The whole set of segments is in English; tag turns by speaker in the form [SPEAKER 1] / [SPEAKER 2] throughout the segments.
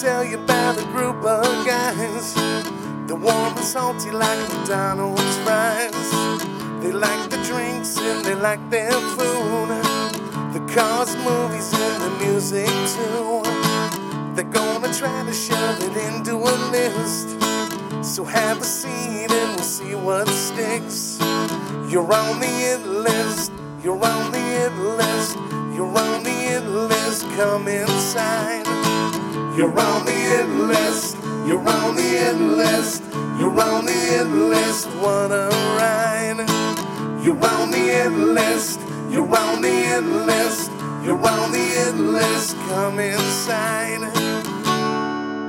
[SPEAKER 1] tell you about a group of guys. They're warm and salty like McDonald's fries. They like the drinks and they like their food. The cars, movies, and the music too. They're gonna try to shove it into a list. So have a seat and we'll see what sticks. You're on the it list. You're on the it list. You're on the it list. Come inside. You're on the it list. You're on the it list. You're on the it list. What a ride. You're on the it list. You're on the it list. You're on the it list. Come inside.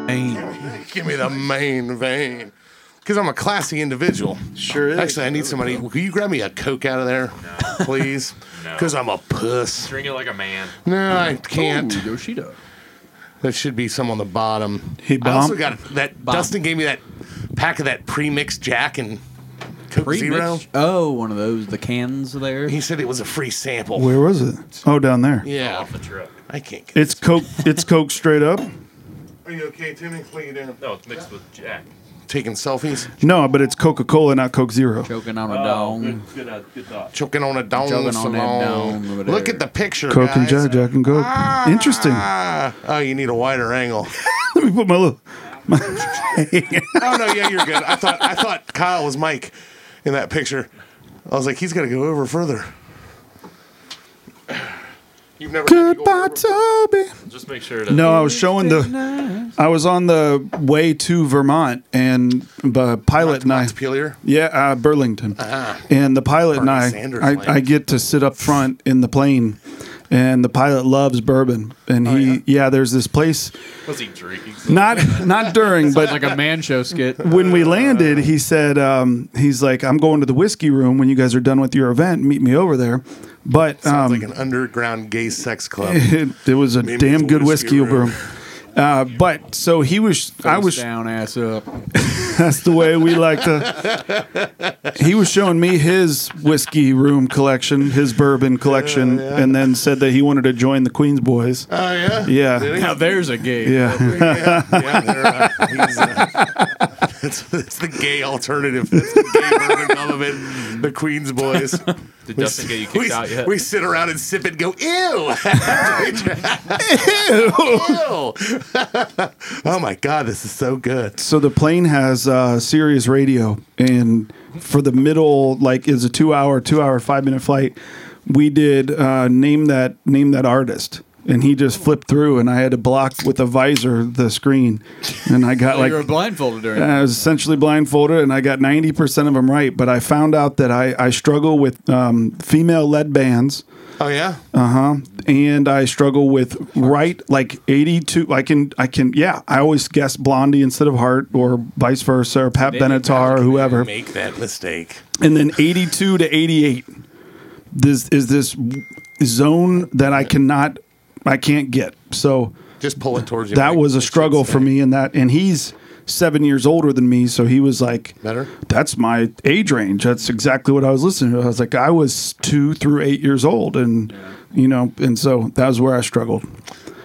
[SPEAKER 2] Ain't-
[SPEAKER 1] Give me the main vein. Because I'm a classy individual.
[SPEAKER 2] Sure is.
[SPEAKER 1] Actually, I need somebody. Can you grab me a Coke out of there, please?
[SPEAKER 3] No.
[SPEAKER 1] Because I'm a puss.
[SPEAKER 3] Drink it like a man.
[SPEAKER 1] No, I can't.
[SPEAKER 2] Ooh, Yoshida.
[SPEAKER 1] There should be some on the bottom.
[SPEAKER 4] He
[SPEAKER 1] I also
[SPEAKER 4] bombed-
[SPEAKER 1] got that.
[SPEAKER 4] bombed.
[SPEAKER 1] Dustin gave me that pack of that pre-mixed Jack and Coke Zero.
[SPEAKER 4] Remix- Oh, one of those the cans there.
[SPEAKER 1] He said it was a free sample.
[SPEAKER 4] Where was it?
[SPEAKER 5] Oh, down there.
[SPEAKER 1] yeah,
[SPEAKER 3] Off the truck.
[SPEAKER 1] I can't. Get
[SPEAKER 5] It's Coke. It's Coke straight up.
[SPEAKER 1] Are you okay, Timmy? What are you doing?
[SPEAKER 3] No, it's mixed with Jack.
[SPEAKER 1] Taking selfies,
[SPEAKER 5] No, but it's Coca Cola, not Coke Zero.
[SPEAKER 4] Choking on a dong.
[SPEAKER 3] good, good, uh, good thought.
[SPEAKER 1] choking on a dong.
[SPEAKER 4] Choking on that
[SPEAKER 1] salon.
[SPEAKER 4] dong over
[SPEAKER 1] Look
[SPEAKER 4] there.
[SPEAKER 1] at the picture,
[SPEAKER 5] Coke and
[SPEAKER 1] guys.
[SPEAKER 5] Jack, Jack and Coke. Interesting.
[SPEAKER 1] Ah, oh, you need a wider angle.
[SPEAKER 5] Let me put my little.
[SPEAKER 1] oh no, yeah, you're good. I thought I thought Kyle was Mike in that picture. I was like, he's got to go over further. You've never.
[SPEAKER 5] Goodbye, Toby.
[SPEAKER 3] Just make sure to.
[SPEAKER 5] No, I was showing the. I was on the way to Vermont, and the pilot and I.
[SPEAKER 1] Montpelier.
[SPEAKER 5] Yeah, uh, Burlington. And the pilot and
[SPEAKER 1] Uh-huh. Bernie
[SPEAKER 5] I,
[SPEAKER 1] Sanders
[SPEAKER 5] I,
[SPEAKER 1] land.
[SPEAKER 5] I get to sit up front in the plane, and the pilot loves bourbon. And
[SPEAKER 1] Oh,
[SPEAKER 5] he, yeah? there's this place.
[SPEAKER 3] Was he drinking?
[SPEAKER 5] Not not during, but
[SPEAKER 4] Like a man show skit.
[SPEAKER 5] when we landed, he said, um, he's like, I'm going to the whiskey room when you guys are done with your event. Meet me over there. But
[SPEAKER 1] Sounds
[SPEAKER 5] um,
[SPEAKER 1] like an underground gay sex club.
[SPEAKER 5] it, it was a
[SPEAKER 1] Maybe it's
[SPEAKER 5] damn
[SPEAKER 1] a
[SPEAKER 5] good
[SPEAKER 1] whiskey
[SPEAKER 5] whiskey
[SPEAKER 1] room.
[SPEAKER 5] room. Uh, but so he was, I
[SPEAKER 4] Face
[SPEAKER 5] was,
[SPEAKER 4] down, ass up.
[SPEAKER 5] that's the way we like to. He was showing me his whiskey room collection, his bourbon collection, and then said that he wanted to join the Queen's Boys.
[SPEAKER 1] Oh yeah.
[SPEAKER 5] Yeah.
[SPEAKER 4] Now there's a gay.
[SPEAKER 5] Yeah.
[SPEAKER 1] yeah they're, uh, he's, uh, it's, it's the gay alternative. It's the gay version of it. The Queen's boys.
[SPEAKER 3] Did Dustin get you kicked
[SPEAKER 1] we,
[SPEAKER 3] out yet?
[SPEAKER 1] we sit around and sip it and go, ew. ew. oh my God, this is so good.
[SPEAKER 5] So the plane has uh, Sirius radio, and for the middle, like it's a two-hour, two-hour, five-minute flight. We did uh, name that name that artist, and he just flipped through, and I had to block with a visor the screen, and I got like
[SPEAKER 4] you were blindfolded during.
[SPEAKER 5] I was essentially blindfolded, and I got ninety percent of them right. But I found out that I I struggle with um, female-led bands
[SPEAKER 1] Oh, yeah?
[SPEAKER 5] Uh, and I struggle with right like 82 I can I can yeah I always guess Blondie instead of Hart or vice versa or Pat Benatar or whoever
[SPEAKER 1] Make that mistake.
[SPEAKER 5] and then 82 to 88 this is this zone that I cannot I can't get so
[SPEAKER 1] Just pull it towards you.
[SPEAKER 5] that
[SPEAKER 1] Mike.
[SPEAKER 5] was a
[SPEAKER 1] That's
[SPEAKER 5] struggle for
[SPEAKER 1] insane.
[SPEAKER 5] me in that and he's 7 years older than me so he was like
[SPEAKER 1] Better?
[SPEAKER 5] that's my age range. That's exactly what I was listening to. I was like, I was two through eight years old, and you know, and so that was where I struggled.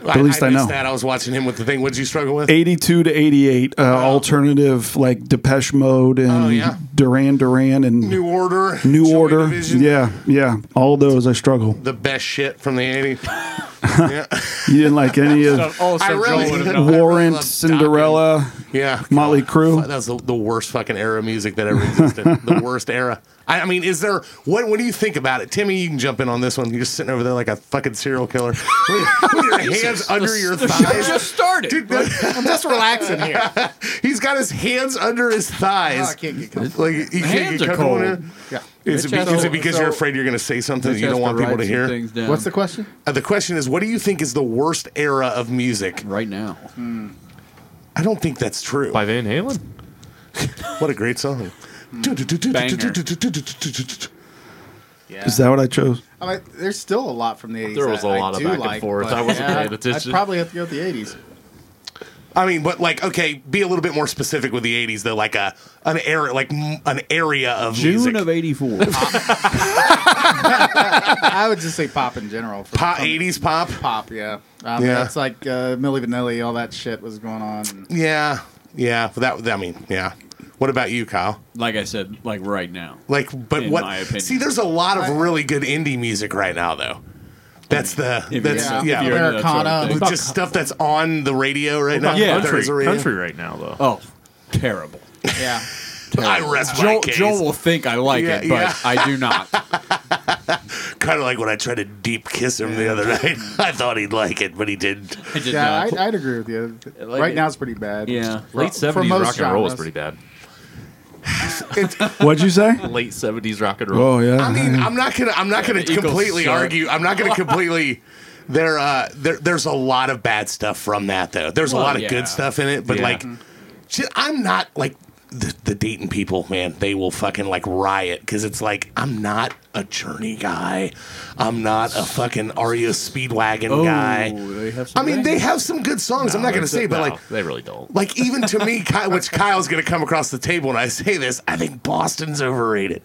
[SPEAKER 5] But at least I,
[SPEAKER 1] missed
[SPEAKER 5] know.
[SPEAKER 1] that. I was watching him with the thing. What'd you struggle with?
[SPEAKER 5] 82 to 88, uh, alternative like Depeche Mode and
[SPEAKER 1] Oh, yeah.
[SPEAKER 5] Duran Duran and New,
[SPEAKER 1] New Order. Joy
[SPEAKER 5] Order.
[SPEAKER 1] Division.
[SPEAKER 5] Yeah, yeah. All those I struggle.
[SPEAKER 1] The best shit from the 80s.
[SPEAKER 5] You didn't like any of
[SPEAKER 4] Oh,
[SPEAKER 1] I
[SPEAKER 4] so
[SPEAKER 1] really-
[SPEAKER 4] Joel would have known.
[SPEAKER 5] Warrant,
[SPEAKER 1] love
[SPEAKER 5] Cinderella,
[SPEAKER 1] Yeah.
[SPEAKER 5] Motley
[SPEAKER 1] That
[SPEAKER 5] Crue.
[SPEAKER 1] was the, the worst fucking era of music that ever existed. the worst era. I, I mean, is there what? What do you think about it, Timmy? You can jump in on this one. You're just sitting over there like a fucking serial killer. With your hands under your
[SPEAKER 4] The show
[SPEAKER 1] thighs.
[SPEAKER 4] just started.
[SPEAKER 1] Dude,
[SPEAKER 6] I'm just relaxing here.
[SPEAKER 1] He's got his hands under his
[SPEAKER 6] Oh, I
[SPEAKER 1] thighs.
[SPEAKER 6] can't get comfortable.
[SPEAKER 1] Like he can't
[SPEAKER 4] hands
[SPEAKER 1] get comfortable.
[SPEAKER 4] are cold.
[SPEAKER 1] in it?
[SPEAKER 6] Yeah.
[SPEAKER 1] Is it,
[SPEAKER 4] Mitch
[SPEAKER 1] be-
[SPEAKER 4] has
[SPEAKER 1] is
[SPEAKER 4] to-
[SPEAKER 1] it because you're
[SPEAKER 4] so-
[SPEAKER 1] afraid you're going to say something that
[SPEAKER 4] Just
[SPEAKER 1] you
[SPEAKER 4] has
[SPEAKER 1] don't want people
[SPEAKER 4] write
[SPEAKER 1] to
[SPEAKER 4] some
[SPEAKER 1] hear?
[SPEAKER 4] things down.
[SPEAKER 6] What's the question?
[SPEAKER 1] Uh, the question is, what do you think is the worst era of music?
[SPEAKER 4] right now?
[SPEAKER 1] I don't think that's true.
[SPEAKER 3] By Van Halen?
[SPEAKER 1] What a great song.
[SPEAKER 3] Yeah.
[SPEAKER 5] Is that what I chose?
[SPEAKER 6] I mean, there's still a lot from the 80s.
[SPEAKER 3] There was
[SPEAKER 6] that
[SPEAKER 3] a
[SPEAKER 6] I
[SPEAKER 3] lot of
[SPEAKER 6] do
[SPEAKER 3] back and
[SPEAKER 6] like,
[SPEAKER 3] forth.
[SPEAKER 6] but
[SPEAKER 3] I wasn't
[SPEAKER 6] yeah,
[SPEAKER 3] paying attention.
[SPEAKER 6] I'd probably have to go with the 80s.
[SPEAKER 1] I mean, but like, okay, be a little bit more specific with the '80s though. Like a an area, like m- an area of music.
[SPEAKER 4] June of '84.
[SPEAKER 6] I would just say pop in general. For
[SPEAKER 1] pop
[SPEAKER 6] from-
[SPEAKER 1] '80s pop.
[SPEAKER 6] Pop, yeah. Um,
[SPEAKER 1] Yeah.
[SPEAKER 6] That's like uh, Milli Vanilli, all that shit was going on.
[SPEAKER 1] Yeah, yeah. That I mean, yeah. What about you, Kyle?
[SPEAKER 4] like I said, like right now.
[SPEAKER 1] Like, but
[SPEAKER 4] In
[SPEAKER 1] what?
[SPEAKER 4] my opinion.
[SPEAKER 1] See, there's a lot of really good indie music right now, though. That's the
[SPEAKER 4] If
[SPEAKER 1] that's
[SPEAKER 4] you're-
[SPEAKER 1] yeah,
[SPEAKER 4] if you're into that sort of
[SPEAKER 6] Americana.
[SPEAKER 4] thing.
[SPEAKER 1] with just stuff that's on the radio right now.
[SPEAKER 4] Yeah.
[SPEAKER 1] There
[SPEAKER 3] country,
[SPEAKER 1] is a radio.
[SPEAKER 3] country right now though.
[SPEAKER 1] Uh,
[SPEAKER 4] Oh, terrible.
[SPEAKER 6] Yeah.
[SPEAKER 1] I rest my
[SPEAKER 4] Joel,
[SPEAKER 1] case.
[SPEAKER 4] Joel will think I like
[SPEAKER 1] Yeah,
[SPEAKER 4] it, but
[SPEAKER 1] yeah.
[SPEAKER 4] I do not.
[SPEAKER 1] Kind of like when I tried to deep kiss him the other night. I thought he'd like it, but he didn't.
[SPEAKER 4] I did
[SPEAKER 6] Yeah,
[SPEAKER 4] not.
[SPEAKER 6] I'd, I'd agree with you.
[SPEAKER 4] Like
[SPEAKER 6] right
[SPEAKER 4] it-
[SPEAKER 6] now it's pretty bad.
[SPEAKER 4] yeah.
[SPEAKER 3] Late
[SPEAKER 6] for
[SPEAKER 3] seventies
[SPEAKER 6] most
[SPEAKER 3] rock and roll was
[SPEAKER 6] genres.
[SPEAKER 3] pretty bad.
[SPEAKER 5] What'd you say?
[SPEAKER 3] Late seventies rock and roll.
[SPEAKER 5] Oh yeah.
[SPEAKER 1] I mean, I'm not gonna. I'm not gonna
[SPEAKER 4] the Eagles
[SPEAKER 1] completely
[SPEAKER 4] suck.
[SPEAKER 1] argue. I'm not gonna completely. There, uh, there, there's a lot of bad stuff from that though. There's a
[SPEAKER 4] Well,
[SPEAKER 1] lot of
[SPEAKER 4] yeah.
[SPEAKER 1] good stuff in it, but
[SPEAKER 3] Yeah.
[SPEAKER 1] like, shit, I'm not like the, the Dayton people, man. They will fucking like riot because it's like I'm not a Journey guy. I'm not a fucking Ario Speedwagon
[SPEAKER 4] Oh.
[SPEAKER 1] guy.
[SPEAKER 4] they have some
[SPEAKER 1] I mean,
[SPEAKER 4] range.
[SPEAKER 1] they have some good songs. I'm not gonna say, but
[SPEAKER 3] No,
[SPEAKER 1] like,
[SPEAKER 3] they really don't.
[SPEAKER 1] like even to me, Kyle, which Kyle's gonna come across the table when I say this. I think Boston's overrated.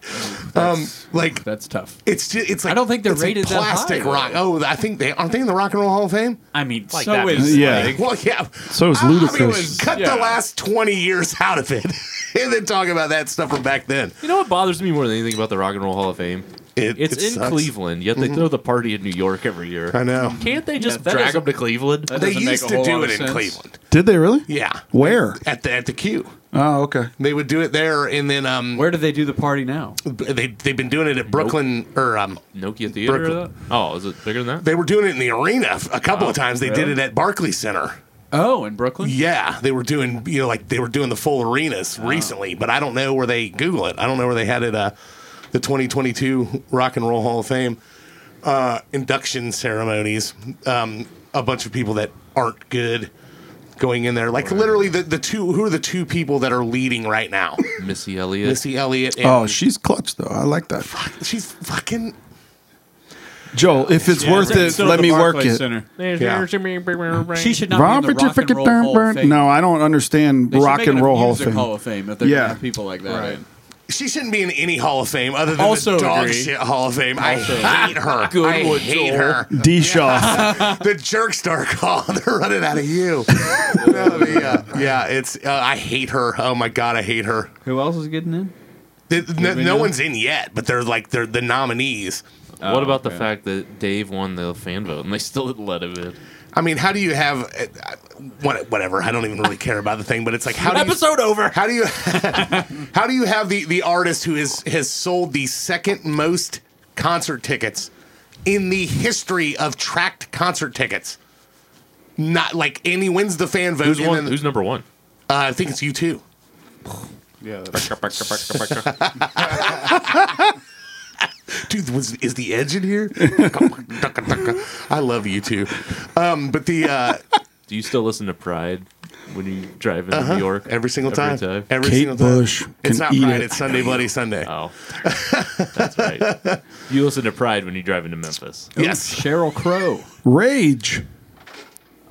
[SPEAKER 1] Um, like
[SPEAKER 4] that's tough.
[SPEAKER 1] it's just, it's like
[SPEAKER 4] I don't think they're
[SPEAKER 1] it's like
[SPEAKER 4] rated that
[SPEAKER 1] plastic
[SPEAKER 4] high, though.
[SPEAKER 1] rock. Oh, I think they aren't they in the Rock and Roll Hall of Fame.
[SPEAKER 4] I mean,
[SPEAKER 3] Like
[SPEAKER 4] so
[SPEAKER 3] that
[SPEAKER 4] is
[SPEAKER 3] is
[SPEAKER 5] Yeah.
[SPEAKER 3] like-
[SPEAKER 1] Well, yeah.
[SPEAKER 5] So is
[SPEAKER 1] I- I mean,
[SPEAKER 5] Ludacris.
[SPEAKER 1] was- cut
[SPEAKER 3] Yeah.
[SPEAKER 1] the last twenty years out of it, and then talk about that stuff from back then.
[SPEAKER 3] You know what bothers me more than anything about the Rock and Roll Hall of Fame?
[SPEAKER 1] It-
[SPEAKER 3] it's
[SPEAKER 1] it
[SPEAKER 3] in
[SPEAKER 1] sucks. Mm-hmm.
[SPEAKER 3] Cleveland, yet they throw the party in New York every year.
[SPEAKER 1] I know
[SPEAKER 3] Can't they just
[SPEAKER 4] that
[SPEAKER 3] drag
[SPEAKER 4] doesn't-
[SPEAKER 3] them to Cleveland?
[SPEAKER 4] that
[SPEAKER 1] they
[SPEAKER 4] doesn't make
[SPEAKER 1] used
[SPEAKER 4] a
[SPEAKER 1] to
[SPEAKER 4] whole
[SPEAKER 1] do
[SPEAKER 4] lot
[SPEAKER 1] it
[SPEAKER 4] of
[SPEAKER 1] in
[SPEAKER 4] sense.
[SPEAKER 1] Cleveland.
[SPEAKER 5] Did they really?
[SPEAKER 1] Yeah,
[SPEAKER 5] Where?
[SPEAKER 1] at the at the Q,
[SPEAKER 5] Oh, okay.
[SPEAKER 1] they would do it there, and then um,
[SPEAKER 4] Where do they do the party now?
[SPEAKER 1] they they've been doing it at Brooklyn or um.
[SPEAKER 3] Nokia Theater? or
[SPEAKER 1] Brooklyn.
[SPEAKER 3] that? Oh, is it bigger than that?
[SPEAKER 1] They were doing it in the arena a couple of times. They did
[SPEAKER 4] really?
[SPEAKER 1] it at Barclays Center.
[SPEAKER 4] Oh, in Brooklyn.
[SPEAKER 1] Yeah, they were doing you know like they were doing the full arenas recently, but I don't know where they Google it. I don't know where they had it. Uh, the 2022 Rock and Roll Hall of Fame uh, induction ceremonies. Um, a bunch of people that aren't good going in there. Like literally the, the two who are the two people that are leading right now?
[SPEAKER 3] Missy Elliott.
[SPEAKER 1] Missy Elliott. And
[SPEAKER 5] Oh, she's clutch though. I like that.
[SPEAKER 1] she's fucking.
[SPEAKER 5] Joel, if it's worth it,
[SPEAKER 4] Still at
[SPEAKER 5] let
[SPEAKER 4] the
[SPEAKER 5] me work
[SPEAKER 4] Barclays
[SPEAKER 5] it.
[SPEAKER 4] Center.
[SPEAKER 1] Yeah.
[SPEAKER 4] She should not be in the Rock and Roll Hall of Fame.
[SPEAKER 5] No, I don't understand
[SPEAKER 4] They should
[SPEAKER 5] rock
[SPEAKER 4] make it
[SPEAKER 5] and
[SPEAKER 4] a
[SPEAKER 5] roll hall of
[SPEAKER 4] music
[SPEAKER 5] fame.
[SPEAKER 4] Hall of Fame if they're
[SPEAKER 5] Yeah.
[SPEAKER 4] gonna have people like that. in.
[SPEAKER 1] She shouldn't be in any Hall of Fame other than
[SPEAKER 4] Also
[SPEAKER 1] the dog
[SPEAKER 4] agree.
[SPEAKER 1] shit Hall of Fame. I hate her.
[SPEAKER 4] Good
[SPEAKER 1] I
[SPEAKER 4] one,
[SPEAKER 1] hate
[SPEAKER 4] Joel.
[SPEAKER 1] her.
[SPEAKER 5] D. Shaw.
[SPEAKER 1] the jerk star call. They're running out of you. no, the, uh, yeah, it's. Uh, I hate her. Oh my god, I hate her.
[SPEAKER 4] Who else is getting in?
[SPEAKER 1] Th- no,
[SPEAKER 4] Anybody
[SPEAKER 1] no
[SPEAKER 4] know?
[SPEAKER 1] one's in yet, but they're like they're the nominees.
[SPEAKER 3] What about the
[SPEAKER 4] okay.
[SPEAKER 3] fact that Dave won the fan vote and they still didn't let him in?
[SPEAKER 1] I mean, how do you have uh, I- what, whatever? I don't even really care about the thing, but it's like how do you,
[SPEAKER 4] over.
[SPEAKER 1] how do you how do you have the the artist who is has sold the second most concert tickets in the history of tracked concert tickets? Not like and he wins the fan vote.
[SPEAKER 3] Who's
[SPEAKER 1] and
[SPEAKER 3] one?
[SPEAKER 1] then-
[SPEAKER 3] Who's number one?
[SPEAKER 1] uh, I think it's you too.
[SPEAKER 6] Yeah.
[SPEAKER 1] dude was, is the edge in here i love you too um, but the uh,
[SPEAKER 3] Do you still listen to Pride when you drive into New York?
[SPEAKER 1] Uh-huh. every single time
[SPEAKER 3] Every
[SPEAKER 1] every, single
[SPEAKER 3] time.
[SPEAKER 5] Kate
[SPEAKER 1] time
[SPEAKER 5] Bush.
[SPEAKER 1] it's
[SPEAKER 5] can
[SPEAKER 1] not
[SPEAKER 5] eat
[SPEAKER 1] pride
[SPEAKER 5] it.
[SPEAKER 1] it's sunday bloody sunday
[SPEAKER 3] Oh, that's right. You listen to Pride when you drive into Memphis.
[SPEAKER 1] yes
[SPEAKER 4] Cheryl Crow.
[SPEAKER 5] Rage.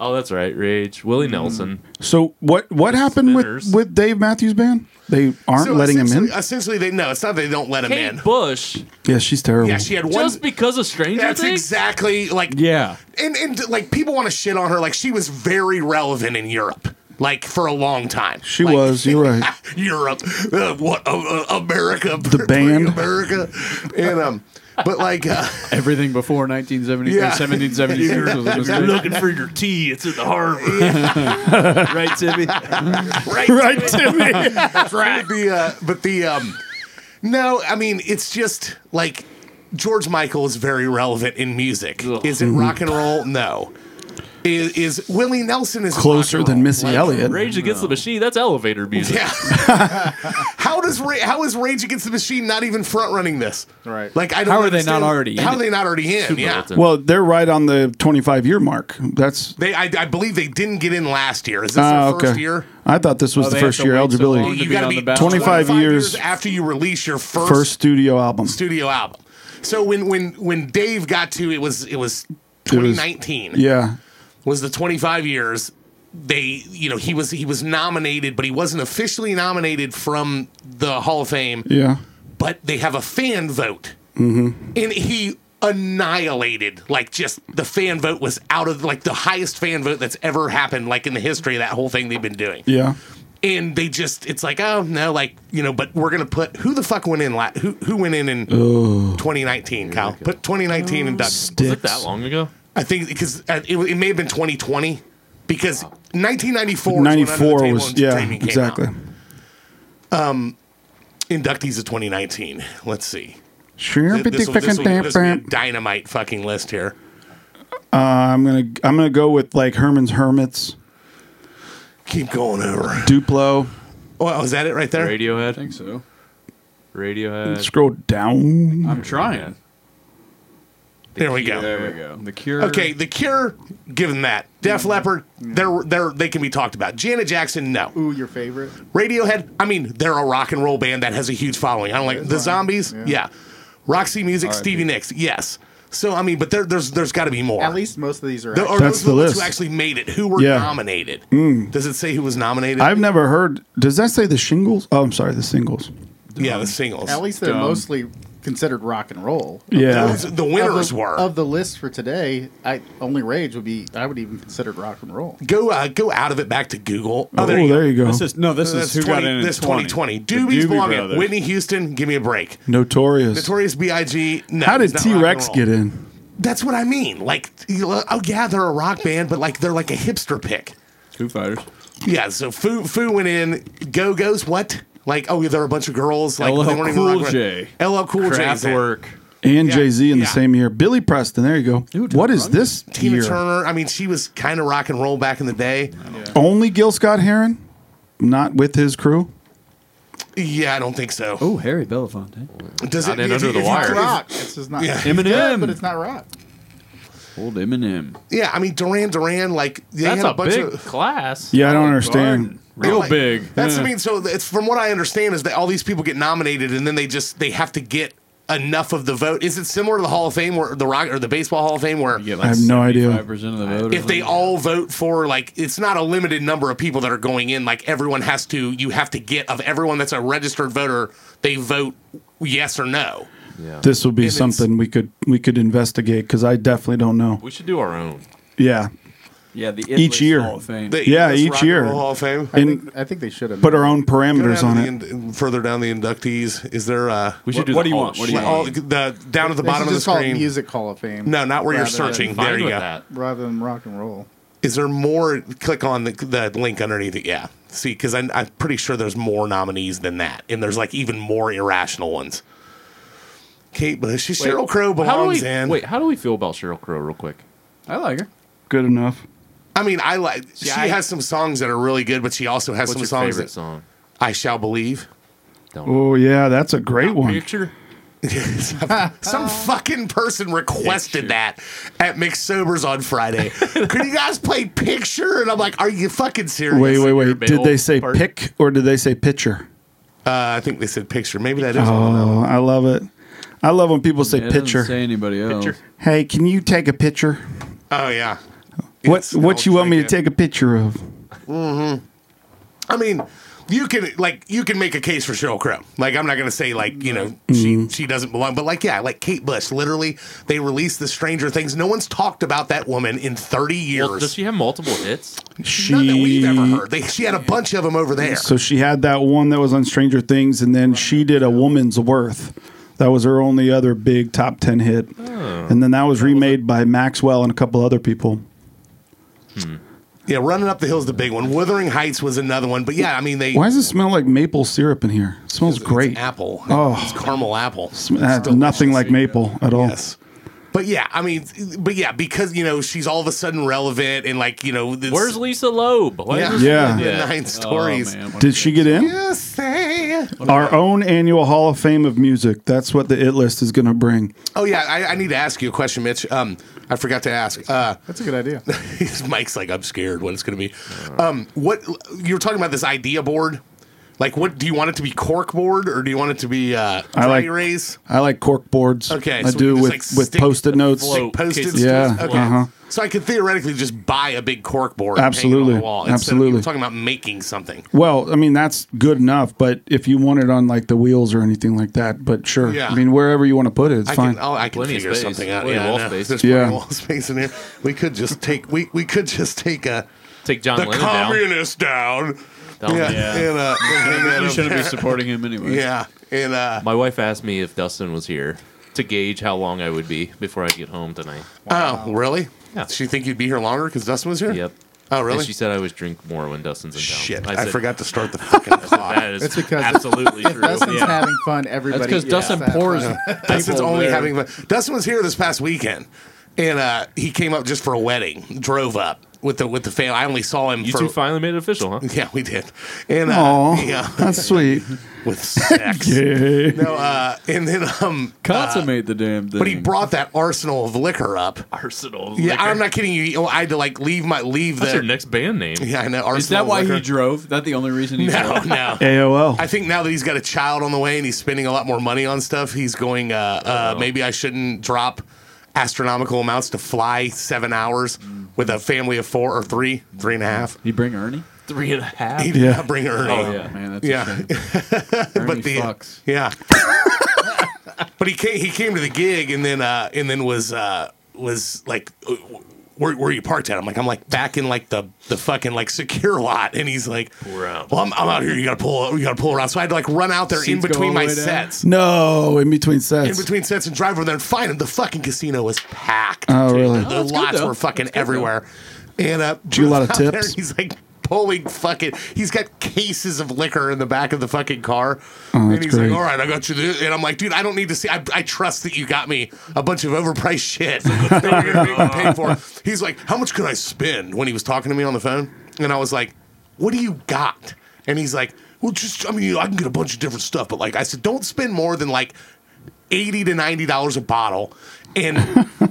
[SPEAKER 3] Oh, that's right. Rage. Willie Nelson.
[SPEAKER 5] So what what happened
[SPEAKER 3] Spinners.
[SPEAKER 5] with, with Dave Matthews Band? They aren't
[SPEAKER 1] So
[SPEAKER 5] letting him in?
[SPEAKER 1] essentially- essentially they no it's not that they don't let him
[SPEAKER 3] Kate
[SPEAKER 1] in
[SPEAKER 3] Bush.
[SPEAKER 5] Yeah, she's terrible.
[SPEAKER 1] yeah she had one
[SPEAKER 3] just because of Stranger
[SPEAKER 1] that's
[SPEAKER 3] Things.
[SPEAKER 1] exactly like
[SPEAKER 4] Yeah.
[SPEAKER 1] and, and like people want to shit on her like she was very relevant in europe like for a long time
[SPEAKER 5] She
[SPEAKER 1] Like,
[SPEAKER 5] was, you're right.
[SPEAKER 1] Europe, uh, what uh, uh, America, the
[SPEAKER 5] band.
[SPEAKER 1] America, and um, but like uh,
[SPEAKER 4] Everything before 1970,
[SPEAKER 1] Yeah.
[SPEAKER 4] or 1776 was a mistake.
[SPEAKER 3] Looking for your tea. It's in the harbor.
[SPEAKER 4] right, Timmy?
[SPEAKER 1] right,
[SPEAKER 5] right, Timmy.
[SPEAKER 1] the uh, but the um no i mean it's just like george michael is very relevant in music
[SPEAKER 3] Ugh.
[SPEAKER 1] is it
[SPEAKER 5] Mm-hmm.
[SPEAKER 1] rock and roll no is, is willie nelson is rock
[SPEAKER 5] Closer
[SPEAKER 1] and
[SPEAKER 5] than
[SPEAKER 1] roll.
[SPEAKER 5] Missy
[SPEAKER 1] Like,
[SPEAKER 5] Elliott.
[SPEAKER 3] Rage Against the Machine. That's elevator music.
[SPEAKER 1] yeah how does Ra- how is rage against the machine not even front running this
[SPEAKER 6] Right.
[SPEAKER 1] like i don't
[SPEAKER 4] How are they
[SPEAKER 1] understand-
[SPEAKER 4] not already in
[SPEAKER 1] how
[SPEAKER 4] it?
[SPEAKER 1] are they not already in
[SPEAKER 3] Super
[SPEAKER 1] yeah
[SPEAKER 3] militant.
[SPEAKER 5] Well, they're right on the 25 year mark. That's
[SPEAKER 1] they I, I believe they didn't get in last year is this
[SPEAKER 5] ah,
[SPEAKER 1] their first
[SPEAKER 5] okay.
[SPEAKER 1] year
[SPEAKER 5] I thought this was
[SPEAKER 4] Oh,
[SPEAKER 5] the
[SPEAKER 4] they have
[SPEAKER 5] first
[SPEAKER 4] to
[SPEAKER 5] year
[SPEAKER 4] wait so
[SPEAKER 5] eligibility.
[SPEAKER 4] long.
[SPEAKER 1] you
[SPEAKER 4] be
[SPEAKER 1] gotta
[SPEAKER 4] on
[SPEAKER 1] be
[SPEAKER 4] the ballot.
[SPEAKER 5] 25 years-
[SPEAKER 1] after you release your
[SPEAKER 5] first studio album.
[SPEAKER 1] studio album. So when when when Dave got to it was it was
[SPEAKER 5] was-
[SPEAKER 1] 2019
[SPEAKER 5] Yeah.
[SPEAKER 1] was the 25 years they you know he was he was nominated, but he wasn't officially nominated from the Hall of Fame.
[SPEAKER 5] Yeah.
[SPEAKER 1] But they have a fan vote,
[SPEAKER 5] Mm-hmm.
[SPEAKER 1] and he annihilated like just the fan vote was out of like the highest fan vote that's ever happened like in the history of that whole thing they've been doing
[SPEAKER 5] Yeah.
[SPEAKER 1] and they just it's like oh no like you know but we're gonna put who the fuck went in la- who who went in in 2019 Kyle put 2019 in ducks
[SPEAKER 3] Was it that long ago?
[SPEAKER 1] I think because uh, it, it may have been 2020 because 1994 is when Under the
[SPEAKER 5] 94
[SPEAKER 1] Table
[SPEAKER 5] was,
[SPEAKER 1] and
[SPEAKER 5] yeah,
[SPEAKER 1] Dreaming came out.
[SPEAKER 5] exactly.
[SPEAKER 1] inductees of 2019 let's see
[SPEAKER 5] Sure.
[SPEAKER 1] Th- this will- this will- this will be a dynamite fucking list here
[SPEAKER 5] I'm gonna I'm gonna go with like Herman's Hermits,
[SPEAKER 1] keep going over
[SPEAKER 5] Duplo.
[SPEAKER 1] oh is that it right there
[SPEAKER 4] I
[SPEAKER 3] Radiohead.
[SPEAKER 4] think so.
[SPEAKER 3] Radiohead.
[SPEAKER 5] Scroll down.
[SPEAKER 4] I'm trying.
[SPEAKER 1] there we go
[SPEAKER 4] There we go. The Cure.
[SPEAKER 1] Okay, The Cure, given that Def Leppard, they're they're they can be talked about. Janet Jackson, no.
[SPEAKER 6] Ooh, your favorite?
[SPEAKER 1] Radiohead, I mean, they're a rock and roll band that has a huge following. I don't like the Zombies, yeah. Roxy Music, Stevie Nicks, yes. So I mean, but there, there's there's got to be more.
[SPEAKER 6] At least most of these are.
[SPEAKER 1] There-
[SPEAKER 6] actually-
[SPEAKER 1] or
[SPEAKER 5] That's
[SPEAKER 1] those
[SPEAKER 5] the
[SPEAKER 1] are ones Who
[SPEAKER 5] list.
[SPEAKER 1] actually made it? Who were
[SPEAKER 5] Yeah.
[SPEAKER 1] nominated? Does it say who was nominated?
[SPEAKER 5] I've never heard. Does that say the shingles? Oh, I'm sorry, the singles.
[SPEAKER 1] yeah, the singles.
[SPEAKER 6] at least they're
[SPEAKER 4] Dumb.
[SPEAKER 6] mostly considered rock and roll.
[SPEAKER 5] Yeah,
[SPEAKER 1] Those- the
[SPEAKER 6] Of the-
[SPEAKER 1] winners were.
[SPEAKER 6] of the list for today. I only rage would be I would even consider rock and roll.
[SPEAKER 1] go uh, go out of it back to Google. Oh,
[SPEAKER 5] Oh,
[SPEAKER 1] there you go.
[SPEAKER 7] This is no. This is
[SPEAKER 1] That's
[SPEAKER 7] who
[SPEAKER 1] 20
[SPEAKER 7] got in. in
[SPEAKER 1] this
[SPEAKER 7] 20.
[SPEAKER 1] 2020.
[SPEAKER 7] The
[SPEAKER 1] Doobies
[SPEAKER 7] Doobie
[SPEAKER 1] belong in.
[SPEAKER 7] Brothers.
[SPEAKER 1] Whitney Houston, give me a break.
[SPEAKER 5] Notorious.
[SPEAKER 1] Notorious B.I.G. No,
[SPEAKER 5] How
[SPEAKER 1] it's
[SPEAKER 5] did
[SPEAKER 1] not
[SPEAKER 5] T Rex
[SPEAKER 1] rock and roll.
[SPEAKER 5] get in?
[SPEAKER 1] That's what I mean. Like, you know, oh yeah, they're a rock band, but like they're like a hipster pick.
[SPEAKER 4] Foo Fighters.
[SPEAKER 1] Yeah. So Foo Foo went in. Go Go's what? Like oh, yeah, they're a bunch of girls. Like
[SPEAKER 4] LL
[SPEAKER 1] they weren't even
[SPEAKER 4] Cool
[SPEAKER 1] rock and-
[SPEAKER 4] J.
[SPEAKER 1] LL Cool J's in.
[SPEAKER 3] Kraftwerk.
[SPEAKER 5] And
[SPEAKER 1] Yeah,
[SPEAKER 5] Jay Z in
[SPEAKER 1] yeah.
[SPEAKER 5] the same year. Billy Preston. There you go.
[SPEAKER 4] Dude,
[SPEAKER 5] what
[SPEAKER 4] Tina
[SPEAKER 5] is this
[SPEAKER 1] Tina
[SPEAKER 5] year?
[SPEAKER 1] Turner. I mean, she was kind of rock and roll back in the day.
[SPEAKER 5] Only Gil Scott Heron, not with his crew.
[SPEAKER 1] Yeah, I don't think so.
[SPEAKER 7] Oh, Harry Belafonte.
[SPEAKER 1] Does
[SPEAKER 3] Not in
[SPEAKER 1] if
[SPEAKER 3] Under
[SPEAKER 1] you-
[SPEAKER 3] the
[SPEAKER 1] if you
[SPEAKER 3] Wire.
[SPEAKER 6] It's
[SPEAKER 1] could-
[SPEAKER 6] rock. It's just not.
[SPEAKER 1] Yeah.
[SPEAKER 6] It's good,
[SPEAKER 4] Eminem.
[SPEAKER 6] but it's not rock.
[SPEAKER 4] Old Eminem.
[SPEAKER 1] Yeah, I mean Duran Duran. Like they
[SPEAKER 3] That's
[SPEAKER 1] had a,
[SPEAKER 3] a
[SPEAKER 1] bunch
[SPEAKER 3] big
[SPEAKER 1] of
[SPEAKER 3] class.
[SPEAKER 5] Yeah, I don't understand.
[SPEAKER 4] Real
[SPEAKER 1] Like,
[SPEAKER 4] big.
[SPEAKER 1] That's
[SPEAKER 4] Yeah.
[SPEAKER 1] I mean. So it's from what I understand is that all these people get nominated and then they just they have to get enough of the vote. Is it similar to the Hall of Fame where the rock or the baseball Hall of Fame where
[SPEAKER 4] You get
[SPEAKER 5] I have no idea.
[SPEAKER 4] 75% of the vote or
[SPEAKER 1] if they
[SPEAKER 4] something.
[SPEAKER 1] all vote for like it's not a limited number of people that are going in. Like everyone has to you have to get of everyone that's a registered voter they vote yes or no.
[SPEAKER 5] This will be
[SPEAKER 1] it's-
[SPEAKER 5] something we could we could investigate because I definitely don't know.
[SPEAKER 3] We should do our own.
[SPEAKER 5] Yeah,
[SPEAKER 4] Yeah, the
[SPEAKER 5] Each
[SPEAKER 4] List
[SPEAKER 5] year.
[SPEAKER 4] Hall of Fame.
[SPEAKER 1] The
[SPEAKER 5] Yeah,
[SPEAKER 1] US
[SPEAKER 5] each
[SPEAKER 1] Rock and
[SPEAKER 5] year.
[SPEAKER 1] Roll Hall of Fame.
[SPEAKER 6] I
[SPEAKER 5] And-
[SPEAKER 6] think, I think they should have.
[SPEAKER 5] put our own
[SPEAKER 1] Go
[SPEAKER 5] parameters
[SPEAKER 1] down
[SPEAKER 5] on
[SPEAKER 1] to the
[SPEAKER 5] it.
[SPEAKER 1] in- further down the inductees, is there? Uh,
[SPEAKER 3] We should
[SPEAKER 4] What-
[SPEAKER 3] do.
[SPEAKER 4] what
[SPEAKER 3] the
[SPEAKER 4] do you
[SPEAKER 3] whole
[SPEAKER 4] want? What do you
[SPEAKER 3] shit.
[SPEAKER 4] want?
[SPEAKER 1] all, the down at the
[SPEAKER 6] They
[SPEAKER 1] bottom of
[SPEAKER 6] should
[SPEAKER 1] the
[SPEAKER 6] just call it
[SPEAKER 1] screen.
[SPEAKER 6] Music Hall of Fame.
[SPEAKER 1] No, not where you're
[SPEAKER 6] rather than-
[SPEAKER 1] searching.
[SPEAKER 3] Fine
[SPEAKER 1] There you
[SPEAKER 3] with
[SPEAKER 1] go.
[SPEAKER 3] that.
[SPEAKER 6] rather than rock and roll.
[SPEAKER 1] Is there more? Click on the, the link underneath it. Yeah. See, because I'm, I'm pretty sure there's more nominees than that. And there's like even more irrational ones. Kate Bush, she- Cheryl Crow
[SPEAKER 3] How do
[SPEAKER 1] belongs
[SPEAKER 3] we?
[SPEAKER 1] in.
[SPEAKER 3] Wait, how do we feel about Cheryl Crow? Real quick.
[SPEAKER 4] I like her.
[SPEAKER 5] Good enough.
[SPEAKER 1] I mean, I like, she
[SPEAKER 3] I-
[SPEAKER 1] has some songs that are really good, but she also has
[SPEAKER 3] What's
[SPEAKER 1] some
[SPEAKER 3] your
[SPEAKER 1] songs
[SPEAKER 3] favorite
[SPEAKER 1] that
[SPEAKER 3] song?
[SPEAKER 1] I Shall Believe.
[SPEAKER 5] Oh yeah, that's a great one.
[SPEAKER 3] Picture.
[SPEAKER 1] Some fucking person requested that at Mix Sobers on Friday. Could you guys play Picture? And I'm like, are you fucking serious?
[SPEAKER 5] Wait, wait, wait.
[SPEAKER 3] Big
[SPEAKER 5] Did
[SPEAKER 3] old
[SPEAKER 5] they say
[SPEAKER 3] part.
[SPEAKER 5] pick or did they say pitcher?
[SPEAKER 1] Uh, I think they said Picture. Maybe that is on the-
[SPEAKER 5] Oh, I love it. I love when people say
[SPEAKER 4] It doesn't
[SPEAKER 5] pitcher.
[SPEAKER 4] Say anybody else.
[SPEAKER 3] Picture.
[SPEAKER 5] hey, can you take a picture?
[SPEAKER 1] Oh, yeah.
[SPEAKER 5] What
[SPEAKER 1] It's-
[SPEAKER 5] what you
[SPEAKER 1] I'll
[SPEAKER 5] want me to
[SPEAKER 1] it.
[SPEAKER 5] take a picture of?
[SPEAKER 1] I mean, you can like you can make a case for Cheryl Crow. Like I'm not gonna say like you know she
[SPEAKER 5] Mm-hmm.
[SPEAKER 1] she doesn't belong, but like yeah, like Kate Bush. Literally, they released the Stranger Things. No one's talked about that woman in 30 years.
[SPEAKER 3] Well, does she have multiple hits?
[SPEAKER 5] She
[SPEAKER 1] None that we've ever heard. They, she had a bunch of them over there.
[SPEAKER 5] So she had that one that was on Stranger Things, and then she did a Woman's Worth. That was her only other big top ten hit, and then that was remade by Maxwell and a couple other people.
[SPEAKER 1] yeah, running up the hill's the big one. Wuthering Heights was another one, but yeah, I mean they
[SPEAKER 5] Why does it smell like maple syrup in here? It smells great.
[SPEAKER 1] It's apple.
[SPEAKER 5] Oh.
[SPEAKER 1] it's caramel apple.
[SPEAKER 5] Uh, nothing like maple at all.
[SPEAKER 1] Yes. But yeah, I mean, but yeah, because you know she's all of a sudden relevant and like you know, this,
[SPEAKER 3] Where's Lisa Loeb? Why
[SPEAKER 1] yeah,
[SPEAKER 3] is this-
[SPEAKER 5] Yeah.
[SPEAKER 1] the
[SPEAKER 3] Yeah.
[SPEAKER 1] nine stories.
[SPEAKER 4] Oh, man.
[SPEAKER 5] Did she get in?
[SPEAKER 1] You say-
[SPEAKER 5] Our own annual Hall of Fame of Music. That's what the It List is going to bring.
[SPEAKER 1] Oh yeah, I, I need to ask you a question, Mitch. Um, I forgot to ask. Uh,
[SPEAKER 6] That's a good idea.
[SPEAKER 1] Mike's like, I'm scared. What it's going to be? Um, what you were talking about this idea board? Like, what do you want it to be? Corkboard or do you want it to be uh,
[SPEAKER 5] I like-
[SPEAKER 1] dry erase?
[SPEAKER 5] I like cork boards.
[SPEAKER 1] Okay,
[SPEAKER 5] I
[SPEAKER 1] so we
[SPEAKER 5] do
[SPEAKER 1] just,
[SPEAKER 5] with
[SPEAKER 1] like,
[SPEAKER 5] with
[SPEAKER 1] stick
[SPEAKER 5] post-it notes.
[SPEAKER 3] float.
[SPEAKER 1] Posted
[SPEAKER 3] cases.
[SPEAKER 1] stuff?
[SPEAKER 5] Yeah,
[SPEAKER 1] Okay.
[SPEAKER 5] uh-huh.
[SPEAKER 1] So I could theoretically just buy a big cork board. and hang it
[SPEAKER 5] Absolutely,
[SPEAKER 1] On the wall instead of
[SPEAKER 5] absolutely.
[SPEAKER 1] even talking about making something.
[SPEAKER 5] Well, I mean that's good enough, but if you want it on like the wheels or anything like that, but sure.
[SPEAKER 1] Yeah.
[SPEAKER 5] I mean wherever you want to put it, it's
[SPEAKER 1] I
[SPEAKER 5] fine.
[SPEAKER 1] can, I'll, I can
[SPEAKER 3] Plenty of
[SPEAKER 1] figure
[SPEAKER 3] space.
[SPEAKER 1] something out.
[SPEAKER 3] Plenty of
[SPEAKER 1] yeah, I
[SPEAKER 3] wall
[SPEAKER 1] know.
[SPEAKER 3] space.
[SPEAKER 1] There's plenty
[SPEAKER 5] Yeah.
[SPEAKER 1] of wall space in here. We could just take we, we could just take a
[SPEAKER 3] Take John
[SPEAKER 1] the
[SPEAKER 3] Lennon down.
[SPEAKER 1] communists down.
[SPEAKER 3] Down.
[SPEAKER 1] Yeah,
[SPEAKER 4] Yeah.
[SPEAKER 1] and, uh, and hang that
[SPEAKER 4] You
[SPEAKER 1] up
[SPEAKER 4] shouldn't be
[SPEAKER 1] there.
[SPEAKER 4] supporting him anyway.
[SPEAKER 1] Yeah, and uh,
[SPEAKER 3] My wife asked me if Dustin was here to gauge how long I would be before I'd get home tonight.
[SPEAKER 1] oh, really?
[SPEAKER 3] Yeah.
[SPEAKER 1] She think you'd be here longer because Dustin was here?
[SPEAKER 3] Yep.
[SPEAKER 1] Oh, really?
[SPEAKER 3] And she said I always drink more when Dustin's in town.
[SPEAKER 1] Shit,
[SPEAKER 3] I,
[SPEAKER 1] I,
[SPEAKER 3] said,
[SPEAKER 1] forgot to start the fucking clock.
[SPEAKER 3] That is
[SPEAKER 6] It's because if-
[SPEAKER 3] absolutely
[SPEAKER 6] If
[SPEAKER 3] true.
[SPEAKER 6] Dustin's
[SPEAKER 3] Yeah.
[SPEAKER 6] having fun, everybody.
[SPEAKER 4] That's 'cause
[SPEAKER 6] is
[SPEAKER 4] Dustin
[SPEAKER 6] having
[SPEAKER 4] pours-
[SPEAKER 6] fun.
[SPEAKER 1] Dustin's
[SPEAKER 3] People
[SPEAKER 1] only
[SPEAKER 3] there.
[SPEAKER 1] having fun. Dustin was here this past weekend, and uh, he came up just for a wedding. Drove up with the with the family. I only saw him
[SPEAKER 3] You
[SPEAKER 1] for.
[SPEAKER 3] two finally made it official, huh?
[SPEAKER 1] yeah, we did. And uh,
[SPEAKER 5] Aw,
[SPEAKER 1] yeah,
[SPEAKER 5] that's sweet.
[SPEAKER 1] with sex.
[SPEAKER 5] Yeah.
[SPEAKER 1] No, uh, and then um,
[SPEAKER 4] Consummate the damn thing.
[SPEAKER 1] but he brought that arsenal of liquor up.
[SPEAKER 3] Arsenal.
[SPEAKER 1] Yeah,
[SPEAKER 3] Liquor.
[SPEAKER 1] I'm not kidding you. You know, I had to like leave my leave
[SPEAKER 3] That's your
[SPEAKER 1] the.
[SPEAKER 3] next band name.
[SPEAKER 1] Yeah, I know. Arsenal
[SPEAKER 4] Is that why
[SPEAKER 1] liquor.
[SPEAKER 4] he drove? That the only reason he
[SPEAKER 1] No,
[SPEAKER 4] drove?
[SPEAKER 1] no.
[SPEAKER 5] AOL.
[SPEAKER 1] I think now that he's got a child on the way and he's spending a lot more money on stuff, he's going, uh,
[SPEAKER 4] Oh,
[SPEAKER 1] uh, maybe I shouldn't drop astronomical amounts to fly seven hours with a family of four or three, three and a half.
[SPEAKER 4] You bring Ernie?
[SPEAKER 3] Three and a half.
[SPEAKER 1] He did
[SPEAKER 5] Yeah.
[SPEAKER 1] not bring her in.
[SPEAKER 4] Oh, yeah, man, that's
[SPEAKER 1] Yeah.
[SPEAKER 4] a shame. Ernie
[SPEAKER 1] But the
[SPEAKER 4] fucks.
[SPEAKER 1] yeah, but he came. He came to the gig and then uh, and then was uh, was like, uh, where, where you parked at? I'm like, I'm like back in like the the fucking like secure lot, and he's like,
[SPEAKER 3] We're out.
[SPEAKER 1] well, I'm, I'm out here. You gotta pull. You gotta pull around. So I had to like run out there in
[SPEAKER 4] Seats go
[SPEAKER 1] between
[SPEAKER 4] all
[SPEAKER 1] my
[SPEAKER 4] the way down?
[SPEAKER 1] sets.
[SPEAKER 5] No, in between sets.
[SPEAKER 1] in between sets and drive over there and find him. The fucking casino was packed.
[SPEAKER 5] Oh,
[SPEAKER 1] dude.
[SPEAKER 5] really?
[SPEAKER 1] The
[SPEAKER 4] Oh, that's good,
[SPEAKER 1] lots
[SPEAKER 4] though.
[SPEAKER 1] were fucking
[SPEAKER 4] That's good,
[SPEAKER 1] everywhere. And uh,
[SPEAKER 5] you get a lot of
[SPEAKER 1] out there,
[SPEAKER 5] tips?
[SPEAKER 1] he's like pulling fucking. He's got cases of liquor in the back of the fucking car. and
[SPEAKER 5] Oh, that's
[SPEAKER 1] he's
[SPEAKER 5] great.
[SPEAKER 1] like, "All right, I got you." This. And I'm like, "Dude, I don't need to see. I, I trust that you got me a bunch of overpriced shit. that you're gonna make me pay for." He's like, "How much could I spend?" When he was talking to me on the phone, and I was like, "What do you got?" And he's like, "Well, just I mean, I can get a bunch of different stuff, but like I said, don't spend more than like." 80 to 90 dollars a bottle and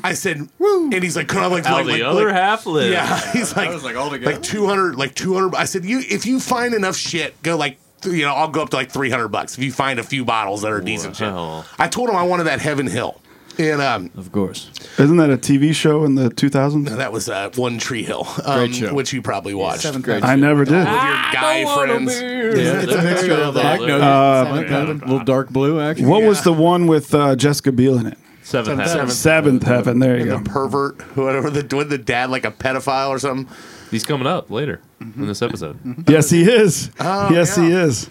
[SPEAKER 1] i said and he's like kind of like,
[SPEAKER 3] How
[SPEAKER 1] like,
[SPEAKER 3] the
[SPEAKER 1] like-
[SPEAKER 3] other
[SPEAKER 1] like-
[SPEAKER 3] half lives.
[SPEAKER 1] yeah he's like
[SPEAKER 4] was like, all together?
[SPEAKER 1] like 200 like 200 i said you if you find enough shit go like th- you know i'll go up to like 300 bucks if you find a few bottles that are decent shit
[SPEAKER 3] Wow.
[SPEAKER 1] i told him i wanted that heaven hill and um
[SPEAKER 4] Of course.
[SPEAKER 5] Isn't that a TV show in the 2000s?
[SPEAKER 1] that was uh one tree hill um,
[SPEAKER 4] Great show.
[SPEAKER 1] which you probably watched
[SPEAKER 6] Seventh
[SPEAKER 4] Great.
[SPEAKER 6] grade.
[SPEAKER 5] I never did.
[SPEAKER 1] with your guy friends
[SPEAKER 4] Yeah, it's a mixture of
[SPEAKER 3] the-
[SPEAKER 4] I know
[SPEAKER 5] Uh,
[SPEAKER 4] that. Mike Donovan, little dark blue, actually.
[SPEAKER 5] What was the one with uh, Jessica Biel in it?
[SPEAKER 3] Seventh half.
[SPEAKER 5] Seventh Heaven. There you go.
[SPEAKER 1] pervert whatever the with the dad like a pedophile or something
[SPEAKER 3] He's coming up later in this episode.
[SPEAKER 5] Yes, he is. yes, he
[SPEAKER 1] Oh, yeah.
[SPEAKER 5] is.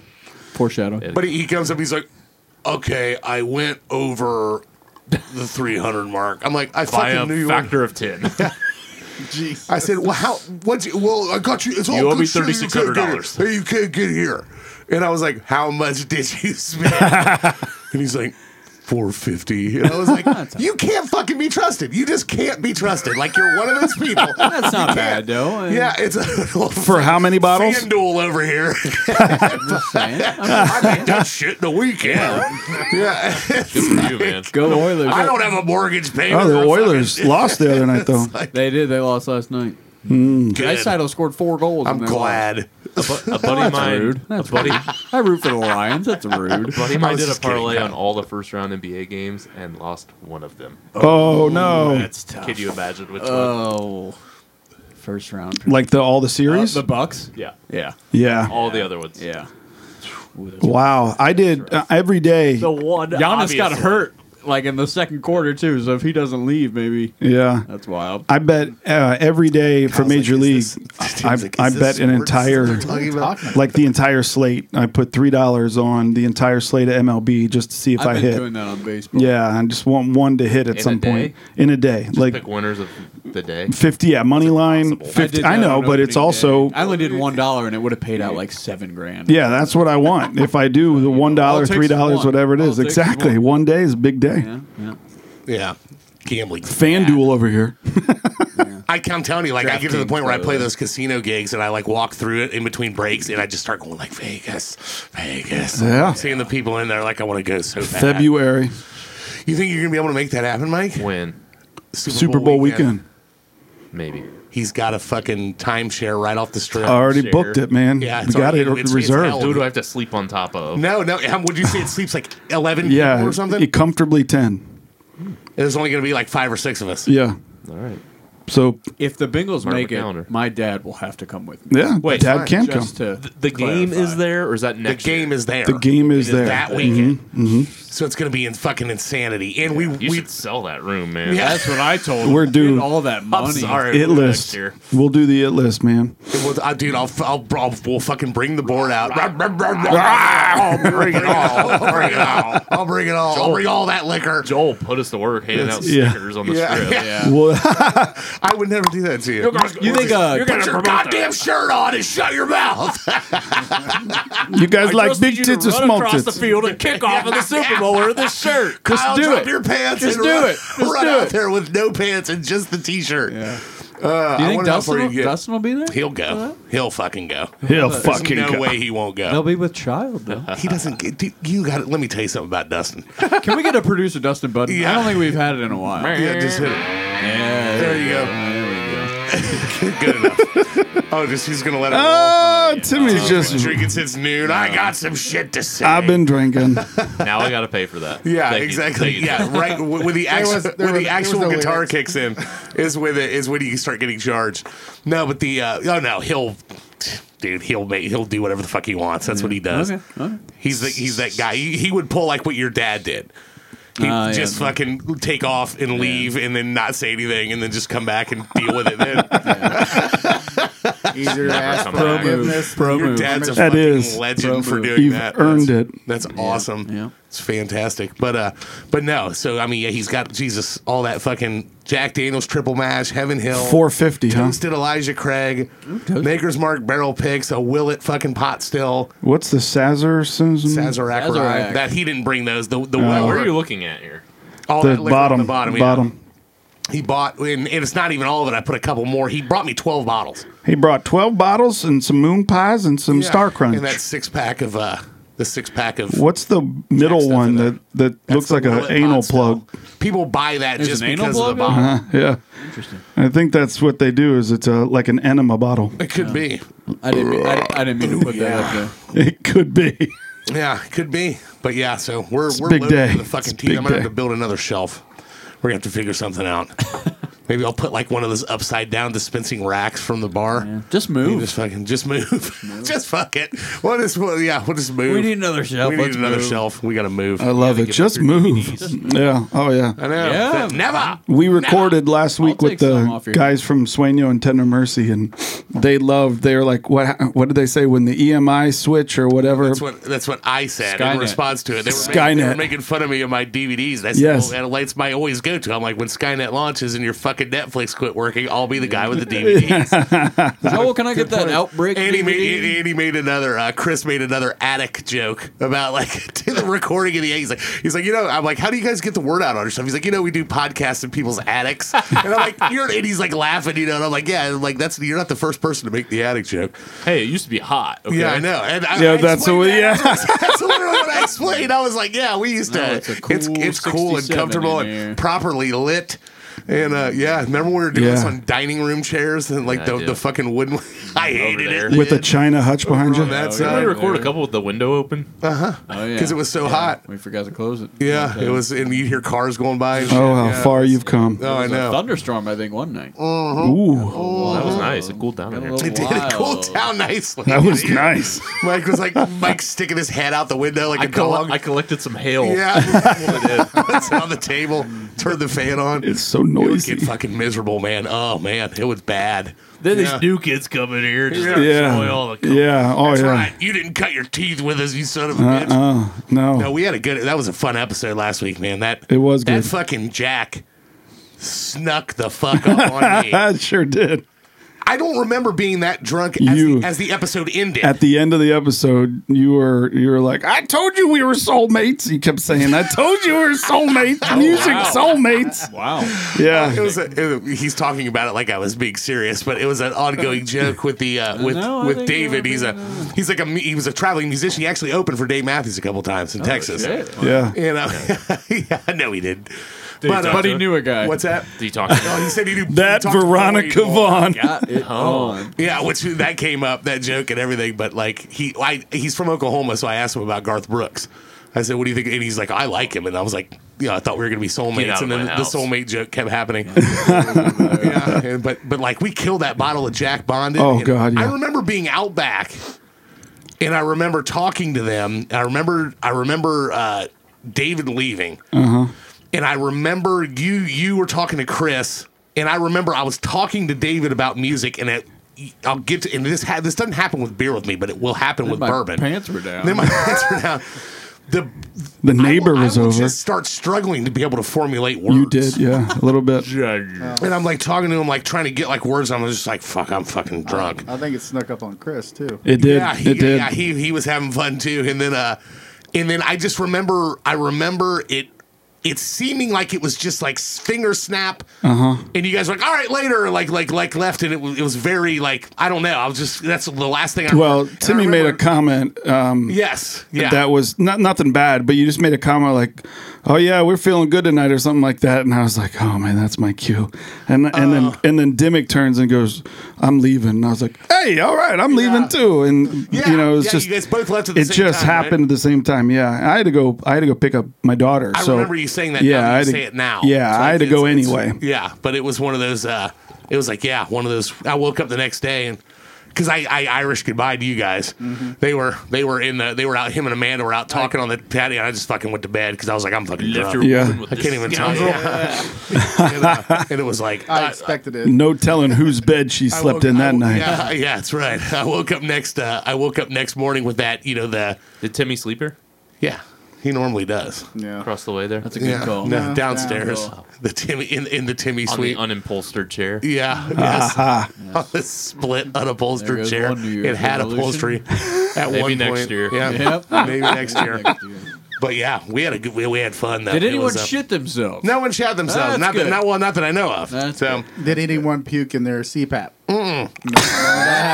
[SPEAKER 4] Foreshadow.
[SPEAKER 1] But he, he comes up, he's like, "Okay, I went over the 300 mark." I'm like, "I
[SPEAKER 3] By
[SPEAKER 1] fucking knew
[SPEAKER 3] a
[SPEAKER 1] you." were-
[SPEAKER 3] factor of ten.
[SPEAKER 6] Jeez.
[SPEAKER 1] I said, "Well, how? What? You, well, I got you. It's all
[SPEAKER 3] You owe
[SPEAKER 1] good
[SPEAKER 3] me
[SPEAKER 1] shit. You can't get
[SPEAKER 3] $3,600.
[SPEAKER 1] here. Hey, you can't get here." And I was like, "How much did you spend?" and he's like. 450 and I was like you can't fucking be trusted you just can't be trusted like you're one of those people
[SPEAKER 4] That's not bad, though. I-
[SPEAKER 1] yeah it's a
[SPEAKER 5] For how many bottles?
[SPEAKER 1] FanDuel over here
[SPEAKER 4] saying. I'm
[SPEAKER 1] I made that shit in a weekend yeah
[SPEAKER 3] Good for you, man.
[SPEAKER 4] Go Oilers.
[SPEAKER 1] I don't have a mortgage payment
[SPEAKER 5] Oh, the
[SPEAKER 1] I fucking-
[SPEAKER 5] Oilers lost the other night, though.
[SPEAKER 4] They did. They lost last night. Nice title scored four goals. in
[SPEAKER 1] I'm
[SPEAKER 4] their loss.
[SPEAKER 1] glad.
[SPEAKER 3] A buddy of
[SPEAKER 4] That's
[SPEAKER 3] mine.
[SPEAKER 4] rude. That's buddy. I root for the Lions. That's rude.
[SPEAKER 3] Buddy of mine did a
[SPEAKER 1] just kidding,
[SPEAKER 3] parlay
[SPEAKER 1] Kyle.
[SPEAKER 3] on all the first round NBA games and lost one of them.
[SPEAKER 5] Oh no!
[SPEAKER 3] That's tough. Could you imagine which one?
[SPEAKER 4] Oh, first round.
[SPEAKER 5] Like the all the
[SPEAKER 4] Uh,
[SPEAKER 5] series?
[SPEAKER 1] Oh,
[SPEAKER 4] the Bucks.
[SPEAKER 3] Yeah,
[SPEAKER 4] Yeah.
[SPEAKER 5] yeah.
[SPEAKER 3] all the other ones.
[SPEAKER 4] Yeah.
[SPEAKER 5] Wow. I did uh, every day.
[SPEAKER 3] the one.
[SPEAKER 4] Giannis got
[SPEAKER 3] obvious
[SPEAKER 4] hurt like in the second quarter too. So if he doesn't leave, maybe
[SPEAKER 5] Yeah.
[SPEAKER 4] that's wild.
[SPEAKER 5] I bet uh, every day for
[SPEAKER 1] Kyle's like,
[SPEAKER 5] Major
[SPEAKER 1] "Is
[SPEAKER 5] League.
[SPEAKER 1] this-
[SPEAKER 5] I,
[SPEAKER 1] Tim's like,
[SPEAKER 5] I
[SPEAKER 1] "Is this
[SPEAKER 5] bet an
[SPEAKER 1] sports that they're
[SPEAKER 5] entire
[SPEAKER 1] talking about?"
[SPEAKER 6] Talking
[SPEAKER 5] like the entire slate. I put three dollars on the entire slate of MLB just to see if
[SPEAKER 4] I've
[SPEAKER 5] I
[SPEAKER 4] been
[SPEAKER 5] hit.
[SPEAKER 4] doing that on baseball.
[SPEAKER 5] Yeah, I just want one to hit at
[SPEAKER 3] In a
[SPEAKER 5] some
[SPEAKER 3] day?
[SPEAKER 5] point in a day, like
[SPEAKER 3] Pick winners of the day.
[SPEAKER 5] fifty. Yeah, money line.
[SPEAKER 3] impossible. I
[SPEAKER 5] Fifty.
[SPEAKER 4] did
[SPEAKER 5] I,
[SPEAKER 4] that
[SPEAKER 5] know,
[SPEAKER 4] on
[SPEAKER 5] but it's
[SPEAKER 4] opening
[SPEAKER 5] also
[SPEAKER 4] day. I only did one dollar and it would have paid out like seven grand.
[SPEAKER 5] yeah. That's what I want. If I do the one
[SPEAKER 4] All
[SPEAKER 5] dollar,
[SPEAKER 4] it takes
[SPEAKER 5] three
[SPEAKER 4] is
[SPEAKER 5] dollars,
[SPEAKER 4] one.
[SPEAKER 5] whatever it
[SPEAKER 4] All it
[SPEAKER 5] is,
[SPEAKER 4] takes is
[SPEAKER 5] exactly.
[SPEAKER 4] one.
[SPEAKER 5] One day is a big day.
[SPEAKER 4] Yeah, yeah.
[SPEAKER 1] Yeah. Gambling.
[SPEAKER 5] FanDuel over here.
[SPEAKER 1] I come telling you, like I get to the
[SPEAKER 4] DraftKings,
[SPEAKER 1] point where I
[SPEAKER 4] by the
[SPEAKER 1] play
[SPEAKER 4] way.
[SPEAKER 1] those casino gigs and I like walk through it in between breaks and I just start going like Vegas, Vegas.
[SPEAKER 5] Yeah.
[SPEAKER 1] Seeing the people in there, like I want to go so bad.
[SPEAKER 5] February
[SPEAKER 1] You think you're gonna be able to make that happen, Mike?
[SPEAKER 3] Win.
[SPEAKER 5] Super Bowl weekend.
[SPEAKER 3] Maybe.
[SPEAKER 1] He's got a fucking timeshare right off the strip.
[SPEAKER 5] I already
[SPEAKER 3] Share.
[SPEAKER 5] booked it, man.
[SPEAKER 1] Yeah,
[SPEAKER 5] we
[SPEAKER 1] it's
[SPEAKER 5] got
[SPEAKER 1] already-
[SPEAKER 5] it
[SPEAKER 1] it's- it's
[SPEAKER 5] reserved.
[SPEAKER 1] held.
[SPEAKER 3] Who do I have to sleep on top of?
[SPEAKER 1] no, no. How, would you say it sleeps like eleven
[SPEAKER 5] yeah,
[SPEAKER 1] people or something?
[SPEAKER 5] it comfortably ten.
[SPEAKER 1] There's only going to be like five or six of us.
[SPEAKER 5] Yeah.
[SPEAKER 3] All right.
[SPEAKER 5] So
[SPEAKER 7] If the Bengals
[SPEAKER 3] Mark
[SPEAKER 7] make it,
[SPEAKER 3] McCallender.
[SPEAKER 7] my dad will have to come with me.
[SPEAKER 5] yeah,
[SPEAKER 3] Wait,
[SPEAKER 5] Dad
[SPEAKER 1] fine,
[SPEAKER 5] can come.
[SPEAKER 7] Just to
[SPEAKER 3] The game
[SPEAKER 7] clarify.
[SPEAKER 3] is there, or is that
[SPEAKER 1] The
[SPEAKER 3] next? year?
[SPEAKER 1] game is there.
[SPEAKER 5] The game is
[SPEAKER 1] It
[SPEAKER 5] there.
[SPEAKER 1] that weekend. So it's going to be in fucking insanity. And we
[SPEAKER 3] You
[SPEAKER 1] we
[SPEAKER 3] should sell that room, man.
[SPEAKER 1] Yeah.
[SPEAKER 7] That's what I told. him.
[SPEAKER 5] We're
[SPEAKER 7] Get
[SPEAKER 5] due.
[SPEAKER 7] all that money.
[SPEAKER 1] sorry.
[SPEAKER 5] It
[SPEAKER 3] Next
[SPEAKER 5] list.
[SPEAKER 3] year.
[SPEAKER 5] We'll do the it list, man.
[SPEAKER 1] Well, I, dude, I'll, I'll, I'll we'll fucking bring the board out. I'll bring it all. I'll bring it all. I'll bring it all. I'll bring all that liquor.
[SPEAKER 3] Joel put us to work handing out
[SPEAKER 5] Yeah.
[SPEAKER 3] stickers on the
[SPEAKER 1] Yeah.
[SPEAKER 3] strip.
[SPEAKER 7] Yeah.
[SPEAKER 5] Well,
[SPEAKER 1] I would never do that to you.
[SPEAKER 7] You think uh,
[SPEAKER 1] Put your goddamn shirt on and shut your mouth.
[SPEAKER 5] you guys like big tits or small
[SPEAKER 3] across the
[SPEAKER 5] tits?
[SPEAKER 3] field and kick off of the Super Bowl wearing this shirt.
[SPEAKER 5] Just
[SPEAKER 1] I'll
[SPEAKER 5] do
[SPEAKER 1] drop
[SPEAKER 5] it.
[SPEAKER 1] your pants
[SPEAKER 5] Just
[SPEAKER 1] and
[SPEAKER 5] do
[SPEAKER 1] run,
[SPEAKER 5] it. Just
[SPEAKER 1] run
[SPEAKER 5] do
[SPEAKER 1] out
[SPEAKER 5] it.
[SPEAKER 1] there with no pants and just the t-shirt.
[SPEAKER 7] Yeah.
[SPEAKER 1] Uh,
[SPEAKER 7] Do you
[SPEAKER 1] I
[SPEAKER 7] think
[SPEAKER 1] wonder how far
[SPEAKER 7] Dustin will,
[SPEAKER 1] he'd get.
[SPEAKER 7] Dustin will be there?
[SPEAKER 1] He'll go. He'll fucking go.
[SPEAKER 5] Hell,
[SPEAKER 1] There's
[SPEAKER 5] fucking
[SPEAKER 1] no
[SPEAKER 5] go.
[SPEAKER 1] way he won't
[SPEAKER 7] He'll
[SPEAKER 1] go.
[SPEAKER 7] be with child though.
[SPEAKER 1] He doesn't get. dude, You got. to Let me tell you something about Dustin.
[SPEAKER 7] Can we get a producer Dustin Button? I
[SPEAKER 1] Yeah.
[SPEAKER 7] don't think we've had it in a while.
[SPEAKER 1] Yeah, just hit it.
[SPEAKER 7] Yeah.
[SPEAKER 1] There you go.
[SPEAKER 7] There
[SPEAKER 1] Good enough. oh, just he's gonna let it roll.
[SPEAKER 5] Ah, Timmy's
[SPEAKER 1] Been
[SPEAKER 5] just.
[SPEAKER 1] drinking since noon. I got some shit to say.
[SPEAKER 5] I've been drinking.
[SPEAKER 3] Now I got to pay for that.
[SPEAKER 1] Yeah,
[SPEAKER 3] Thank you.
[SPEAKER 1] exactly.
[SPEAKER 3] Thank you.
[SPEAKER 1] yeah, right. When when the actual,
[SPEAKER 6] was- there
[SPEAKER 1] when the
[SPEAKER 6] was- there was
[SPEAKER 1] actual
[SPEAKER 6] no
[SPEAKER 1] guitar
[SPEAKER 6] lyrics.
[SPEAKER 1] kicks in, is when it, is when you start getting charged. No, but the uh, oh no, he'll dude, he'll make he'll do whatever the fuck he wants. That's what he does.
[SPEAKER 7] Okay, okay.
[SPEAKER 1] He's the, he's that guy. He, he would pull like what your dad did. He'd
[SPEAKER 7] Ah, yeah.
[SPEAKER 1] just fucking take off and leave, and then not say anything, and then just come back and deal with it. Then
[SPEAKER 6] Easier to ask
[SPEAKER 3] come
[SPEAKER 6] for
[SPEAKER 3] back.
[SPEAKER 7] you go.
[SPEAKER 6] forgiveness.
[SPEAKER 7] Pro
[SPEAKER 1] your
[SPEAKER 7] move.
[SPEAKER 1] dad's a
[SPEAKER 5] That
[SPEAKER 1] fucking
[SPEAKER 5] is.
[SPEAKER 1] legend for
[SPEAKER 7] Bro move.
[SPEAKER 1] doing
[SPEAKER 5] You've
[SPEAKER 1] that.
[SPEAKER 5] earned
[SPEAKER 1] That's-
[SPEAKER 5] it.
[SPEAKER 1] That's awesome.
[SPEAKER 7] yeah.
[SPEAKER 1] It's fantastic. But uh but no, so I mean yeah, he's got Jesus all that fucking Jack Daniels triple mash, Heaven Hill,
[SPEAKER 5] 450, huh?
[SPEAKER 1] toasted Elijah Craig, Maker's Mark barrel picks, a Willet fucking pot still,
[SPEAKER 5] What's the Sazar Susan?
[SPEAKER 1] Sazerac
[SPEAKER 7] Mm. Sazerac.
[SPEAKER 1] rye. That he didn't bring those. The the
[SPEAKER 3] Where
[SPEAKER 1] Where
[SPEAKER 3] are you looking at here?
[SPEAKER 1] all
[SPEAKER 5] The
[SPEAKER 1] that liquor
[SPEAKER 5] bottom.
[SPEAKER 1] on the bottom. yeah.
[SPEAKER 5] bottom.
[SPEAKER 1] He bought and, and it's not even all of it. I put a couple more. He brought me twelve bottles.
[SPEAKER 5] He brought 12 bottles and some moon pies and some Star Crunch.
[SPEAKER 1] And that six pack of uh the six pack of
[SPEAKER 5] What's the middle
[SPEAKER 1] stuff
[SPEAKER 5] one
[SPEAKER 1] in there.
[SPEAKER 5] that, that
[SPEAKER 1] That's
[SPEAKER 5] looks
[SPEAKER 1] the
[SPEAKER 5] like an
[SPEAKER 1] Willet
[SPEAKER 5] anal
[SPEAKER 1] pot still.
[SPEAKER 5] plug?
[SPEAKER 1] People buy that
[SPEAKER 7] There's
[SPEAKER 1] just
[SPEAKER 7] an anal
[SPEAKER 1] because of the
[SPEAKER 7] plug
[SPEAKER 1] bottle.
[SPEAKER 7] in
[SPEAKER 5] Uh, yeah. Interesting. I think that's what they do is it's a, like an enema bottle.
[SPEAKER 1] It could be.
[SPEAKER 7] you go. I didn't mean, I, I didn't mean to put that up there.
[SPEAKER 5] It could be.
[SPEAKER 1] Yeah, it could be. But yeah, so we're
[SPEAKER 5] a
[SPEAKER 1] we're
[SPEAKER 5] big
[SPEAKER 1] loaded
[SPEAKER 5] day.
[SPEAKER 1] to the fucking
[SPEAKER 5] It's a
[SPEAKER 1] teeth.
[SPEAKER 5] big
[SPEAKER 1] I'm gonna have
[SPEAKER 5] day.
[SPEAKER 1] to build another shelf. We're gonna have to figure something out. Maybe I'll put like one of those upside down dispensing racks from the bar.
[SPEAKER 7] Just
[SPEAKER 1] You
[SPEAKER 7] move.
[SPEAKER 1] Just fucking, just move. just fuck it. What is, well, yeah, we'll just move.
[SPEAKER 7] we need another shelf.
[SPEAKER 1] We need
[SPEAKER 7] Let's
[SPEAKER 1] another
[SPEAKER 7] move.
[SPEAKER 1] shelf. We gotta move.
[SPEAKER 5] I love it. Just move. Yeah. Oh, yeah.
[SPEAKER 1] I know.
[SPEAKER 7] Yeah.
[SPEAKER 1] That- Never.
[SPEAKER 5] We recorded last week
[SPEAKER 7] I'll take
[SPEAKER 5] with
[SPEAKER 7] some
[SPEAKER 5] the
[SPEAKER 7] off your-
[SPEAKER 5] guys from Sueño and Tender Mercy, and they loved. They were like, "What? What did they say when the EMI switch or whatever?"
[SPEAKER 1] That's what that's what I said in
[SPEAKER 7] Skynet.
[SPEAKER 1] response to it. They were, Making, they were
[SPEAKER 5] Skynet.
[SPEAKER 1] making fun of me of my DVDs. That's yes.
[SPEAKER 5] Yes.
[SPEAKER 1] the lights my always go to. I'm like, when Skynet launches and your fucking Netflix quit working, I'll be the guy with the DVDs.
[SPEAKER 7] Joel, can I get that outbreak?
[SPEAKER 1] Andy made,
[SPEAKER 7] DVD?
[SPEAKER 1] Andy made another. Uh, Chris made another attic joke about like to the recording of the attic. He's like, he's like, you know, I'm like, how do you guys get the word out on yourself? He's like, you know, we do podcasts in people's attics, and I'm like, you're, and he's like laughing, you know, and I'm like, yeah, and like that's you're not the first person to make the attic joke.
[SPEAKER 3] Hey, it used to be hot. Okay?
[SPEAKER 1] Yeah, I know. And I,
[SPEAKER 5] yeah,
[SPEAKER 1] I
[SPEAKER 5] that's
[SPEAKER 1] explained
[SPEAKER 5] what.
[SPEAKER 1] that.
[SPEAKER 5] Yeah,
[SPEAKER 1] That's literally what I explained. I was like, yeah, we used to.
[SPEAKER 7] No,
[SPEAKER 1] it's
[SPEAKER 7] it's a
[SPEAKER 1] it's,
[SPEAKER 7] cool
[SPEAKER 1] cool and
[SPEAKER 7] 67
[SPEAKER 1] comfortable
[SPEAKER 7] in here.
[SPEAKER 1] and properly lit. And uh, yeah, remember when we were doing this
[SPEAKER 5] Yeah.
[SPEAKER 1] on dining room chairs and like
[SPEAKER 3] Yeah, I
[SPEAKER 1] the,
[SPEAKER 3] do.
[SPEAKER 1] the fucking wooden. I hated
[SPEAKER 3] there.
[SPEAKER 1] it
[SPEAKER 5] with a
[SPEAKER 1] dude.
[SPEAKER 5] China hutch behind you.
[SPEAKER 1] on that
[SPEAKER 7] yeah.
[SPEAKER 3] Did
[SPEAKER 1] side
[SPEAKER 3] we record a couple with the window open?
[SPEAKER 7] Oh yeah.
[SPEAKER 1] because it was so hot.
[SPEAKER 7] We forgot to close it.
[SPEAKER 1] Yeah, it was, and you hear cars going by. And shit.
[SPEAKER 5] Oh, how
[SPEAKER 1] yeah.
[SPEAKER 5] far you've come!
[SPEAKER 1] Oh, I know. Oh.
[SPEAKER 7] Thunderstorm, I think, one night.
[SPEAKER 5] Ooh,
[SPEAKER 3] Well, that was nice. It cooled down in
[SPEAKER 7] Got a
[SPEAKER 3] here.
[SPEAKER 7] little-
[SPEAKER 1] It did. It cooled
[SPEAKER 7] Wow.
[SPEAKER 1] down nicely.
[SPEAKER 5] that was nice.
[SPEAKER 1] Mike was like Mike sticking his head out the window like a
[SPEAKER 3] I, coll-
[SPEAKER 1] dog.
[SPEAKER 3] I collected some hail.
[SPEAKER 1] yeah, puts it on the table. Turn the fan on.
[SPEAKER 5] It's so
[SPEAKER 1] It was getting
[SPEAKER 5] noisy.
[SPEAKER 1] fucking miserable, man. Oh man, it was bad.
[SPEAKER 5] Oh,
[SPEAKER 3] Then
[SPEAKER 1] Yeah.
[SPEAKER 3] these new kids come in here. Just start showing all
[SPEAKER 5] Yeah,
[SPEAKER 3] the
[SPEAKER 5] yeah. Oh,
[SPEAKER 1] That's
[SPEAKER 5] yeah.
[SPEAKER 1] right. You didn't cut your teeth with us, you son of a bitch.
[SPEAKER 5] Uh,
[SPEAKER 1] No,
[SPEAKER 5] no.
[SPEAKER 1] we had a good. That was a fun episode last week, man. That
[SPEAKER 5] It was
[SPEAKER 1] That
[SPEAKER 5] good.
[SPEAKER 1] fucking Jack snuck the fuck up on me.
[SPEAKER 5] I sure did.
[SPEAKER 1] I don't remember being that drunk as,
[SPEAKER 5] You-
[SPEAKER 1] the, as the episode ended.
[SPEAKER 5] At the end of the episode, you were you were like, "I told you we were soulmates." You kept saying, "I told you we were
[SPEAKER 1] Oh,
[SPEAKER 5] soulmates." Music soulmates.
[SPEAKER 7] Wow.
[SPEAKER 1] it
[SPEAKER 5] Yeah.
[SPEAKER 1] was a, it- he's talking about it like I was being serious, but it was an ongoing joke with the uh, with
[SPEAKER 7] No, I
[SPEAKER 1] with
[SPEAKER 7] think you
[SPEAKER 1] David.
[SPEAKER 7] were
[SPEAKER 1] He's a he's like a mu- he was a traveling musician. He
[SPEAKER 7] Oh,
[SPEAKER 1] actually opened for Dave Matthews a couple times in Texas.
[SPEAKER 7] Shit.
[SPEAKER 5] Yeah.
[SPEAKER 1] You know, yeah, no, he did. But, uh,
[SPEAKER 7] But he knew a guy.
[SPEAKER 1] What's that?
[SPEAKER 3] Do you talk about
[SPEAKER 1] Oh, he said he knew
[SPEAKER 5] That
[SPEAKER 1] he talked to
[SPEAKER 5] Veronica
[SPEAKER 1] Paulie Moore.
[SPEAKER 5] Vaughn.
[SPEAKER 7] Got
[SPEAKER 1] Oh.
[SPEAKER 7] it
[SPEAKER 3] Oh.
[SPEAKER 7] on.
[SPEAKER 1] Yeah, which that came up that joke and everything. But like he, I, he's from Oklahoma, so I asked him about Garth Brooks. I said, "What do you think?" And he's like, "I like him." And I was like, "Yeah, I thought we were gonna be
[SPEAKER 3] Get
[SPEAKER 1] soulmates."
[SPEAKER 3] out of
[SPEAKER 1] And then
[SPEAKER 3] my
[SPEAKER 1] the
[SPEAKER 3] house.
[SPEAKER 1] soulmate joke kept happening. yeah, and- but but like we killed that bottle of Jack Bonded.
[SPEAKER 5] Oh,
[SPEAKER 1] and
[SPEAKER 5] God, yeah.
[SPEAKER 1] I remember being out back, and I remember talking to them. I remember I remember uh, David leaving, and I remember you you were talking to Chris, and I remember I was talking to David about music, and it, I'll get to and this ha- this doesn't happen with beer with me, but it will happen with
[SPEAKER 7] My
[SPEAKER 1] bourbon.
[SPEAKER 7] pants were down.
[SPEAKER 1] Then my pants were down. The
[SPEAKER 5] The
[SPEAKER 1] I will-
[SPEAKER 5] neighbor was
[SPEAKER 1] I will
[SPEAKER 5] over.
[SPEAKER 1] Just start struggling to be able to formulate words.
[SPEAKER 5] you did, yeah, a little bit.
[SPEAKER 1] And I'm like talking to him, like trying to get like words. I'm just like, fuck, I'm fucking drunk.
[SPEAKER 6] I think it snuck up on Chris too.
[SPEAKER 5] It did.
[SPEAKER 1] yeah, he,
[SPEAKER 5] it did.
[SPEAKER 1] yeah, he he was having fun too. And then uh, and then I just remember, I remember it. It seeming like it was just like finger snap,
[SPEAKER 5] Uh-huh.
[SPEAKER 1] and you guys were like, "All right, later," like like like left, and it was it was very like I don't know. I was just that's the last thing. I
[SPEAKER 5] well,
[SPEAKER 1] remember. And I
[SPEAKER 5] Timmy made a
[SPEAKER 1] remember-
[SPEAKER 5] comment um,
[SPEAKER 1] yes, yeah,
[SPEAKER 5] that was not nothing bad, but you just made a comment like, "Oh yeah, we're feeling good tonight" or something like that, and I was like, "Oh man, that's my cue." And and
[SPEAKER 1] Uh.
[SPEAKER 5] then and then Dimmick turns and goes, "I'm leaving," and I was like, "Hey, all right, I'm leaving too." And
[SPEAKER 1] Yeah,
[SPEAKER 5] you know, it was
[SPEAKER 1] yeah,
[SPEAKER 5] just
[SPEAKER 1] you guys both left at the
[SPEAKER 5] it
[SPEAKER 1] same
[SPEAKER 5] just
[SPEAKER 1] time, right?
[SPEAKER 5] happened at the same time. Yeah, I had to go. I had to go pick up my daughter.
[SPEAKER 1] I
[SPEAKER 5] so
[SPEAKER 1] remember you saying that.
[SPEAKER 5] Yeah,
[SPEAKER 1] now that
[SPEAKER 5] I
[SPEAKER 1] you
[SPEAKER 5] had to-
[SPEAKER 1] say it now.
[SPEAKER 5] yeah, I had to go
[SPEAKER 1] it's-
[SPEAKER 5] anyway.
[SPEAKER 1] Yeah, but it was one of those. uh It was like yeah, one of those. I woke up the next day and because I, I Irish goodbye to you guys.
[SPEAKER 5] Mm-hmm.
[SPEAKER 1] They were they were in the they were out. Him and Amanda were out talking on the patio. and I just fucking went to bed because I was like I'm fucking drunk.
[SPEAKER 3] left your
[SPEAKER 5] Yeah.
[SPEAKER 3] woman with
[SPEAKER 1] I
[SPEAKER 3] this
[SPEAKER 1] can't even
[SPEAKER 3] scoundrel?
[SPEAKER 1] tell you. and, uh, and it was like
[SPEAKER 6] I
[SPEAKER 1] uh,
[SPEAKER 6] expected it.
[SPEAKER 5] No telling whose bed she
[SPEAKER 1] I
[SPEAKER 5] slept
[SPEAKER 1] woke-
[SPEAKER 5] in
[SPEAKER 1] I
[SPEAKER 5] that
[SPEAKER 1] woke-
[SPEAKER 5] night.
[SPEAKER 1] Yeah, yeah, that's right. I woke up next. Uh, I woke up next morning with that. You know the
[SPEAKER 3] Did Timmy sleep here?
[SPEAKER 1] yeah. He normally does.
[SPEAKER 6] Yeah.
[SPEAKER 3] Across the way there? That's
[SPEAKER 7] Good call.
[SPEAKER 1] No,
[SPEAKER 6] Yeah,
[SPEAKER 1] downstairs.
[SPEAKER 7] down.
[SPEAKER 1] The Timmy in, in the Timmy
[SPEAKER 3] On
[SPEAKER 1] suite.
[SPEAKER 3] the unimpolstered chair.
[SPEAKER 1] Yeah. Yes. On the split
[SPEAKER 7] There
[SPEAKER 1] unupholstered
[SPEAKER 7] goes
[SPEAKER 1] chair.
[SPEAKER 7] one New Year's
[SPEAKER 1] It had upholstery
[SPEAKER 7] resolution.
[SPEAKER 1] at
[SPEAKER 3] Maybe
[SPEAKER 1] one
[SPEAKER 3] next
[SPEAKER 1] point.
[SPEAKER 3] year.
[SPEAKER 1] Yeah.
[SPEAKER 7] Yep.
[SPEAKER 1] Maybe next year. But yeah, we had a good, we, we had fun though.
[SPEAKER 7] Did
[SPEAKER 1] It
[SPEAKER 7] anyone
[SPEAKER 1] was, uh,
[SPEAKER 7] shit themselves?
[SPEAKER 1] No one shot themselves.
[SPEAKER 7] That's
[SPEAKER 1] not that
[SPEAKER 7] good.
[SPEAKER 1] not well, not that I know of.
[SPEAKER 7] That's
[SPEAKER 1] so
[SPEAKER 6] Did anyone puke in their CPAP?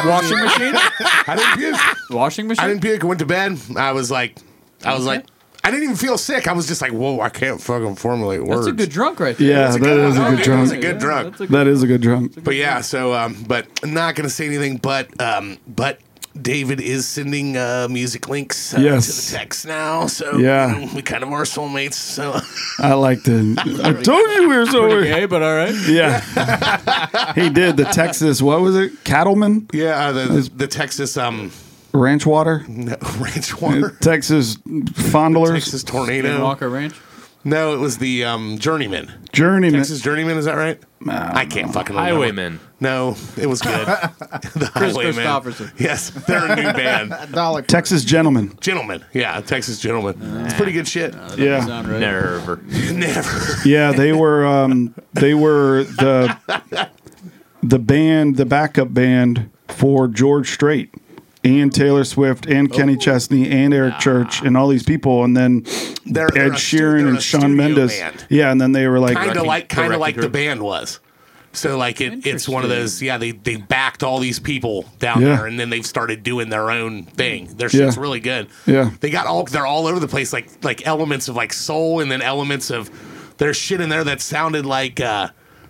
[SPEAKER 7] Washing machine?
[SPEAKER 1] I didn't puke.
[SPEAKER 7] Washing machine?
[SPEAKER 1] I didn't puke. I went to bed. I was like I was like I didn't even feel sick. I was just like, whoa, I can't fucking formulate words.
[SPEAKER 7] That's a good drunk right there.
[SPEAKER 5] Yeah, that is a
[SPEAKER 1] one.
[SPEAKER 5] good
[SPEAKER 1] That was
[SPEAKER 5] drunk.
[SPEAKER 1] a good drunk.
[SPEAKER 7] That's a good
[SPEAKER 5] That is a good drunk.
[SPEAKER 1] But yeah, so um, but I'm not gonna say anything. But um, but David is sending uh, music links uh,
[SPEAKER 5] Yes.
[SPEAKER 1] to the text now. So
[SPEAKER 5] Yeah.
[SPEAKER 1] you know, we kind of are soulmates. So
[SPEAKER 5] I liked it. I told you we were so weird.
[SPEAKER 7] Okay, but all right.
[SPEAKER 5] Yeah, he did the Texas. What was it? Cattleman
[SPEAKER 1] yeah, uh, the the Texas um
[SPEAKER 5] Ranch Water,
[SPEAKER 1] ranch water,
[SPEAKER 5] Texas Fondlers,
[SPEAKER 1] Mm-hmm. Texas tornado.
[SPEAKER 7] Walker Ranch.
[SPEAKER 1] No, it was the um journeyman.
[SPEAKER 5] Journeyman.
[SPEAKER 1] Texas journeyman, is that right? I can't fucking remember.
[SPEAKER 3] Highwaymen.
[SPEAKER 1] No, it was good. the
[SPEAKER 7] Christopherson.
[SPEAKER 1] Highwaymen. Yes, they're a new band.
[SPEAKER 6] Dalek.
[SPEAKER 5] Texas gentleman.
[SPEAKER 1] Gentlemen, yeah, Texas gentlemen. It's pretty good shit.
[SPEAKER 5] Yeah,
[SPEAKER 7] Sound right.
[SPEAKER 3] Never.
[SPEAKER 1] Never.
[SPEAKER 5] yeah. They were um, they were the the band, the backup band for George Strait and Taylor Swift and
[SPEAKER 1] Oh.
[SPEAKER 5] Kenny Chesney and Eric Church and all these people, and then
[SPEAKER 1] They're-
[SPEAKER 5] Ed
[SPEAKER 1] they're a stu-
[SPEAKER 5] Sheeran
[SPEAKER 1] they're a
[SPEAKER 5] and Sean
[SPEAKER 1] studio
[SPEAKER 5] Mendes.
[SPEAKER 1] band.
[SPEAKER 5] Yeah, and then they were like,
[SPEAKER 1] kind of
[SPEAKER 3] Wrecking-
[SPEAKER 1] like
[SPEAKER 3] the
[SPEAKER 1] kind of
[SPEAKER 3] Wrecking
[SPEAKER 1] like the
[SPEAKER 3] Crew.
[SPEAKER 1] band was. So like it, it's one of those yeah they they backed all these people down
[SPEAKER 5] Yeah.
[SPEAKER 1] there and then they've started doing their own thing. Their
[SPEAKER 5] Yeah.
[SPEAKER 1] shit's really good.
[SPEAKER 5] Yeah.
[SPEAKER 1] they got all they're all over the place like like elements of like soul and then elements of there's shit in there that sounded like uh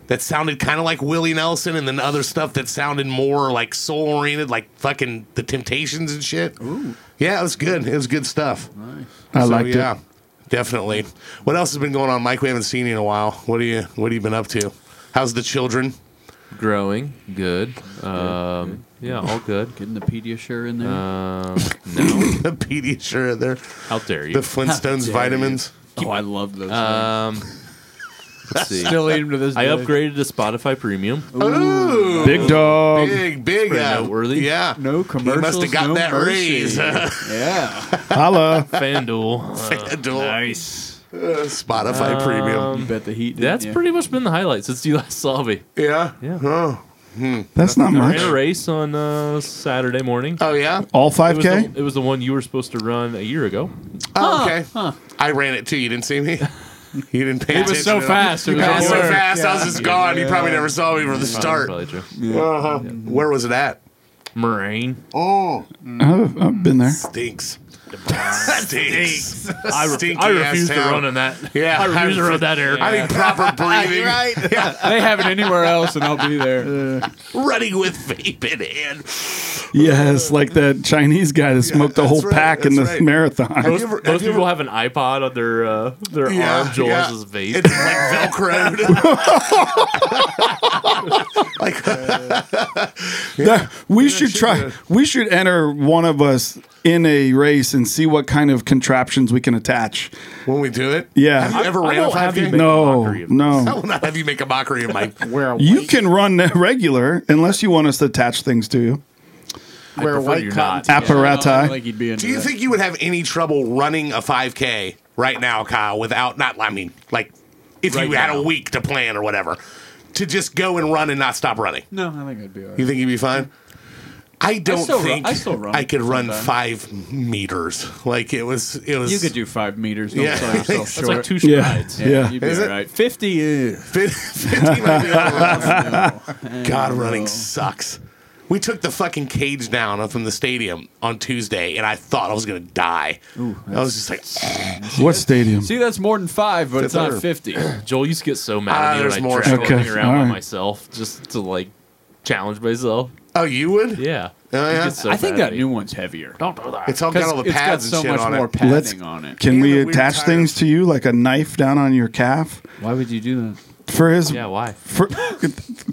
[SPEAKER 1] that sounded kind of like Willie Nelson and then other stuff that sounded more like soul oriented like fucking the Temptations and shit. Ooh. Yeah, it was good. It was good stuff.
[SPEAKER 5] I liked it.
[SPEAKER 1] Definitely. What else has been going on, Mike? We haven't seen you in a while. What do you What have you been up to? How's the children?
[SPEAKER 3] Growing. Good. Um, yeah, all good.
[SPEAKER 7] Getting the Pediasure in there.
[SPEAKER 3] Um, no.
[SPEAKER 1] The Pediasure, they're
[SPEAKER 3] Out there.
[SPEAKER 1] the
[SPEAKER 3] You.
[SPEAKER 1] Flintstones
[SPEAKER 7] Dare
[SPEAKER 1] vitamins.
[SPEAKER 7] oh, I love those.
[SPEAKER 3] Um, let's see.
[SPEAKER 7] Still eat 'em to this
[SPEAKER 3] I
[SPEAKER 7] day.
[SPEAKER 3] upgraded to Spotify Premium.
[SPEAKER 1] Ooh,
[SPEAKER 5] Big dog.
[SPEAKER 1] big, big,
[SPEAKER 3] Pretty
[SPEAKER 1] uh,
[SPEAKER 3] noteworthy.
[SPEAKER 1] Yeah,
[SPEAKER 7] Um, No
[SPEAKER 1] you
[SPEAKER 7] commercials.
[SPEAKER 1] must have got
[SPEAKER 7] no
[SPEAKER 1] that
[SPEAKER 7] mercy.
[SPEAKER 1] raise.
[SPEAKER 7] Yeah.
[SPEAKER 5] Holla.
[SPEAKER 3] FanDuel. Uh,
[SPEAKER 1] Adult,
[SPEAKER 7] nice.
[SPEAKER 1] uh, Spotify
[SPEAKER 7] Um,
[SPEAKER 1] Premium.
[SPEAKER 7] You bet the heat. didn't
[SPEAKER 3] that's
[SPEAKER 7] ya?
[SPEAKER 3] pretty much been the highlight since you last saw me.
[SPEAKER 1] Yeah.
[SPEAKER 3] Yeah.
[SPEAKER 1] Oh.
[SPEAKER 5] That's not
[SPEAKER 3] I
[SPEAKER 5] much.
[SPEAKER 3] ran a race on uh, Saturday morning.
[SPEAKER 1] Oh yeah.
[SPEAKER 5] All
[SPEAKER 3] It was,
[SPEAKER 5] 5K?
[SPEAKER 3] the, it was the one you were supposed to run a year ago.
[SPEAKER 1] Oh, okay. I ran it too. You didn't see me. You didn't pay
[SPEAKER 7] It was so fast. It
[SPEAKER 1] It
[SPEAKER 7] was
[SPEAKER 1] was
[SPEAKER 7] all
[SPEAKER 1] so
[SPEAKER 7] work.
[SPEAKER 1] fast. I was just gone. You probably never saw me from the
[SPEAKER 3] That's
[SPEAKER 1] start.
[SPEAKER 3] Probably true.
[SPEAKER 1] Uh-huh. Where was it at?
[SPEAKER 3] Moraine. Oh.
[SPEAKER 8] Mm.
[SPEAKER 5] I've, I've been there.
[SPEAKER 1] Stinks. Stinks.
[SPEAKER 3] I, re- I
[SPEAKER 1] Stinky ass
[SPEAKER 3] refuse to
[SPEAKER 1] town.
[SPEAKER 3] run in that.
[SPEAKER 1] Yeah,
[SPEAKER 3] I refuse to
[SPEAKER 1] I-
[SPEAKER 3] run that area.
[SPEAKER 1] I need proper breathing.
[SPEAKER 4] they have it anywhere else, and I'll be there.
[SPEAKER 1] Running with vape in hand.
[SPEAKER 5] Yes, like that Chinese guy that smoked the
[SPEAKER 1] that's
[SPEAKER 5] whole
[SPEAKER 1] right,
[SPEAKER 5] pack in the
[SPEAKER 1] that's right.
[SPEAKER 5] marathon.
[SPEAKER 1] you ever-
[SPEAKER 3] Most
[SPEAKER 1] you
[SPEAKER 3] people have an iPod on their uh, their arm. Joel's is vape.
[SPEAKER 1] It's like Velcroed. like
[SPEAKER 5] That- we should try. We should enter one of us in a race and see what kind of contraptions we can attach.
[SPEAKER 1] when we do it.
[SPEAKER 5] Yeah.
[SPEAKER 1] Have you ever
[SPEAKER 3] I- I
[SPEAKER 1] ran a
[SPEAKER 3] don't have
[SPEAKER 1] 5K?
[SPEAKER 3] you-
[SPEAKER 5] No,
[SPEAKER 3] mockery of this.
[SPEAKER 1] I
[SPEAKER 5] no.
[SPEAKER 1] will not have you make a mockery of my.
[SPEAKER 6] Wear a
[SPEAKER 5] You
[SPEAKER 6] white,
[SPEAKER 5] can run regular unless you want us to attach things to you.
[SPEAKER 6] wear a
[SPEAKER 3] prefer
[SPEAKER 6] white
[SPEAKER 3] you're
[SPEAKER 6] cotton.
[SPEAKER 3] not.
[SPEAKER 6] tee.
[SPEAKER 5] Apparati.
[SPEAKER 4] Like he'd be into
[SPEAKER 1] Do you
[SPEAKER 4] that.
[SPEAKER 1] think you would have any trouble running a 5K right now, Kyle? Without not, I mean, like if
[SPEAKER 3] Right
[SPEAKER 1] you had
[SPEAKER 3] now.
[SPEAKER 1] a week to plan or whatever, to just go and run and not stop running.
[SPEAKER 4] No, I think I'd be all right.
[SPEAKER 1] You think you'd be fine? I don't
[SPEAKER 4] still ru-
[SPEAKER 1] think
[SPEAKER 4] I still run
[SPEAKER 1] I could run
[SPEAKER 4] sometimes.
[SPEAKER 1] five meters. Like it was, it was.
[SPEAKER 4] You could do five meters. Don't
[SPEAKER 1] Yeah.
[SPEAKER 4] sell yourself
[SPEAKER 3] That's
[SPEAKER 4] short.
[SPEAKER 3] like two
[SPEAKER 5] Yeah.
[SPEAKER 3] strides.
[SPEAKER 5] Yeah.
[SPEAKER 4] you'd be
[SPEAKER 1] Is it?
[SPEAKER 4] all right. Fifty is.
[SPEAKER 1] Fif- 50 might be overall. God, running
[SPEAKER 4] no.
[SPEAKER 1] sucks. We took the fucking cage down from the stadium on Tuesday, and I thought I was gonna die. I was just like,
[SPEAKER 5] What stadium?
[SPEAKER 4] See, that's more than five, but it's
[SPEAKER 1] That's better.
[SPEAKER 4] not fifty.
[SPEAKER 3] Joel used to get so mad
[SPEAKER 1] Ah,
[SPEAKER 3] at me
[SPEAKER 1] there's
[SPEAKER 3] when
[SPEAKER 1] more.
[SPEAKER 3] I tried
[SPEAKER 5] Okay,
[SPEAKER 3] running around
[SPEAKER 5] alright.
[SPEAKER 3] by myself just to like challenge myself.
[SPEAKER 1] "Oh, you would?
[SPEAKER 3] Yeah.
[SPEAKER 1] Oh,
[SPEAKER 3] He
[SPEAKER 1] yeah?
[SPEAKER 3] gets so
[SPEAKER 4] I think
[SPEAKER 3] mad at
[SPEAKER 4] that
[SPEAKER 3] me.
[SPEAKER 4] new one's heavier.
[SPEAKER 3] Don't do that.
[SPEAKER 1] It's all got all the
[SPEAKER 4] it's got
[SPEAKER 1] pads
[SPEAKER 4] so
[SPEAKER 1] and shit
[SPEAKER 4] much
[SPEAKER 1] on
[SPEAKER 4] more
[SPEAKER 1] it."
[SPEAKER 4] padding
[SPEAKER 5] Let's-
[SPEAKER 4] on it.
[SPEAKER 5] Can
[SPEAKER 1] Yeah, the
[SPEAKER 5] we
[SPEAKER 1] weird
[SPEAKER 5] attach
[SPEAKER 1] tires.
[SPEAKER 5] things to you like a knife down on your calf
[SPEAKER 4] Why would you do that?
[SPEAKER 5] for his
[SPEAKER 3] yeah. Why?
[SPEAKER 5] for,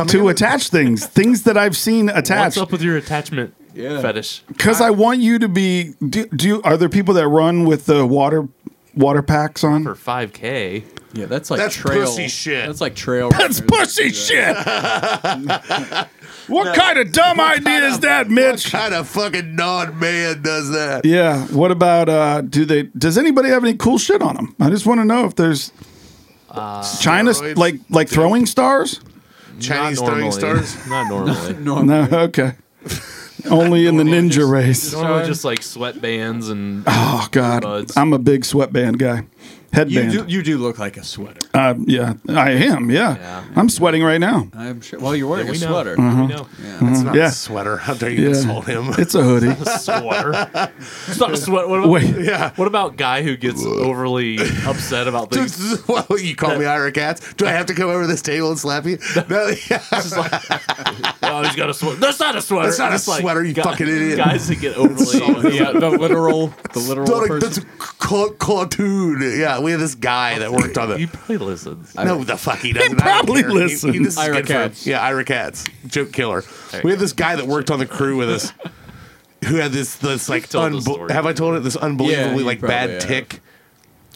[SPEAKER 5] to attach things, things that I've seen
[SPEAKER 3] What's
[SPEAKER 5] attached.
[SPEAKER 3] up with your attachment
[SPEAKER 4] Yeah.
[SPEAKER 3] fetish?
[SPEAKER 5] Because I, want you to be. Do, do are there people that run with the water water packs
[SPEAKER 3] For
[SPEAKER 5] on?
[SPEAKER 3] 5K,
[SPEAKER 4] Yeah, that's like
[SPEAKER 1] That's
[SPEAKER 4] trail.
[SPEAKER 1] pussy shit.
[SPEAKER 4] That's like trail. runners
[SPEAKER 5] That's
[SPEAKER 4] that
[SPEAKER 5] pussy
[SPEAKER 4] do that.
[SPEAKER 5] shit. what kind of dumb idea is that, Mitch?
[SPEAKER 1] Kind of fucking non man does that.
[SPEAKER 5] Yeah. What about uh do they does anybody have any cool shit on them? I just want to know if there's Uh, China
[SPEAKER 1] Steroids?
[SPEAKER 5] like like throwing stars?
[SPEAKER 1] Chinese
[SPEAKER 3] not normally.
[SPEAKER 1] throwing stars.
[SPEAKER 3] Not normally.
[SPEAKER 4] No,
[SPEAKER 5] No, okay. Only in the ninja race.
[SPEAKER 3] normally just like sweatbands and
[SPEAKER 5] Oh god.
[SPEAKER 3] buds.
[SPEAKER 5] I'm a big sweatband guy.
[SPEAKER 4] you
[SPEAKER 5] Headband.
[SPEAKER 4] do. You do look like a sweater.
[SPEAKER 5] uh, yeah, I am. Yeah.
[SPEAKER 3] Yeah.
[SPEAKER 5] I'm sweating right now.
[SPEAKER 4] I'm sure. Well, you're wearing
[SPEAKER 3] we
[SPEAKER 4] a
[SPEAKER 3] know.
[SPEAKER 4] sweater.
[SPEAKER 3] you know,
[SPEAKER 4] Mm-hmm.
[SPEAKER 1] It's not
[SPEAKER 5] Yeah.
[SPEAKER 1] a sweater. How dare you
[SPEAKER 5] Yeah.
[SPEAKER 1] insult him?
[SPEAKER 5] It's a hoodie.
[SPEAKER 3] sweater. It's not a sweat. What about,
[SPEAKER 5] Wait.
[SPEAKER 1] yeah.
[SPEAKER 3] what about guy who gets overly upset about
[SPEAKER 1] Dude,
[SPEAKER 3] things?
[SPEAKER 1] this is- well, you call me Ira Katz? Do I have to come over to this table and slap you? No, yeah.
[SPEAKER 3] oh, he's got a sweater. That's not a sweater.
[SPEAKER 1] That's not a
[SPEAKER 3] It's like
[SPEAKER 1] sweater, you fucking idiot.
[SPEAKER 3] Guys that get overly.
[SPEAKER 4] yeah, the literal, the literal
[SPEAKER 1] Don't-
[SPEAKER 4] person.
[SPEAKER 1] that's a ca- cartoon. Yeah, we had this guy that worked on
[SPEAKER 3] He
[SPEAKER 1] it.
[SPEAKER 3] probably listens.
[SPEAKER 1] No, the fuck he doesn't.
[SPEAKER 5] probably
[SPEAKER 1] I don't care.
[SPEAKER 5] listens.
[SPEAKER 1] this is
[SPEAKER 4] Ira
[SPEAKER 1] good for him.
[SPEAKER 4] Katz.
[SPEAKER 1] Yeah, Ira Katz, joke killer. We had this guy that worked on the crew with us, who had this this like
[SPEAKER 3] told this
[SPEAKER 1] unbe-
[SPEAKER 3] story.
[SPEAKER 1] have I told it this
[SPEAKER 4] Yeah,
[SPEAKER 1] unbelievably
[SPEAKER 4] you
[SPEAKER 1] like
[SPEAKER 4] probably
[SPEAKER 1] bad
[SPEAKER 4] have.
[SPEAKER 1] tick.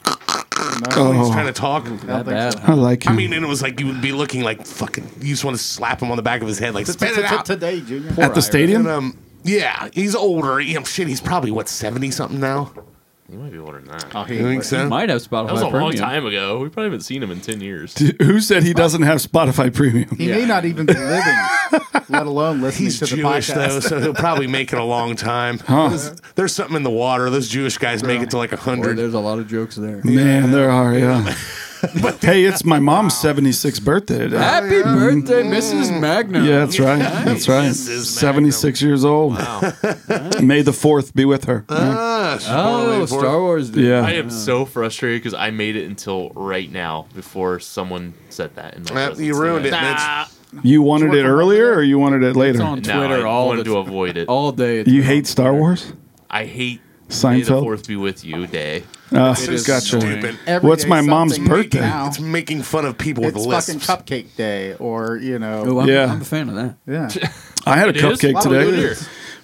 [SPEAKER 1] When he's
[SPEAKER 5] Oh,
[SPEAKER 1] trying to talk.
[SPEAKER 4] Not bad.
[SPEAKER 5] I like you.
[SPEAKER 1] I mean, and it was like you would be looking like fucking. You just want to slap him on the back of his head, like spit it out.
[SPEAKER 6] Today, Junior.
[SPEAKER 5] At the stadium?
[SPEAKER 1] And, um, yeah, he's older. You know, shit, he's probably what seventy something now.
[SPEAKER 3] You might be older than that.
[SPEAKER 6] Oh,
[SPEAKER 1] You think
[SPEAKER 6] he-
[SPEAKER 1] so?
[SPEAKER 4] Might have spot
[SPEAKER 3] that was a
[SPEAKER 4] high
[SPEAKER 3] long
[SPEAKER 4] premium.
[SPEAKER 3] time ago. We probably haven't seen him in ten years.
[SPEAKER 5] Who said he doesn't have Spotify Premium?
[SPEAKER 6] He may not even be living, let alone listening
[SPEAKER 1] He's
[SPEAKER 6] to the
[SPEAKER 1] Jewish
[SPEAKER 6] podcast.
[SPEAKER 1] though, so he'll probably make it a long time. There's, there's something in the water. Those Jewish guys make it to like a
[SPEAKER 4] Boy,
[SPEAKER 1] hundred.
[SPEAKER 4] there's a lot of jokes there.
[SPEAKER 5] Man, there are, yeah. hey, it's my mom's 76th birthday today. Mm-hmm.
[SPEAKER 4] Happy birthday, Mrs. Magnum.
[SPEAKER 5] Yeah, that's right. That's right.
[SPEAKER 1] This is
[SPEAKER 5] 76 years old. May the 4th be with her.
[SPEAKER 1] Ah,
[SPEAKER 4] Oh, Star Wars. Dude.
[SPEAKER 5] Yeah.
[SPEAKER 3] I am so frustrated because I made it until right now before someone said that. In my
[SPEAKER 1] Uh,
[SPEAKER 3] presence.
[SPEAKER 1] you ruined it,
[SPEAKER 3] Nah.
[SPEAKER 1] Mitch.
[SPEAKER 5] You wanted it earlier or you wanted it
[SPEAKER 4] It's
[SPEAKER 5] later?
[SPEAKER 4] on
[SPEAKER 3] No,
[SPEAKER 4] Twitter
[SPEAKER 3] I
[SPEAKER 4] all
[SPEAKER 3] wanted
[SPEAKER 4] the
[SPEAKER 3] to avoid it.
[SPEAKER 4] all day. it's
[SPEAKER 5] You
[SPEAKER 4] been
[SPEAKER 5] hate
[SPEAKER 4] on
[SPEAKER 5] Star
[SPEAKER 4] Twitter.
[SPEAKER 5] Wars?
[SPEAKER 3] I hate May the
[SPEAKER 5] Seinfeld?
[SPEAKER 3] Fourth be with you day.
[SPEAKER 5] Uh,
[SPEAKER 4] It is
[SPEAKER 5] gotcha.
[SPEAKER 4] annoying.
[SPEAKER 1] Stupid.
[SPEAKER 6] Every
[SPEAKER 5] What's
[SPEAKER 6] day
[SPEAKER 5] my mom's
[SPEAKER 6] something
[SPEAKER 5] birthday?
[SPEAKER 6] now.
[SPEAKER 1] It's making fun of people
[SPEAKER 6] It's
[SPEAKER 1] with lists.
[SPEAKER 6] fucking cupcake day, or you know,
[SPEAKER 4] Oh, I'm,
[SPEAKER 5] Yeah.
[SPEAKER 4] I'm a fan of that.
[SPEAKER 6] yeah.
[SPEAKER 5] I had a
[SPEAKER 3] It is?
[SPEAKER 5] cupcake
[SPEAKER 3] Wow, good
[SPEAKER 5] today.
[SPEAKER 3] ear.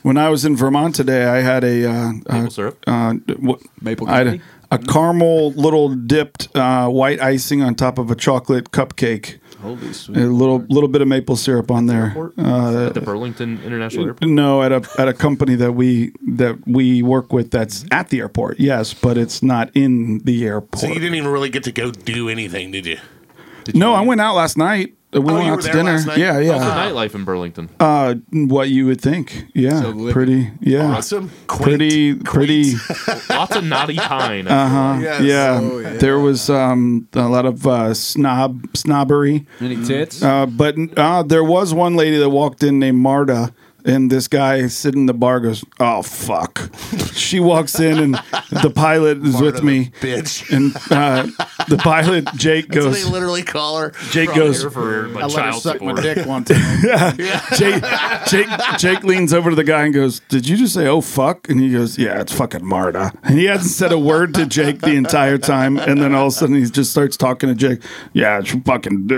[SPEAKER 5] When I was in Vermont today, I had a uh, uh,
[SPEAKER 3] Maple syrup.
[SPEAKER 5] uh, what,
[SPEAKER 4] Maple
[SPEAKER 5] I had a,
[SPEAKER 4] candy?
[SPEAKER 5] a caramel little dipped uh, white icing on top of a chocolate cupcake.
[SPEAKER 4] Holy
[SPEAKER 5] A
[SPEAKER 4] sweet.
[SPEAKER 5] little little bit of maple syrup on there. Uh,
[SPEAKER 3] Airport?
[SPEAKER 1] uh,
[SPEAKER 3] at the Burlington International Airport.
[SPEAKER 5] No, at a at a company that we that we work with that's at the airport. Yes, but it's not in the airport.
[SPEAKER 1] So you didn't even really get to go do anything, did you?
[SPEAKER 5] no, I went out last night. We went
[SPEAKER 1] Oh, you
[SPEAKER 5] out
[SPEAKER 1] were
[SPEAKER 5] to
[SPEAKER 1] there
[SPEAKER 5] dinner.
[SPEAKER 1] last night?
[SPEAKER 5] Yeah,
[SPEAKER 3] How's the
[SPEAKER 5] yeah.
[SPEAKER 3] nightlife in Burlington?
[SPEAKER 5] Uh, what you would think? Yeah,
[SPEAKER 4] So living.
[SPEAKER 5] pretty. Yeah,
[SPEAKER 1] Awesome. Quaint.
[SPEAKER 5] pretty, pretty.
[SPEAKER 1] uh,
[SPEAKER 5] uh-huh.
[SPEAKER 3] Lots of naughty pine.
[SPEAKER 1] Yes. Oh,
[SPEAKER 5] Yeah. there was um, a lot of uh, snob snobbery.
[SPEAKER 4] Any tits?
[SPEAKER 5] Uh, but uh, there was one lady that walked in named Marta And this guy sitting in the bar goes, "Oh fuck!" she walks in, and the pilot is
[SPEAKER 1] Part
[SPEAKER 5] with
[SPEAKER 1] of the
[SPEAKER 5] me.
[SPEAKER 1] bitch.
[SPEAKER 5] And uh, the pilot Jake
[SPEAKER 1] They
[SPEAKER 5] goes,
[SPEAKER 1] literally call her.
[SPEAKER 5] Jake goes,
[SPEAKER 3] for
[SPEAKER 6] I
[SPEAKER 3] my
[SPEAKER 6] let her
[SPEAKER 3] child
[SPEAKER 6] suck my
[SPEAKER 3] support.
[SPEAKER 6] dick one time.
[SPEAKER 5] Jake, Jake, Jake leans over to the guy and goes, "Did you just say oh fuck?" And he goes, "Yeah, it's fucking Marta." And he hasn't said a word to Jake the entire time, and then all of a sudden he just starts talking to Jake. Yeah, she fucking,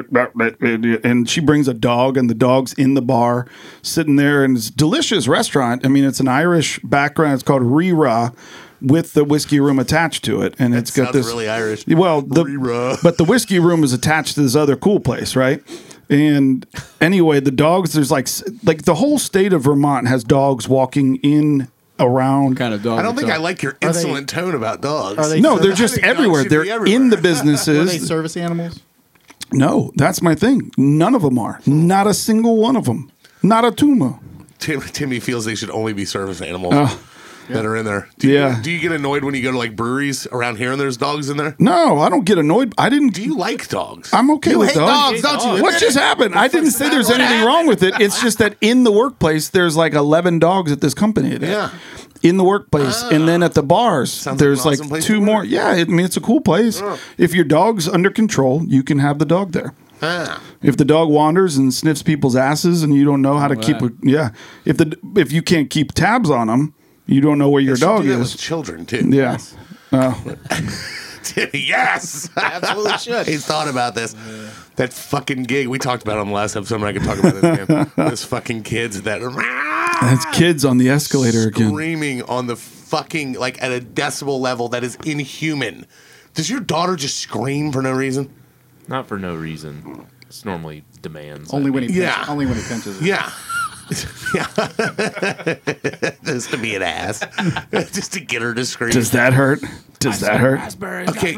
[SPEAKER 5] and she brings a dog, and the dog's in the bar, sitting there, and it's a delicious restaurant. I mean, it's an Irish background. It's called Rira. With the whiskey room attached to it, and it's got
[SPEAKER 1] sounds
[SPEAKER 5] this
[SPEAKER 1] really Irish.
[SPEAKER 5] Well, the,
[SPEAKER 1] Rira.
[SPEAKER 5] but the whiskey room is attached to this other cool place, right? And anyway, the dogs there's like s- like the whole state of Vermont has dogs walking in around.
[SPEAKER 4] kind of dog.
[SPEAKER 1] I don't
[SPEAKER 4] we
[SPEAKER 1] think I
[SPEAKER 4] talk-
[SPEAKER 1] like your insolent tone about dogs.
[SPEAKER 6] Are they
[SPEAKER 5] no,
[SPEAKER 6] serv-
[SPEAKER 5] they're just
[SPEAKER 1] think dogs
[SPEAKER 5] everywhere.
[SPEAKER 1] should be
[SPEAKER 5] They're
[SPEAKER 1] everywhere.
[SPEAKER 5] in the
[SPEAKER 6] Are they
[SPEAKER 5] businesses.
[SPEAKER 6] service animals?
[SPEAKER 5] no, that's my thing. None of them are. Not a single one of them. Not a tumor.
[SPEAKER 1] Tim, Timmy feels they should only be service animals
[SPEAKER 5] Oh.
[SPEAKER 1] that are in there. Do you,
[SPEAKER 5] Yeah.
[SPEAKER 1] Do you get annoyed when you go to like breweries around here and there's dogs in there?
[SPEAKER 5] No, I don't get annoyed. I didn't.
[SPEAKER 1] Do you like dogs?
[SPEAKER 5] I'm okay
[SPEAKER 1] You
[SPEAKER 5] with
[SPEAKER 1] hate
[SPEAKER 5] dogs.
[SPEAKER 1] dogs, don't you?
[SPEAKER 5] What just happened? I didn't say there's
[SPEAKER 1] What
[SPEAKER 5] anything wrong with it. It's just that in the workplace, there's like 11 dogs at this company. today.
[SPEAKER 1] Yeah.
[SPEAKER 5] In the workplace, and then at the bars,
[SPEAKER 1] Sounds like
[SPEAKER 5] there's
[SPEAKER 1] an
[SPEAKER 5] like,
[SPEAKER 1] awesome place
[SPEAKER 5] two
[SPEAKER 1] to
[SPEAKER 5] more.
[SPEAKER 1] work.
[SPEAKER 5] Yeah, I mean it's a cool place. If your dog's under control, you can have the dog there.
[SPEAKER 1] Ah.
[SPEAKER 5] If the dog wanders and sniffs people's asses, and you don't know how to keep, a, yeah. If the if you can't keep tabs on them, you don't know where your
[SPEAKER 1] They should
[SPEAKER 5] dog
[SPEAKER 1] do that with
[SPEAKER 5] is.
[SPEAKER 1] children too.
[SPEAKER 5] Yeah. Oh,
[SPEAKER 1] Timmy, yes.
[SPEAKER 6] Absolutely should.
[SPEAKER 1] He's thought about this. That fucking gig we talked about it on the last episode. I'm not gonna talk about it again. Those fucking kids that
[SPEAKER 5] that's kids on the escalator again.
[SPEAKER 1] screaming on the fucking like at a decibel level that is inhuman. Does your daughter just scream for no reason?
[SPEAKER 3] Not for no reason. It's normally demands.
[SPEAKER 6] Only when he
[SPEAKER 1] Yeah.
[SPEAKER 6] pinches, only when he pinches. it.
[SPEAKER 1] Yeah. yeah. just to be an ass. just to get her to scream.
[SPEAKER 5] Does that hurt? Does that hurt?
[SPEAKER 1] okay.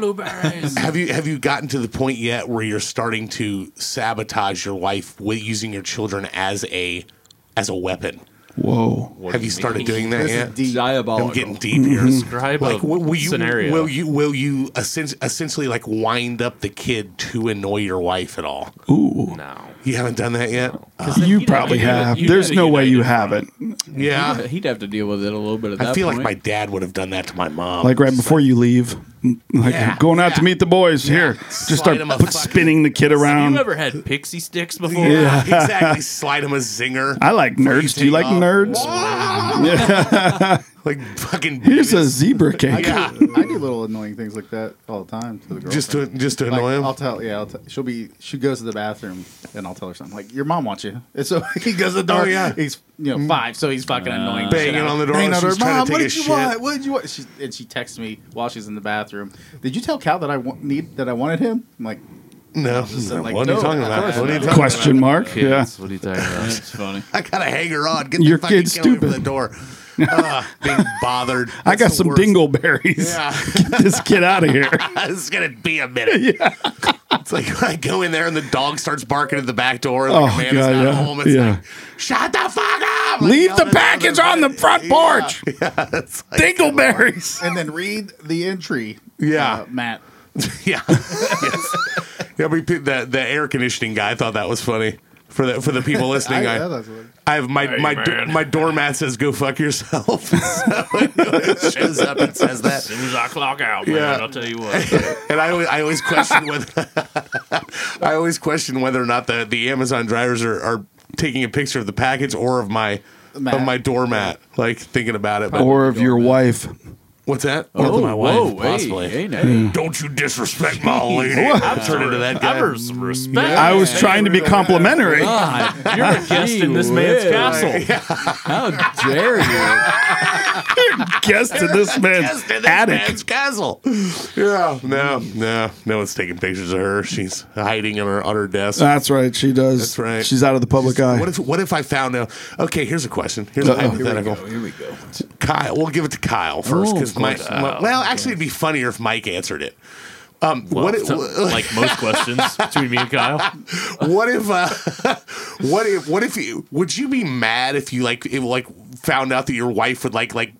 [SPEAKER 1] Have you have you gotten to the point yet where you're starting to sabotage your life with using your children as a as a weapon?
[SPEAKER 5] Whoa.
[SPEAKER 3] What
[SPEAKER 1] have
[SPEAKER 3] do
[SPEAKER 1] you
[SPEAKER 3] mean?
[SPEAKER 1] started doing that
[SPEAKER 6] This is
[SPEAKER 1] yet?
[SPEAKER 6] deep.
[SPEAKER 1] I'm
[SPEAKER 4] diabolical.
[SPEAKER 1] getting deep
[SPEAKER 5] Mm-hmm.
[SPEAKER 1] here.
[SPEAKER 3] Describe
[SPEAKER 1] Like,
[SPEAKER 3] a
[SPEAKER 1] will, will you
[SPEAKER 3] scenario.
[SPEAKER 1] will you will you essen- essentially like wind up the kid to annoy your wife at all?
[SPEAKER 5] Ooh.
[SPEAKER 3] No.
[SPEAKER 1] You haven't done that yet.
[SPEAKER 5] You
[SPEAKER 3] You'd
[SPEAKER 5] probably
[SPEAKER 3] have to do
[SPEAKER 5] have.
[SPEAKER 3] it- you'd
[SPEAKER 5] There's
[SPEAKER 3] have to
[SPEAKER 5] no
[SPEAKER 3] do
[SPEAKER 5] way
[SPEAKER 3] that
[SPEAKER 5] you
[SPEAKER 3] different.
[SPEAKER 5] haven't.
[SPEAKER 1] Yeah,
[SPEAKER 4] He'd have to deal with it a little bit at that
[SPEAKER 1] I feel like
[SPEAKER 4] point.
[SPEAKER 1] my dad would have done that to my mom.
[SPEAKER 5] Like right before you leave, like
[SPEAKER 1] Yeah,
[SPEAKER 5] going out
[SPEAKER 1] yeah.
[SPEAKER 5] to meet the boys. Here, just
[SPEAKER 1] Slide
[SPEAKER 5] start
[SPEAKER 1] him a
[SPEAKER 5] put,
[SPEAKER 1] fucking-
[SPEAKER 5] spinning the kid
[SPEAKER 3] Have
[SPEAKER 5] around.
[SPEAKER 3] you ever had pixie sticks before?
[SPEAKER 1] yeah, exactly. Slide him a zinger.
[SPEAKER 5] I like nerds. Do you
[SPEAKER 1] take
[SPEAKER 5] like
[SPEAKER 1] off.
[SPEAKER 5] nerds?
[SPEAKER 1] like fucking.
[SPEAKER 5] Here's a zebra cake.
[SPEAKER 1] yeah.
[SPEAKER 6] I do little annoying things like that all the time to the girl.
[SPEAKER 1] Just to just to annoy
[SPEAKER 6] I'll
[SPEAKER 1] him.
[SPEAKER 6] tell. Yeah, I'll t- she'll be. She goes to the bathroom, and I'll tell her something like, "Your mom wants you." And so he goes to the door.
[SPEAKER 1] Oh, yeah.
[SPEAKER 6] he's you know five, so he's fucking annoying. the shit
[SPEAKER 1] banging
[SPEAKER 6] out
[SPEAKER 1] on the
[SPEAKER 6] of-
[SPEAKER 1] door
[SPEAKER 6] banging
[SPEAKER 1] while
[SPEAKER 6] on her,
[SPEAKER 1] she's trying to
[SPEAKER 6] Mom, what
[SPEAKER 1] take a
[SPEAKER 6] did you
[SPEAKER 1] shit."
[SPEAKER 6] want? What did you want? She, and she texts me while she's in the bathroom. Did you tell Cal that I want, need that I wanted him? I'm like,
[SPEAKER 1] No,
[SPEAKER 6] like,
[SPEAKER 1] what are you
[SPEAKER 6] no,
[SPEAKER 1] talking
[SPEAKER 6] of
[SPEAKER 1] about?
[SPEAKER 6] course
[SPEAKER 1] What are you
[SPEAKER 6] not.
[SPEAKER 1] talking
[SPEAKER 5] Question mark. Yeah.
[SPEAKER 3] Kids, What are you talking about?
[SPEAKER 4] That's funny.
[SPEAKER 1] I gotta hang her on. Get
[SPEAKER 5] Your
[SPEAKER 1] the fucking
[SPEAKER 5] kid's
[SPEAKER 1] kid away from
[SPEAKER 5] stupid.
[SPEAKER 1] the door. Ugh, being bothered.
[SPEAKER 5] I got
[SPEAKER 1] That's the
[SPEAKER 5] some
[SPEAKER 1] worst.
[SPEAKER 5] dingleberries.
[SPEAKER 1] Yeah.
[SPEAKER 5] Get this kid out of here.
[SPEAKER 1] this is gonna be a minute. It's like when I go in there and the dog starts barking at the back door, and like
[SPEAKER 5] Oh,
[SPEAKER 1] a man is
[SPEAKER 5] God,
[SPEAKER 1] not
[SPEAKER 5] yeah,
[SPEAKER 1] home. It's
[SPEAKER 5] yeah.
[SPEAKER 1] like, shut the fuck up! Like,
[SPEAKER 5] Leave
[SPEAKER 1] yell
[SPEAKER 5] the
[SPEAKER 1] at
[SPEAKER 5] package
[SPEAKER 1] other
[SPEAKER 5] on the
[SPEAKER 1] buddy.
[SPEAKER 5] front
[SPEAKER 1] Yeah.
[SPEAKER 5] porch.
[SPEAKER 1] Yeah, it's like,
[SPEAKER 5] Dingleberries.
[SPEAKER 6] and then read the entry.
[SPEAKER 1] Yeah.
[SPEAKER 6] uh, Matt.
[SPEAKER 1] yeah, yes. yeah. We picked the the air conditioning guy. I thought that was funny for the for the people listening.
[SPEAKER 6] I,
[SPEAKER 1] I,
[SPEAKER 6] yeah, that's what-
[SPEAKER 1] I have my my do, my doormat says go fuck yourself. so it shows up and says
[SPEAKER 3] As
[SPEAKER 1] that.
[SPEAKER 3] soon as I clock out, man,
[SPEAKER 1] Yeah.
[SPEAKER 3] I'll tell you what.
[SPEAKER 1] And I always, I always question whether I always question whether or not the, the Amazon drivers are, are taking a picture of the package or of my of
[SPEAKER 6] Mat.
[SPEAKER 1] my doormat. Like thinking about it. But
[SPEAKER 5] Or of your wife.
[SPEAKER 1] what's that?
[SPEAKER 4] Oh,
[SPEAKER 1] Or my wife,
[SPEAKER 4] whoa, hey,
[SPEAKER 1] possibly.
[SPEAKER 4] hey,
[SPEAKER 5] Hmm.
[SPEAKER 4] now.
[SPEAKER 1] Don't you disrespect my old lady? I'm turning to that
[SPEAKER 3] Give
[SPEAKER 1] guy.
[SPEAKER 3] her some respect.
[SPEAKER 5] I was trying to be complimentary.
[SPEAKER 4] God, you're a
[SPEAKER 3] Guest in this man's castle.
[SPEAKER 4] How dare you?
[SPEAKER 5] Guest in this man's
[SPEAKER 1] Just in this
[SPEAKER 5] attic.
[SPEAKER 1] man's castle. Yeah, no, no, no one's taking pictures of her. She's hiding in her on her desk.
[SPEAKER 5] That's right. She does.
[SPEAKER 1] That's right.
[SPEAKER 5] She's out of the public eye.
[SPEAKER 1] What if what if I found out? Okay, here's a question. Here's a
[SPEAKER 5] Uh-oh. Here we
[SPEAKER 1] hypothetical.
[SPEAKER 4] Here we go.
[SPEAKER 1] Kyle, we'll give it to Kyle first
[SPEAKER 4] Oh,
[SPEAKER 1] because
[SPEAKER 4] of
[SPEAKER 1] Mike.
[SPEAKER 4] course.
[SPEAKER 1] Mi- well, actually, it'd be funnier if Mike answered it. Um,
[SPEAKER 3] Well,
[SPEAKER 1] what, if,
[SPEAKER 3] so- like most questions between me and Kyle.
[SPEAKER 1] what if uh, what if what if you would you be mad if you like if, like found out that your wife would like like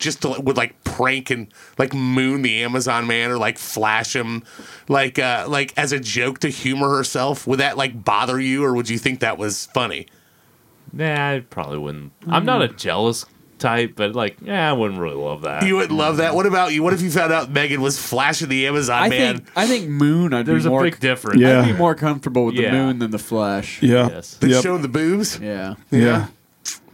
[SPEAKER 1] just to, would like prank and like moon the Amazon man or like flash him like uh like as a joke to humor herself would that like bother you or would you think that was funny
[SPEAKER 3] Nah, I probably wouldn't. I'm not a jealous type, but like, yeah, I wouldn't really love that.
[SPEAKER 1] You would love that. What about you? What if you found out Megan was flashing the Amazon
[SPEAKER 4] I
[SPEAKER 1] man?
[SPEAKER 4] think I think Moon. I'd
[SPEAKER 3] There's
[SPEAKER 4] be
[SPEAKER 3] a
[SPEAKER 4] more.
[SPEAKER 3] big difference.
[SPEAKER 5] Yeah.
[SPEAKER 4] I'd be more comfortable with
[SPEAKER 3] Yeah.
[SPEAKER 4] the Moon than the Flash.
[SPEAKER 5] Yeah.
[SPEAKER 3] Yes.
[SPEAKER 1] that
[SPEAKER 5] Yep.
[SPEAKER 1] showed the boobs.
[SPEAKER 4] Yeah.
[SPEAKER 5] Yeah.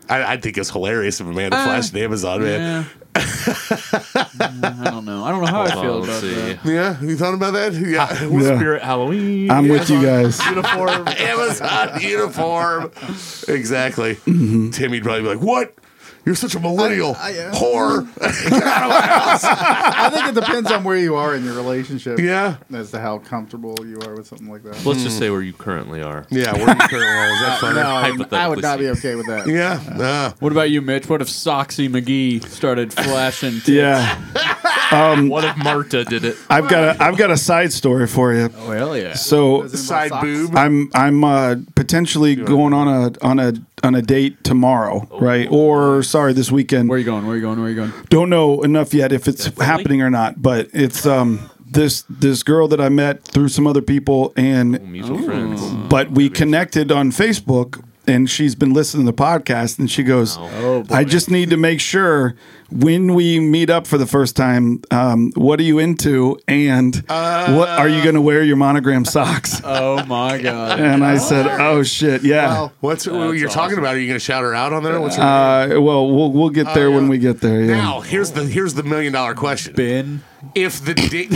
[SPEAKER 1] I, I think it's hilarious if a man
[SPEAKER 4] Uh,
[SPEAKER 1] flashed the Amazon man.
[SPEAKER 4] Yeah. I don't know. I don't know how I
[SPEAKER 3] Hold on,
[SPEAKER 4] feel about
[SPEAKER 3] let's see.
[SPEAKER 4] that.
[SPEAKER 1] Yeah, have you thought about that? Yeah,
[SPEAKER 5] Yeah.
[SPEAKER 3] Spirit Halloween.
[SPEAKER 5] I'm with you guys.
[SPEAKER 3] uniform.
[SPEAKER 1] Amazon uniform. Exactly. Timmy'd probably be like, "What? You're such a millennial
[SPEAKER 6] I am.
[SPEAKER 1] whore."
[SPEAKER 6] I think it depends on where you are in your relationship.
[SPEAKER 1] yeah,
[SPEAKER 6] As to how comfortable you are with something like that.
[SPEAKER 3] Let's just say where you currently are.
[SPEAKER 1] yeah. Where you currently at? Is that funny?
[SPEAKER 6] no, I'm- I
[SPEAKER 3] hypothetically
[SPEAKER 6] would not be
[SPEAKER 3] speaking.
[SPEAKER 6] okay with that.
[SPEAKER 1] Yeah. uh,
[SPEAKER 4] What about you, Mitch? What if Soxy McGee started flashing? tits?
[SPEAKER 5] Yeah. Um,
[SPEAKER 3] What if Marta did it?
[SPEAKER 5] I've got a I've got a side story for you.
[SPEAKER 4] Oh hell yeah!
[SPEAKER 5] So
[SPEAKER 6] Does it involve
[SPEAKER 1] side
[SPEAKER 6] socks?
[SPEAKER 1] boob.
[SPEAKER 5] I'm I'm uh, potentially going on a on a on a date tomorrow, right? Or sorry, this weekend.
[SPEAKER 4] Where you going? Where you going? Where you going?
[SPEAKER 5] Don't know enough yet if it's happening or not, but it's um this this girl that I met through some other people and
[SPEAKER 3] Mutual friends.
[SPEAKER 5] but we connected on Facebook and she's been listening to the podcast and she goes i just need to make sure when we meet up for the first time um, what are you into and what are you going to wear your monogram socks
[SPEAKER 4] Oh my god!
[SPEAKER 5] and i said oh shit yeah
[SPEAKER 1] What's what you're talking about? Are you going to shout her out on there? What's your
[SPEAKER 5] uh, well we'll we'll get there when
[SPEAKER 1] yeah.
[SPEAKER 5] we get there yeah
[SPEAKER 1] now? Here's the here's the million dollar question.
[SPEAKER 4] Ben,
[SPEAKER 1] If the date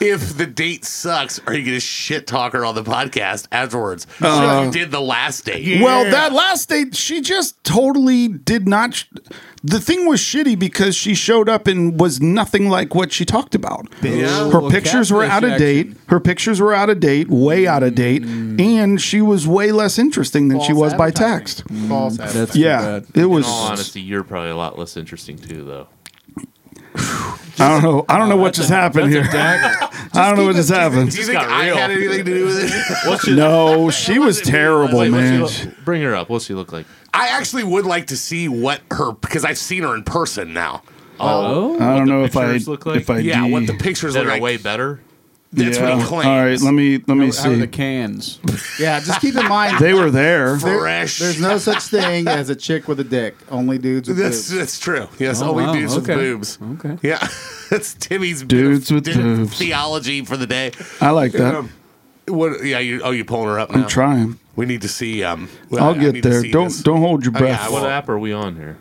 [SPEAKER 1] if the date sucks, are you going to shit talk her on the podcast afterwards? so you did the last date.
[SPEAKER 5] Well, that last date, she just totally did not. Sh- the thing was shitty because she showed up and was nothing like what she talked about.
[SPEAKER 1] Yeah.
[SPEAKER 5] Her
[SPEAKER 4] Well,
[SPEAKER 5] pictures were
[SPEAKER 4] catfish
[SPEAKER 5] out of date.
[SPEAKER 4] action.
[SPEAKER 5] Her pictures were out of date, way out of date, and she was way less interesting than she
[SPEAKER 6] False
[SPEAKER 5] was by
[SPEAKER 6] advertising.
[SPEAKER 5] text.
[SPEAKER 1] Mm,
[SPEAKER 6] False
[SPEAKER 4] that's
[SPEAKER 6] advertising.
[SPEAKER 4] too
[SPEAKER 5] Yeah,
[SPEAKER 4] bad.
[SPEAKER 5] it was.
[SPEAKER 3] In all honesty, you're probably a lot less interesting too, though.
[SPEAKER 5] I don't know. I don't know what just happened here. I don't know what just happened.
[SPEAKER 1] do you think
[SPEAKER 3] got
[SPEAKER 1] I
[SPEAKER 3] real.
[SPEAKER 1] had anything to do with it?
[SPEAKER 3] What's she,
[SPEAKER 5] No, she was terrible,
[SPEAKER 3] wait, what's she
[SPEAKER 5] man.
[SPEAKER 3] look- bring her up. What's she look like?
[SPEAKER 1] I actually would like to see what her because I've seen her in person now.
[SPEAKER 3] Oh,
[SPEAKER 5] I don't know if I
[SPEAKER 3] pictures look like?
[SPEAKER 5] if I
[SPEAKER 1] Yeah,
[SPEAKER 5] D-
[SPEAKER 1] what the pictures
[SPEAKER 3] that
[SPEAKER 1] look
[SPEAKER 3] are
[SPEAKER 1] like.
[SPEAKER 3] way better.
[SPEAKER 1] That's what he
[SPEAKER 5] Yeah.
[SPEAKER 1] claims.
[SPEAKER 5] All right, let me let me
[SPEAKER 4] how are the
[SPEAKER 5] see.
[SPEAKER 4] cans?
[SPEAKER 6] Yeah, just keep in mind
[SPEAKER 5] They were there.
[SPEAKER 1] Fresh.
[SPEAKER 6] there's no such thing as a chick with a dick. Only dudes with
[SPEAKER 1] that's
[SPEAKER 6] boobs.
[SPEAKER 1] that's true. Yes,
[SPEAKER 4] Oh,
[SPEAKER 1] only
[SPEAKER 4] wow,
[SPEAKER 1] dudes
[SPEAKER 4] okay.
[SPEAKER 1] with boobs.
[SPEAKER 4] Okay.
[SPEAKER 1] Yeah, that's Timmy's bit
[SPEAKER 5] Dudes with
[SPEAKER 1] di-
[SPEAKER 5] boobs.
[SPEAKER 1] theology for the day.
[SPEAKER 5] I like that.
[SPEAKER 1] Um, what? Yeah. You, oh, you pulling her up now?
[SPEAKER 5] I'm trying.
[SPEAKER 1] we need to see. Um,
[SPEAKER 5] I'll
[SPEAKER 1] I- I
[SPEAKER 5] get
[SPEAKER 1] need to
[SPEAKER 5] there.
[SPEAKER 1] see
[SPEAKER 5] Don't
[SPEAKER 1] this.
[SPEAKER 5] don't hold your
[SPEAKER 1] Oh, yeah,
[SPEAKER 5] breath.
[SPEAKER 1] I
[SPEAKER 3] What
[SPEAKER 1] Well-
[SPEAKER 3] app are we on here?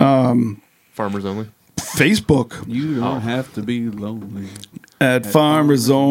[SPEAKER 3] Um, Farmers only.
[SPEAKER 5] Facebook
[SPEAKER 4] You
[SPEAKER 3] Oh.
[SPEAKER 4] don't have to be lonely.
[SPEAKER 5] at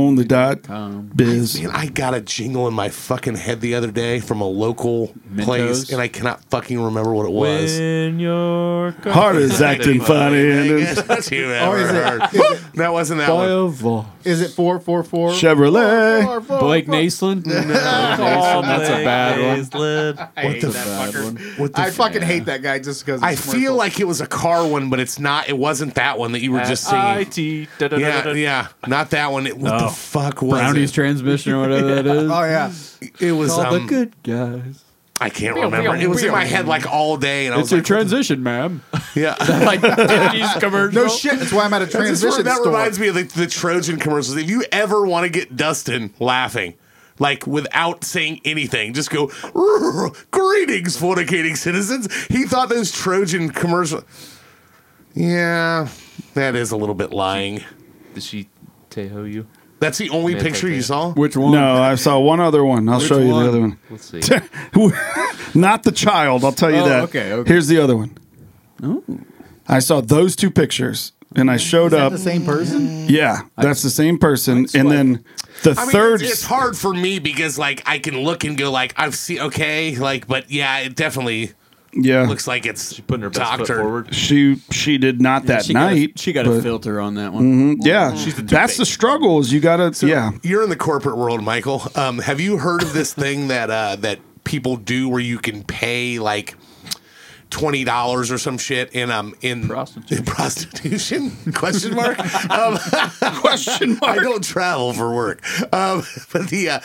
[SPEAKER 5] farmersonly.biz.
[SPEAKER 1] Man, I got a jingle in my fucking head the other day from a local place,
[SPEAKER 4] Mentos?
[SPEAKER 1] and I cannot fucking remember what it was.
[SPEAKER 3] When your
[SPEAKER 5] Heart is acting funny. And it's
[SPEAKER 1] That's you ever
[SPEAKER 6] is it-
[SPEAKER 1] heard. that wasn't that one.
[SPEAKER 4] Boy,
[SPEAKER 6] Is it four four four?
[SPEAKER 5] Chevrolet.
[SPEAKER 6] Four, four,
[SPEAKER 4] Blake
[SPEAKER 6] four.
[SPEAKER 4] Naslin. No, that's a bad
[SPEAKER 3] Oh,
[SPEAKER 4] one.
[SPEAKER 6] I hate that fucker.
[SPEAKER 1] What the
[SPEAKER 6] I
[SPEAKER 1] f-
[SPEAKER 6] fucking hate that guy just because.
[SPEAKER 1] I feel like it was a car one, but it's not. It wasn't that one that you were just singing.
[SPEAKER 3] IT.
[SPEAKER 1] Yeah, yeah, not that one. It, what the fuck was
[SPEAKER 4] Brownies
[SPEAKER 1] it?
[SPEAKER 4] transmission or whatever that is.
[SPEAKER 6] Oh yeah,
[SPEAKER 1] It was.
[SPEAKER 4] All the
[SPEAKER 1] Um,
[SPEAKER 4] good guys.
[SPEAKER 1] I can't remember. It was in my head like all day, and I
[SPEAKER 4] It's
[SPEAKER 1] was
[SPEAKER 4] your
[SPEAKER 1] like,
[SPEAKER 4] transition, ma'am.
[SPEAKER 1] yeah.
[SPEAKER 4] Like Disney's commercial.
[SPEAKER 6] no shit. That's why I'm at a
[SPEAKER 1] That's just-
[SPEAKER 6] transition
[SPEAKER 1] that
[SPEAKER 6] store.
[SPEAKER 1] reminds me of the, the Trojan commercials. If you ever want to get Dustin laughing. Like without saying anything, just go. Greetings, fornicating citizens. He thought those Trojan commercial. Yeah, that is a little bit lying.
[SPEAKER 3] Did she Teho you?
[SPEAKER 1] That's the only
[SPEAKER 3] Man,
[SPEAKER 1] picture
[SPEAKER 3] take
[SPEAKER 1] you
[SPEAKER 3] that.
[SPEAKER 1] saw.
[SPEAKER 4] Which one?
[SPEAKER 5] No, I saw one other one. I'll show you
[SPEAKER 4] one?
[SPEAKER 5] the other one.
[SPEAKER 3] Let's see.
[SPEAKER 5] Not the child, I'll tell you
[SPEAKER 4] Oh,
[SPEAKER 5] that.
[SPEAKER 4] okay, okay.
[SPEAKER 5] Here's the other one. I saw those two pictures and I showed up.
[SPEAKER 6] the same person.
[SPEAKER 5] Yeah, that's the same person. And then the
[SPEAKER 1] I mean,
[SPEAKER 5] third.
[SPEAKER 1] it's, it's hard for me because like I can look and go like I've seen okay, like but yeah, it definitely
[SPEAKER 5] yeah.
[SPEAKER 1] looks like it's she
[SPEAKER 3] Putting her best foot forward.
[SPEAKER 5] she she did not that
[SPEAKER 4] she Got
[SPEAKER 5] night.
[SPEAKER 4] a, she got
[SPEAKER 5] but-
[SPEAKER 4] a filter on that one.
[SPEAKER 5] Yeah, that's the struggle. Is you gotta yeah.
[SPEAKER 1] You're in the corporate world, Michael. Um, have you heard of this thing that uh, that people do where you can pay like twenty dollars or some shit in um in
[SPEAKER 4] Prostitution.
[SPEAKER 1] prostitution question mark um, question mark? I don't travel for work, um, but the uh,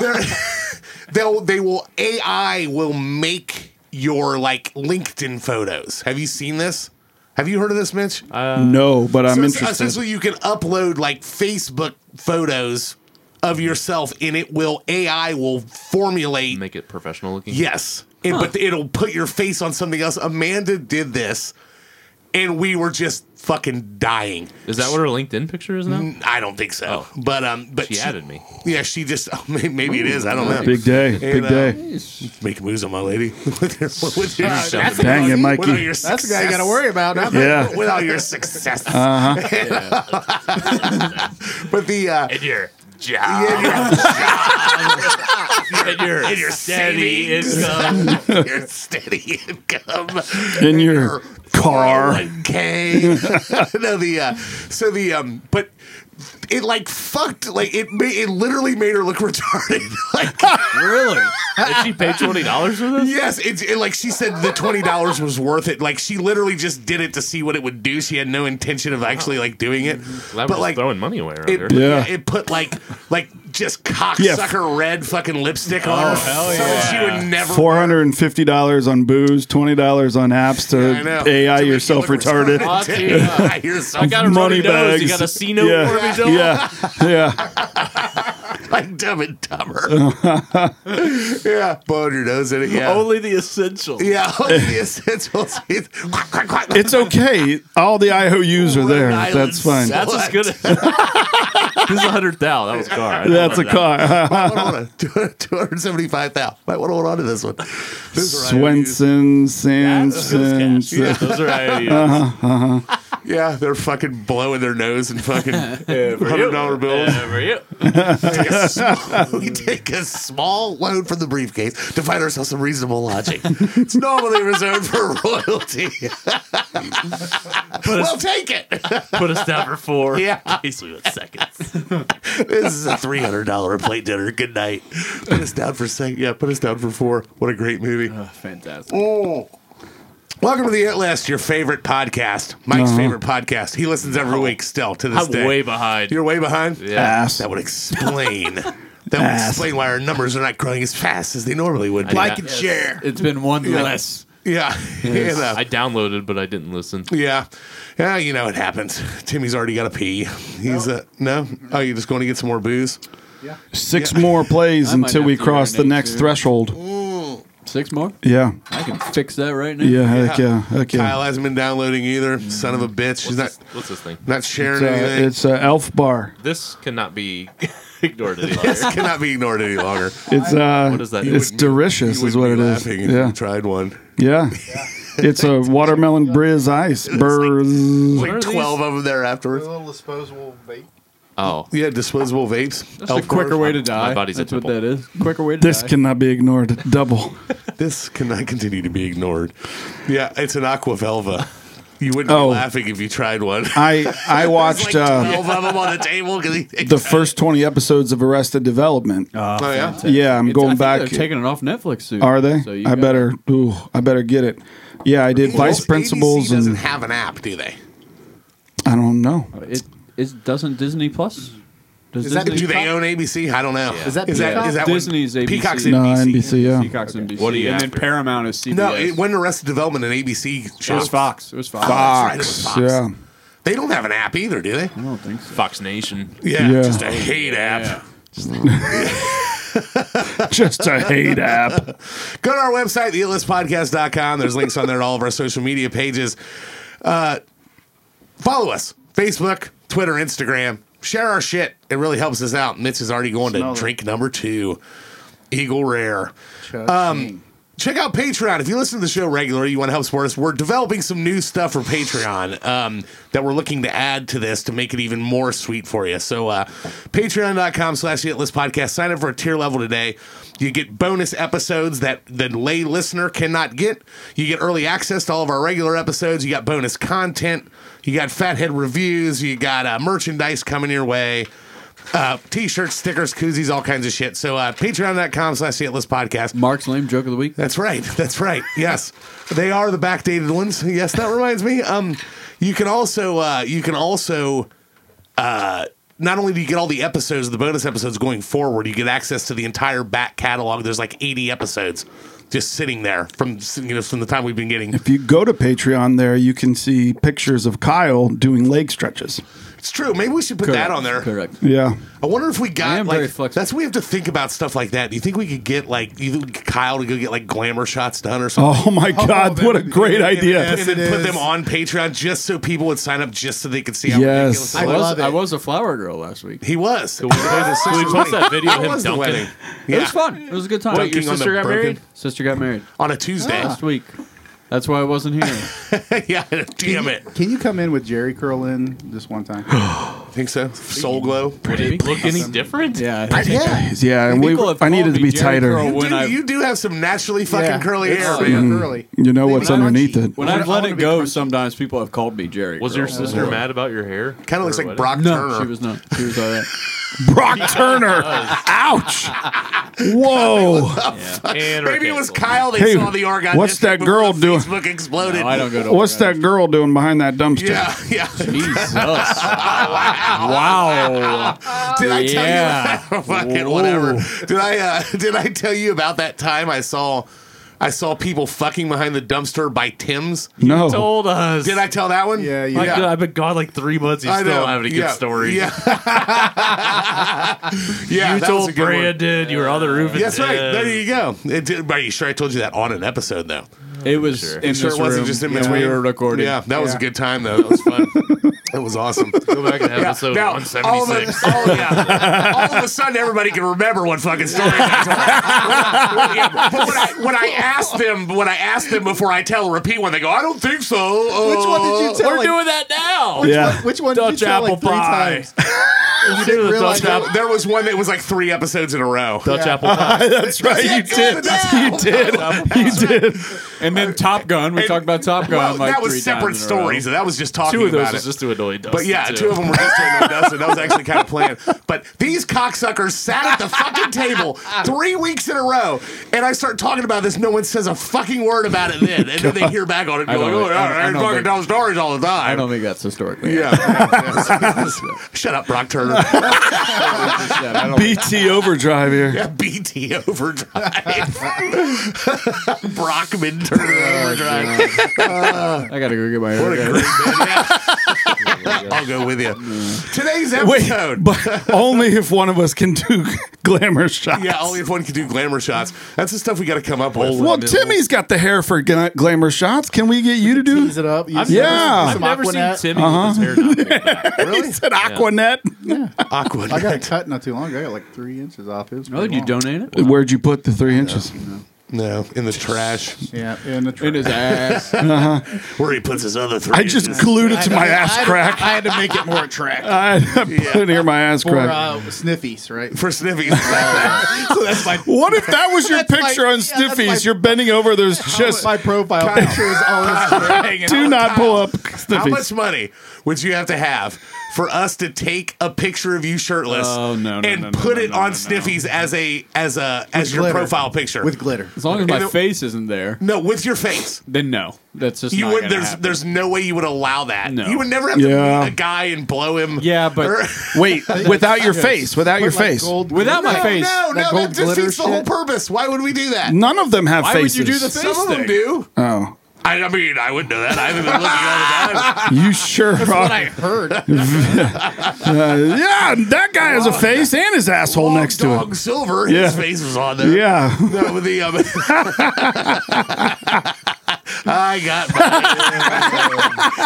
[SPEAKER 1] they're- they'll they will AI will make your like LinkedIn photos. Have you seen this? Have you heard of this, Mitch? uh,
[SPEAKER 5] no, but I'm
[SPEAKER 1] So it's-
[SPEAKER 5] interested.
[SPEAKER 1] Essentially, you can upload like Facebook photos of yourself, and it will AI will formulate
[SPEAKER 7] Make it professional looking.
[SPEAKER 1] Yes. It, But it'll put your face on something else. Amanda did this, and we were just fucking dying.
[SPEAKER 7] Is that what her LinkedIn picture is now?
[SPEAKER 1] I don't think so.
[SPEAKER 7] Oh.
[SPEAKER 1] But um, but
[SPEAKER 7] She added me.
[SPEAKER 1] Yeah, she just oh, may- maybe it is. I don't know.
[SPEAKER 5] Big day.
[SPEAKER 1] And,
[SPEAKER 5] Big
[SPEAKER 1] uh,
[SPEAKER 5] day.
[SPEAKER 1] Make moves on my lady. with your- with your-
[SPEAKER 6] Uh, that's,
[SPEAKER 5] Dang it,
[SPEAKER 1] with all
[SPEAKER 5] Mikey.
[SPEAKER 1] your
[SPEAKER 6] that's the guy you got to
[SPEAKER 1] success.
[SPEAKER 6] worry about. Not yeah.
[SPEAKER 5] Yeah.
[SPEAKER 1] With all your success.
[SPEAKER 5] Uh-huh.
[SPEAKER 1] But the uh,
[SPEAKER 3] And you're
[SPEAKER 1] yeah, you're-
[SPEAKER 3] and you're, and
[SPEAKER 1] your
[SPEAKER 3] you're steady
[SPEAKER 1] savings.
[SPEAKER 3] income.
[SPEAKER 1] your steady income
[SPEAKER 5] In your car.
[SPEAKER 1] 401k. no, the uh, so the um, but it like fucked like it ma- it literally made her look retarded. like
[SPEAKER 7] Really? Did she pay twenty dollars for this?
[SPEAKER 1] yes, it's it, like she said the twenty dollars was worth it. Like she literally just did it to see what it would do. She had no intention of actually like doing it.
[SPEAKER 7] Glad we're
[SPEAKER 1] but
[SPEAKER 7] just
[SPEAKER 1] like
[SPEAKER 7] throwing money away around
[SPEAKER 1] it,
[SPEAKER 7] here.
[SPEAKER 1] put-
[SPEAKER 5] Yeah.
[SPEAKER 1] it put like like just
[SPEAKER 5] Yeah. Oh,
[SPEAKER 1] cocksucker red fucking lipstick on her. so that she would never
[SPEAKER 5] Four hundred and fifty dollars on booze, twenty dollars on apps
[SPEAKER 1] I know.
[SPEAKER 5] to AI
[SPEAKER 1] To make
[SPEAKER 5] yourself
[SPEAKER 1] you look
[SPEAKER 5] retarded.
[SPEAKER 1] I hear
[SPEAKER 7] I
[SPEAKER 1] something
[SPEAKER 7] got a money nose. You got a C note for me,
[SPEAKER 5] yeah.
[SPEAKER 7] Dylan?
[SPEAKER 5] yeah, yeah.
[SPEAKER 1] like Dumb and Dumber. yeah, bone your nose in it. Yeah,
[SPEAKER 7] Only the essential.
[SPEAKER 1] yeah, only the essentials. It's, quack, quack, quack.
[SPEAKER 5] It's okay. All the IOUs are there.
[SPEAKER 1] Rhode
[SPEAKER 5] That's
[SPEAKER 1] Island
[SPEAKER 5] fine.
[SPEAKER 7] That's as
[SPEAKER 1] What?
[SPEAKER 7] good. as... this is a hundred thou. That was a car. I don't
[SPEAKER 5] That's a
[SPEAKER 7] love that.
[SPEAKER 5] car.
[SPEAKER 1] Hold on, two hundred seventy-five thousand. Might want to hold on to this one. This is right.
[SPEAKER 5] Swenson,
[SPEAKER 7] That's good
[SPEAKER 5] Samson.
[SPEAKER 7] cash. Yeah, those are IOUs. Uh-huh.
[SPEAKER 1] Yeah, they're fucking blowing their nose and fucking hundred dollar bills.
[SPEAKER 7] for you.
[SPEAKER 1] Take a small- we take a small loan from the briefcase to find ourselves some reasonable lodging. It's normally reserved for royalty. we'll take it.
[SPEAKER 7] Put us down for four.
[SPEAKER 1] Yeah.
[SPEAKER 7] In case we went seconds.
[SPEAKER 1] this is a three hundred dollar a plate dinner. Good night. Put us down for sec. Yeah, put us down for four. What a great movie.
[SPEAKER 7] Fantastic.
[SPEAKER 1] Welcome to the It List, your favorite podcast. Mike's favorite podcast. He listens every week still to this
[SPEAKER 7] I'm
[SPEAKER 1] day.
[SPEAKER 7] way behind.
[SPEAKER 1] You're way behind.
[SPEAKER 7] yeah.
[SPEAKER 5] Ass.
[SPEAKER 1] That would explain. that would explain why our numbers are not growing as fast as they normally would. Be.
[SPEAKER 6] Like and share.
[SPEAKER 4] It's been one less.
[SPEAKER 1] yeah, you know.
[SPEAKER 7] I downloaded, but I didn't listen.
[SPEAKER 1] yeah, yeah. You know it happens. Timmy's already got to pee. He's uh, no. Oh, you're just going to get some more booze.
[SPEAKER 5] Six more plays
[SPEAKER 4] I might
[SPEAKER 5] until
[SPEAKER 4] have
[SPEAKER 5] we
[SPEAKER 4] to
[SPEAKER 5] cross the
[SPEAKER 4] urinate,
[SPEAKER 5] next
[SPEAKER 4] too.
[SPEAKER 5] threshold.
[SPEAKER 4] Six more?
[SPEAKER 5] Yeah.
[SPEAKER 4] I can fix that right now.
[SPEAKER 5] Yeah, heck yeah, heck yeah. Mm.
[SPEAKER 1] Kyle hasn't been downloading either. Son of a bitch. She's not
[SPEAKER 7] What's this thing?
[SPEAKER 1] not sharing
[SPEAKER 5] It's, uh,
[SPEAKER 1] anything.
[SPEAKER 5] it's uh, Elf Bar.
[SPEAKER 7] This cannot be ignored any longer.
[SPEAKER 1] this cannot be ignored any longer.
[SPEAKER 5] It's uh,
[SPEAKER 7] What is that?
[SPEAKER 5] It's delicious, is what it is.
[SPEAKER 1] Yeah,
[SPEAKER 5] Yeah,
[SPEAKER 1] tried one.
[SPEAKER 5] yeah. It's a watermelon brizz ice. Burz.
[SPEAKER 1] Like
[SPEAKER 7] are these?
[SPEAKER 1] twelve of them there afterwards.
[SPEAKER 6] little disposable vape.
[SPEAKER 7] Oh,
[SPEAKER 1] Yeah, disposable vapes.
[SPEAKER 4] That's a quicker way to die.
[SPEAKER 7] body's a
[SPEAKER 4] That's what
[SPEAKER 7] temple.
[SPEAKER 4] that is. Quicker way to
[SPEAKER 5] This
[SPEAKER 4] die.
[SPEAKER 5] cannot be ignored. Double.
[SPEAKER 1] This cannot continue to be ignored. Yeah, it's an aqua velva. You wouldn't
[SPEAKER 5] Oh.
[SPEAKER 1] be laughing if you tried one.
[SPEAKER 5] I I watched
[SPEAKER 1] Like
[SPEAKER 5] uh,
[SPEAKER 1] twelve of them on the table. 'cause he-
[SPEAKER 5] the first twenty episodes of Arrested Development.
[SPEAKER 1] oh yeah,
[SPEAKER 5] yeah,
[SPEAKER 4] Ah, It's-
[SPEAKER 5] I'm
[SPEAKER 4] I
[SPEAKER 5] going
[SPEAKER 4] think
[SPEAKER 5] back.
[SPEAKER 4] They're taking it off Netflix soon.
[SPEAKER 5] Are they?
[SPEAKER 4] So you
[SPEAKER 5] I
[SPEAKER 4] got-
[SPEAKER 5] better. Ooh, I better get it. Yeah, I did vice
[SPEAKER 1] Well,
[SPEAKER 5] principals
[SPEAKER 1] ABC doesn't
[SPEAKER 5] and
[SPEAKER 1] have an app, do they?
[SPEAKER 5] I don't know.
[SPEAKER 4] It is doesn't Disney Plus. Does
[SPEAKER 6] Is that-
[SPEAKER 1] Do
[SPEAKER 4] Disney
[SPEAKER 1] they own ABC? I don't know.
[SPEAKER 7] Yeah.
[SPEAKER 6] Is that
[SPEAKER 1] is that,
[SPEAKER 6] Peacock?
[SPEAKER 1] is that
[SPEAKER 4] Disney's
[SPEAKER 1] one?
[SPEAKER 4] ABC.
[SPEAKER 1] Peacock's
[SPEAKER 5] No,
[SPEAKER 1] NBC.
[SPEAKER 5] NBC. Yeah.
[SPEAKER 4] Peacock's NBC?
[SPEAKER 7] What are you
[SPEAKER 4] and
[SPEAKER 7] after?
[SPEAKER 4] then Paramount is CBS.
[SPEAKER 1] No, it, when Arrested Development and ABC
[SPEAKER 4] it was
[SPEAKER 1] shows,
[SPEAKER 4] Fox. It was Fox.
[SPEAKER 1] Fox. Right, it was
[SPEAKER 5] Fox,
[SPEAKER 1] Fox.
[SPEAKER 5] Yeah.
[SPEAKER 1] they don't have an app either, do they?
[SPEAKER 4] I don't think so.
[SPEAKER 7] Fox Nation.
[SPEAKER 1] Yeah,
[SPEAKER 5] Yeah.
[SPEAKER 1] just a hate app.
[SPEAKER 4] Yeah.
[SPEAKER 5] Just a hate app.
[SPEAKER 1] Go to our website, theitlistpodcast.com. There's links on there to all of our social media pages. Uh, follow us Facebook, Twitter, Instagram. Share our shit. It really helps us out. Mitch is already going
[SPEAKER 6] Smell it.
[SPEAKER 1] to drink number two, Eagle Rare.
[SPEAKER 6] Um,
[SPEAKER 1] Check out Patreon. If you listen to the show regularly, you want to help support us. We're developing some new stuff for Patreon um, that we're looking to add to this to make it even more sweet for you. So, uh, patreon.com slash the Hit List podcast. Sign up for a tier level today. You get bonus episodes that the lay listener cannot get. You get early access to all of our regular episodes. You got bonus content. You got fathead reviews. You got uh, merchandise coming your way uh, t-shirts, stickers, koozies, all kinds of shit. So uh, patreon.com slash the Hit List podcast.
[SPEAKER 4] Mark's lame joke of the week.
[SPEAKER 1] That's right. That's right. Yes, they are the backdated ones. Yes, that reminds me. Um, you can also uh, you can also uh, not only do you get all the episodes, the bonus episodes going forward, you get access to the entire back catalog. There's like 80 episodes just sitting there from you know from the time we've been getting.
[SPEAKER 5] If you go to Patreon, there you can see pictures of Kyle doing leg stretches.
[SPEAKER 1] It's true. Maybe we should put that on there.
[SPEAKER 4] Correct.
[SPEAKER 5] Yeah.
[SPEAKER 1] I wonder if we got
[SPEAKER 4] am
[SPEAKER 1] like
[SPEAKER 4] very flexible.
[SPEAKER 1] that's we have to think about stuff like that. Do you think we could get like do you think Kyle to go get like glamour shots done or something?
[SPEAKER 5] Oh my God!
[SPEAKER 6] that
[SPEAKER 5] what a
[SPEAKER 6] would be
[SPEAKER 5] great
[SPEAKER 6] good.
[SPEAKER 5] idea.
[SPEAKER 1] and then
[SPEAKER 6] it
[SPEAKER 1] put
[SPEAKER 6] is.
[SPEAKER 1] them on Patreon just so people would sign up just so they could see how ridiculous
[SPEAKER 5] Yes.
[SPEAKER 1] it
[SPEAKER 6] I
[SPEAKER 4] I
[SPEAKER 1] was.
[SPEAKER 4] was,
[SPEAKER 6] love it.
[SPEAKER 4] I was a flower girl last week.
[SPEAKER 1] he was.
[SPEAKER 3] Can we post, can we post that video of
[SPEAKER 1] That
[SPEAKER 3] him
[SPEAKER 1] was the
[SPEAKER 3] dunking?
[SPEAKER 1] wedding.
[SPEAKER 4] It
[SPEAKER 1] Yeah.
[SPEAKER 4] was fun. It was a good time.
[SPEAKER 1] Dunking
[SPEAKER 4] Your
[SPEAKER 1] on the
[SPEAKER 4] sister got
[SPEAKER 1] broken-
[SPEAKER 4] married. Ah. Sister got married
[SPEAKER 1] on a Tuesday.
[SPEAKER 4] last week. That's why I wasn't here.
[SPEAKER 1] yeah, damn it.
[SPEAKER 6] Can you come in with Jerry curl in just one time?
[SPEAKER 1] Think so? Soul glow.
[SPEAKER 3] Would it look any different?
[SPEAKER 4] yeah,
[SPEAKER 6] yeah.
[SPEAKER 5] Yeah, and we,
[SPEAKER 4] People have
[SPEAKER 5] I needed to
[SPEAKER 4] called me
[SPEAKER 5] be
[SPEAKER 4] Jerry
[SPEAKER 5] tighter.
[SPEAKER 4] Curl.
[SPEAKER 1] You
[SPEAKER 4] When
[SPEAKER 1] do,
[SPEAKER 4] I-
[SPEAKER 1] you do have some naturally fucking curly
[SPEAKER 6] It's
[SPEAKER 1] hair,
[SPEAKER 6] super
[SPEAKER 1] man.
[SPEAKER 6] curly.
[SPEAKER 5] You know what's
[SPEAKER 6] When I-
[SPEAKER 5] underneath it.
[SPEAKER 4] When
[SPEAKER 6] I
[SPEAKER 4] I've
[SPEAKER 6] don't
[SPEAKER 4] let
[SPEAKER 6] wanna
[SPEAKER 4] it
[SPEAKER 6] be
[SPEAKER 4] go,
[SPEAKER 6] crunchy.
[SPEAKER 4] sometimes people have called me Jerry.
[SPEAKER 3] Was
[SPEAKER 4] Girl.
[SPEAKER 3] your sister mad about your hair?
[SPEAKER 1] Kind of looks
[SPEAKER 3] Or
[SPEAKER 1] like
[SPEAKER 3] what?
[SPEAKER 1] Brock
[SPEAKER 4] No,
[SPEAKER 1] Turner.
[SPEAKER 4] she was not. She was all right.
[SPEAKER 5] Brock Turner. Ouch. Whoa.
[SPEAKER 3] And
[SPEAKER 1] Maybe it was
[SPEAKER 3] Arkansas.
[SPEAKER 1] Kyle. They
[SPEAKER 5] Hey,
[SPEAKER 1] saw the org. on
[SPEAKER 5] what's
[SPEAKER 1] Disney
[SPEAKER 5] that
[SPEAKER 1] before
[SPEAKER 5] girl doing?
[SPEAKER 1] Facebook exploded.
[SPEAKER 4] No, I don't go to.
[SPEAKER 5] What's that girl doing behind that dumpster?
[SPEAKER 1] Yeah, yeah.
[SPEAKER 4] Jesus. wow.
[SPEAKER 1] Did I tell
[SPEAKER 4] Yeah.
[SPEAKER 1] you? Fucking whatever. Did I uh, did I tell you about that time I saw I saw people fucking behind the dumpster by Tim's?
[SPEAKER 5] No.
[SPEAKER 3] told us.
[SPEAKER 1] Did I tell that one?
[SPEAKER 6] Yeah, you
[SPEAKER 3] My
[SPEAKER 6] did.
[SPEAKER 3] God, I've been gone like three months. You
[SPEAKER 1] I
[SPEAKER 3] still
[SPEAKER 1] know.
[SPEAKER 3] having a good
[SPEAKER 1] yeah.
[SPEAKER 3] story.
[SPEAKER 1] Yeah, yeah.
[SPEAKER 3] you
[SPEAKER 1] that was a
[SPEAKER 3] told
[SPEAKER 1] good one.
[SPEAKER 3] Brandon you were on the roof. and-
[SPEAKER 1] That's right.
[SPEAKER 3] Yeah.
[SPEAKER 1] There you go. It did, are you sure I told you that on an episode though?
[SPEAKER 4] It was
[SPEAKER 3] Sure.
[SPEAKER 4] in
[SPEAKER 1] You sure
[SPEAKER 4] this
[SPEAKER 1] it wasn't
[SPEAKER 4] room
[SPEAKER 1] just in
[SPEAKER 4] when
[SPEAKER 1] between
[SPEAKER 4] we were recording.
[SPEAKER 1] Yeah, that was a
[SPEAKER 6] Yeah.
[SPEAKER 1] good time though. That was fun. that was awesome.
[SPEAKER 3] Go back to episode
[SPEAKER 1] now, all, of
[SPEAKER 3] 176.
[SPEAKER 1] a, all, yeah, all of a sudden, everybody can remember what fucking story. I told. Yeah, but when I, when I asked them, when I asked them before I tell repeat one, they go, "I don't think so." Uh,
[SPEAKER 6] Which one did you tell?
[SPEAKER 3] We're
[SPEAKER 6] like,
[SPEAKER 3] doing that now.
[SPEAKER 5] Yeah.
[SPEAKER 6] Which one did
[SPEAKER 3] Dutch
[SPEAKER 6] you tell
[SPEAKER 3] apple
[SPEAKER 6] like three
[SPEAKER 3] pie.
[SPEAKER 6] times?
[SPEAKER 3] Let's do the
[SPEAKER 6] realize
[SPEAKER 3] Dutch
[SPEAKER 6] that-
[SPEAKER 3] apple.
[SPEAKER 1] There was one that was like three episodes in a row.
[SPEAKER 3] Dutch apple pie.
[SPEAKER 5] That's right. You did.
[SPEAKER 1] You
[SPEAKER 5] did. You did.
[SPEAKER 4] And then Top Gun. We talked about Top Gun.
[SPEAKER 1] Well,
[SPEAKER 4] like
[SPEAKER 1] that
[SPEAKER 4] three
[SPEAKER 1] was separate
[SPEAKER 4] times in a row.
[SPEAKER 1] stories. and That was just talking
[SPEAKER 3] Two of those
[SPEAKER 1] about it.
[SPEAKER 3] was just to annoy Dustin.
[SPEAKER 1] But yeah,
[SPEAKER 3] too.
[SPEAKER 1] two of them were just turned on Dustin. That was actually kind of planned. But these cocksuckers sat at the fucking table three weeks in a row, and I start talking about this. No one says a fucking word about it then, and then they hear back on it, going,
[SPEAKER 4] don't
[SPEAKER 1] "Oh,
[SPEAKER 4] think- I- I
[SPEAKER 1] I, I,
[SPEAKER 4] don't
[SPEAKER 1] fucking
[SPEAKER 4] think-
[SPEAKER 1] tell stories all the time."
[SPEAKER 4] I don't think that's historically.
[SPEAKER 1] Yeah, yeah, yeah. Shut up, Brock Turner.
[SPEAKER 4] accurate. I don't
[SPEAKER 5] BT overdrive here.
[SPEAKER 1] BT Overdrive. Brockman
[SPEAKER 4] Oh,
[SPEAKER 1] Turner Overdrive.
[SPEAKER 4] I gotta go get my hair. cut.
[SPEAKER 1] I'll go with you. Today's
[SPEAKER 5] Wait,
[SPEAKER 1] episode.
[SPEAKER 5] but only if one of us can do glamour shots.
[SPEAKER 1] yeah, only if one can do glamour shots. That's the stuff we got to come up with.
[SPEAKER 5] Well, Timmy's got the hair for gla- glamour shots. Can we get you to do?
[SPEAKER 6] Tease it up. Use
[SPEAKER 3] I've
[SPEAKER 6] some-
[SPEAKER 5] Yeah.
[SPEAKER 6] use
[SPEAKER 3] I've
[SPEAKER 6] some
[SPEAKER 3] never seen
[SPEAKER 6] Aquanet.
[SPEAKER 3] Timmy with his hair not picked back.
[SPEAKER 5] He said Aquanet.
[SPEAKER 1] Aqua.
[SPEAKER 6] I got a cut not too long ago. I got like three inches off. It was
[SPEAKER 4] Oh, did
[SPEAKER 6] pretty
[SPEAKER 4] you
[SPEAKER 6] long.
[SPEAKER 4] donate it?
[SPEAKER 5] Where'd you put the three inches?
[SPEAKER 1] No, in the trash
[SPEAKER 6] Yeah, in the
[SPEAKER 4] In his ass.
[SPEAKER 1] where he puts his other three.
[SPEAKER 5] I just glued it to my ass crack.
[SPEAKER 6] I had to make it more attractive.
[SPEAKER 5] I put it near my ass
[SPEAKER 6] Or
[SPEAKER 5] crack.
[SPEAKER 6] uh, sniffies, right?
[SPEAKER 1] for sniffing. so that's my.
[SPEAKER 5] What if that was your
[SPEAKER 6] That's my-
[SPEAKER 5] picture on
[SPEAKER 6] yeah, that's
[SPEAKER 5] Sniffies?
[SPEAKER 6] my-
[SPEAKER 5] You're bending over. There's just
[SPEAKER 6] my profile picture is always
[SPEAKER 5] do not pull up
[SPEAKER 1] How much
[SPEAKER 5] Sniffies.
[SPEAKER 1] money would you have to have for us to take a picture of you shirtless
[SPEAKER 4] Oh, no, no,
[SPEAKER 1] and
[SPEAKER 4] no, no,
[SPEAKER 1] put
[SPEAKER 4] no,
[SPEAKER 1] it
[SPEAKER 4] no,
[SPEAKER 1] on
[SPEAKER 4] no, no.
[SPEAKER 1] Sniffies as a as a as your
[SPEAKER 6] glitter.
[SPEAKER 1] profile picture?
[SPEAKER 6] with glitter.
[SPEAKER 4] As long as
[SPEAKER 1] You
[SPEAKER 4] my
[SPEAKER 1] know-
[SPEAKER 4] face isn't there,
[SPEAKER 1] no, with your face.
[SPEAKER 4] then no. That's just
[SPEAKER 1] You
[SPEAKER 4] not
[SPEAKER 1] would
[SPEAKER 4] gonna
[SPEAKER 1] there's
[SPEAKER 4] happen.
[SPEAKER 1] there's no way you would allow that.
[SPEAKER 4] No.
[SPEAKER 1] You would never have
[SPEAKER 5] Yeah.
[SPEAKER 1] to meet a guy and blow him.
[SPEAKER 4] Yeah, but-
[SPEAKER 1] Or-
[SPEAKER 5] Wait, without your face. Without your face.
[SPEAKER 4] without my
[SPEAKER 1] no,
[SPEAKER 4] face.
[SPEAKER 1] Oh, no, no, that
[SPEAKER 6] gold glitter
[SPEAKER 1] defeats the whole
[SPEAKER 6] shit.
[SPEAKER 1] purpose. Why would we do that?
[SPEAKER 5] None of them have
[SPEAKER 4] Why would
[SPEAKER 5] faces.
[SPEAKER 4] you do the
[SPEAKER 1] Some
[SPEAKER 4] face
[SPEAKER 1] of them
[SPEAKER 4] thing?
[SPEAKER 1] do.
[SPEAKER 5] Oh,
[SPEAKER 1] I, I mean, I wouldn't know that. I haven't been looking all the time.
[SPEAKER 5] you sure are.
[SPEAKER 6] I heard.
[SPEAKER 5] Uh, yeah, that guy has a face and his asshole
[SPEAKER 1] Long
[SPEAKER 5] next to
[SPEAKER 1] Dog
[SPEAKER 5] it.
[SPEAKER 1] Silver,
[SPEAKER 5] Yeah.
[SPEAKER 1] his face was on there.
[SPEAKER 5] Yeah.
[SPEAKER 1] No, with the, um, I got.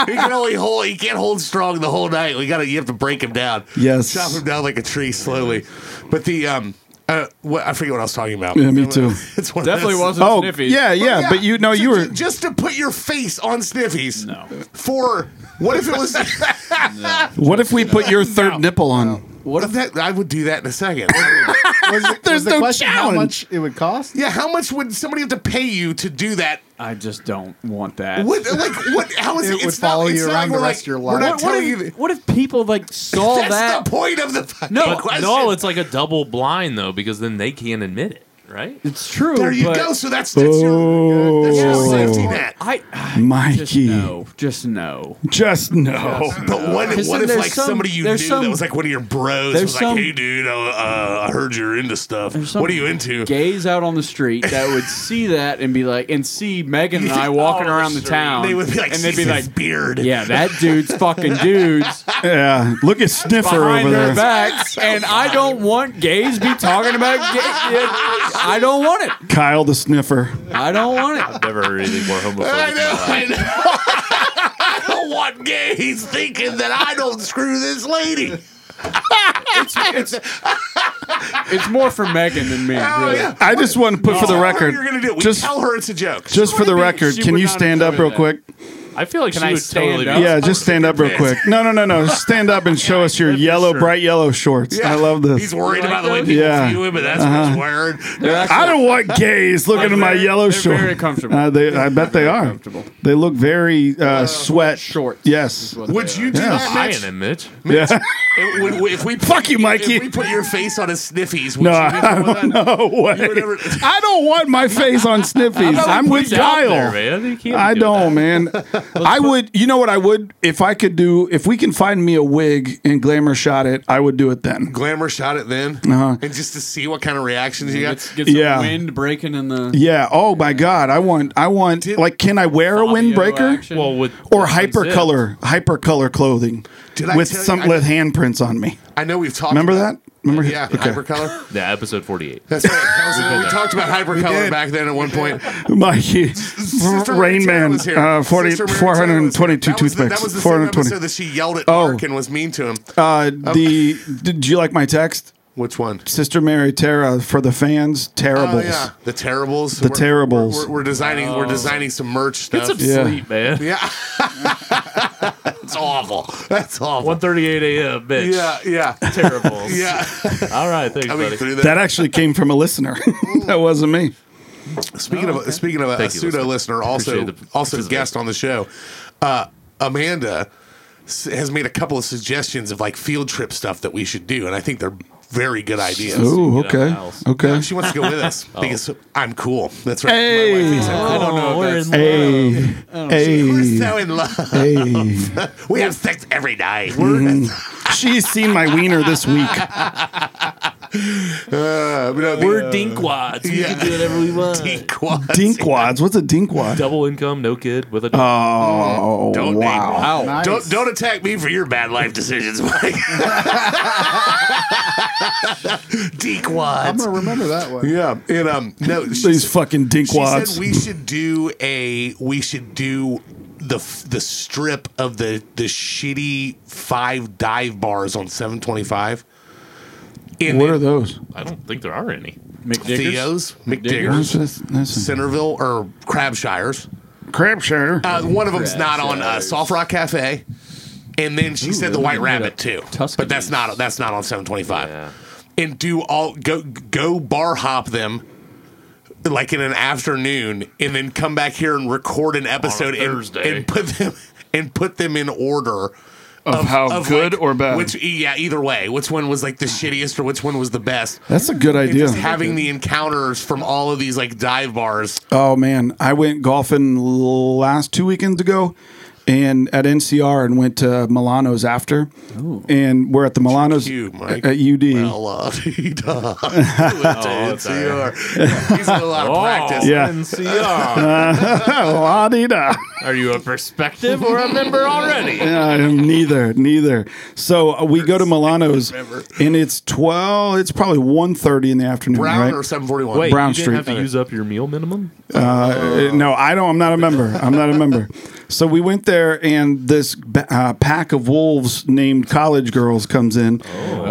[SPEAKER 1] mine. he can only hold. He can't hold strong the whole night. We got to. You have to break him down.
[SPEAKER 5] Yes.
[SPEAKER 1] Chop him down like a tree slowly. But the um, uh, what, I forget what I was talking about.
[SPEAKER 5] Yeah, me too.
[SPEAKER 1] It's one of
[SPEAKER 4] Definitely
[SPEAKER 1] those-
[SPEAKER 4] wasn't
[SPEAKER 5] Oh,
[SPEAKER 4] Sniffies.
[SPEAKER 5] yeah, yeah, but you know
[SPEAKER 1] Ju-
[SPEAKER 5] you were.
[SPEAKER 1] ju- just to put your face on Sniffies.
[SPEAKER 4] No.
[SPEAKER 1] For what if it was?
[SPEAKER 5] What if we put your third nipple on?
[SPEAKER 1] what if that? I would do that in a second.
[SPEAKER 6] Was, it-
[SPEAKER 5] There's
[SPEAKER 6] was the
[SPEAKER 5] no
[SPEAKER 6] question
[SPEAKER 5] challenge.
[SPEAKER 6] how much it would cost?
[SPEAKER 1] yeah. How much would somebody have to pay you to do that
[SPEAKER 4] I just don't want that.
[SPEAKER 1] What, like, what? How is it?
[SPEAKER 6] It would follow you around
[SPEAKER 1] we're
[SPEAKER 6] the rest of your
[SPEAKER 1] We're
[SPEAKER 6] life.
[SPEAKER 1] not
[SPEAKER 6] What-
[SPEAKER 1] telling you.
[SPEAKER 4] if, what if people like saw
[SPEAKER 1] That's
[SPEAKER 4] that?
[SPEAKER 1] the point of the fucking
[SPEAKER 3] But
[SPEAKER 1] question.
[SPEAKER 3] no, it's like a double blind though, because then they can't admit it. right?
[SPEAKER 4] It's true.
[SPEAKER 1] There you
[SPEAKER 4] but
[SPEAKER 1] go. So that's that's your, that's your
[SPEAKER 5] Oh.
[SPEAKER 1] safety net.
[SPEAKER 4] I, I just
[SPEAKER 5] Mikey.
[SPEAKER 4] no, just no.
[SPEAKER 5] Just no.
[SPEAKER 1] Oh, But what,
[SPEAKER 4] Because
[SPEAKER 1] what
[SPEAKER 4] then
[SPEAKER 1] if
[SPEAKER 4] there's
[SPEAKER 1] like
[SPEAKER 4] some-
[SPEAKER 1] somebody you knew
[SPEAKER 4] there's some-
[SPEAKER 1] that was like one of your bros
[SPEAKER 4] there's
[SPEAKER 1] was
[SPEAKER 4] some-
[SPEAKER 1] like, hey dude, uh, uh, I heard you're into stuff.
[SPEAKER 4] There's some
[SPEAKER 1] What are you into?
[SPEAKER 4] Gays out on the street that would see that and be like, and see Megan and I walking around the town.
[SPEAKER 1] They would be like,
[SPEAKER 4] and they'd be like,
[SPEAKER 1] beard.
[SPEAKER 4] yeah, that dude's fucking dudes
[SPEAKER 5] Yeah. Look at Sniffer
[SPEAKER 4] behind
[SPEAKER 5] over
[SPEAKER 4] their
[SPEAKER 5] there.
[SPEAKER 4] backs, and I don't want gays be talking about gay. I don't want it.
[SPEAKER 5] Kyle the Sniffer.
[SPEAKER 4] I don't want it.
[SPEAKER 3] Never heard anything more homophobic.
[SPEAKER 1] I know. I know. I don't want gays thinking that I don't screw this lady.
[SPEAKER 4] It's more for Megan than me. really.
[SPEAKER 5] I just want to put for the
[SPEAKER 1] Tell her
[SPEAKER 5] record.
[SPEAKER 1] Oh. You're gonna do it. We
[SPEAKER 5] Just
[SPEAKER 1] tell her it's a joke.
[SPEAKER 5] just for the record,
[SPEAKER 4] she
[SPEAKER 5] can
[SPEAKER 4] would
[SPEAKER 5] you
[SPEAKER 4] not
[SPEAKER 5] stand up
[SPEAKER 4] enjoy
[SPEAKER 5] real
[SPEAKER 4] that.
[SPEAKER 5] quick?
[SPEAKER 3] I feel like
[SPEAKER 4] Can
[SPEAKER 3] she
[SPEAKER 4] I
[SPEAKER 3] would
[SPEAKER 4] stand
[SPEAKER 3] totally.
[SPEAKER 4] up?
[SPEAKER 3] Be,
[SPEAKER 5] Yeah, just stand up real quick. No, no, no, no. Stand up and show us your yellow, bright yellow shorts. I love
[SPEAKER 1] He's
[SPEAKER 5] this.
[SPEAKER 1] worried about the way people
[SPEAKER 5] Yeah. Uh-huh.
[SPEAKER 1] view him, and that's what he's wearing.
[SPEAKER 4] They're actually-
[SPEAKER 5] I don't want gays looking at my
[SPEAKER 4] They're-
[SPEAKER 5] yellow
[SPEAKER 4] they're Very
[SPEAKER 5] shorts.
[SPEAKER 4] comfortable.
[SPEAKER 5] Uh, they, I bet they are.
[SPEAKER 4] comfortable.
[SPEAKER 5] They look very uh, sweat.
[SPEAKER 4] Shorts.
[SPEAKER 5] Yes.
[SPEAKER 4] What
[SPEAKER 1] Would
[SPEAKER 4] they
[SPEAKER 1] you do
[SPEAKER 5] Yeah.
[SPEAKER 1] that,
[SPEAKER 3] Eyeing
[SPEAKER 1] Mitch?
[SPEAKER 3] him, Mitch.
[SPEAKER 5] Yeah.
[SPEAKER 1] If, would- would- if we
[SPEAKER 5] Fuck you, Mikey.
[SPEAKER 1] If we put your face on his sniffies, would
[SPEAKER 5] No,
[SPEAKER 1] you be
[SPEAKER 5] I
[SPEAKER 1] cool with
[SPEAKER 5] don't
[SPEAKER 1] that?
[SPEAKER 5] know. Way.
[SPEAKER 1] You would never-
[SPEAKER 5] I don't want my face on Sniffies. I'm with
[SPEAKER 3] He's out there,
[SPEAKER 5] Kyle.
[SPEAKER 3] man. You can't
[SPEAKER 5] I
[SPEAKER 3] be doing
[SPEAKER 5] don't, man. I would, you know what I would, if I could do, if we can find me a wig and glamour shot it, I would do it then.
[SPEAKER 1] Glamour shot it then,
[SPEAKER 5] Uh-huh.
[SPEAKER 1] and just to see what kind of reactions you
[SPEAKER 4] Let's
[SPEAKER 1] got.
[SPEAKER 4] get some
[SPEAKER 5] Yeah.
[SPEAKER 4] wind breaking in the
[SPEAKER 5] Yeah. Oh my God. I want, I want, like, can I wear a windbreaker?
[SPEAKER 3] that. Well, with
[SPEAKER 5] Or
[SPEAKER 3] with
[SPEAKER 5] hyper
[SPEAKER 3] zip.
[SPEAKER 5] color, hyper color clothing
[SPEAKER 1] Did I
[SPEAKER 5] with
[SPEAKER 1] tell you-
[SPEAKER 5] some
[SPEAKER 1] I-
[SPEAKER 5] with handprints on me.
[SPEAKER 1] I know we've talked.
[SPEAKER 5] Remember
[SPEAKER 1] about,
[SPEAKER 5] that? Remember?
[SPEAKER 1] Yeah,
[SPEAKER 5] Okay.
[SPEAKER 1] hypercolor.
[SPEAKER 3] Yeah, episode forty-eight.
[SPEAKER 1] That's right. That was- we talked about hypercolor
[SPEAKER 5] did.
[SPEAKER 1] back then at one point.
[SPEAKER 5] Mikey,
[SPEAKER 1] Sister Mary
[SPEAKER 5] Rain
[SPEAKER 1] Taylor
[SPEAKER 5] Man,
[SPEAKER 1] was here.
[SPEAKER 5] uh, 40,
[SPEAKER 1] Sister Mary Taylor was here.
[SPEAKER 5] 422
[SPEAKER 1] That was the-
[SPEAKER 5] toothpicks.
[SPEAKER 1] That was the same
[SPEAKER 5] 420.
[SPEAKER 1] episode that she yelled at
[SPEAKER 5] Oh.
[SPEAKER 1] Mark and was mean to him.
[SPEAKER 5] Uh, the did you like my text,
[SPEAKER 1] Which one?
[SPEAKER 5] Sister Mary Tara? For the fans, terribles.
[SPEAKER 1] Oh, yeah. The terribles.
[SPEAKER 5] The Terribles.
[SPEAKER 1] We're, we're designing. We're designing some merch
[SPEAKER 3] Get
[SPEAKER 1] stuff.
[SPEAKER 3] some
[SPEAKER 5] Yeah.
[SPEAKER 3] sleep, man.
[SPEAKER 1] yeah. That's awful. That's awful.
[SPEAKER 3] One thirty-eight a.m. Mitch.
[SPEAKER 1] Yeah. Yeah.
[SPEAKER 3] Terrible.
[SPEAKER 1] Yeah.
[SPEAKER 3] All right, thanks,
[SPEAKER 1] I mean,
[SPEAKER 3] buddy.
[SPEAKER 1] through
[SPEAKER 5] That
[SPEAKER 1] that.
[SPEAKER 5] actually came from a listener. that wasn't me.
[SPEAKER 3] Oh,
[SPEAKER 1] Speaking of speaking of a,
[SPEAKER 3] Thank you,
[SPEAKER 1] pseudo
[SPEAKER 3] listener.
[SPEAKER 1] listener, also
[SPEAKER 3] Appreciate the
[SPEAKER 1] also
[SPEAKER 3] participation.
[SPEAKER 1] guest on the show, uh, Amanda s- has made a couple of suggestions of like field trip stuff that we should do, and I think they're very good ideas. Uh,
[SPEAKER 5] Oh,
[SPEAKER 3] get out of the
[SPEAKER 5] okay,
[SPEAKER 3] house.
[SPEAKER 5] okay.
[SPEAKER 1] She wants to go with us
[SPEAKER 3] Oh.
[SPEAKER 1] because I'm cool. That's right. My wife
[SPEAKER 5] Hey,
[SPEAKER 1] thinks I'm cool.
[SPEAKER 4] I don't know. If that's,
[SPEAKER 5] hey,
[SPEAKER 1] Oh, We're
[SPEAKER 5] hey,
[SPEAKER 1] so in love.
[SPEAKER 5] hey. Mm.
[SPEAKER 1] We have sex every night.
[SPEAKER 3] Mm-hmm.
[SPEAKER 5] She's seen my wiener this week.
[SPEAKER 1] Uh, we don't-
[SPEAKER 3] We're dinkwads. We
[SPEAKER 1] Yeah.
[SPEAKER 3] can do whatever we want.
[SPEAKER 1] Dinkwad.
[SPEAKER 5] Dinkwads. What's a dinkwad?
[SPEAKER 3] Double income, no kid, with a
[SPEAKER 5] Oh,
[SPEAKER 1] Don't
[SPEAKER 5] wow.
[SPEAKER 4] Ow.
[SPEAKER 6] Nice.
[SPEAKER 1] Don't don't attack me for your bad life decisions, Mike.
[SPEAKER 6] I'm
[SPEAKER 1] Dinkwads.
[SPEAKER 6] gonna remember that one.
[SPEAKER 1] Yeah, and um, no, she,
[SPEAKER 5] These fucking
[SPEAKER 1] she said
[SPEAKER 5] dinkwads.
[SPEAKER 1] we should do a we should do the f- the strip of the the shitty five dive bars on seven twenty five.
[SPEAKER 5] What are those?
[SPEAKER 3] I don't think there are any.
[SPEAKER 4] McDiggers.
[SPEAKER 1] Theo's McDiggers,
[SPEAKER 5] That's- that's-
[SPEAKER 1] Centerville or Crabshires?
[SPEAKER 5] Crab share.
[SPEAKER 1] Uh, one of them's not on uh, Soft Rock Cafe, and then she said the White Rabbit too.
[SPEAKER 4] Tuscany.
[SPEAKER 1] But that's not that's not on seven twenty five.
[SPEAKER 3] Yeah.
[SPEAKER 1] And do all go go bar hop them like in an afternoon, and then come back here and record an episode and,
[SPEAKER 3] Thursday.
[SPEAKER 1] and put them and put them in order. Of,
[SPEAKER 5] how good
[SPEAKER 1] like,
[SPEAKER 5] or bad?
[SPEAKER 1] Which yeah, either way. Which one was like the shittiest or which one was the best?
[SPEAKER 5] That's a good idea.
[SPEAKER 1] Just having the encounters from all of these like dive bars.
[SPEAKER 5] Oh man, I went golfing l- last two weekends ago, and at NCR and went to Milano's after, and we're at the Milano's
[SPEAKER 1] you, Mike.
[SPEAKER 5] at UD.
[SPEAKER 1] Well, uh, he
[SPEAKER 5] Oh,
[SPEAKER 1] does. NCR. He's got a lot
[SPEAKER 5] Oh.
[SPEAKER 1] of practice.
[SPEAKER 5] Yeah.
[SPEAKER 3] NCR.
[SPEAKER 5] La-dee-da.
[SPEAKER 3] Are you a perspective or a member already?
[SPEAKER 5] I am Uh, neither, neither. So uh, we go to Milano's, and it's twelve. It's probably 1.30 in the afternoon,
[SPEAKER 1] Brown
[SPEAKER 5] right?
[SPEAKER 1] or 741?
[SPEAKER 3] Wait,
[SPEAKER 5] Brown
[SPEAKER 3] you didn't
[SPEAKER 5] Street.
[SPEAKER 3] have to use up your meal minimum?
[SPEAKER 5] Uh, no, I don't. I'm not a member. I'm not a member. So we went there, and this ba- uh, pack of wolves named college girls comes
[SPEAKER 4] Oh,
[SPEAKER 5] in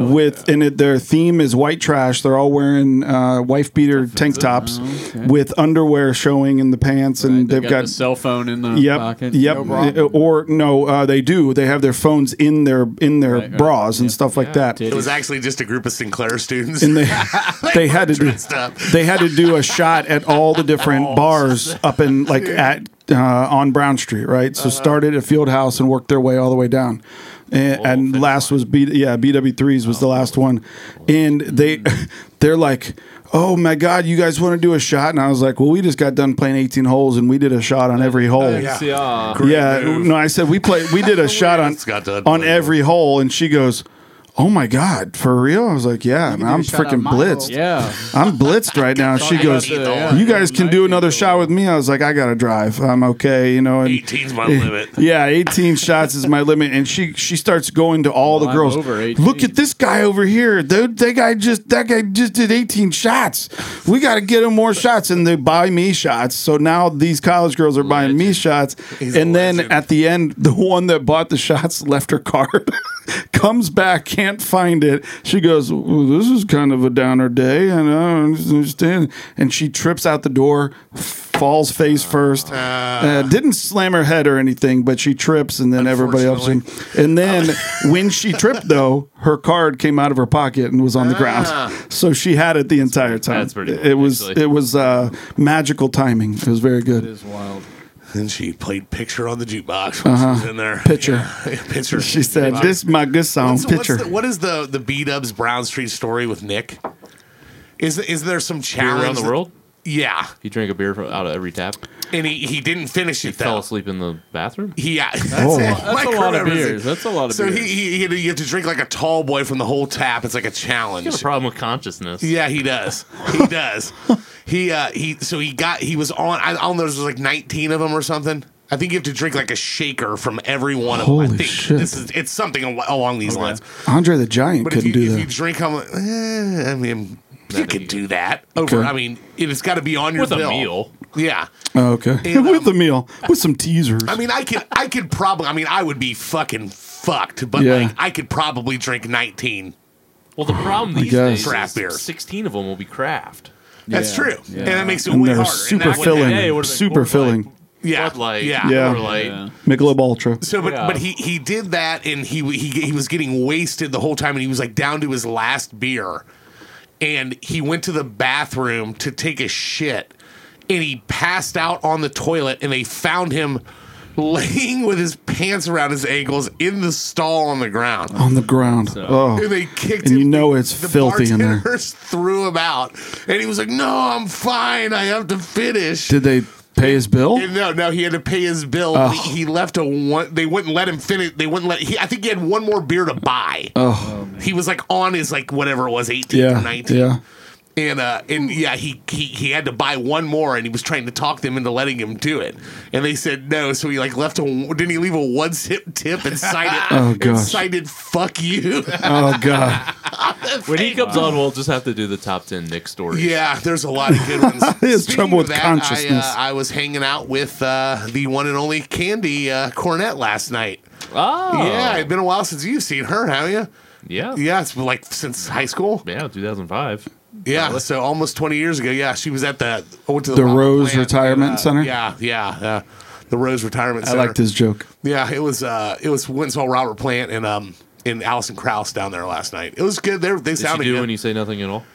[SPEAKER 5] with, and it, their theme is white trash. They're all wearing uh, wife beater tank tops with underwear showing in the pants, and
[SPEAKER 4] Oh, They got,
[SPEAKER 5] they've got.
[SPEAKER 4] the cell phone in the
[SPEAKER 5] Yep.
[SPEAKER 4] pocket.
[SPEAKER 5] Yep.
[SPEAKER 4] No problem.
[SPEAKER 5] or no, uh, they do. They have their phones in their in their
[SPEAKER 4] right.
[SPEAKER 5] bras and stuff like that.
[SPEAKER 1] It was actually just a group of Sinclair students.
[SPEAKER 5] And they they had to do
[SPEAKER 1] dressed up.
[SPEAKER 5] they had to do a shot at all the different
[SPEAKER 6] Oh.
[SPEAKER 5] bars up in
[SPEAKER 6] Uh-huh.
[SPEAKER 5] like at uh, on Brown Street, right? So started at Field House and worked their way all the way down. and,
[SPEAKER 3] We'll
[SPEAKER 5] and
[SPEAKER 3] finish
[SPEAKER 5] last was B yeah BW threes was the
[SPEAKER 6] Oh.
[SPEAKER 5] last one, and they
[SPEAKER 6] Mm.
[SPEAKER 5] they're like. Oh my God! You guys want to do a shot? And I was like, "Well, we just got done playing 18 holes, and we did a shot on every hole."
[SPEAKER 1] yeah.
[SPEAKER 3] See, ah,
[SPEAKER 5] yeah, no, I said we played. We did a shot on
[SPEAKER 1] just got done
[SPEAKER 5] on
[SPEAKER 1] playing.
[SPEAKER 5] every hole, and she goes, "Oh my god, for real?" I was like, "Yeah, man,
[SPEAKER 6] do
[SPEAKER 5] I'm
[SPEAKER 6] a shot on
[SPEAKER 5] freaking
[SPEAKER 6] my hole."
[SPEAKER 5] blitzed.
[SPEAKER 4] Yeah.
[SPEAKER 5] I'm blitzed right now." And she
[SPEAKER 4] Talking
[SPEAKER 5] goes,
[SPEAKER 4] about the- yeah.
[SPEAKER 5] "You guys can do another shot with me." I was like, "I gotta drive. I'm okay, you know." And
[SPEAKER 1] 18's my limit.
[SPEAKER 5] yeah, 18 shots is my limit, and she she starts going to all the
[SPEAKER 4] I'm
[SPEAKER 5] girls.
[SPEAKER 4] over 18.
[SPEAKER 5] Look at this guy over here, dude. That guy just that guy just did 18 shots. We got to get him more shots, and they buy me shots. So now these college girls are buying me shots,
[SPEAKER 1] He's a
[SPEAKER 5] and then
[SPEAKER 1] legend.
[SPEAKER 5] at the end, the one that bought the shots left her card. Comes back, can't find it. She goes, well, "This is kind of a downer day," and I don't understand. And she trips out the door, falls face first. Uh, didn't slam her head or anything, but she trips, and then everybody helps him. And then
[SPEAKER 1] Oh.
[SPEAKER 5] when she tripped, though, her card came out of her pocket and was on the
[SPEAKER 1] Ah.
[SPEAKER 5] ground. So she had it the entire time.
[SPEAKER 3] That's pretty cool,
[SPEAKER 5] It was
[SPEAKER 3] actually.
[SPEAKER 5] it was uh, magical timing. It was very good.
[SPEAKER 6] It's wild.
[SPEAKER 1] Then she played picture on the jukebox when she was in there.
[SPEAKER 5] Uh-huh. Pitcher.
[SPEAKER 1] Yeah, picture.
[SPEAKER 5] She said,
[SPEAKER 1] Jukebox.
[SPEAKER 5] "This is my good song,
[SPEAKER 1] What's- what's
[SPEAKER 5] pitcher."
[SPEAKER 1] the- what is the the B Dubs Brown Street story with Nick? Is is there some
[SPEAKER 3] beer
[SPEAKER 1] challenge
[SPEAKER 3] around the
[SPEAKER 1] that-
[SPEAKER 3] world.
[SPEAKER 1] yeah,
[SPEAKER 3] He drank a beer from, out of every tap.
[SPEAKER 1] and he, he didn't finish it
[SPEAKER 3] Fell
[SPEAKER 1] though.
[SPEAKER 3] asleep in the bathroom.
[SPEAKER 1] He, yeah, that's,
[SPEAKER 5] Oh.
[SPEAKER 1] it.
[SPEAKER 5] That's
[SPEAKER 3] That's a lot of
[SPEAKER 1] Microreferencing.
[SPEAKER 3] beers. That's a lot of
[SPEAKER 1] So
[SPEAKER 3] beers.
[SPEAKER 1] he, he, he you have to drink like a tall boy from the whole tap. It's like a challenge.
[SPEAKER 3] got a problem with consciousness.
[SPEAKER 1] Yeah, he does. He does. he uh he so he got he was on I, I don't know there's like 19 of them or something. I think you have to drink like a shaker from every one of them. I
[SPEAKER 5] Holy
[SPEAKER 1] think
[SPEAKER 5] shit.
[SPEAKER 1] this is it's something al- along these lines.
[SPEAKER 5] Andre the Giant
[SPEAKER 1] But if
[SPEAKER 5] couldn't
[SPEAKER 1] you,
[SPEAKER 5] do
[SPEAKER 1] if
[SPEAKER 5] that.
[SPEAKER 1] you drink how much eh, I mean you can do that over.
[SPEAKER 5] Okay.
[SPEAKER 1] I mean, it, has got to be on your
[SPEAKER 3] With a
[SPEAKER 1] bill.
[SPEAKER 3] meal.
[SPEAKER 1] Yeah,
[SPEAKER 5] oh, okay,
[SPEAKER 1] And,
[SPEAKER 5] with
[SPEAKER 1] um,
[SPEAKER 5] the meal, with some teasers.
[SPEAKER 1] I mean, I could, I could probably. I mean, I would be fucking fucked, but
[SPEAKER 5] Yeah.
[SPEAKER 1] like, I could probably drink nineteen.
[SPEAKER 3] Well, the problem these
[SPEAKER 5] guess.
[SPEAKER 3] days
[SPEAKER 1] Craft
[SPEAKER 3] is
[SPEAKER 1] beer.
[SPEAKER 3] 16 of them will be craft.
[SPEAKER 1] That's
[SPEAKER 6] Yeah.
[SPEAKER 1] true, and that makes it
[SPEAKER 5] And
[SPEAKER 1] way
[SPEAKER 5] they're
[SPEAKER 1] harder.
[SPEAKER 5] super
[SPEAKER 1] that's what-
[SPEAKER 5] filling.
[SPEAKER 3] Hey, it would've been
[SPEAKER 5] super
[SPEAKER 3] Coors Light,
[SPEAKER 5] filling.
[SPEAKER 1] Yeah,
[SPEAKER 3] Bud Light.
[SPEAKER 1] yeah,
[SPEAKER 5] Yeah.
[SPEAKER 3] Miller Lite.
[SPEAKER 5] Michelob Ultra.
[SPEAKER 1] So, but
[SPEAKER 3] Yeah.
[SPEAKER 1] but he he did that, and he he he was getting wasted the whole time, and he was like down to his last beer, and he went to the bathroom to take a shit, and he passed out on the toilet, and they found him laying with his pants around his ankles in the stall on the ground.
[SPEAKER 5] on the ground.
[SPEAKER 1] And
[SPEAKER 5] oh,
[SPEAKER 1] they kicked
[SPEAKER 5] And
[SPEAKER 1] him.
[SPEAKER 5] you know
[SPEAKER 1] They-
[SPEAKER 5] it's filthy in there.
[SPEAKER 1] bartenders threw him out, and he was like, "No, I'm fine. I have to finish."
[SPEAKER 5] did they pay his bill?
[SPEAKER 1] And no, no, he had to pay his bill. but
[SPEAKER 5] Oh.
[SPEAKER 1] He left a one. They wouldn't let him finish. They wouldn't let. He, I think he had one more beer to buy.
[SPEAKER 5] Oh,
[SPEAKER 1] he was like on his like whatever it was, eighteen or
[SPEAKER 5] yeah,
[SPEAKER 1] nineteen.
[SPEAKER 5] yeah.
[SPEAKER 1] And uh, and yeah, he, he he had to buy one more, and he was trying to talk them into letting him do it, and they said no. So he like left a. Didn't he leave a one sip tip and cited?
[SPEAKER 5] Oh,
[SPEAKER 1] and
[SPEAKER 5] gosh.
[SPEAKER 1] cited fuck you.
[SPEAKER 5] Oh god,
[SPEAKER 3] When he comes on, we'll just have to do the top 10 Nick stories.
[SPEAKER 1] Yeah, there's a lot of good ones.
[SPEAKER 5] There's
[SPEAKER 1] Speaking
[SPEAKER 5] trouble
[SPEAKER 1] of
[SPEAKER 5] with consciousness.
[SPEAKER 1] I, uh, I was hanging out with uh, the one and only Candy uh, Cornette last night.
[SPEAKER 3] Oh.
[SPEAKER 1] Yeah, it's been a while since you've seen her, haven't you?
[SPEAKER 3] Yeah.
[SPEAKER 1] Yeah, it's been, like since high school.
[SPEAKER 3] Yeah, 2005.
[SPEAKER 1] Yeah, so almost 20 years ago. Yeah, she was at the I went to the,
[SPEAKER 5] the
[SPEAKER 1] Lava
[SPEAKER 5] Rose
[SPEAKER 1] Plant,
[SPEAKER 5] Retirement
[SPEAKER 1] uh,
[SPEAKER 5] Center.
[SPEAKER 1] Yeah, yeah, uh, the Rose Retirement
[SPEAKER 5] I
[SPEAKER 1] Center.
[SPEAKER 5] like this joke.
[SPEAKER 1] Yeah, it was uh, it was went and saw Robert Plant and um and Allison Krauss down there last night. It was good. They they
[SPEAKER 3] Did she
[SPEAKER 1] sounded
[SPEAKER 3] do
[SPEAKER 1] good.
[SPEAKER 3] when you say nothing at all?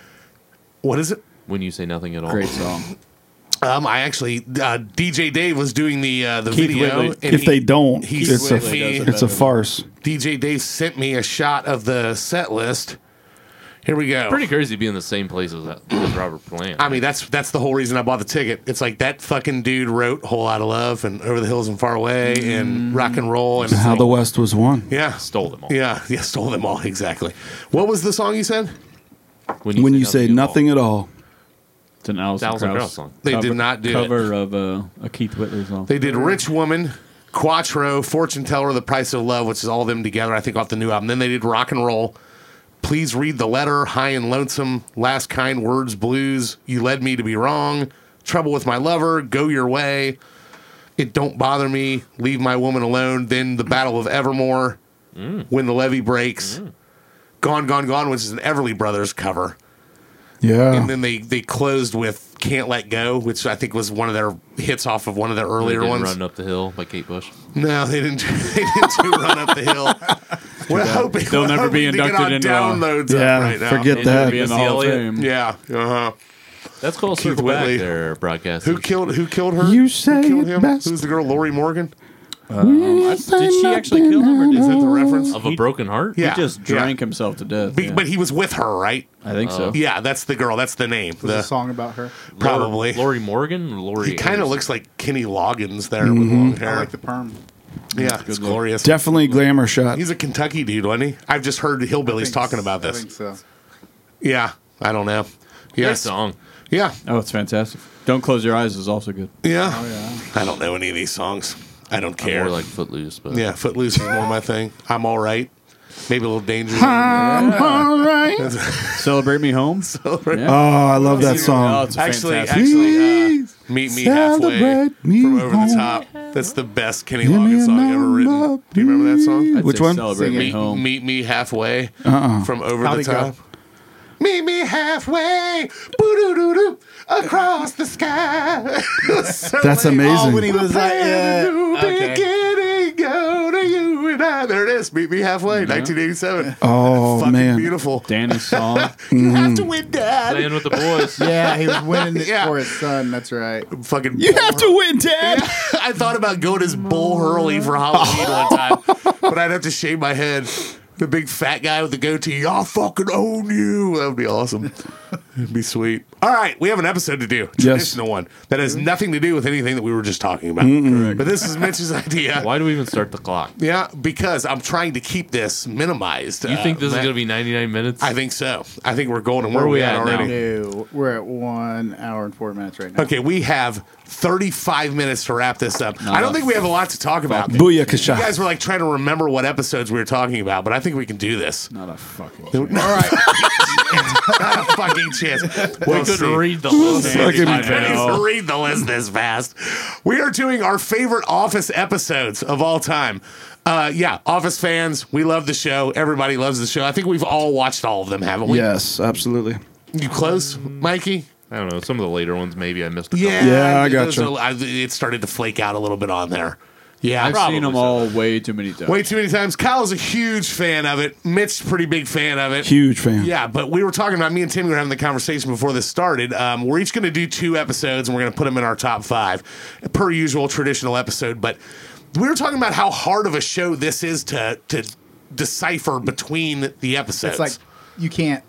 [SPEAKER 1] what is it?
[SPEAKER 3] When you say nothing at all.
[SPEAKER 4] Great song.
[SPEAKER 1] Um, I actually uh, DJ Dave was doing the uh, the video.
[SPEAKER 4] Whitley.
[SPEAKER 1] and
[SPEAKER 5] if
[SPEAKER 1] he-
[SPEAKER 5] they don't,
[SPEAKER 1] he
[SPEAKER 5] it's a
[SPEAKER 1] sent me
[SPEAKER 5] it's a farce.
[SPEAKER 1] DJ Dave sent me a shot of the set list. Here we go.
[SPEAKER 3] Pretty crazy to be in the same place as, as Robert Plant.
[SPEAKER 1] I mean, that's that's the whole reason I bought the ticket. It's like that fucking dude wrote "Whole Lot of Love" and "Over the Hills and Far Away" and "Rock and Roll" and it's
[SPEAKER 5] Mm. How
[SPEAKER 1] like-
[SPEAKER 5] the West was won.
[SPEAKER 1] yeah
[SPEAKER 3] stole them all.
[SPEAKER 1] yeah yeah stole them all exactly. What was the song you said?
[SPEAKER 5] When you say nothing at all,
[SPEAKER 7] It's an Allison,
[SPEAKER 3] Allison
[SPEAKER 7] Krauss.
[SPEAKER 3] Krauss song.
[SPEAKER 1] They
[SPEAKER 7] cover,
[SPEAKER 1] did not do it.
[SPEAKER 7] cover of uh, a Keith Whitley song.
[SPEAKER 1] They did
[SPEAKER 3] Mm-hmm.
[SPEAKER 1] "Rich Woman," "Quattro," "Fortune Teller," "The Price of Love," which is all them together. I think off the new album. Then they did "Rock and Roll." Please read the letter. High and lonesome. Last kind words. Blues. You led me to be wrong. Trouble with my lover. Go your way. It don't bother me. Leave my woman alone. Then the battle of Evermore.
[SPEAKER 3] Mm.
[SPEAKER 1] When the levee breaks. Gone, gone, gone, which is an Everly Brothers cover
[SPEAKER 5] yeah,
[SPEAKER 1] and then they they closed with "Can't Let Go," which I think was one of their hits off of one of their
[SPEAKER 3] They
[SPEAKER 1] earlier
[SPEAKER 3] did
[SPEAKER 1] ones.
[SPEAKER 3] Run Up the Hill by Kate Bush.
[SPEAKER 1] No, they didn't. do- They didn't do "Run Up the Hill." We're hoping
[SPEAKER 7] They'll
[SPEAKER 1] we're
[SPEAKER 7] never be
[SPEAKER 1] hoping to get
[SPEAKER 7] inducted
[SPEAKER 1] on
[SPEAKER 7] into uh, a-
[SPEAKER 1] downloads. up
[SPEAKER 5] yeah.
[SPEAKER 1] right now.
[SPEAKER 5] forget
[SPEAKER 3] It
[SPEAKER 5] that.
[SPEAKER 3] would be
[SPEAKER 7] Be in the
[SPEAKER 3] Missy
[SPEAKER 7] Hall of
[SPEAKER 3] Elliott.
[SPEAKER 7] Fame.
[SPEAKER 1] Yeah, uh-huh.
[SPEAKER 3] That's called
[SPEAKER 1] Keith
[SPEAKER 3] Circle Back
[SPEAKER 1] Whitley.
[SPEAKER 3] there, broadcast.
[SPEAKER 1] Who killed? Who killed her?
[SPEAKER 5] You say
[SPEAKER 1] who killed
[SPEAKER 5] it
[SPEAKER 1] him?
[SPEAKER 5] best.
[SPEAKER 1] Who's the girl? Lori Morgan.
[SPEAKER 3] Did she actually kill him? Or
[SPEAKER 1] Is that the reference?
[SPEAKER 3] Of a
[SPEAKER 1] He-
[SPEAKER 3] broken heart?
[SPEAKER 1] Yeah.
[SPEAKER 4] He just drank himself to death.
[SPEAKER 1] Be-
[SPEAKER 4] yeah.
[SPEAKER 1] But he was with her, right?
[SPEAKER 4] I think so.
[SPEAKER 1] Oh. Yeah, that's the girl. That's the name.
[SPEAKER 6] was
[SPEAKER 1] The-
[SPEAKER 6] a song about her.
[SPEAKER 1] probably.
[SPEAKER 3] Lori Morgan? or Lori.
[SPEAKER 1] he kind of
[SPEAKER 3] Anderson?
[SPEAKER 1] looks like Kenny Loggins there with long hair.
[SPEAKER 6] I like the perm.
[SPEAKER 1] yeah, it's glorious.
[SPEAKER 5] Definitely glamour shot.
[SPEAKER 1] He's a Kentucky dude, wasn't he? I've just heard
[SPEAKER 6] I
[SPEAKER 1] hillbillies
[SPEAKER 6] think
[SPEAKER 1] talking
[SPEAKER 6] s-
[SPEAKER 1] about
[SPEAKER 6] I
[SPEAKER 1] this.
[SPEAKER 6] think so.
[SPEAKER 1] yeah, I don't know.
[SPEAKER 3] Great
[SPEAKER 1] Yes.
[SPEAKER 3] song.
[SPEAKER 1] Yeah,
[SPEAKER 4] Oh, it's fantastic. Don't close your eyes is also good.
[SPEAKER 1] yeah. I don't know any of these songs. I don't
[SPEAKER 7] I'm
[SPEAKER 1] care.
[SPEAKER 7] more like Footloose, but
[SPEAKER 1] yeah, Footloose is more my thing. I'm all right. Maybe a little dangerous. I'm all right.
[SPEAKER 4] Celebrate me home.
[SPEAKER 5] Oh, I love that
[SPEAKER 4] Oh,
[SPEAKER 5] song.
[SPEAKER 4] it's a
[SPEAKER 1] Actually,
[SPEAKER 4] fantastic.
[SPEAKER 1] actually, uh,
[SPEAKER 5] Please
[SPEAKER 1] meet me
[SPEAKER 5] celebrate
[SPEAKER 1] halfway
[SPEAKER 5] me
[SPEAKER 1] from over
[SPEAKER 5] home.
[SPEAKER 1] the top. That's the best Kenny
[SPEAKER 5] Give me
[SPEAKER 1] Loggins song ever
[SPEAKER 5] another
[SPEAKER 1] written. Do you remember that song?
[SPEAKER 5] please. Which
[SPEAKER 4] say
[SPEAKER 5] one?
[SPEAKER 4] Celebrate
[SPEAKER 6] Sing
[SPEAKER 4] me
[SPEAKER 6] it.
[SPEAKER 1] Meet,
[SPEAKER 4] home.
[SPEAKER 1] meet me halfway from over
[SPEAKER 6] How'd
[SPEAKER 1] the
[SPEAKER 6] it go?
[SPEAKER 1] top. Meet me halfway, boo-doo-doo-doo, across the sky. So
[SPEAKER 5] That's
[SPEAKER 1] lame.
[SPEAKER 5] amazing.
[SPEAKER 6] Oh, when he was like,
[SPEAKER 1] Plan a new
[SPEAKER 6] yeah. Okay.
[SPEAKER 1] beginning, go to you and I. There it is. Meet me halfway, 1987.
[SPEAKER 5] Oh,
[SPEAKER 1] Fucking
[SPEAKER 5] man. Mm-hmm.
[SPEAKER 1] beautiful.
[SPEAKER 4] Danny's song.
[SPEAKER 1] You have to win, Dad.
[SPEAKER 7] playing with the boys.
[SPEAKER 6] Yeah, he was winning it
[SPEAKER 1] Yeah.
[SPEAKER 6] for his son. That's right.
[SPEAKER 1] Fucking
[SPEAKER 5] to win, Dad.
[SPEAKER 1] I thought about going as Bull Hurley for Halloween one time, but I'd have to shave my head. The big fat guy with the goatee, I'll fucking own you. That would be awesome. It'd be sweet. All right, we have an episode to do, traditional one that has nothing to do with anything that we were just talking about. But this is Mitch's idea.
[SPEAKER 7] Why do we even start the clock?
[SPEAKER 1] Yeah, because I'm trying to keep this minimized. Uh,
[SPEAKER 7] You think this is going to be 99 minutes?
[SPEAKER 1] I think so. I think we're golden. Where,
[SPEAKER 7] are
[SPEAKER 1] are we
[SPEAKER 7] we
[SPEAKER 1] at
[SPEAKER 7] at now?
[SPEAKER 1] already?
[SPEAKER 6] No, we're at one hour and four minutes right now.
[SPEAKER 1] Okay, we have 35 minutes to wrap this up. I don't think we have a lot to talk about. You
[SPEAKER 5] Booyakasha.
[SPEAKER 1] guys were like trying to remember what episodes we were talking about, but I think we can do this.
[SPEAKER 4] Not a fucking.
[SPEAKER 1] All right. Not a fucking chance. We'll
[SPEAKER 7] we couldn't
[SPEAKER 1] see.
[SPEAKER 7] read the list.
[SPEAKER 5] Fucking-
[SPEAKER 1] I couldn't read the list this fast. We are doing our favorite Office episodes of all time. Uh, yeah, Office fans, we love the show. Everybody loves the show. I think we've all watched all of them, haven't we?
[SPEAKER 5] Yes, absolutely.
[SPEAKER 1] You close, Mikey?
[SPEAKER 7] I don't know. Some of the later ones, maybe I missed. A couple.
[SPEAKER 1] Yeah.
[SPEAKER 5] Yeah, I
[SPEAKER 1] those
[SPEAKER 5] gotcha.
[SPEAKER 1] are- I- it started to flake out a little bit on there. Yeah,
[SPEAKER 4] I've seen them all way too many times.
[SPEAKER 1] Way too many times. Kyle's a huge fan of it. Mitch's a pretty big fan of it.
[SPEAKER 5] Huge fan.
[SPEAKER 1] Yeah, but we were talking about me and Timmy were having the conversation before this started. Um, we're each going to do two episodes, and we're going to put them in our top five, per usual traditional episode. But we were talking about how hard of a show this is to to decipher between the episodes.
[SPEAKER 6] It's like you can't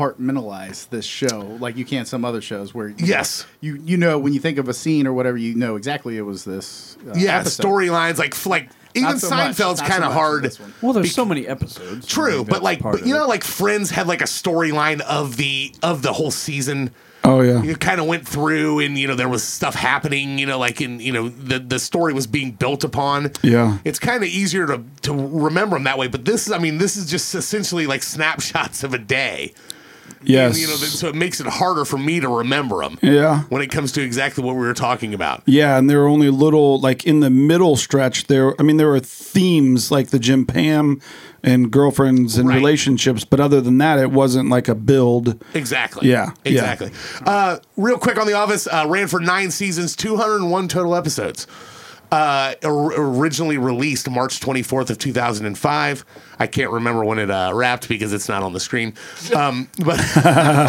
[SPEAKER 6] compartmentalize this show like you can some other shows where you,
[SPEAKER 1] Yes.
[SPEAKER 6] you you know when you think of a scene or whatever you know exactly it was this uh,
[SPEAKER 1] yeah,
[SPEAKER 6] episode.
[SPEAKER 1] the storylines like like even
[SPEAKER 6] Not so much.
[SPEAKER 1] Seinfeld's
[SPEAKER 6] Not so
[SPEAKER 1] kind of
[SPEAKER 6] much in
[SPEAKER 1] hard.
[SPEAKER 6] this one.
[SPEAKER 4] Well, there's so many episodes. I
[SPEAKER 1] True,
[SPEAKER 4] think
[SPEAKER 1] but
[SPEAKER 4] that's
[SPEAKER 1] like
[SPEAKER 4] part
[SPEAKER 1] but
[SPEAKER 4] of
[SPEAKER 1] you
[SPEAKER 4] it.
[SPEAKER 1] know, like Friends had like a storyline of the of the whole season.
[SPEAKER 5] Oh yeah.
[SPEAKER 1] you kind of went through and you know there was stuff happening you know like in you know the the story was being built upon
[SPEAKER 5] Yeah.
[SPEAKER 1] it's kind of easier to to remember them that way but this is i mean this is just essentially like snapshots of a day
[SPEAKER 5] Yes.
[SPEAKER 1] you know th- so it makes it harder for me to remember them
[SPEAKER 5] Yeah.
[SPEAKER 1] when it comes to exactly what we were talking about
[SPEAKER 5] Yeah, and there were only little like in the middle stretch there I mean there were themes like the Jim Pam and girlfriends and
[SPEAKER 1] Right.
[SPEAKER 5] relationships, but other than that it wasn't like a build.
[SPEAKER 1] Exactly.
[SPEAKER 5] Yeah, yeah.
[SPEAKER 1] Exactly. Uh, real quick on The Office, uh, ran for nine seasons, 201 total episodes. Uh, or- originally released March 24th of 2005. I can't remember when it uh, wrapped because it's not on the screen. Um, but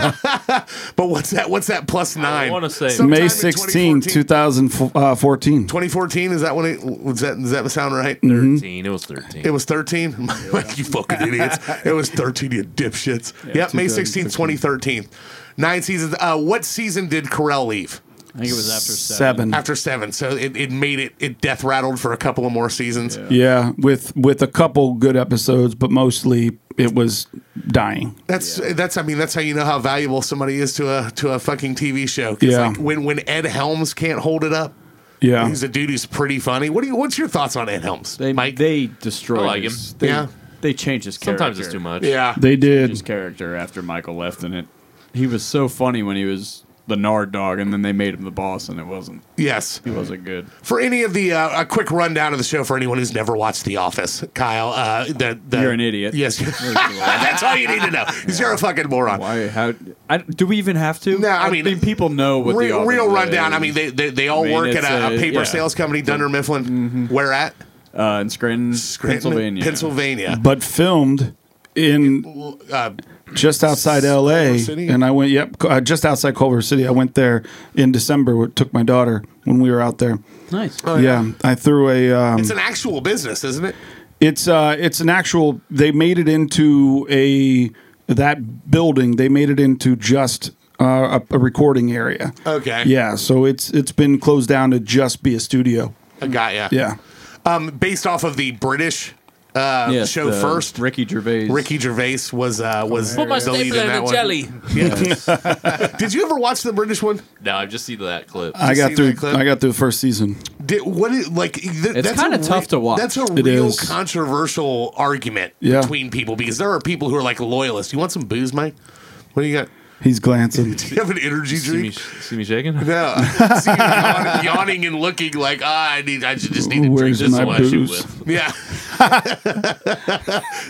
[SPEAKER 1] but what's that? What's that plus nine?
[SPEAKER 7] wanna say-
[SPEAKER 1] Sometime
[SPEAKER 5] May
[SPEAKER 1] in
[SPEAKER 5] 16,
[SPEAKER 1] 2014
[SPEAKER 5] uh, 2014.
[SPEAKER 1] 2014 is that when it was that does that sound right?
[SPEAKER 5] Mm,
[SPEAKER 7] 13. It was 13.
[SPEAKER 1] It was 13. you fucking idiots. It was 13, you dipshits. yep, May 16th, 2013. Nine seasons. Uh, what season did Carell leave?
[SPEAKER 4] I think it was after seven.
[SPEAKER 5] 7.
[SPEAKER 1] After seven. So it, it made it, it death rattled for a couple of more seasons.
[SPEAKER 5] Yeah, with with a couple good episodes, but mostly it was dying.
[SPEAKER 1] That's, that's, I mean, that's how you know how valuable somebody is to a, to a fucking TV show. 'Cause,
[SPEAKER 5] Yeah.
[SPEAKER 1] Like when, when Ed Helms can't hold it up,
[SPEAKER 5] Yeah.
[SPEAKER 1] he's a dude who's pretty funny. What do you, what's your thoughts on Ed Helms?
[SPEAKER 4] They
[SPEAKER 1] Mike?
[SPEAKER 4] they destroyed.
[SPEAKER 7] I like
[SPEAKER 4] his-
[SPEAKER 7] him.
[SPEAKER 4] They,
[SPEAKER 1] Yeah.
[SPEAKER 4] They changed his character.
[SPEAKER 7] Sometimes it's too much.
[SPEAKER 1] yeah.
[SPEAKER 5] they
[SPEAKER 4] His
[SPEAKER 5] did.
[SPEAKER 4] character after Michael left in it. He was so funny when he was the Nard dog, and then they made him the boss, and it wasn't.
[SPEAKER 1] yes.
[SPEAKER 4] He wasn't good.
[SPEAKER 1] For any of the uh, a quick rundown of the show for anyone who's never watched The Office, Kyle, uh, the, the
[SPEAKER 4] You're an idiot.
[SPEAKER 1] Yes, that's all you need to know. 'cause You're a fucking moron.
[SPEAKER 4] Why? How? I, do we even have to?
[SPEAKER 1] No, I mean-
[SPEAKER 4] people know what
[SPEAKER 1] Re-
[SPEAKER 4] the office
[SPEAKER 1] real rundown.
[SPEAKER 4] Is.
[SPEAKER 1] I mean, they they, they all
[SPEAKER 4] I mean,
[SPEAKER 1] work at
[SPEAKER 4] it's
[SPEAKER 1] a, a
[SPEAKER 4] a-
[SPEAKER 1] paper
[SPEAKER 4] yeah.
[SPEAKER 1] sales company, Dunder Mifflin. Where at?
[SPEAKER 4] uh, in Scranton,
[SPEAKER 1] Scranton,
[SPEAKER 4] Pennsylvania. Mm-hmm.
[SPEAKER 1] Pennsylvania.
[SPEAKER 5] But filmed in
[SPEAKER 1] Uh,
[SPEAKER 5] just outside L.A.
[SPEAKER 1] City?
[SPEAKER 5] And I went, yep, uh, just outside Culver City. I went there in December. Took my daughter when we were out there.
[SPEAKER 4] Nice.
[SPEAKER 1] Uh,
[SPEAKER 5] yeah. I threw a. Um,
[SPEAKER 1] Oh, it's an actual business, isn't it?
[SPEAKER 5] It's uh, it's an actual. They made it into a that building. They made it into just uh, a, a recording area.
[SPEAKER 1] Okay.
[SPEAKER 5] Yeah, so it's it's been closed down to just be a studio.
[SPEAKER 1] I got ya.
[SPEAKER 5] Yeah,
[SPEAKER 1] Um, based off of the British uh,
[SPEAKER 4] Yes,
[SPEAKER 1] show
[SPEAKER 4] the
[SPEAKER 1] first,
[SPEAKER 4] Ricky Gervais.
[SPEAKER 1] Ricky Gervais was uh, was
[SPEAKER 9] Put my
[SPEAKER 1] the lead in
[SPEAKER 9] stapler in
[SPEAKER 1] that
[SPEAKER 9] the
[SPEAKER 1] one.
[SPEAKER 9] jelly.
[SPEAKER 1] Yeah. Did you ever watch the British one?
[SPEAKER 3] No, I've just seen that clip.
[SPEAKER 5] I got
[SPEAKER 1] see
[SPEAKER 5] through.
[SPEAKER 1] that clip?
[SPEAKER 5] I got through the first season.
[SPEAKER 1] Did, what is, like th- that's
[SPEAKER 4] kinda
[SPEAKER 1] a
[SPEAKER 4] tough to watch.
[SPEAKER 1] That's a
[SPEAKER 5] It
[SPEAKER 1] real
[SPEAKER 5] is.
[SPEAKER 1] controversial argument
[SPEAKER 5] Yeah.
[SPEAKER 1] between people because there are people who are like loyalists. You want some booze, Mike? What do you got?
[SPEAKER 5] He's glancing.
[SPEAKER 1] Do you have an energy
[SPEAKER 3] See me,
[SPEAKER 1] drink?
[SPEAKER 3] see me shaking?
[SPEAKER 1] No. See you yawn- yawning and looking like ah, I need. I ju- just need to drink
[SPEAKER 5] Where's
[SPEAKER 1] this
[SPEAKER 5] my
[SPEAKER 1] one.
[SPEAKER 5] booze?
[SPEAKER 1] Yeah.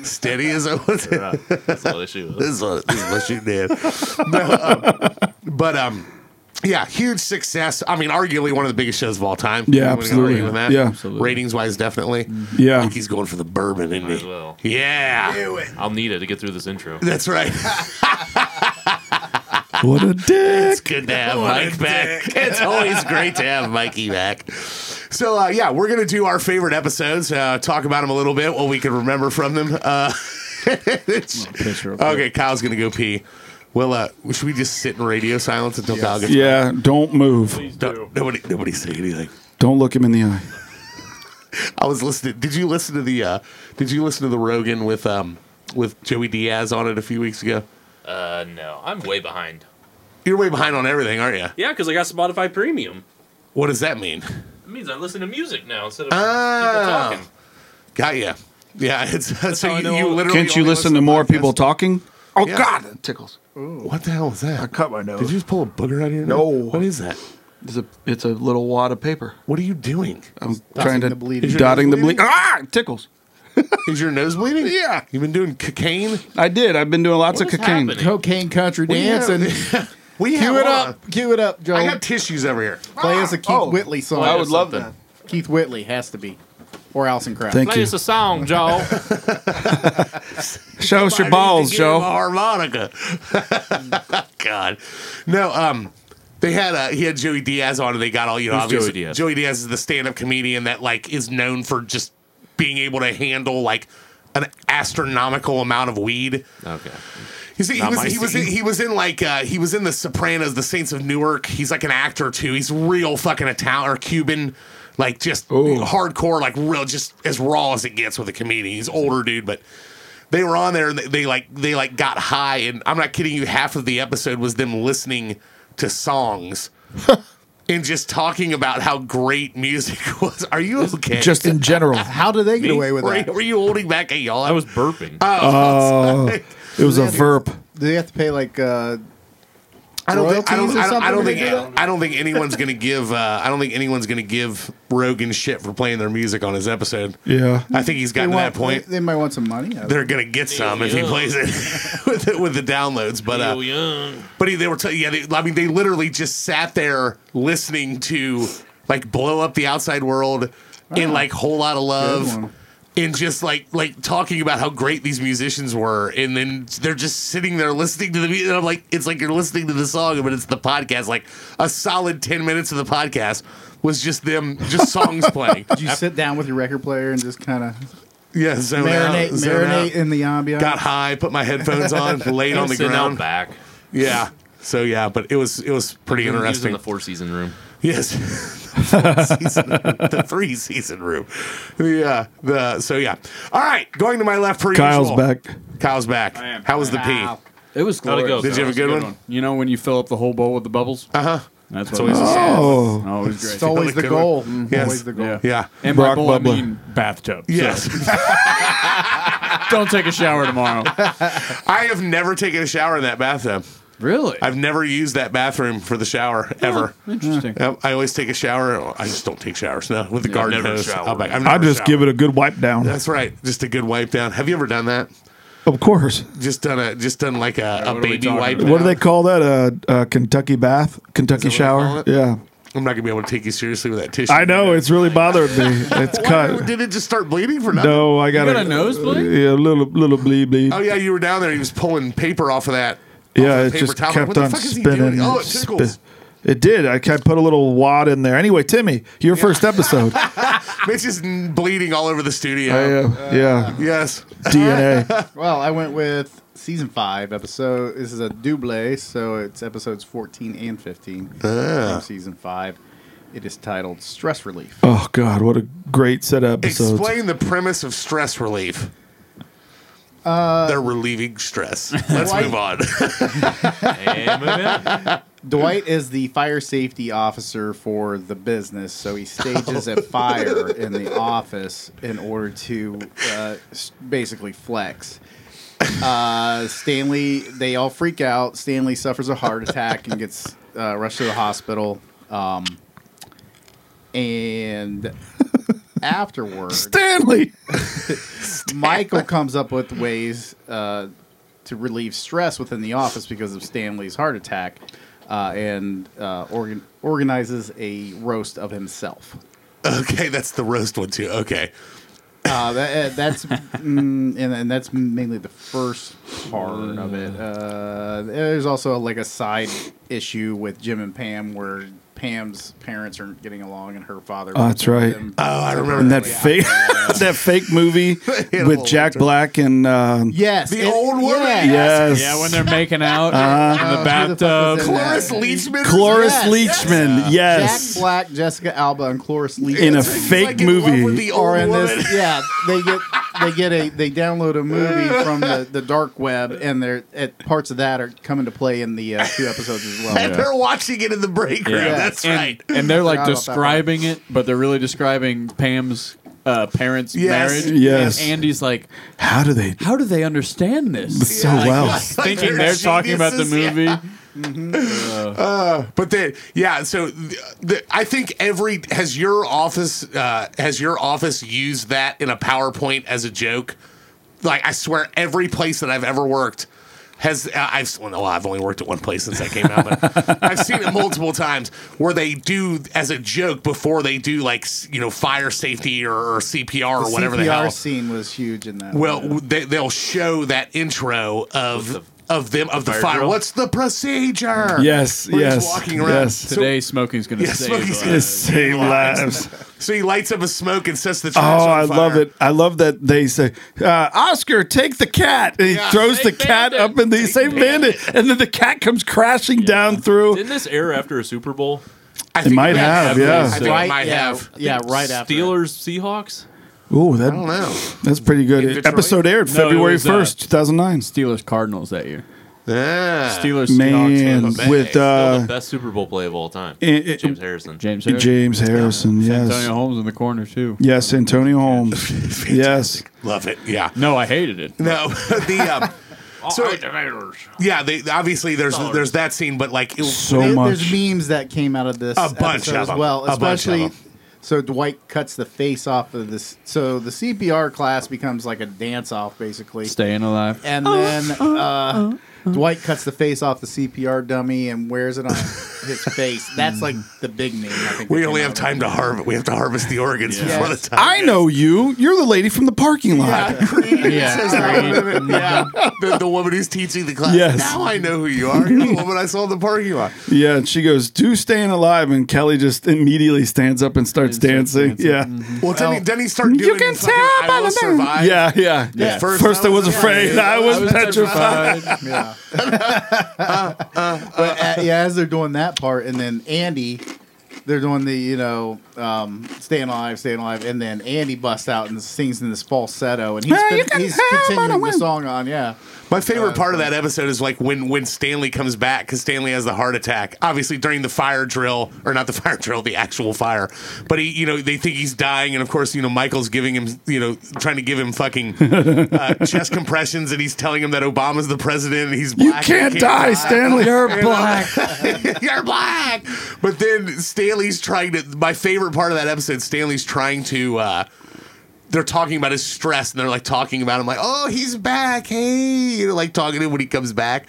[SPEAKER 1] Steady as I was.
[SPEAKER 3] That's what issue.
[SPEAKER 1] this is what, this is what she did. No, um, but um, yeah, huge success. I mean, arguably one of the biggest shows of all time. Anyone
[SPEAKER 5] Yeah,
[SPEAKER 1] gonna
[SPEAKER 5] absolutely.
[SPEAKER 1] argue with that?
[SPEAKER 5] Yeah.
[SPEAKER 4] Absolutely. Mm-hmm.
[SPEAKER 1] ratings wise, definitely.
[SPEAKER 5] Yeah,
[SPEAKER 1] He's going for the bourbon, isn't
[SPEAKER 3] Might as
[SPEAKER 1] he?
[SPEAKER 3] well.
[SPEAKER 1] Yeah,
[SPEAKER 3] I'll need it to get through this intro.
[SPEAKER 1] that's right.
[SPEAKER 5] what a dick.
[SPEAKER 1] It's good to have Mike back. It's always great to have Mikey back. So uh, yeah, we're gonna do our favorite episodes. Uh, talk about them a little bit, what we can remember from them. Uh, okay, Kyle's gonna go pee. Well, uh, should we just sit in radio silence until Kyle gets?
[SPEAKER 5] Yeah, don't move.
[SPEAKER 1] Don't- nobody, nobody say anything.
[SPEAKER 5] Don't look him in the eye.
[SPEAKER 1] I was listening. Did you listen to the? Uh, did you listen to the Rogan with um with Joey Diaz on it a few weeks ago?
[SPEAKER 3] Uh, no, I'm way behind.
[SPEAKER 1] You're way behind on everything, aren't you?
[SPEAKER 9] Yeah, because I got Spotify Premium.
[SPEAKER 1] What does that mean?
[SPEAKER 3] It means I listen to music now instead of people
[SPEAKER 1] Ah.
[SPEAKER 3] talking.
[SPEAKER 1] Got ya. Yeah, it's so
[SPEAKER 9] how I
[SPEAKER 1] you,
[SPEAKER 9] know-
[SPEAKER 1] you literally.
[SPEAKER 5] Can't you
[SPEAKER 1] only
[SPEAKER 5] listen to more
[SPEAKER 1] podcasts?
[SPEAKER 5] people talking?
[SPEAKER 8] Oh
[SPEAKER 1] Yeah.
[SPEAKER 8] God, it tickles.
[SPEAKER 1] What the hell was that?
[SPEAKER 8] I cut my nose.
[SPEAKER 1] Did you just pull a booger out of your
[SPEAKER 8] No.
[SPEAKER 1] nose? What is that?
[SPEAKER 8] It's a it's a little wad of paper.
[SPEAKER 1] What are you doing?
[SPEAKER 5] I'm trying to
[SPEAKER 6] the bleeding. Is
[SPEAKER 1] your
[SPEAKER 5] dotting the
[SPEAKER 1] nose
[SPEAKER 5] bleed.
[SPEAKER 1] bleeding?
[SPEAKER 8] Ah, it tickles.
[SPEAKER 1] Is your nose bleeding?
[SPEAKER 8] Yeah.
[SPEAKER 1] You've been doing cocaine.
[SPEAKER 5] I did. I've been doing lots
[SPEAKER 3] What
[SPEAKER 5] of
[SPEAKER 3] is
[SPEAKER 5] cocaine.
[SPEAKER 3] happening?
[SPEAKER 6] Cocaine country dance and
[SPEAKER 1] We
[SPEAKER 6] cue
[SPEAKER 1] have
[SPEAKER 6] it
[SPEAKER 1] hold on.
[SPEAKER 6] up, cue it up, Joe.
[SPEAKER 1] I got tissues over here.
[SPEAKER 6] Play us a Keith
[SPEAKER 8] Oh.
[SPEAKER 6] Whitley song.
[SPEAKER 3] I would love
[SPEAKER 8] that.
[SPEAKER 6] Keith Whitley has to be, or Alison Krauss.
[SPEAKER 5] Thank
[SPEAKER 3] Play
[SPEAKER 5] you.
[SPEAKER 3] us a song, Joe.
[SPEAKER 5] Show us
[SPEAKER 1] I need
[SPEAKER 5] your
[SPEAKER 1] to
[SPEAKER 5] balls,
[SPEAKER 1] get him A
[SPEAKER 5] Joe.
[SPEAKER 1] harmonica. God, no. Um, they had uh, he had Joey Diaz on, and they got all you know.
[SPEAKER 3] Who's Joey
[SPEAKER 1] obviously,
[SPEAKER 3] Diaz?
[SPEAKER 1] is the stand-up comedian that like is known for just being able to handle like an astronomical amount of weed.
[SPEAKER 3] okay.
[SPEAKER 1] He's, he,
[SPEAKER 3] Not
[SPEAKER 1] was,
[SPEAKER 3] my
[SPEAKER 1] he was in,
[SPEAKER 3] scene.
[SPEAKER 1] he was in like uh, he was in the Sopranos, the Saints of Newark. He's like an actor too. He's real fucking Italian or Cuban, like just hardcore, like real, just as raw as it gets with a comedian. He's older dude, but they were on there and they, they like they like got high. And I'm not kidding you, half of the episode was them listening to songs. And just talking about how great music was. Are you okay?
[SPEAKER 5] Just in general.
[SPEAKER 6] How do they get away with
[SPEAKER 1] were,
[SPEAKER 6] that?
[SPEAKER 1] were you holding back a yawn?
[SPEAKER 3] I was burping.
[SPEAKER 1] Ah.
[SPEAKER 5] Oh, it was a verp.
[SPEAKER 6] Do they have to pay like? Uh,
[SPEAKER 1] I don't think I don't,
[SPEAKER 6] royalties
[SPEAKER 1] I don't,
[SPEAKER 6] or
[SPEAKER 1] I don't
[SPEAKER 6] something
[SPEAKER 1] think
[SPEAKER 6] to do
[SPEAKER 1] I don't think anyone's gonna give uh, I don't think anyone's gonna give Rogan shit for playing their music on his episode.
[SPEAKER 5] Yeah.
[SPEAKER 1] I think he's gotten
[SPEAKER 6] they
[SPEAKER 1] to
[SPEAKER 6] want-
[SPEAKER 1] that point.
[SPEAKER 6] they, they might want some money. out of it.
[SPEAKER 1] They're gonna get some if he
[SPEAKER 3] Yeah.
[SPEAKER 1] plays it with the, with the downloads, but
[SPEAKER 3] Neil
[SPEAKER 1] uh,
[SPEAKER 3] Young.
[SPEAKER 1] but he, they were t- yeah. They, I mean, they literally just sat there listening to like blow up the outside world in like whole lot of
[SPEAKER 6] Ah. Good
[SPEAKER 1] love.
[SPEAKER 6] one.
[SPEAKER 1] And just like like talking about how great these musicians were, and then they're just sitting there listening to the music. And I'm like, it's like you're listening to the song, but it's the podcast. Like a solid ten minutes of the podcast was just them, just songs playing.
[SPEAKER 6] Did you sit down with your record player and just kind of
[SPEAKER 1] Yeah, zone out,
[SPEAKER 6] marinate,
[SPEAKER 1] zone
[SPEAKER 6] marinate
[SPEAKER 1] out.
[SPEAKER 6] in the ambiance?
[SPEAKER 1] Got high, put my headphones on, laid on the
[SPEAKER 3] Sitting out
[SPEAKER 1] ground.
[SPEAKER 3] back.
[SPEAKER 1] Yeah. So yeah, but it was it was pretty
[SPEAKER 3] He was in
[SPEAKER 1] interesting.
[SPEAKER 3] the four season room.
[SPEAKER 1] Yes. the, season, the three season room. Yeah. The so yeah. All right. Going to my left for
[SPEAKER 5] Kyle's
[SPEAKER 1] usual.
[SPEAKER 5] back.
[SPEAKER 1] Kyle's back.
[SPEAKER 4] am.
[SPEAKER 1] How was the pee?
[SPEAKER 6] Wow.
[SPEAKER 4] It was
[SPEAKER 3] How'd it go?
[SPEAKER 4] glorious.
[SPEAKER 1] Did you have a good, one? Uh-huh.
[SPEAKER 4] You know when you fill up the whole bowl with the bubbles? Uh huh. That's what
[SPEAKER 1] always
[SPEAKER 4] it
[SPEAKER 1] a
[SPEAKER 4] was.
[SPEAKER 5] Oh,
[SPEAKER 4] Always
[SPEAKER 6] It's
[SPEAKER 4] great.
[SPEAKER 6] always the
[SPEAKER 1] Good one.
[SPEAKER 6] goal.
[SPEAKER 1] Mm-hmm. Yes.
[SPEAKER 6] Always the goal.
[SPEAKER 4] yeah.
[SPEAKER 1] Yeah.
[SPEAKER 4] And
[SPEAKER 5] Brock
[SPEAKER 4] by bowl, I
[SPEAKER 5] Bubler.
[SPEAKER 4] mean bathtub. So
[SPEAKER 1] Yes.
[SPEAKER 4] don't take a shower tomorrow.
[SPEAKER 1] I have never taken a shower in that bathtub.
[SPEAKER 4] really?
[SPEAKER 1] I've never used that bathroom for the shower
[SPEAKER 4] Hmm.
[SPEAKER 1] ever.
[SPEAKER 4] Interesting.
[SPEAKER 1] Yep, I always take a shower. I just don't take showers now with the garden
[SPEAKER 3] never
[SPEAKER 1] hose.
[SPEAKER 3] showered.
[SPEAKER 1] I'll back- I've
[SPEAKER 5] I
[SPEAKER 1] never
[SPEAKER 5] just
[SPEAKER 1] showered.
[SPEAKER 5] give it a good wipe down.
[SPEAKER 1] That's right. Just a good wipe down. Have you ever done that?
[SPEAKER 5] Of course.
[SPEAKER 1] Just done a just done like a, a
[SPEAKER 4] what are we
[SPEAKER 1] baby
[SPEAKER 4] talking
[SPEAKER 1] wipe.
[SPEAKER 4] about?
[SPEAKER 5] What do
[SPEAKER 1] down?
[SPEAKER 5] they call that? A, a Kentucky bath, Kentucky
[SPEAKER 1] Is that what they
[SPEAKER 5] shower.
[SPEAKER 1] call
[SPEAKER 5] Yeah,
[SPEAKER 1] I'm not gonna be able to take you seriously with that tissue.
[SPEAKER 5] I know it's really bothered me. It's
[SPEAKER 1] Why,
[SPEAKER 5] cut.
[SPEAKER 1] did it just start bleeding for nothing?
[SPEAKER 5] No, I got,
[SPEAKER 4] got a nosebleed?
[SPEAKER 5] Yeah, a little little bleed bleed.
[SPEAKER 1] Oh yeah, you were down there. He was pulling paper off of that. off
[SPEAKER 5] yeah,
[SPEAKER 1] of the
[SPEAKER 5] it
[SPEAKER 1] paper
[SPEAKER 5] just
[SPEAKER 1] towel.
[SPEAKER 5] kept
[SPEAKER 1] What the
[SPEAKER 5] on
[SPEAKER 1] fuck is he
[SPEAKER 5] spinning.
[SPEAKER 1] doing? Oh, it
[SPEAKER 5] Spin-
[SPEAKER 1] tickles.
[SPEAKER 5] It did. I ca- put a little wad in there. Anyway, Timmy, your first episode.
[SPEAKER 1] Mitch is n- bleeding all over the studio.
[SPEAKER 5] I, uh, yeah,
[SPEAKER 1] Yes.
[SPEAKER 5] DNA.
[SPEAKER 6] Well, I went with season five episode. This is a double, so it's episodes fourteen and fifteen from season five. It is titled "Stress Relief."
[SPEAKER 5] Oh God, what a great set of episodes.
[SPEAKER 1] Explain the premise of stress relief. They're relieving stress. Let's
[SPEAKER 6] Uh, Why-
[SPEAKER 1] move on.
[SPEAKER 3] And moving on.
[SPEAKER 6] Dwight is the fire safety officer for the business, so he stages a fire in the office in order to uh, s- basically flex. Uh, Stanley, they all freak out. Stanley suffers a heart attack and gets uh, rushed to the hospital. Um, and afterwards,
[SPEAKER 5] Stanley.
[SPEAKER 6] Michael comes up with ways uh, to relieve stress within the office because of Stanley's heart attack, uh, and uh, organ- organizes a roast of himself.
[SPEAKER 1] okay, that's the roast one too. Okay.
[SPEAKER 6] Uh, that, uh, that's mm, and, and that's mainly the first part of it. Uh, there's also like a side issue with Jim and Pam where Pam's parents aren't getting along, and her father.
[SPEAKER 5] Oh, that's right.
[SPEAKER 1] Oh, I remember
[SPEAKER 5] And
[SPEAKER 1] that.
[SPEAKER 5] that fake that fake movie
[SPEAKER 1] Yeah,
[SPEAKER 5] with
[SPEAKER 1] well,
[SPEAKER 5] Jack Black and um,
[SPEAKER 6] Yes,
[SPEAKER 1] The old woman?
[SPEAKER 6] Yes.
[SPEAKER 5] yes,
[SPEAKER 4] Yeah, when they're making out
[SPEAKER 5] Uh-huh.
[SPEAKER 4] in the
[SPEAKER 6] Uh, who the fuck
[SPEAKER 4] bathtub.
[SPEAKER 6] was in that?
[SPEAKER 1] Cloris Leachman.
[SPEAKER 5] Cloris
[SPEAKER 6] Yes,
[SPEAKER 5] Leachman.
[SPEAKER 6] Jack
[SPEAKER 5] Yes,
[SPEAKER 6] Black, Jessica Alba, and Cloris Lee
[SPEAKER 5] in a
[SPEAKER 1] He's like
[SPEAKER 5] fake
[SPEAKER 1] in love with
[SPEAKER 5] movie.
[SPEAKER 1] the
[SPEAKER 6] are
[SPEAKER 1] old
[SPEAKER 6] in
[SPEAKER 1] woman.
[SPEAKER 6] this. Yeah, they get they get a they download a movie from the, the dark web, and they're at parts of that are coming to play in the uh, two episodes as well.
[SPEAKER 1] And they're watching it in the break room.
[SPEAKER 6] Yeah.
[SPEAKER 1] That's
[SPEAKER 4] and,
[SPEAKER 1] right.
[SPEAKER 4] and they're like
[SPEAKER 6] Forgot about that
[SPEAKER 4] describing it, but they're really describing Pam's uh, parents'
[SPEAKER 1] Yes.
[SPEAKER 4] marriage.
[SPEAKER 5] Yes.
[SPEAKER 4] And Andy's like,
[SPEAKER 5] How do they?
[SPEAKER 4] how do they understand this?
[SPEAKER 5] So well.
[SPEAKER 4] Thinking they're talking about the
[SPEAKER 1] geniuses, yeah.
[SPEAKER 4] movie.
[SPEAKER 1] But then, yeah. So th- th- I think every has your office uh, has your office used that in a PowerPoint as a joke. Like I swear, every place that I've ever worked has uh, I've well, no, I've only worked at one place since that came out, but I've seen it multiple times where they do as a joke before they do like s- you know fire safety or, or CPR or whatever
[SPEAKER 6] CPR
[SPEAKER 1] the hell.
[SPEAKER 6] scene was huge in that.
[SPEAKER 1] Well, w- they, they'll show that intro of of them of the,
[SPEAKER 3] fire
[SPEAKER 1] fire.
[SPEAKER 3] drill?
[SPEAKER 1] What's the procedure?
[SPEAKER 5] Yes,
[SPEAKER 1] Where he's
[SPEAKER 5] yes,
[SPEAKER 1] walking around.
[SPEAKER 5] yes.
[SPEAKER 4] Today, smoking's going to
[SPEAKER 1] Yeah,
[SPEAKER 4] save
[SPEAKER 1] smoking's
[SPEAKER 4] us.
[SPEAKER 1] gonna
[SPEAKER 5] It saved lives.
[SPEAKER 1] So he lights up a smoke and sets the
[SPEAKER 5] Oh,
[SPEAKER 1] trash on
[SPEAKER 5] I
[SPEAKER 1] fire.
[SPEAKER 5] love it! I love that they say, uh, "Oscar, take the cat," and he
[SPEAKER 1] Yeah.
[SPEAKER 5] throws the
[SPEAKER 3] Save
[SPEAKER 5] cat
[SPEAKER 3] Bandit.
[SPEAKER 5] up in the same bandit, and then the cat comes crashing down through.
[SPEAKER 3] Didn't this air after a Super Bowl?
[SPEAKER 1] I think
[SPEAKER 5] might have, yeah.
[SPEAKER 1] I think it might
[SPEAKER 6] yeah,
[SPEAKER 1] have.
[SPEAKER 6] yeah, right after.
[SPEAKER 3] Steelers, Seahawks.
[SPEAKER 5] Ooh,
[SPEAKER 1] I don't
[SPEAKER 5] that,
[SPEAKER 1] know.
[SPEAKER 5] that's pretty good.
[SPEAKER 1] Detroit?
[SPEAKER 5] Episode aired
[SPEAKER 4] No, it
[SPEAKER 5] February
[SPEAKER 4] was, uh,
[SPEAKER 5] first, two thousand nine.
[SPEAKER 4] Steelers Cardinals that year.
[SPEAKER 1] Yeah.
[SPEAKER 4] Steelers Seahawks.
[SPEAKER 5] Man,
[SPEAKER 1] Tampa Bay.
[SPEAKER 5] with
[SPEAKER 3] Still
[SPEAKER 5] uh,
[SPEAKER 3] the best Super Bowl play of all time.
[SPEAKER 5] it- it-
[SPEAKER 3] James Harrison.
[SPEAKER 4] James Harris.
[SPEAKER 5] James Harrison.
[SPEAKER 4] Antonio
[SPEAKER 5] Yes,
[SPEAKER 4] Holmes in the corner too.
[SPEAKER 5] yes, Antonio Holmes. yes,
[SPEAKER 1] Love it. Yeah.
[SPEAKER 4] No, I hated it.
[SPEAKER 1] No, the um, so yeah, they obviously there's there's that scene, but like it,
[SPEAKER 5] so
[SPEAKER 6] There-
[SPEAKER 5] much.
[SPEAKER 6] There's memes that came out of this
[SPEAKER 1] A bunch
[SPEAKER 6] episode
[SPEAKER 1] of
[SPEAKER 6] as
[SPEAKER 1] them.
[SPEAKER 6] well,
[SPEAKER 1] A bunch of
[SPEAKER 6] especially.
[SPEAKER 1] them.
[SPEAKER 6] So Dwight cuts the face off of this. So the CPR class becomes like a dance off, basically.
[SPEAKER 4] Staying alive.
[SPEAKER 6] and then uh, Dwight cuts the face off the CPR dummy and wears it on his face. That's like the big meme. I think
[SPEAKER 1] we
[SPEAKER 6] that
[SPEAKER 1] only
[SPEAKER 6] came
[SPEAKER 1] have
[SPEAKER 6] out
[SPEAKER 1] time to harvest. We have to harvest the organs before the time.
[SPEAKER 5] I know you. You're the lady from the parking lot.
[SPEAKER 1] Yeah. The, the woman who's teaching the class.
[SPEAKER 5] Yes.
[SPEAKER 1] Now I know who you are. You're the woman I saw in the parking lot.
[SPEAKER 5] Yeah, and she goes, "Do staying alive," and Kelly just immediately stands up and starts dancing. Mm-hmm.
[SPEAKER 1] Well, then, he, then he started doing.
[SPEAKER 5] You can
[SPEAKER 1] fucking,
[SPEAKER 5] tell
[SPEAKER 1] I
[SPEAKER 5] by
[SPEAKER 1] will
[SPEAKER 5] the-
[SPEAKER 1] survive.
[SPEAKER 5] Yeah, yeah, yeah.
[SPEAKER 1] Yeah.
[SPEAKER 5] First, I was afraid. I was, petrified.
[SPEAKER 6] of it. Yeah. but uh, yeah, as they're doing that part, and then Andy, they're doing the you know um, staying alive, staying alive, and then Andy busts out and sings in this falsetto, and he's,
[SPEAKER 5] Well,
[SPEAKER 6] fin-
[SPEAKER 5] you can
[SPEAKER 6] he's
[SPEAKER 5] tell by the
[SPEAKER 6] continuing the
[SPEAKER 5] wind.
[SPEAKER 6] song on. Yeah,
[SPEAKER 1] My
[SPEAKER 5] Oh,
[SPEAKER 1] favorite part of that episode is like when when Stanley comes back because Stanley has the heart attack. Obviously during the fire drill or not the fire drill, the actual fire. But he, you know, they think he's dying, and of course, you know, Michael's giving him, you know, trying to give him fucking uh, chest compressions, and he's telling him that Obama's the president, and he's
[SPEAKER 5] You
[SPEAKER 1] black.
[SPEAKER 5] can't,
[SPEAKER 1] and he
[SPEAKER 5] die, Stanley. You're black.
[SPEAKER 1] You're black. But then Stanley's trying to. My favorite part of that episode, Stanley's trying to. Uh, they're talking about his stress and they're like talking about him like, oh, he's back. Hey, you know, like talking to him when he comes back.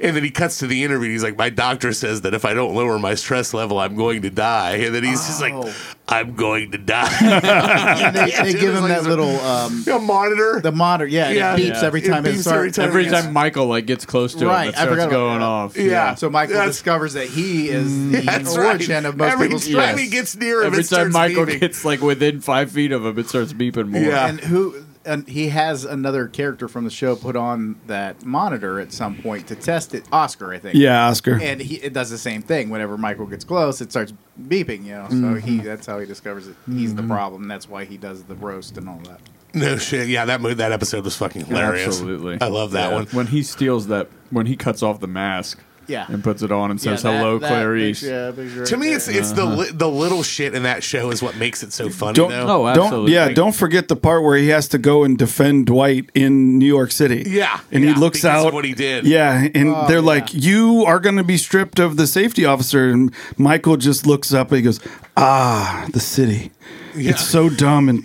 [SPEAKER 1] And then he cuts to the interview. He's like, my doctor says that if I don't lower my stress level, I'm going to die. And then he's just
[SPEAKER 6] Oh.
[SPEAKER 1] like, I'm going to die.
[SPEAKER 6] And they, they
[SPEAKER 1] dude,
[SPEAKER 6] give
[SPEAKER 1] it's
[SPEAKER 6] him
[SPEAKER 1] like
[SPEAKER 6] that
[SPEAKER 1] the-
[SPEAKER 6] little um,
[SPEAKER 1] a monitor.
[SPEAKER 6] the monitor. Yeah, and
[SPEAKER 1] Yeah,
[SPEAKER 6] it beeps
[SPEAKER 1] yeah.
[SPEAKER 6] every
[SPEAKER 1] It
[SPEAKER 6] time it,
[SPEAKER 1] beeps every
[SPEAKER 6] starts.
[SPEAKER 1] time.
[SPEAKER 4] Every
[SPEAKER 1] Yes.
[SPEAKER 4] time Michael like gets close to
[SPEAKER 6] Right,
[SPEAKER 4] it, it
[SPEAKER 6] I forgot
[SPEAKER 4] starts
[SPEAKER 6] about
[SPEAKER 4] going
[SPEAKER 6] that.
[SPEAKER 4] off.
[SPEAKER 1] Yeah.
[SPEAKER 6] So Michael
[SPEAKER 1] That's-
[SPEAKER 6] discovers that he is the
[SPEAKER 1] That's right.
[SPEAKER 6] origin of most
[SPEAKER 1] Every
[SPEAKER 6] people's
[SPEAKER 1] time
[SPEAKER 6] stress.
[SPEAKER 1] he gets near him,
[SPEAKER 4] Every
[SPEAKER 1] it
[SPEAKER 4] time
[SPEAKER 1] starts
[SPEAKER 4] Michael
[SPEAKER 1] beeping.
[SPEAKER 4] gets like within five feet of him, it starts beeping more.
[SPEAKER 1] Yeah.
[SPEAKER 6] and who and he has another character from the show put on that monitor at some point to test it. Oscar, I think.
[SPEAKER 5] Yeah, Oscar.
[SPEAKER 6] And he it does the same thing. Whenever Michael gets close, it starts beeping. You know, so he
[SPEAKER 4] Mm-hmm.
[SPEAKER 6] that's how he discovers that he's the problem. That's why he does the roast and all that.
[SPEAKER 1] No shit. Yeah, that mo- that episode was fucking hilarious.
[SPEAKER 4] Absolutely.
[SPEAKER 1] I love that
[SPEAKER 4] Yeah.
[SPEAKER 1] one.
[SPEAKER 4] When he steals that, when he cuts off the mask
[SPEAKER 6] Yeah.
[SPEAKER 4] and puts it on and says,
[SPEAKER 6] Yeah, that-
[SPEAKER 4] hello,
[SPEAKER 6] that
[SPEAKER 4] Clarice.
[SPEAKER 6] picture- yeah, picture
[SPEAKER 1] To
[SPEAKER 6] right
[SPEAKER 1] me,
[SPEAKER 6] there.
[SPEAKER 1] it's it's the li- the little shit in that show is what makes it so funny.
[SPEAKER 5] Uh-huh. Don't-
[SPEAKER 1] though.
[SPEAKER 4] Oh,
[SPEAKER 5] Don't
[SPEAKER 4] absolutely.
[SPEAKER 5] yeah, don't forget the part where he has to go and defend Dwight in New York City.
[SPEAKER 1] Yeah,
[SPEAKER 5] And
[SPEAKER 1] yeah,
[SPEAKER 5] he looks
[SPEAKER 1] because of
[SPEAKER 5] out
[SPEAKER 1] what he did.
[SPEAKER 5] Yeah, and
[SPEAKER 6] Oh,
[SPEAKER 5] they're
[SPEAKER 6] yeah.
[SPEAKER 5] like, "You are going to be stripped of the safety officer." And Michael just looks up and he goes, "Ah, the city. It's so dumb and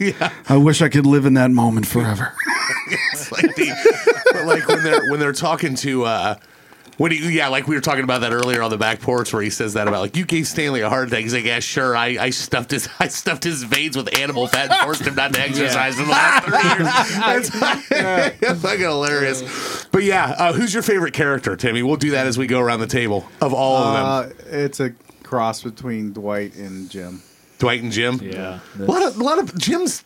[SPEAKER 1] Yeah.
[SPEAKER 5] I wish I could live in that moment forever."
[SPEAKER 1] It's like the, but like when they're when they're talking to uh when he, yeah, like we were talking about that earlier on the back porch where he says that about like you gave Stanley a heart attack. He's like, yeah, sure, I, I stuffed his I stuffed his veins with animal fat and forced him not to exercise for the last thirty years. That's fucking hilarious. But yeah, uh, who's your favorite character, Timmy? We'll do that as we go around the table of all of them.
[SPEAKER 6] Uh, it's a cross between Dwight and Jim.
[SPEAKER 1] Dwight and Jim.
[SPEAKER 3] Yeah.
[SPEAKER 1] a lot of a lot of Jim's.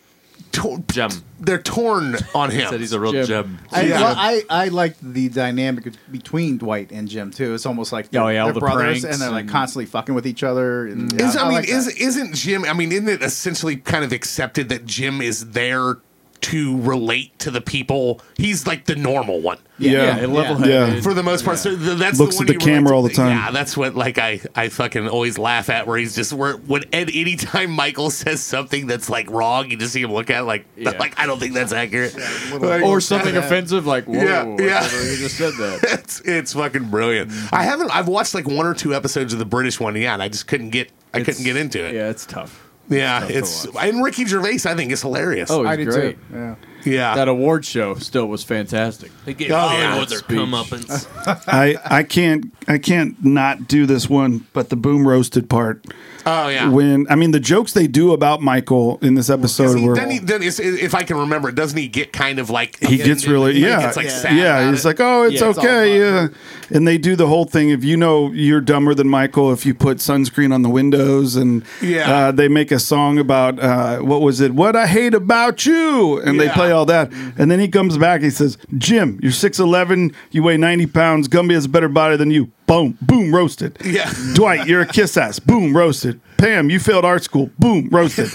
[SPEAKER 1] To-
[SPEAKER 7] Gem.
[SPEAKER 1] They're torn on
[SPEAKER 7] Said
[SPEAKER 1] him.
[SPEAKER 7] he's a real
[SPEAKER 4] Jim.
[SPEAKER 7] gem.
[SPEAKER 6] I,
[SPEAKER 1] Yeah.
[SPEAKER 6] well, I I liked the dynamic between Dwight and Jim too. It's almost like they're,
[SPEAKER 4] Oh, yeah, all
[SPEAKER 6] they're
[SPEAKER 4] the
[SPEAKER 6] brothers
[SPEAKER 4] pranks
[SPEAKER 6] and they're like
[SPEAKER 4] and-
[SPEAKER 6] constantly fucking with each other. And, yeah,
[SPEAKER 1] Mm. Is, I, mean,
[SPEAKER 6] like
[SPEAKER 1] is,
[SPEAKER 6] that.
[SPEAKER 1] isn't Jim? I mean, isn't it essentially kind of accepted that Jim is there to relate to the people? He's like the normal one
[SPEAKER 4] Yeah, it level
[SPEAKER 5] Yeah.
[SPEAKER 4] headed.
[SPEAKER 1] for the most part. So th- that's
[SPEAKER 5] Looks
[SPEAKER 1] the one
[SPEAKER 5] at the
[SPEAKER 1] you relate
[SPEAKER 5] camera
[SPEAKER 1] to.
[SPEAKER 5] all the time.
[SPEAKER 1] Yeah, that's what like I I fucking always laugh at where he's just where when at any time Michael says something that's like wrong, you just see him look at it like like I don't think that's accurate. Like,
[SPEAKER 4] Or something offensive like, whoa,
[SPEAKER 1] Yeah,
[SPEAKER 4] yeah,
[SPEAKER 1] yeah.
[SPEAKER 4] you just said that.
[SPEAKER 1] it's it's fucking brilliant. I haven't. I've watched like one or two episodes of the British one. Yeah, and I just couldn't get. I couldn't get into it.
[SPEAKER 4] Yeah, it's tough.
[SPEAKER 1] Yeah,
[SPEAKER 4] tough to
[SPEAKER 1] it's and Ricky Gervais. I think is hilarious.
[SPEAKER 4] Oh,
[SPEAKER 6] I
[SPEAKER 4] he's
[SPEAKER 6] did
[SPEAKER 4] great.
[SPEAKER 6] too. Yeah.
[SPEAKER 1] yeah,
[SPEAKER 4] That award show still was fantastic.
[SPEAKER 9] They gave
[SPEAKER 1] Oh, yeah.
[SPEAKER 9] Hollywood their comeuppance.
[SPEAKER 5] I I can't I can't not do this one, but the boom roasted part
[SPEAKER 1] Oh yeah.
[SPEAKER 5] when I mean the jokes they do about Michael in this
[SPEAKER 1] Doesn't
[SPEAKER 5] episode
[SPEAKER 1] he,
[SPEAKER 5] were
[SPEAKER 1] doesn't he, doesn't he- if I can remember, doesn't he get kind of like
[SPEAKER 5] he gets really
[SPEAKER 1] he
[SPEAKER 5] yeah
[SPEAKER 1] gets like
[SPEAKER 5] yeah,
[SPEAKER 1] sad about
[SPEAKER 5] he's
[SPEAKER 1] it?
[SPEAKER 5] like oh it's
[SPEAKER 6] Yeah, it's all
[SPEAKER 5] okay yeah
[SPEAKER 6] fine.
[SPEAKER 5] and they do the whole thing if you know you're dumber than michael if you put sunscreen on the windows and
[SPEAKER 1] Yeah.
[SPEAKER 5] uh, they make a song about uh, what was it what i hate about you and they
[SPEAKER 1] Yeah.
[SPEAKER 5] play all that and then he comes back he says jim you're 6'11 you weigh 90 pounds gumby has a better body than you boom boom roasted
[SPEAKER 1] Yeah.
[SPEAKER 5] dwight you're a kiss ass boom roasted pam you failed art school boom roasted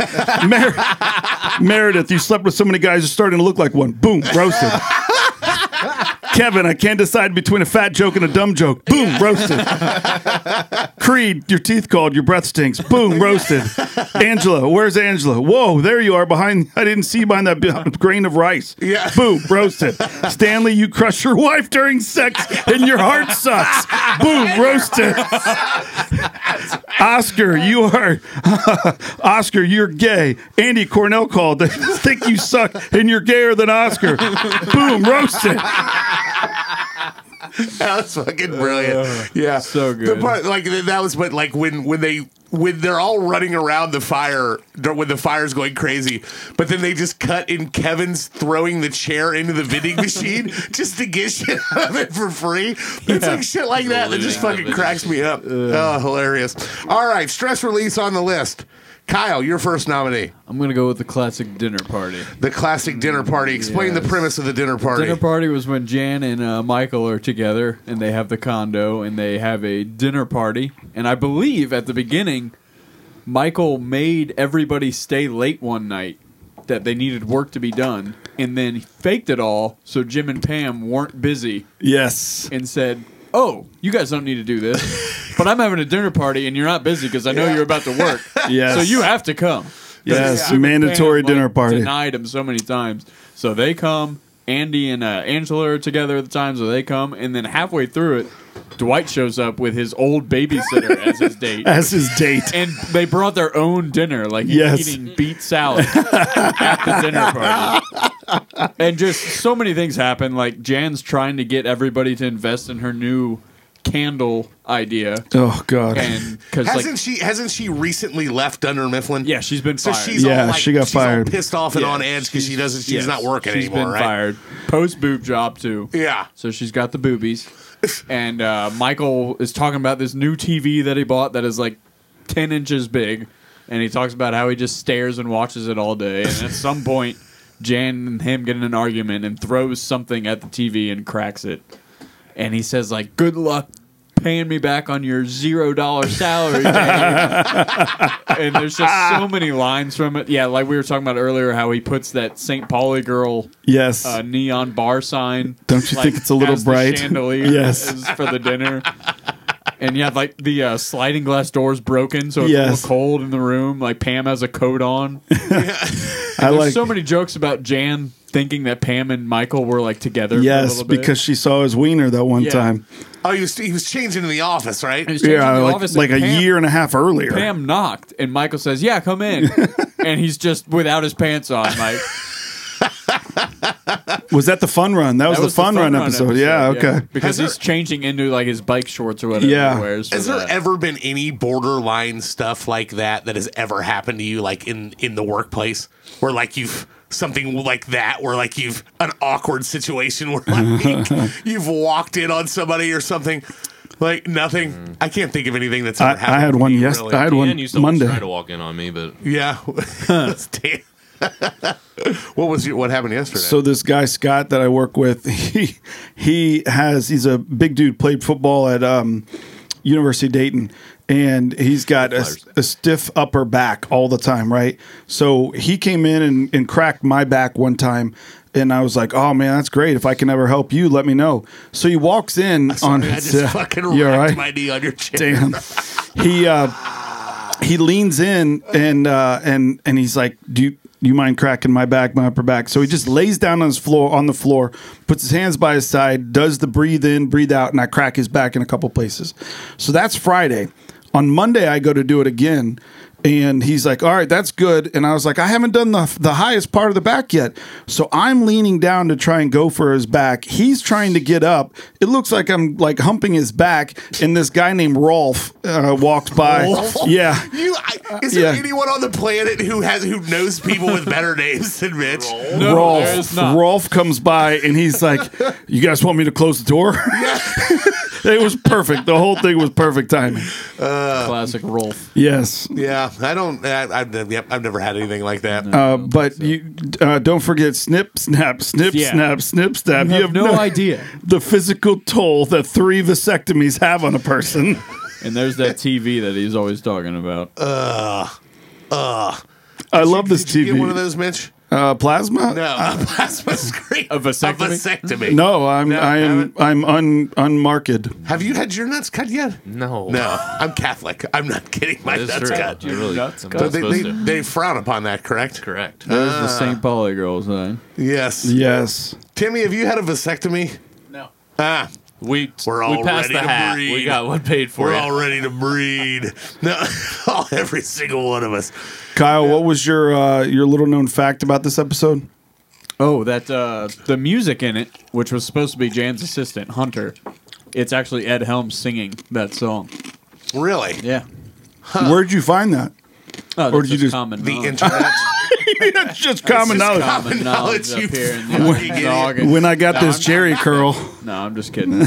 [SPEAKER 5] Mer- meredith you slept with so many guys you're starting to look like one boom roasted Kevin, I can't decide between a fat joke and a dumb joke. Boom, roasted. Creed, your teeth cold, your breath stinks. Boom, roasted. Angela, where's Angela? Whoa, there you are behind. I didn't see you behind that b- grain of rice.
[SPEAKER 1] Yeah.
[SPEAKER 5] Boom, roasted. Stanley, you crush your wife during sex and your heart sucks. Boom, roasted. Oscar, you are Oscar, you're gay. Andy Cornell called. They think you suck and you're gayer than Oscar. Boom, roasted.
[SPEAKER 1] That was fucking brilliant. yeah,
[SPEAKER 4] Uh, so
[SPEAKER 1] The
[SPEAKER 4] good.
[SPEAKER 1] part, like th- that was, but like when when they when they're all running around the fire dur- when the fire's going crazy, but then they just cut in Kevin's throwing the chair into the vending machine just to get shit out of it for free. It's like shit like that that just
[SPEAKER 7] Looting the vending
[SPEAKER 1] fucking cracks me up. Oh, hilarious! All right, stress release on the list. Kyle, your first nominee.
[SPEAKER 4] I'm going to go with the classic dinner party.
[SPEAKER 1] The classic dinner party. Explain the
[SPEAKER 4] yes.
[SPEAKER 1] premise of the dinner party.
[SPEAKER 4] Dinner party was when Jan and uh, Michael are together, and they have the condo, and they have a dinner party. And I believe at the beginning, Michael made everybody stay late one night that they needed work to be done, and then faked it all so Jim and Pam weren't busy,
[SPEAKER 5] Yes.
[SPEAKER 4] and said, "Oh, you guys don't need to do this, but I'm having a dinner party, and you're not busy because I know you're about to work,
[SPEAKER 5] Yes.
[SPEAKER 4] so you have to come."
[SPEAKER 5] Yes,
[SPEAKER 4] Super
[SPEAKER 5] mandatory
[SPEAKER 4] Pam,
[SPEAKER 5] dinner
[SPEAKER 4] like,
[SPEAKER 5] party.
[SPEAKER 4] Denied him so many times. So they come. Andy and uh, Angela are together at the time, so they come. And then halfway through it, Dwight shows up with his old babysitter as his date.
[SPEAKER 5] as his date.
[SPEAKER 4] And they brought their own dinner, like he's
[SPEAKER 5] Yes.
[SPEAKER 4] eating beet salad at the dinner party. And just so many things happen. Like Jan's trying to get everybody to invest in her new candle idea,
[SPEAKER 5] Oh God.
[SPEAKER 4] and because
[SPEAKER 1] Hasn't
[SPEAKER 4] like
[SPEAKER 1] she? Hasn't she recently left Dunder Mifflin?
[SPEAKER 4] yeah, she's been
[SPEAKER 1] So
[SPEAKER 4] fired.
[SPEAKER 1] she's
[SPEAKER 5] Yeah,
[SPEAKER 1] all like,
[SPEAKER 5] she got
[SPEAKER 1] she's all
[SPEAKER 5] fired.
[SPEAKER 1] pissed off and
[SPEAKER 4] Yeah,
[SPEAKER 1] on edge because she doesn't. She's
[SPEAKER 4] yes,
[SPEAKER 1] not working
[SPEAKER 4] she's
[SPEAKER 1] anymore,
[SPEAKER 4] been
[SPEAKER 1] right?
[SPEAKER 4] Fired post boob job too.
[SPEAKER 1] Yeah.
[SPEAKER 4] So she's got the boobies, and uh, Michael is talking about this new TV that he bought that is like ten inches big, and he talks about how he just stares and watches it all day, and at some point, Jan and him get in an argument and throws something at the TV and cracks it, and he says like, "Good luck." Paying me back on your zero dollar salary, Jan." and there's just so many lines from it. Yeah, like we were talking about earlier, how he puts that St. Pauli girl
[SPEAKER 5] yes.
[SPEAKER 4] a neon bar sign.
[SPEAKER 5] Don't you think it's a little
[SPEAKER 4] as the
[SPEAKER 5] bright?
[SPEAKER 4] chandelier
[SPEAKER 5] Yes.
[SPEAKER 4] is for the dinner. And you have like the uh, sliding glass doors broken, so it's a
[SPEAKER 5] Yes.
[SPEAKER 4] little cold in the room. Like Pam has a coat on.
[SPEAKER 5] I
[SPEAKER 4] There's
[SPEAKER 5] like.
[SPEAKER 4] so many jokes about Jan thinking that Pam and Michael were like together. for a
[SPEAKER 5] yes,
[SPEAKER 4] little bit.
[SPEAKER 5] because she saw his wiener that one
[SPEAKER 4] Yeah.
[SPEAKER 5] time.
[SPEAKER 1] Oh, he was he was changing in the office, right?
[SPEAKER 4] He was changing
[SPEAKER 5] Yeah,
[SPEAKER 4] the
[SPEAKER 5] like,
[SPEAKER 4] office
[SPEAKER 5] like
[SPEAKER 4] and
[SPEAKER 5] a
[SPEAKER 4] Pam-
[SPEAKER 5] year and a half earlier.
[SPEAKER 4] Pam knocked, and Michael says, "Yeah, come in," and he's just without his pants on. Like
[SPEAKER 5] Was that the fun run? That, was,
[SPEAKER 4] that
[SPEAKER 5] the fun, run, episode. Yeah. Okay.
[SPEAKER 4] because
[SPEAKER 1] Has
[SPEAKER 4] he's changing into like his bike shorts or whatever.
[SPEAKER 5] Yeah.
[SPEAKER 4] he wears for
[SPEAKER 1] Has there
[SPEAKER 4] that.
[SPEAKER 1] ever been any borderline stuff like that that has ever happened to you, like in in the workplace, where like you've something like that, where like you've an awkward situation where like you've walked in on somebody or something, like nothing. I can't think of anything that's
[SPEAKER 5] I,
[SPEAKER 1] ever happened.
[SPEAKER 5] I had
[SPEAKER 1] to
[SPEAKER 5] one
[SPEAKER 1] me,
[SPEAKER 5] yes.
[SPEAKER 1] really.
[SPEAKER 5] I had
[SPEAKER 7] Dan
[SPEAKER 5] one
[SPEAKER 7] used to always try
[SPEAKER 5] Monday.
[SPEAKER 7] to walk in on me, but
[SPEAKER 1] yeah. That's damn- what was your, what happened yesterday?
[SPEAKER 5] So this guy Scott that I work with, he he has he's a big dude. Played football at um, University of Dayton, and he's got a, a stiff upper back all the time, right? So he came in and, and cracked my back one time. And I was like, "Oh man, that's great! If I can ever help you, let me know." So he walks in on.
[SPEAKER 1] Sorry, I just
[SPEAKER 5] Yeah.
[SPEAKER 1] fucking
[SPEAKER 5] uh, You all
[SPEAKER 1] wrecked
[SPEAKER 5] right?
[SPEAKER 1] my knee on your chin.
[SPEAKER 5] Damn. He uh he leans in and uh and and he's like, Do you do you mind cracking my back, my upper back? So he just lays down on his floor on the floor, puts his hands by his side, does the breathe in, breathe out, and I crack his back in a couple places. So that's Friday. On Monday I go to do it again. And he's like, "All right, that's good." And I was like, "I haven't done the the highest part of the back yet." So I'm leaning down to try and go for his back. He's trying to get up. It looks like I'm like humping his back, and this guy named Rolf uh, walks by. Yeah,
[SPEAKER 1] You, I, is there
[SPEAKER 5] Yeah.
[SPEAKER 1] anyone on the planet who has who knows people with better names than Mitch?
[SPEAKER 4] No, there
[SPEAKER 5] Rolf.
[SPEAKER 4] is not.
[SPEAKER 5] Rolf comes by, and he's like, "You guys want me to close the door?" it was perfect. The whole thing was perfect timing.
[SPEAKER 4] Classic Rolf.
[SPEAKER 5] Yes.
[SPEAKER 1] Yeah, I don't. I, I've, yep, I've never had anything like that.
[SPEAKER 5] Uh, but you uh, don't forget snip, snap, snip,
[SPEAKER 4] Yeah.
[SPEAKER 5] snap, snip, snap.
[SPEAKER 4] You have no idea.
[SPEAKER 5] the physical toll that three vasectomies have on a person.
[SPEAKER 4] And there's that TV that he's always talking about.
[SPEAKER 5] I love this
[SPEAKER 1] Did you get one of
[SPEAKER 5] TV.
[SPEAKER 1] those, Mitch?
[SPEAKER 5] Uh, plasma?
[SPEAKER 1] No, a plasma screen.
[SPEAKER 4] a vasectomy?
[SPEAKER 1] vasectomy.
[SPEAKER 5] No, I'm
[SPEAKER 1] No,
[SPEAKER 5] I am
[SPEAKER 1] haven't.
[SPEAKER 5] I'm un unmarked.
[SPEAKER 1] Have you had your nuts cut yet?
[SPEAKER 7] no,
[SPEAKER 1] No, I'm Catholic. I'm not getting my
[SPEAKER 7] That is
[SPEAKER 1] nuts
[SPEAKER 7] true.
[SPEAKER 1] cut.
[SPEAKER 7] I really,
[SPEAKER 4] nuts
[SPEAKER 7] I'm
[SPEAKER 4] cut?
[SPEAKER 7] not
[SPEAKER 1] But they,
[SPEAKER 7] supposed
[SPEAKER 1] they,
[SPEAKER 7] to.
[SPEAKER 1] they frown upon that, correct?
[SPEAKER 7] Correct.
[SPEAKER 4] There's the St. Pauli girls thing.
[SPEAKER 1] Yes.
[SPEAKER 5] Yes.
[SPEAKER 1] Timmy, have you had a vasectomy?
[SPEAKER 6] No.
[SPEAKER 1] Ah,
[SPEAKER 7] we
[SPEAKER 1] We're all
[SPEAKER 7] we passed
[SPEAKER 1] ready
[SPEAKER 7] the
[SPEAKER 1] to
[SPEAKER 7] hat.
[SPEAKER 1] breed.
[SPEAKER 7] We got one paid for.
[SPEAKER 1] we're
[SPEAKER 7] you.
[SPEAKER 1] all ready to breed. No, every single one of us.
[SPEAKER 5] Kyle, what was your uh, your little known fact about this episode?
[SPEAKER 4] Oh, that uh, the music in it, which was supposed to be Jan's assistant, Hunter. It's actually Ed Helms singing that song.
[SPEAKER 1] Really?
[SPEAKER 4] Yeah.
[SPEAKER 5] Where'd you find that?
[SPEAKER 4] Oh,
[SPEAKER 5] Or
[SPEAKER 4] that's
[SPEAKER 5] did you just-
[SPEAKER 4] common
[SPEAKER 1] The
[SPEAKER 4] knowledge.
[SPEAKER 1] internet.
[SPEAKER 5] It's just common
[SPEAKER 1] It's just
[SPEAKER 5] knowledge.
[SPEAKER 1] common
[SPEAKER 4] Common
[SPEAKER 1] knowledge,
[SPEAKER 4] knowledge up
[SPEAKER 1] you
[SPEAKER 4] here in
[SPEAKER 1] fucking
[SPEAKER 4] the
[SPEAKER 1] idiot.
[SPEAKER 4] noggin.
[SPEAKER 5] When I got this jerry curl,
[SPEAKER 4] No, I'm just kidding.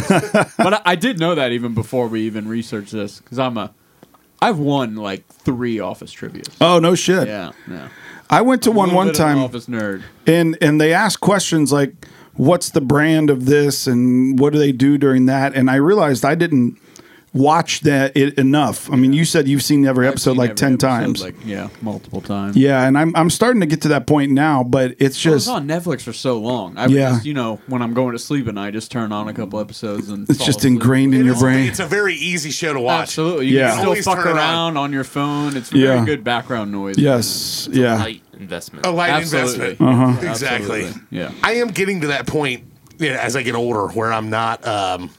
[SPEAKER 4] but I, I did know that even before we even researched this because I'm a, I've won like three office trivia.
[SPEAKER 5] oh no shit!
[SPEAKER 4] Yeah, yeah.
[SPEAKER 5] I went to one
[SPEAKER 4] Little
[SPEAKER 5] one
[SPEAKER 4] bit of an
[SPEAKER 5] time.
[SPEAKER 4] office nerd.
[SPEAKER 5] and and they ask questions like what's the brand of this and what do they do during that and i realized i didn't watch that it enough i mean you said you've seen every
[SPEAKER 4] I've
[SPEAKER 5] episode
[SPEAKER 4] seen
[SPEAKER 5] like
[SPEAKER 4] every
[SPEAKER 5] 10
[SPEAKER 4] episode,
[SPEAKER 5] times
[SPEAKER 4] like yeah, multiple times.
[SPEAKER 5] yeah and I'm, I'm starting to get to that point now but it's
[SPEAKER 4] I
[SPEAKER 5] just
[SPEAKER 4] was Oh, on Netflix for so long. I
[SPEAKER 5] Yeah.
[SPEAKER 4] yeah. just, you know, when I'm going to sleep at night, just turn on a couple episodes and
[SPEAKER 5] it's
[SPEAKER 4] fall
[SPEAKER 5] just
[SPEAKER 4] asleep.
[SPEAKER 5] ingrained in your
[SPEAKER 1] It's-
[SPEAKER 5] brain
[SPEAKER 1] It's a very easy show to watch.
[SPEAKER 4] Absolutely, you
[SPEAKER 5] Yeah.
[SPEAKER 4] can still
[SPEAKER 1] Always
[SPEAKER 4] fuck
[SPEAKER 1] turn it on.
[SPEAKER 4] around on. your phone. It's
[SPEAKER 5] Yeah.
[SPEAKER 4] very good background noise.
[SPEAKER 5] yes yeah
[SPEAKER 7] Light investment.
[SPEAKER 1] A light
[SPEAKER 4] Absolutely. Uh-huh.
[SPEAKER 1] investment.
[SPEAKER 5] Uh-huh.
[SPEAKER 1] Exactly.
[SPEAKER 4] Absolutely. Yeah.
[SPEAKER 1] I am getting to that point you know, as I get older where I'm not um,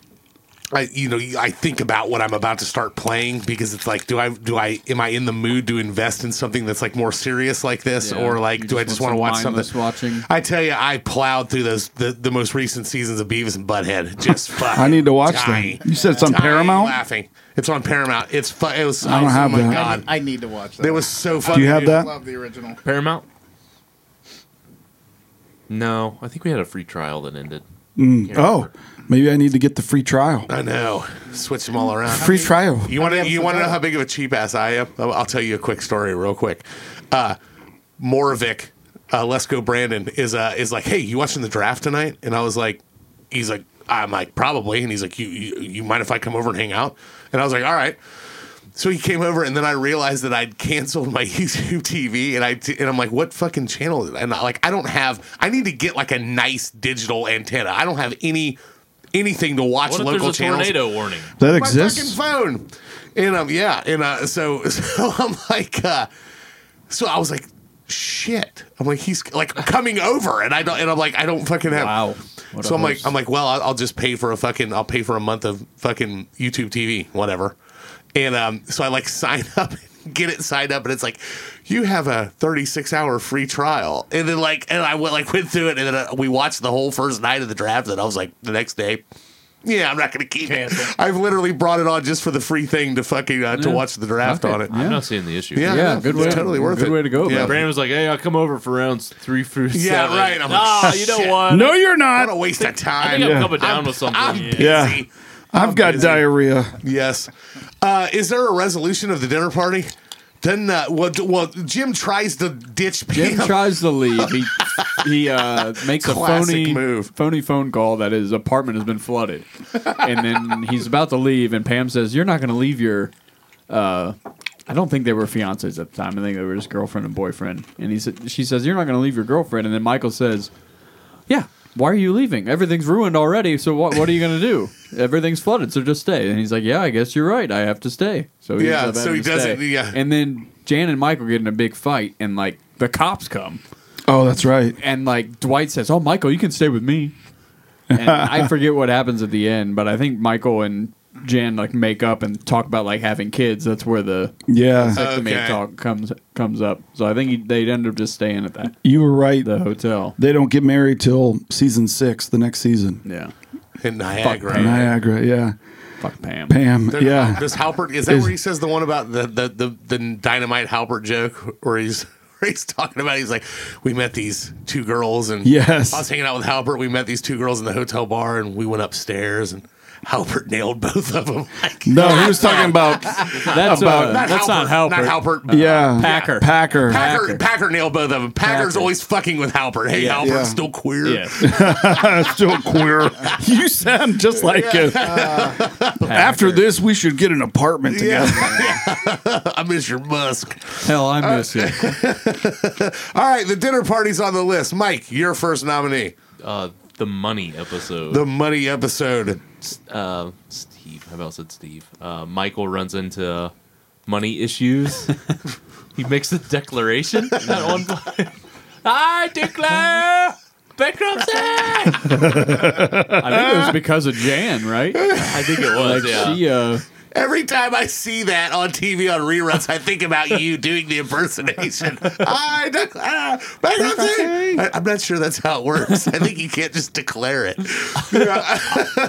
[SPEAKER 1] I you know I think about what I'm about to start playing because it's like do I do I am I in the mood to invest in something that's like more serious like this
[SPEAKER 4] Yeah.
[SPEAKER 1] or like
[SPEAKER 4] You
[SPEAKER 1] do I just want to watch
[SPEAKER 4] some
[SPEAKER 1] something
[SPEAKER 4] mindless Watching.
[SPEAKER 1] I tell you, I plowed through those the, the most recent seasons of Beavis and Butthead. Just fuck.
[SPEAKER 5] I need to watch
[SPEAKER 1] dying,
[SPEAKER 5] them. You said it's on
[SPEAKER 1] dying
[SPEAKER 5] Paramount.
[SPEAKER 1] Laughing. It's on Paramount. It's fu- it was.
[SPEAKER 5] don't
[SPEAKER 1] oh
[SPEAKER 5] have
[SPEAKER 1] my
[SPEAKER 5] that.
[SPEAKER 1] god,
[SPEAKER 6] I need to watch that.
[SPEAKER 1] it was uh, so
[SPEAKER 5] Do
[SPEAKER 1] funny.
[SPEAKER 5] you have that?
[SPEAKER 6] love the original.
[SPEAKER 3] Paramount?
[SPEAKER 7] No, I think we had a free trial that ended.
[SPEAKER 5] Mm. Oh, maybe I need to get the free trial.
[SPEAKER 1] I know. Switch them all around.
[SPEAKER 5] Free trial.
[SPEAKER 1] You want to
[SPEAKER 6] am
[SPEAKER 1] you want to know
[SPEAKER 6] forgotten.
[SPEAKER 1] how big of a cheap ass I am? I'll I'll tell you a quick story real quick. Uh, Moravik, uh, Let's Go Brandon is uh, is like, hey, you watching the draft tonight? And I was like, he's like, I'm like probably, and he's like, you you, you mind if I come over and hang out? And I was like, all right. So he came over, and then I realized that I'd canceled my YouTube TV, and I t- and I'm like, what fucking channel? Is it? And I, like, I don't have. I need to get like a nice digital antenna. I don't have any anything to watch
[SPEAKER 7] What if
[SPEAKER 1] local
[SPEAKER 7] there's a
[SPEAKER 1] channels
[SPEAKER 7] tornado warning?
[SPEAKER 5] That
[SPEAKER 1] my
[SPEAKER 5] exists.
[SPEAKER 1] fucking phone. And um, yeah, and uh, so so I'm like, uh, so I was like, shit. I'm like, he's like coming over, and I don't, and I'm like, I don't fucking have.
[SPEAKER 4] Wow. What
[SPEAKER 1] So
[SPEAKER 4] a
[SPEAKER 1] I'm like,
[SPEAKER 4] host.
[SPEAKER 1] I'm like, well, I'll, I'll just pay for a fucking, I'll pay for a month of fucking YouTube TV, whatever. And um, so I like sign up, get it signed up, and it's like, you have a 36 hour free trial, and then like, and I went like went through it, and then uh, we watched the whole first night of the draft, and I was like, the next day. Yeah, I'm not gonna keep it. I've literally brought it on just for the free thing to fucking uh, to
[SPEAKER 4] Yeah.
[SPEAKER 1] watch the draft
[SPEAKER 4] Okay.
[SPEAKER 1] on it.
[SPEAKER 4] Yeah.
[SPEAKER 7] I'm not seeing the issue.
[SPEAKER 1] Yeah,
[SPEAKER 4] Yeah,
[SPEAKER 1] no,
[SPEAKER 4] good
[SPEAKER 1] it's
[SPEAKER 4] way-
[SPEAKER 1] totally worth
[SPEAKER 4] good
[SPEAKER 1] it.
[SPEAKER 4] way to go,
[SPEAKER 1] Yeah,
[SPEAKER 4] man.
[SPEAKER 7] Brandon was like, "Hey, I'll come over for rounds three through
[SPEAKER 1] yeah
[SPEAKER 7] seven."
[SPEAKER 1] right. I'm like,
[SPEAKER 7] ah, you know
[SPEAKER 1] shit.
[SPEAKER 7] what?
[SPEAKER 5] No, you're
[SPEAKER 1] What a
[SPEAKER 5] not.
[SPEAKER 1] waste of
[SPEAKER 7] I
[SPEAKER 1] time.
[SPEAKER 7] think
[SPEAKER 5] Yeah.
[SPEAKER 7] I'm coming down with something.
[SPEAKER 1] I'm busy.
[SPEAKER 5] Yeah. I've got
[SPEAKER 1] busy.
[SPEAKER 5] diarrhea.
[SPEAKER 1] Yes. Uh, is there a resolution of the dinner party? Then, uh, well, d- well, Jim tries to ditch
[SPEAKER 4] Jim
[SPEAKER 1] Pam.
[SPEAKER 4] tries to leave. He he uh, makes a
[SPEAKER 1] Classic
[SPEAKER 4] phony
[SPEAKER 1] move.
[SPEAKER 4] phony phone call that his apartment has been flooded, and then he's about to leave, and Pam says, "You're not going to leave your." Uh, I don't think they were fiancés at the time. I think they were just girlfriend and boyfriend. And he said, she says, "You're not going to leave your girlfriend." And then Michael says, "Yeah, why are you leaving? Everything's ruined already. So what? What are you going to do? Everything's flooded. So just stay." And he's like, "Yeah, I guess you're right. I have to stay." So he
[SPEAKER 1] Yeah,
[SPEAKER 4] ends up
[SPEAKER 1] so he
[SPEAKER 4] having to
[SPEAKER 1] doesn't-
[SPEAKER 4] stay.
[SPEAKER 1] yeah.
[SPEAKER 4] And then Jan and Michael get in a big fight, and like the cops come
[SPEAKER 5] Oh, that's right.
[SPEAKER 4] and like Dwight says, "Oh, Michael, you can stay with me." And I forget what happens at the end, but I think Michael and Jan like make up and talk about like having kids. That's where the
[SPEAKER 5] Yeah,
[SPEAKER 4] the main
[SPEAKER 1] Okay.
[SPEAKER 4] talk comes comes up. So I think he, they'd end up just staying at that
[SPEAKER 5] you were right.
[SPEAKER 4] the hotel.
[SPEAKER 5] They don't get married till season six, the next season.
[SPEAKER 4] Yeah,
[SPEAKER 1] in Niagara.
[SPEAKER 4] Fuck
[SPEAKER 5] Niagara, yeah.
[SPEAKER 4] fuck Pam.
[SPEAKER 5] Pam,
[SPEAKER 1] They're-
[SPEAKER 5] yeah.
[SPEAKER 1] Does Halpert, is that
[SPEAKER 5] Is-
[SPEAKER 1] where he says the one about the, the, the, the dynamite Halpert joke where he's, where he's talking about, he's like, we met these two girls and
[SPEAKER 5] Yes.
[SPEAKER 1] I was hanging out with Halpert. We met these two girls in the hotel bar and we went upstairs and Halpert nailed both of them. Like,
[SPEAKER 5] No, he was talking about
[SPEAKER 4] That's uh, that's not Halpert.
[SPEAKER 1] Not Halpert.
[SPEAKER 5] yeah,
[SPEAKER 4] Packer.
[SPEAKER 5] Packer.
[SPEAKER 1] Packer, Packer nailed both of them. Packer's always fucking with Halpert. Hey, Halpert's
[SPEAKER 5] Yeah.
[SPEAKER 1] still queer.
[SPEAKER 5] Still queer. You sound just like it. After this, we should get an apartment together.
[SPEAKER 1] I miss your Musk.
[SPEAKER 4] Hell, I miss you.
[SPEAKER 1] All right, the dinner party's on the list. Mike, your first nominee.
[SPEAKER 7] Uh, the money episode.
[SPEAKER 1] The money episode.
[SPEAKER 7] uh, Steve. How about I said Steve? Uh, Michael runs into money issues. he makes a declaration at one point. I declare bankruptcy.
[SPEAKER 4] I think it was because of Jan, right?
[SPEAKER 7] I think it was.
[SPEAKER 4] Like
[SPEAKER 7] yeah.
[SPEAKER 4] she uh,
[SPEAKER 1] Every time I see that on TV on reruns, I think about you doing the impersonation. I ah, declare bankruptcy. I, I'm not sure that's how it works. I think you can't just declare it.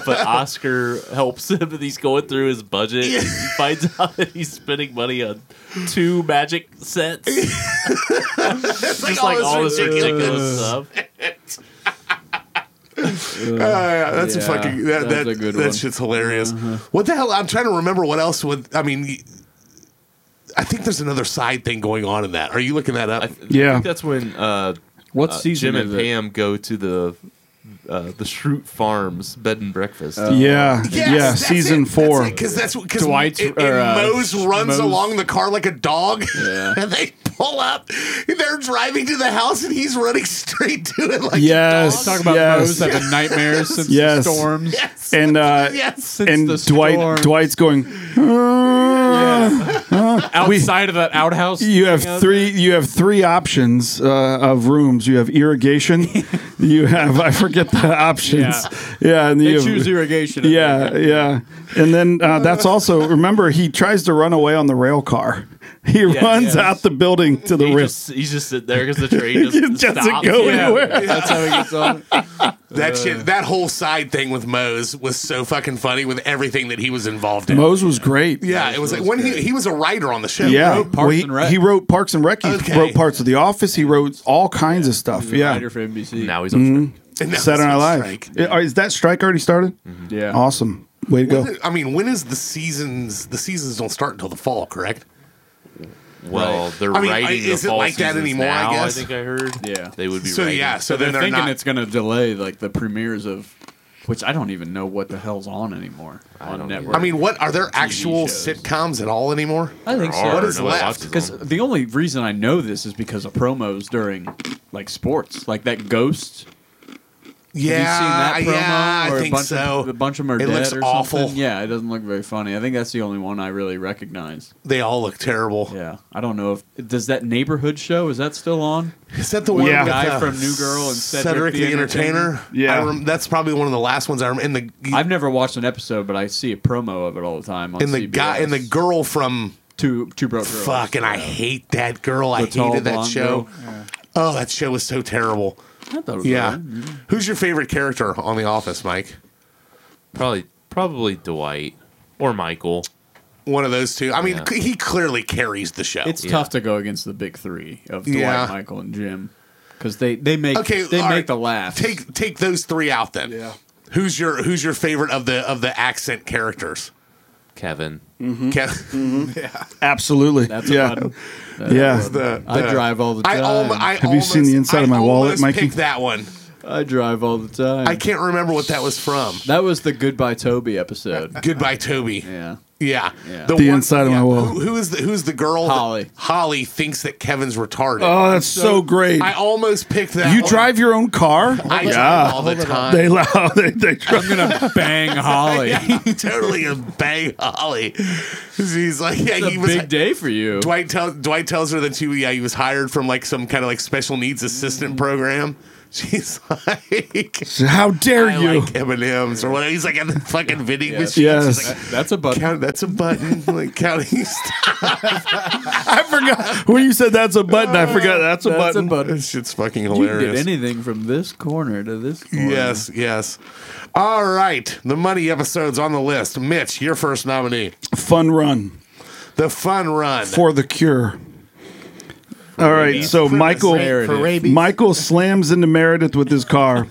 [SPEAKER 7] but Oscar helps him and he's going through his budget.
[SPEAKER 1] Yeah.
[SPEAKER 7] And he finds out that he's spending money on two magic sets.
[SPEAKER 1] It's like,
[SPEAKER 7] just like all this ridiculous,
[SPEAKER 4] ridiculous-
[SPEAKER 7] stuff.
[SPEAKER 1] Uh, that's a
[SPEAKER 4] Yeah,
[SPEAKER 1] fucking that,
[SPEAKER 4] that's
[SPEAKER 1] that,
[SPEAKER 4] a good
[SPEAKER 1] that
[SPEAKER 4] one.
[SPEAKER 1] shit's hilarious. What the hell? I'm trying to remember what else would I mean. y- I think there's another side thing going on in that. Are you looking that up?
[SPEAKER 7] I th-
[SPEAKER 5] Yeah.
[SPEAKER 7] I think that's when uh,
[SPEAKER 4] what
[SPEAKER 7] uh,
[SPEAKER 4] season
[SPEAKER 7] Jim and
[SPEAKER 4] is it?
[SPEAKER 7] Pam go to the uh, the Shroot Farms bed and breakfast.
[SPEAKER 4] Uh,
[SPEAKER 5] Yeah,
[SPEAKER 1] Yes,
[SPEAKER 5] yeah.
[SPEAKER 1] that's
[SPEAKER 5] Season
[SPEAKER 1] it,
[SPEAKER 5] four.
[SPEAKER 1] Because that's because
[SPEAKER 4] Dwight's-
[SPEAKER 1] it,
[SPEAKER 4] or, uh,
[SPEAKER 1] Mose runs
[SPEAKER 4] Mose.
[SPEAKER 1] along the car like a dog,
[SPEAKER 4] Yeah.
[SPEAKER 1] and they pull up. They're driving to the house, and he's running straight to it. Like
[SPEAKER 5] yes,
[SPEAKER 4] Talk about
[SPEAKER 5] yes,
[SPEAKER 4] those having nightmares since
[SPEAKER 5] Yes.
[SPEAKER 4] the storms.
[SPEAKER 1] yes,
[SPEAKER 5] and uh,
[SPEAKER 1] yes.
[SPEAKER 4] Since
[SPEAKER 5] and
[SPEAKER 4] the
[SPEAKER 5] Dwight
[SPEAKER 4] storms.
[SPEAKER 5] Dwight's going.
[SPEAKER 7] outside of that outhouse.
[SPEAKER 5] Uh, You have three. You have three options uh, of rooms. You have irrigation. you have I forget the options. Yeah, and
[SPEAKER 4] They
[SPEAKER 5] you have-
[SPEAKER 4] choose irrigation.
[SPEAKER 5] Yeah, yeah, and then uh, that's also remember he tries to run away on the rail car. He runs
[SPEAKER 7] yes.
[SPEAKER 5] out the building to the
[SPEAKER 7] He
[SPEAKER 5] rail.
[SPEAKER 7] just, he's just sit there because the train doesn't,
[SPEAKER 5] It doesn't
[SPEAKER 7] stop.
[SPEAKER 5] go
[SPEAKER 7] Yeah.
[SPEAKER 5] anywhere.
[SPEAKER 6] That's how he gets on.
[SPEAKER 1] That shit, that whole side thing with Mose was so fucking funny with everything that he was involved in.
[SPEAKER 5] Mose was great.
[SPEAKER 1] yeah, it was like when he he was a writer on the show.
[SPEAKER 5] yeah.
[SPEAKER 1] right?
[SPEAKER 4] Parks
[SPEAKER 5] Well, he,
[SPEAKER 4] and Rec.
[SPEAKER 5] he wrote Parks and Rec. He
[SPEAKER 1] Okay.
[SPEAKER 5] wrote parts of The Office. He wrote all kinds of stuff.
[SPEAKER 4] Yeah.
[SPEAKER 5] Yeah,
[SPEAKER 4] Writer for NBC.
[SPEAKER 7] Now he's on
[SPEAKER 1] And that was
[SPEAKER 5] Saturday Night
[SPEAKER 1] a
[SPEAKER 5] Live.
[SPEAKER 1] strike.
[SPEAKER 5] Yeah, Is that strike already started?
[SPEAKER 4] Yeah.
[SPEAKER 5] Awesome. Way to go.
[SPEAKER 1] I mean, when is the seasons? The seasons don't start until the fall, correct?
[SPEAKER 7] strike. Well, they're
[SPEAKER 1] I mean,
[SPEAKER 7] writing
[SPEAKER 1] I-
[SPEAKER 7] the
[SPEAKER 1] is it
[SPEAKER 7] fall
[SPEAKER 1] like that
[SPEAKER 7] seasons
[SPEAKER 1] anymore, I
[SPEAKER 7] Now,
[SPEAKER 1] guess?
[SPEAKER 7] think I heard.
[SPEAKER 4] Yeah.
[SPEAKER 7] They would be
[SPEAKER 1] So
[SPEAKER 7] writing.
[SPEAKER 1] yeah, so,
[SPEAKER 4] So they're,
[SPEAKER 1] then they're
[SPEAKER 4] thinking
[SPEAKER 1] not.
[SPEAKER 4] it's going to delay like the premieres of, which I don't even know what the hell's on anymore on
[SPEAKER 7] don't
[SPEAKER 4] network.
[SPEAKER 1] I mean, what are there actual
[SPEAKER 4] shows.
[SPEAKER 1] sitcoms at all anymore?
[SPEAKER 4] I think
[SPEAKER 7] Hard.
[SPEAKER 1] What is
[SPEAKER 7] Nobody
[SPEAKER 1] left?
[SPEAKER 7] watches them.
[SPEAKER 4] Because the only reason I know this is because of promos during like sports, like that ghost.
[SPEAKER 1] Yeah,
[SPEAKER 4] Have you seen that promo?
[SPEAKER 1] yeah,
[SPEAKER 4] where
[SPEAKER 1] I
[SPEAKER 4] a
[SPEAKER 1] think
[SPEAKER 4] bunch
[SPEAKER 1] so.
[SPEAKER 4] Of, a bunch of them are
[SPEAKER 1] It
[SPEAKER 4] dead
[SPEAKER 1] looks
[SPEAKER 4] or
[SPEAKER 1] awful.
[SPEAKER 4] something. Yeah, it doesn't look very funny. I think that's the only one I really recognize.
[SPEAKER 1] they all look terrible.
[SPEAKER 4] Yeah, I don't know if does that neighborhood show is that still on?
[SPEAKER 1] Is that the one
[SPEAKER 5] Yeah.
[SPEAKER 1] with
[SPEAKER 4] Guy
[SPEAKER 1] uh,
[SPEAKER 4] from New Girl and Cedric, the, Entertainer.
[SPEAKER 5] Yeah.
[SPEAKER 1] I rem- that's probably one of the last ones I remember. And the
[SPEAKER 4] I've never watched an episode, but I see a promo of it all the time. On
[SPEAKER 1] and the guy
[SPEAKER 4] CBS.
[SPEAKER 1] and the girl from
[SPEAKER 4] two two broke girls.
[SPEAKER 1] fuck, and I hate that girl. I
[SPEAKER 4] The tall
[SPEAKER 1] hated that
[SPEAKER 4] blonde
[SPEAKER 1] show.
[SPEAKER 4] girl.
[SPEAKER 1] Oh, that show was so terrible.
[SPEAKER 4] I thought it was
[SPEAKER 1] Yeah.
[SPEAKER 4] all right.
[SPEAKER 1] mm-hmm. Who's your favorite character on The Office, Mike?
[SPEAKER 7] probably probably Dwight or Michael.
[SPEAKER 1] One of those two. I mean,
[SPEAKER 7] Yeah.
[SPEAKER 1] c- he clearly carries the show.
[SPEAKER 4] It's
[SPEAKER 7] Yeah.
[SPEAKER 4] tough to go against the big three of Dwight,
[SPEAKER 1] Yeah.
[SPEAKER 4] Michael, and Jim because they they make
[SPEAKER 1] Okay,
[SPEAKER 4] they
[SPEAKER 1] all
[SPEAKER 4] make
[SPEAKER 1] right.
[SPEAKER 4] the laugh.
[SPEAKER 1] take take those three out then. Yeah. Who's your Who's your favorite of the of the accent characters?
[SPEAKER 7] Kevin.
[SPEAKER 5] Hmm?
[SPEAKER 1] Kev-
[SPEAKER 5] Absolutely.
[SPEAKER 4] that's
[SPEAKER 5] yeah.
[SPEAKER 4] a button.
[SPEAKER 5] yeah.
[SPEAKER 1] the-
[SPEAKER 4] I
[SPEAKER 1] the-
[SPEAKER 4] drive all the
[SPEAKER 1] I,
[SPEAKER 4] time.
[SPEAKER 1] almo- I
[SPEAKER 5] Have you seen the inside of my wallet,
[SPEAKER 1] Mike?
[SPEAKER 5] Mikey?
[SPEAKER 1] Picked that one.
[SPEAKER 4] I drive all the time.
[SPEAKER 1] I can't remember what that was from.
[SPEAKER 4] that was the Goodbye Toby episode.
[SPEAKER 1] Goodbye, Toby. Yeah,
[SPEAKER 4] yeah, Yeah.
[SPEAKER 5] The inside of my wallet.
[SPEAKER 1] Who, who is the Who's the girl? that-
[SPEAKER 4] Holly.
[SPEAKER 1] Holly thinks that Kevin's retarded.
[SPEAKER 5] Oh, that's so, great.
[SPEAKER 1] I almost picked that.
[SPEAKER 5] you
[SPEAKER 1] one.
[SPEAKER 5] drive your own car?
[SPEAKER 1] I drive
[SPEAKER 5] yeah.
[SPEAKER 1] all the time.
[SPEAKER 5] They allow they, they drive.
[SPEAKER 4] I'm gonna bang Holly.
[SPEAKER 1] yeah, totally a bang Holly. He's like, yeah,
[SPEAKER 4] It's
[SPEAKER 1] he
[SPEAKER 4] a
[SPEAKER 1] was.
[SPEAKER 4] big day for you.
[SPEAKER 1] Dwight tells Dwight tells her that she yeah he was hired from like some kind of like special needs assistant program. She's like,
[SPEAKER 5] How dare
[SPEAKER 1] I
[SPEAKER 5] you?
[SPEAKER 1] like M and M's or whatever. He's like at the fucking vending machine.
[SPEAKER 5] yes.
[SPEAKER 1] She's like,
[SPEAKER 4] That's a button.
[SPEAKER 1] Count, that's a button. Like counting. Stuff.
[SPEAKER 5] I forgot when you said that's a button. I forgot that's a
[SPEAKER 4] Uh, That's
[SPEAKER 5] button.
[SPEAKER 4] a button.
[SPEAKER 1] This shit's fucking
[SPEAKER 4] You can get
[SPEAKER 1] hilarious.
[SPEAKER 4] anything from this corner to this corner.
[SPEAKER 1] Yes, yes. All right, the money episode's on the list. Mitch, your first nominee,
[SPEAKER 5] Fun run
[SPEAKER 1] the fun run.
[SPEAKER 5] for the cure. All right, so Michael
[SPEAKER 4] There it is.
[SPEAKER 5] Michael slams into Meredith with his car,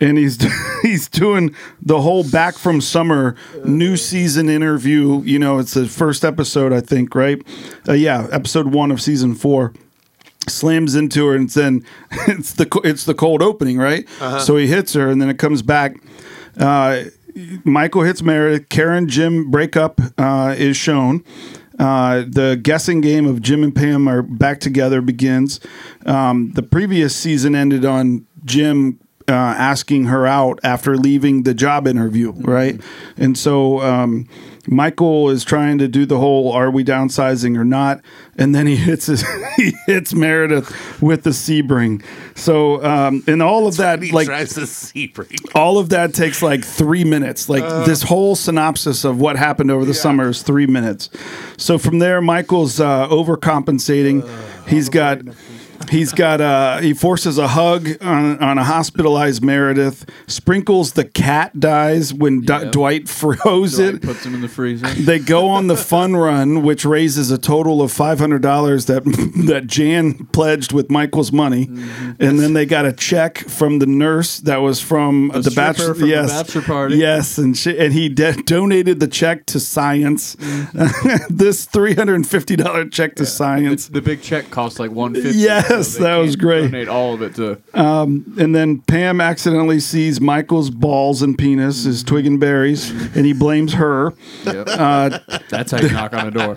[SPEAKER 5] and he's he's doing the whole back from summer new season interview. You know, it's the first episode, I think, right? Uh, yeah, episode one of season four. Slams into her, and then it's the co- it's the cold opening, right? So he hits her, and then it comes back. Uh, Michael hits Meredith. Karen Jim breakup uh, is shown. Uh, the guessing game of Jim and Pam are back together begins. Um, the previous season ended on Jim uh, asking her out after leaving the job interview, right? And so um, Michael is trying to do the whole "Are we downsizing or not?" And then he hits his, he hits Meredith with the Sebring. So um, and all of that
[SPEAKER 1] he
[SPEAKER 5] like
[SPEAKER 1] drives the Sebring.
[SPEAKER 5] all of that takes like three minutes. Like this whole synopsis of what happened over the summer is three minutes. So from there, Michael's uh, overcompensating. he's got. He's got uh he forces a hug on, on a hospitalized Meredith, sprinkles the cat dies when Du-
[SPEAKER 4] Yep.
[SPEAKER 5] Dwight froze
[SPEAKER 4] Dwight
[SPEAKER 5] it.
[SPEAKER 4] puts them in the freezer.
[SPEAKER 5] They go on the fun run, which raises a total of five hundred dollars that that Jan pledged with Michael's money,
[SPEAKER 4] Mm-hmm.
[SPEAKER 5] and then they got a check from the nurse that was from the,
[SPEAKER 4] stripper
[SPEAKER 5] bachelor,
[SPEAKER 4] from the
[SPEAKER 5] yes,
[SPEAKER 4] bachelor party.
[SPEAKER 5] yes, and she, and he de- donated the check to science.
[SPEAKER 4] Mm-hmm.
[SPEAKER 5] this three hundred and fifty dollar check to science,
[SPEAKER 4] The big check costs like one fifty.
[SPEAKER 5] Yes, that was great.
[SPEAKER 4] Donate all of it to
[SPEAKER 5] and then Pam accidentally sees Michael's balls and penis, his twig and berries, and he blames her. Uh,
[SPEAKER 4] That's how you knock on a door.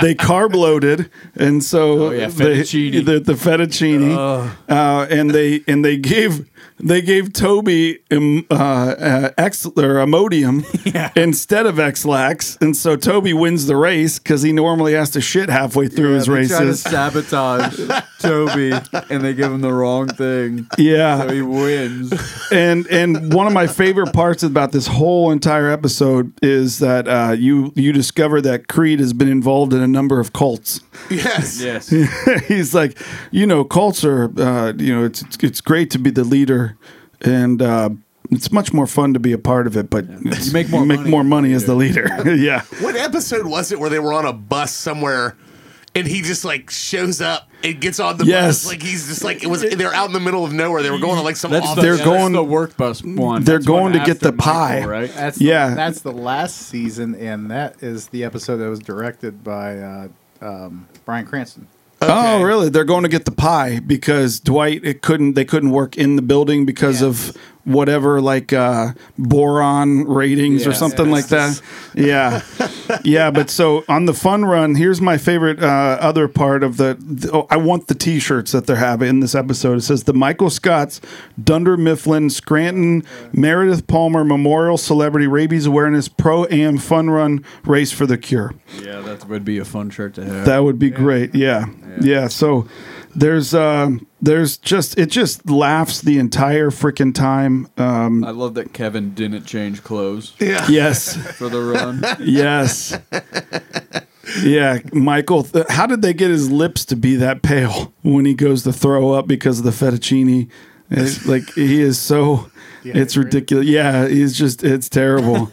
[SPEAKER 5] they carb loaded, and so
[SPEAKER 4] Oh, yeah,
[SPEAKER 5] they-
[SPEAKER 4] fettuccine.
[SPEAKER 5] the, the fettuccine, uh, and they and they gave they gave Toby um, uh, uh, X or Imodium instead of Xlax, and so Toby wins the race because he normally has to shit halfway through his
[SPEAKER 4] they try to
[SPEAKER 5] races.
[SPEAKER 4] sabotage Toby, and they give him the wrong thing,
[SPEAKER 5] yeah,
[SPEAKER 4] so he wins.
[SPEAKER 5] and and one of my favorite parts about this whole entire episode is that uh, you you discover that Creed has been involved in a number of cults.
[SPEAKER 1] Yes.
[SPEAKER 4] Yes,
[SPEAKER 5] He's like, you know, cults are, uh, you know, it's it's great to be the leader, and uh, it's much more fun to be a part of it. But it's-
[SPEAKER 4] You make more money
[SPEAKER 5] as the leader. yeah,
[SPEAKER 1] What episode was it where they were on a bus somewhere and he just like shows up and gets on the
[SPEAKER 5] Yes.
[SPEAKER 1] bus like he's just like it was they're out in the middle of nowhere. They were going on like some off
[SPEAKER 5] They're
[SPEAKER 4] that's
[SPEAKER 5] going-
[SPEAKER 4] the work bus one.
[SPEAKER 5] they're
[SPEAKER 4] That's one
[SPEAKER 5] going to get
[SPEAKER 4] after
[SPEAKER 5] the pie.
[SPEAKER 4] Michael, right?
[SPEAKER 6] That's
[SPEAKER 5] Yeah.
[SPEAKER 6] The, that's the last season, and that is the episode that was directed by uh, um, Brian Cranston.
[SPEAKER 5] Oh, really? They're going to get the pie because Dwight it couldn't they couldn't work in the building because of whatever like uh boron ratings or
[SPEAKER 4] Yeah.
[SPEAKER 5] something like that. Yeah. yeah, but so on the fun run, here's my favorite uh other part of the, the- oh, I want the t-shirts that they're having in this episode. It says the Michael Scott's Dunder Mifflin Scranton Meredith Palmer Memorial Celebrity Rabies Awareness Pro Am Fun Run Race for the Cure.
[SPEAKER 4] Yeah, that would be a fun shirt to have.
[SPEAKER 5] That would be great. Yeah. yeah. So there's um there's just it just laughs the entire freaking time. Um
[SPEAKER 4] I love that Kevin didn't change clothes
[SPEAKER 1] yeah.
[SPEAKER 5] yes.
[SPEAKER 4] for the run.
[SPEAKER 5] Yes. Yeah, Michael, th- how did they get his lips to be that pale when he goes to throw up because of the fettuccine? It's like he is so it's ridiculous. Yeah, he's just it's terrible.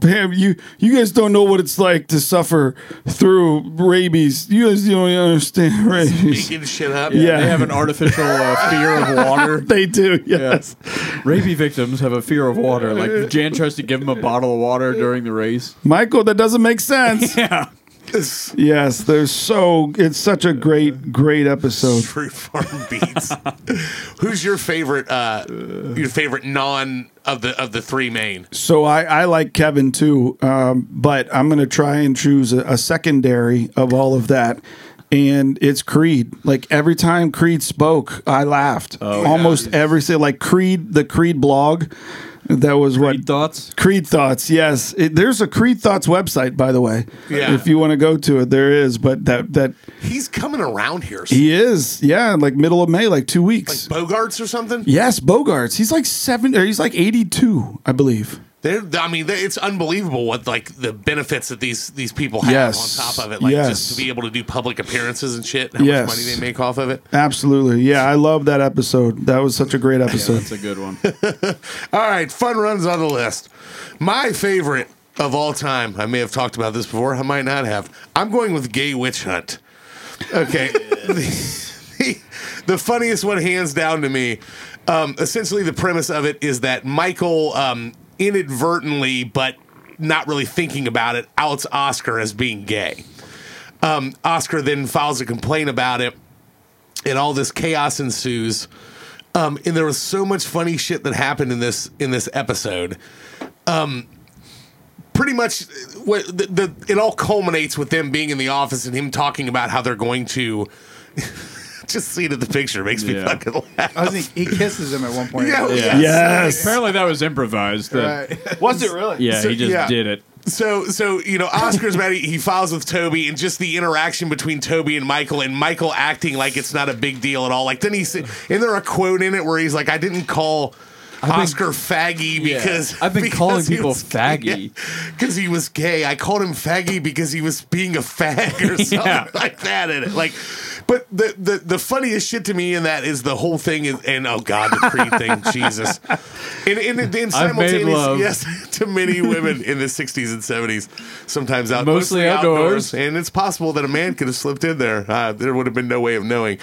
[SPEAKER 5] Pam, you you guys don't know what it's like to suffer through rabies. You guys don't understand rabies.
[SPEAKER 1] Making shit up.
[SPEAKER 5] Yeah.
[SPEAKER 4] They have an artificial uh, fear of water.
[SPEAKER 5] They do, yes.
[SPEAKER 4] Yes. Rabies victims have a fear of water. Like Jan tries to give him a bottle of water during the race.
[SPEAKER 5] Michael, that doesn't make sense.
[SPEAKER 4] Yeah.
[SPEAKER 5] yes, they're so it's such a great, great episode.
[SPEAKER 1] Fruit farm beats. Who's your favorite uh your favorite non of the of the three main?
[SPEAKER 5] So I, I like Kevin too, um, but I'm gonna try and choose a, a secondary of all of that. And it's Creed. Like every time Creed spoke, I laughed. Almost every say like Creed, the Creed blog. That was what
[SPEAKER 4] Thoughts?
[SPEAKER 5] Creed Thoughts, yes. It, there's a Creed Thoughts website, by the way.
[SPEAKER 1] Yeah.
[SPEAKER 5] If you want to go to it, there is. But that that
[SPEAKER 1] He's coming around here.
[SPEAKER 5] he is, yeah, like middle of May, like two weeks.
[SPEAKER 1] Bogarts or something?
[SPEAKER 5] yes, Bogarts. He's like seven. Or he's like eighty-two, I believe.
[SPEAKER 1] They're, I mean, they, it's unbelievable what like the benefits that these these people have
[SPEAKER 5] Yes.
[SPEAKER 1] on top of it. Like
[SPEAKER 5] Yes.
[SPEAKER 1] just to be able to do public appearances and shit. How
[SPEAKER 5] Yes.
[SPEAKER 1] much money they make off of it.
[SPEAKER 5] Absolutely. Yeah, I love that episode. That was such a great episode.
[SPEAKER 4] That's a good one.
[SPEAKER 1] All right, fun runs on the list. My favorite of all time. I may have talked about this before. I might not have. I'm going with Gay Witch Hunt. Okay. the, the funniest one, hands down to me. Um, essentially, the premise of it is that Michael um, inadvertently, but not really thinking about it, outs Oscar as being gay. Um, Oscar then files a complaint about it, and all this chaos ensues. Um, and there was so much funny shit that happened in this in this episode. Um, pretty much, what the, the it all culminates with them being in the office and him talking about how they're going to. just see it in the picture makes me
[SPEAKER 4] Yeah.
[SPEAKER 1] fucking laugh.
[SPEAKER 6] I was thinking, he kisses him at one point.
[SPEAKER 1] Yeah,
[SPEAKER 6] Right.
[SPEAKER 1] yes.
[SPEAKER 4] Apparently that was improvised. that-
[SPEAKER 6] Was it really?
[SPEAKER 4] Yeah,
[SPEAKER 1] So,
[SPEAKER 4] he just
[SPEAKER 1] yeah.
[SPEAKER 4] did it.
[SPEAKER 1] So, so you know, Oscar's mad. He, he files with Toby, and just the interaction between Toby and Michael, and Michael acting like it's not a big deal at all. Like then he said, and there a quote in it where he's like, "I didn't call." Oscar faggy because
[SPEAKER 4] I've been
[SPEAKER 1] because
[SPEAKER 4] calling
[SPEAKER 1] he
[SPEAKER 4] people
[SPEAKER 1] was-
[SPEAKER 4] faggy.
[SPEAKER 1] because he was gay. I called him faggy because he was being a fag or something
[SPEAKER 4] Yeah.
[SPEAKER 1] like that in it. Like, but the, the the funniest shit to me in that is the whole thing is and oh god the creed thing Jesus and and, and, and
[SPEAKER 4] I've made
[SPEAKER 1] simultaneously
[SPEAKER 4] love.
[SPEAKER 1] yes to many women in the 60s and 70s sometimes out
[SPEAKER 4] Mostly outdoors.
[SPEAKER 1] and it's possible that a man could have slipped in there uh, there would have been no way of knowing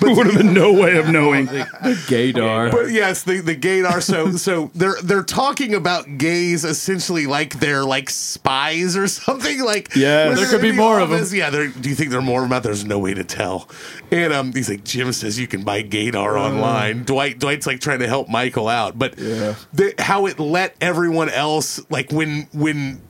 [SPEAKER 5] There would have been no way of knowing.
[SPEAKER 4] Gaydar.
[SPEAKER 1] but yes, the the gaydar. So so they're they're talking about gays essentially like they're like spies or something. Like
[SPEAKER 5] Yes.
[SPEAKER 1] when
[SPEAKER 5] There
[SPEAKER 1] they're
[SPEAKER 4] could be
[SPEAKER 1] in the
[SPEAKER 4] more of
[SPEAKER 1] office, Yeah. they're- Do you think there are more of them out? there? There's no way to tell. And um, he's like Jim says you can buy gaydar online. Dwight Dwight's like trying to help Michael out, but the, how it let everyone else like when when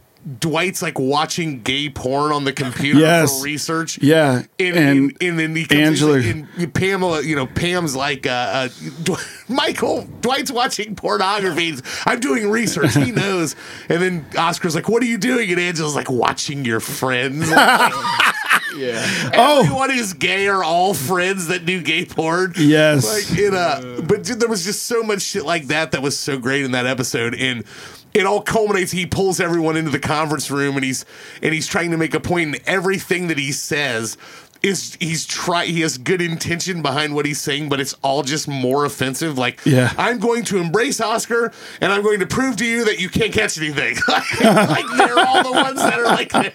[SPEAKER 1] Dwight's like watching gay porn on the computer
[SPEAKER 5] Yes.
[SPEAKER 1] for research.
[SPEAKER 5] Yeah,
[SPEAKER 1] And,
[SPEAKER 5] and
[SPEAKER 1] and, and then he comes,
[SPEAKER 5] Angela-
[SPEAKER 1] he's like- and Pamela, you know, Pam's like, uh, uh, Dw- Michael, Dwight's watching pornography. I'm doing research. He knows. And then Oscar's like, what are you doing? And Angela's like, watching your friends.
[SPEAKER 6] Yeah.
[SPEAKER 5] Oh.
[SPEAKER 1] Everyone who's gay are all friends that do gay porn. Like
[SPEAKER 5] yes,
[SPEAKER 1] in a, but dude, there was just so much shit like that that was so great in that episode, and it all culminates. He pulls everyone into the conference room, and he's and he's trying to make a point, and everything that he says is he's try he has good intention behind what he's saying, but it's all just more offensive. Like,
[SPEAKER 5] Yeah.
[SPEAKER 1] I'm going to embrace Oscar, and I'm going to prove to you that you can't catch anything. like, they're all the ones that are like. there.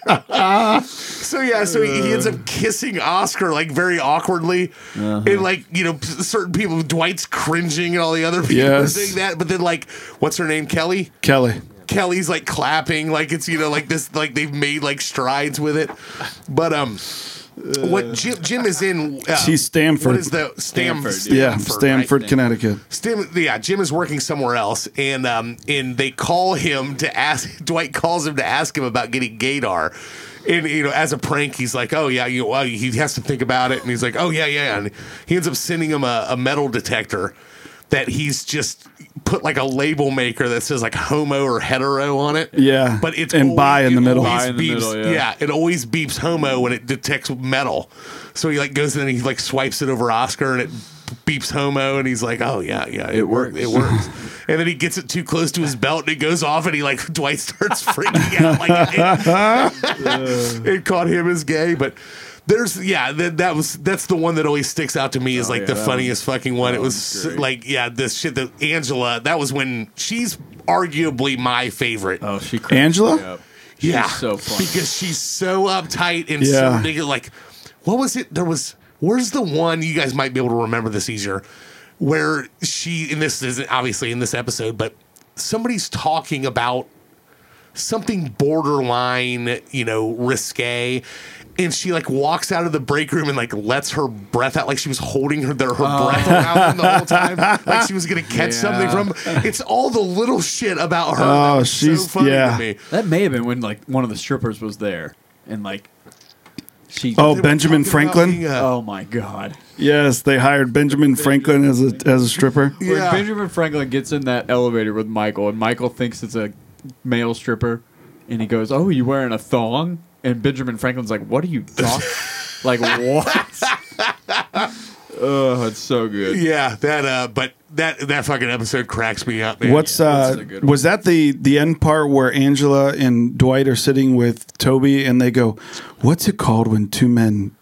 [SPEAKER 1] So yeah, so he, he ends
[SPEAKER 5] Uh.
[SPEAKER 1] up kissing Oscar like very awkwardly,
[SPEAKER 5] Uh-huh.
[SPEAKER 1] and like you know p- certain people, Dwight's cringing, and all the other people are
[SPEAKER 5] Yes.
[SPEAKER 1] doing that. But then like, what's her name, Kelly?
[SPEAKER 5] Kelly.
[SPEAKER 1] Kelly's like clapping, like it's you know like this, like they've made like strides with it. But um, what Jim, Jim is in? Uh,
[SPEAKER 5] She's Stanford.
[SPEAKER 1] What is the Stanford?
[SPEAKER 5] yeah,
[SPEAKER 1] right?
[SPEAKER 5] Stanford, Connecticut.
[SPEAKER 1] Stim, yeah, Jim is working somewhere else, and um, and they call him to ask. Dwight calls him to ask him about getting Gadar, and you know, as a prank, he's like, "Oh yeah, you well, he has to think about it," and he's like, "Oh yeah, yeah," and he ends up sending him a, a metal detector that he's just put like a label maker that says like homo or hetero on it.
[SPEAKER 5] Yeah,
[SPEAKER 1] but it's
[SPEAKER 5] and bi in the
[SPEAKER 1] it
[SPEAKER 5] middle.
[SPEAKER 1] always
[SPEAKER 4] Bi in the
[SPEAKER 1] beeps-
[SPEAKER 4] middle,
[SPEAKER 1] yeah,
[SPEAKER 4] yeah.
[SPEAKER 1] it always beeps homo when it detects metal. So he like goes in and he like swipes it over Oscar and it beeps homo and he's like, oh yeah, yeah, it, works, it works. and then he gets it too close to his belt and it goes off and he like Dwight starts freaking out like it, it caught him as gay, but. There's yeah that that was that's the one that always sticks out to me is like
[SPEAKER 4] Oh, yeah,
[SPEAKER 1] the
[SPEAKER 4] that
[SPEAKER 1] funniest fucking one. It was so- like yeah this shit that Angela that was when she's arguably my favorite.
[SPEAKER 4] Oh, she cracks
[SPEAKER 5] Angela?
[SPEAKER 4] me up.
[SPEAKER 1] Yeah,
[SPEAKER 4] so funny.
[SPEAKER 1] because she's so uptight and so
[SPEAKER 5] Yeah.
[SPEAKER 1] ridiculous. Like, what was it? There was where's the one you guys might be able to remember this easier, where she and this isn't obviously in this episode, but somebody's talking about something borderline, you know, risque. And she like walks out of the break room and like lets her breath out, like she was holding her their, her
[SPEAKER 4] Oh.
[SPEAKER 1] breath around the whole time, like she was gonna catch something from. It's all the little shit about her.
[SPEAKER 5] Oh,
[SPEAKER 1] that was
[SPEAKER 5] she's- yeah.
[SPEAKER 4] That may have been when like one of the strippers was there, and like she.
[SPEAKER 5] Oh,
[SPEAKER 1] They were
[SPEAKER 5] Benjamin
[SPEAKER 1] talking about uh,
[SPEAKER 5] Franklin.
[SPEAKER 1] being a-
[SPEAKER 4] oh my god!
[SPEAKER 5] Yes, they hired Benjamin Franklin as a as a stripper.
[SPEAKER 4] When
[SPEAKER 1] Yeah.
[SPEAKER 4] Benjamin Franklin gets in that elevator with Michael, and Michael thinks it's a male stripper, and he goes, "Oh, you wearing a thong?" And Benjamin Franklin's like, "What are you talking? like what?" oh, it's so good.
[SPEAKER 1] Yeah, that uh but that that fucking episode cracks me up, man.
[SPEAKER 5] What's
[SPEAKER 4] that's
[SPEAKER 5] uh
[SPEAKER 4] a good one.
[SPEAKER 5] was that the the end part where Angela and Dwight are sitting with Toby and they go, "What's it called when two men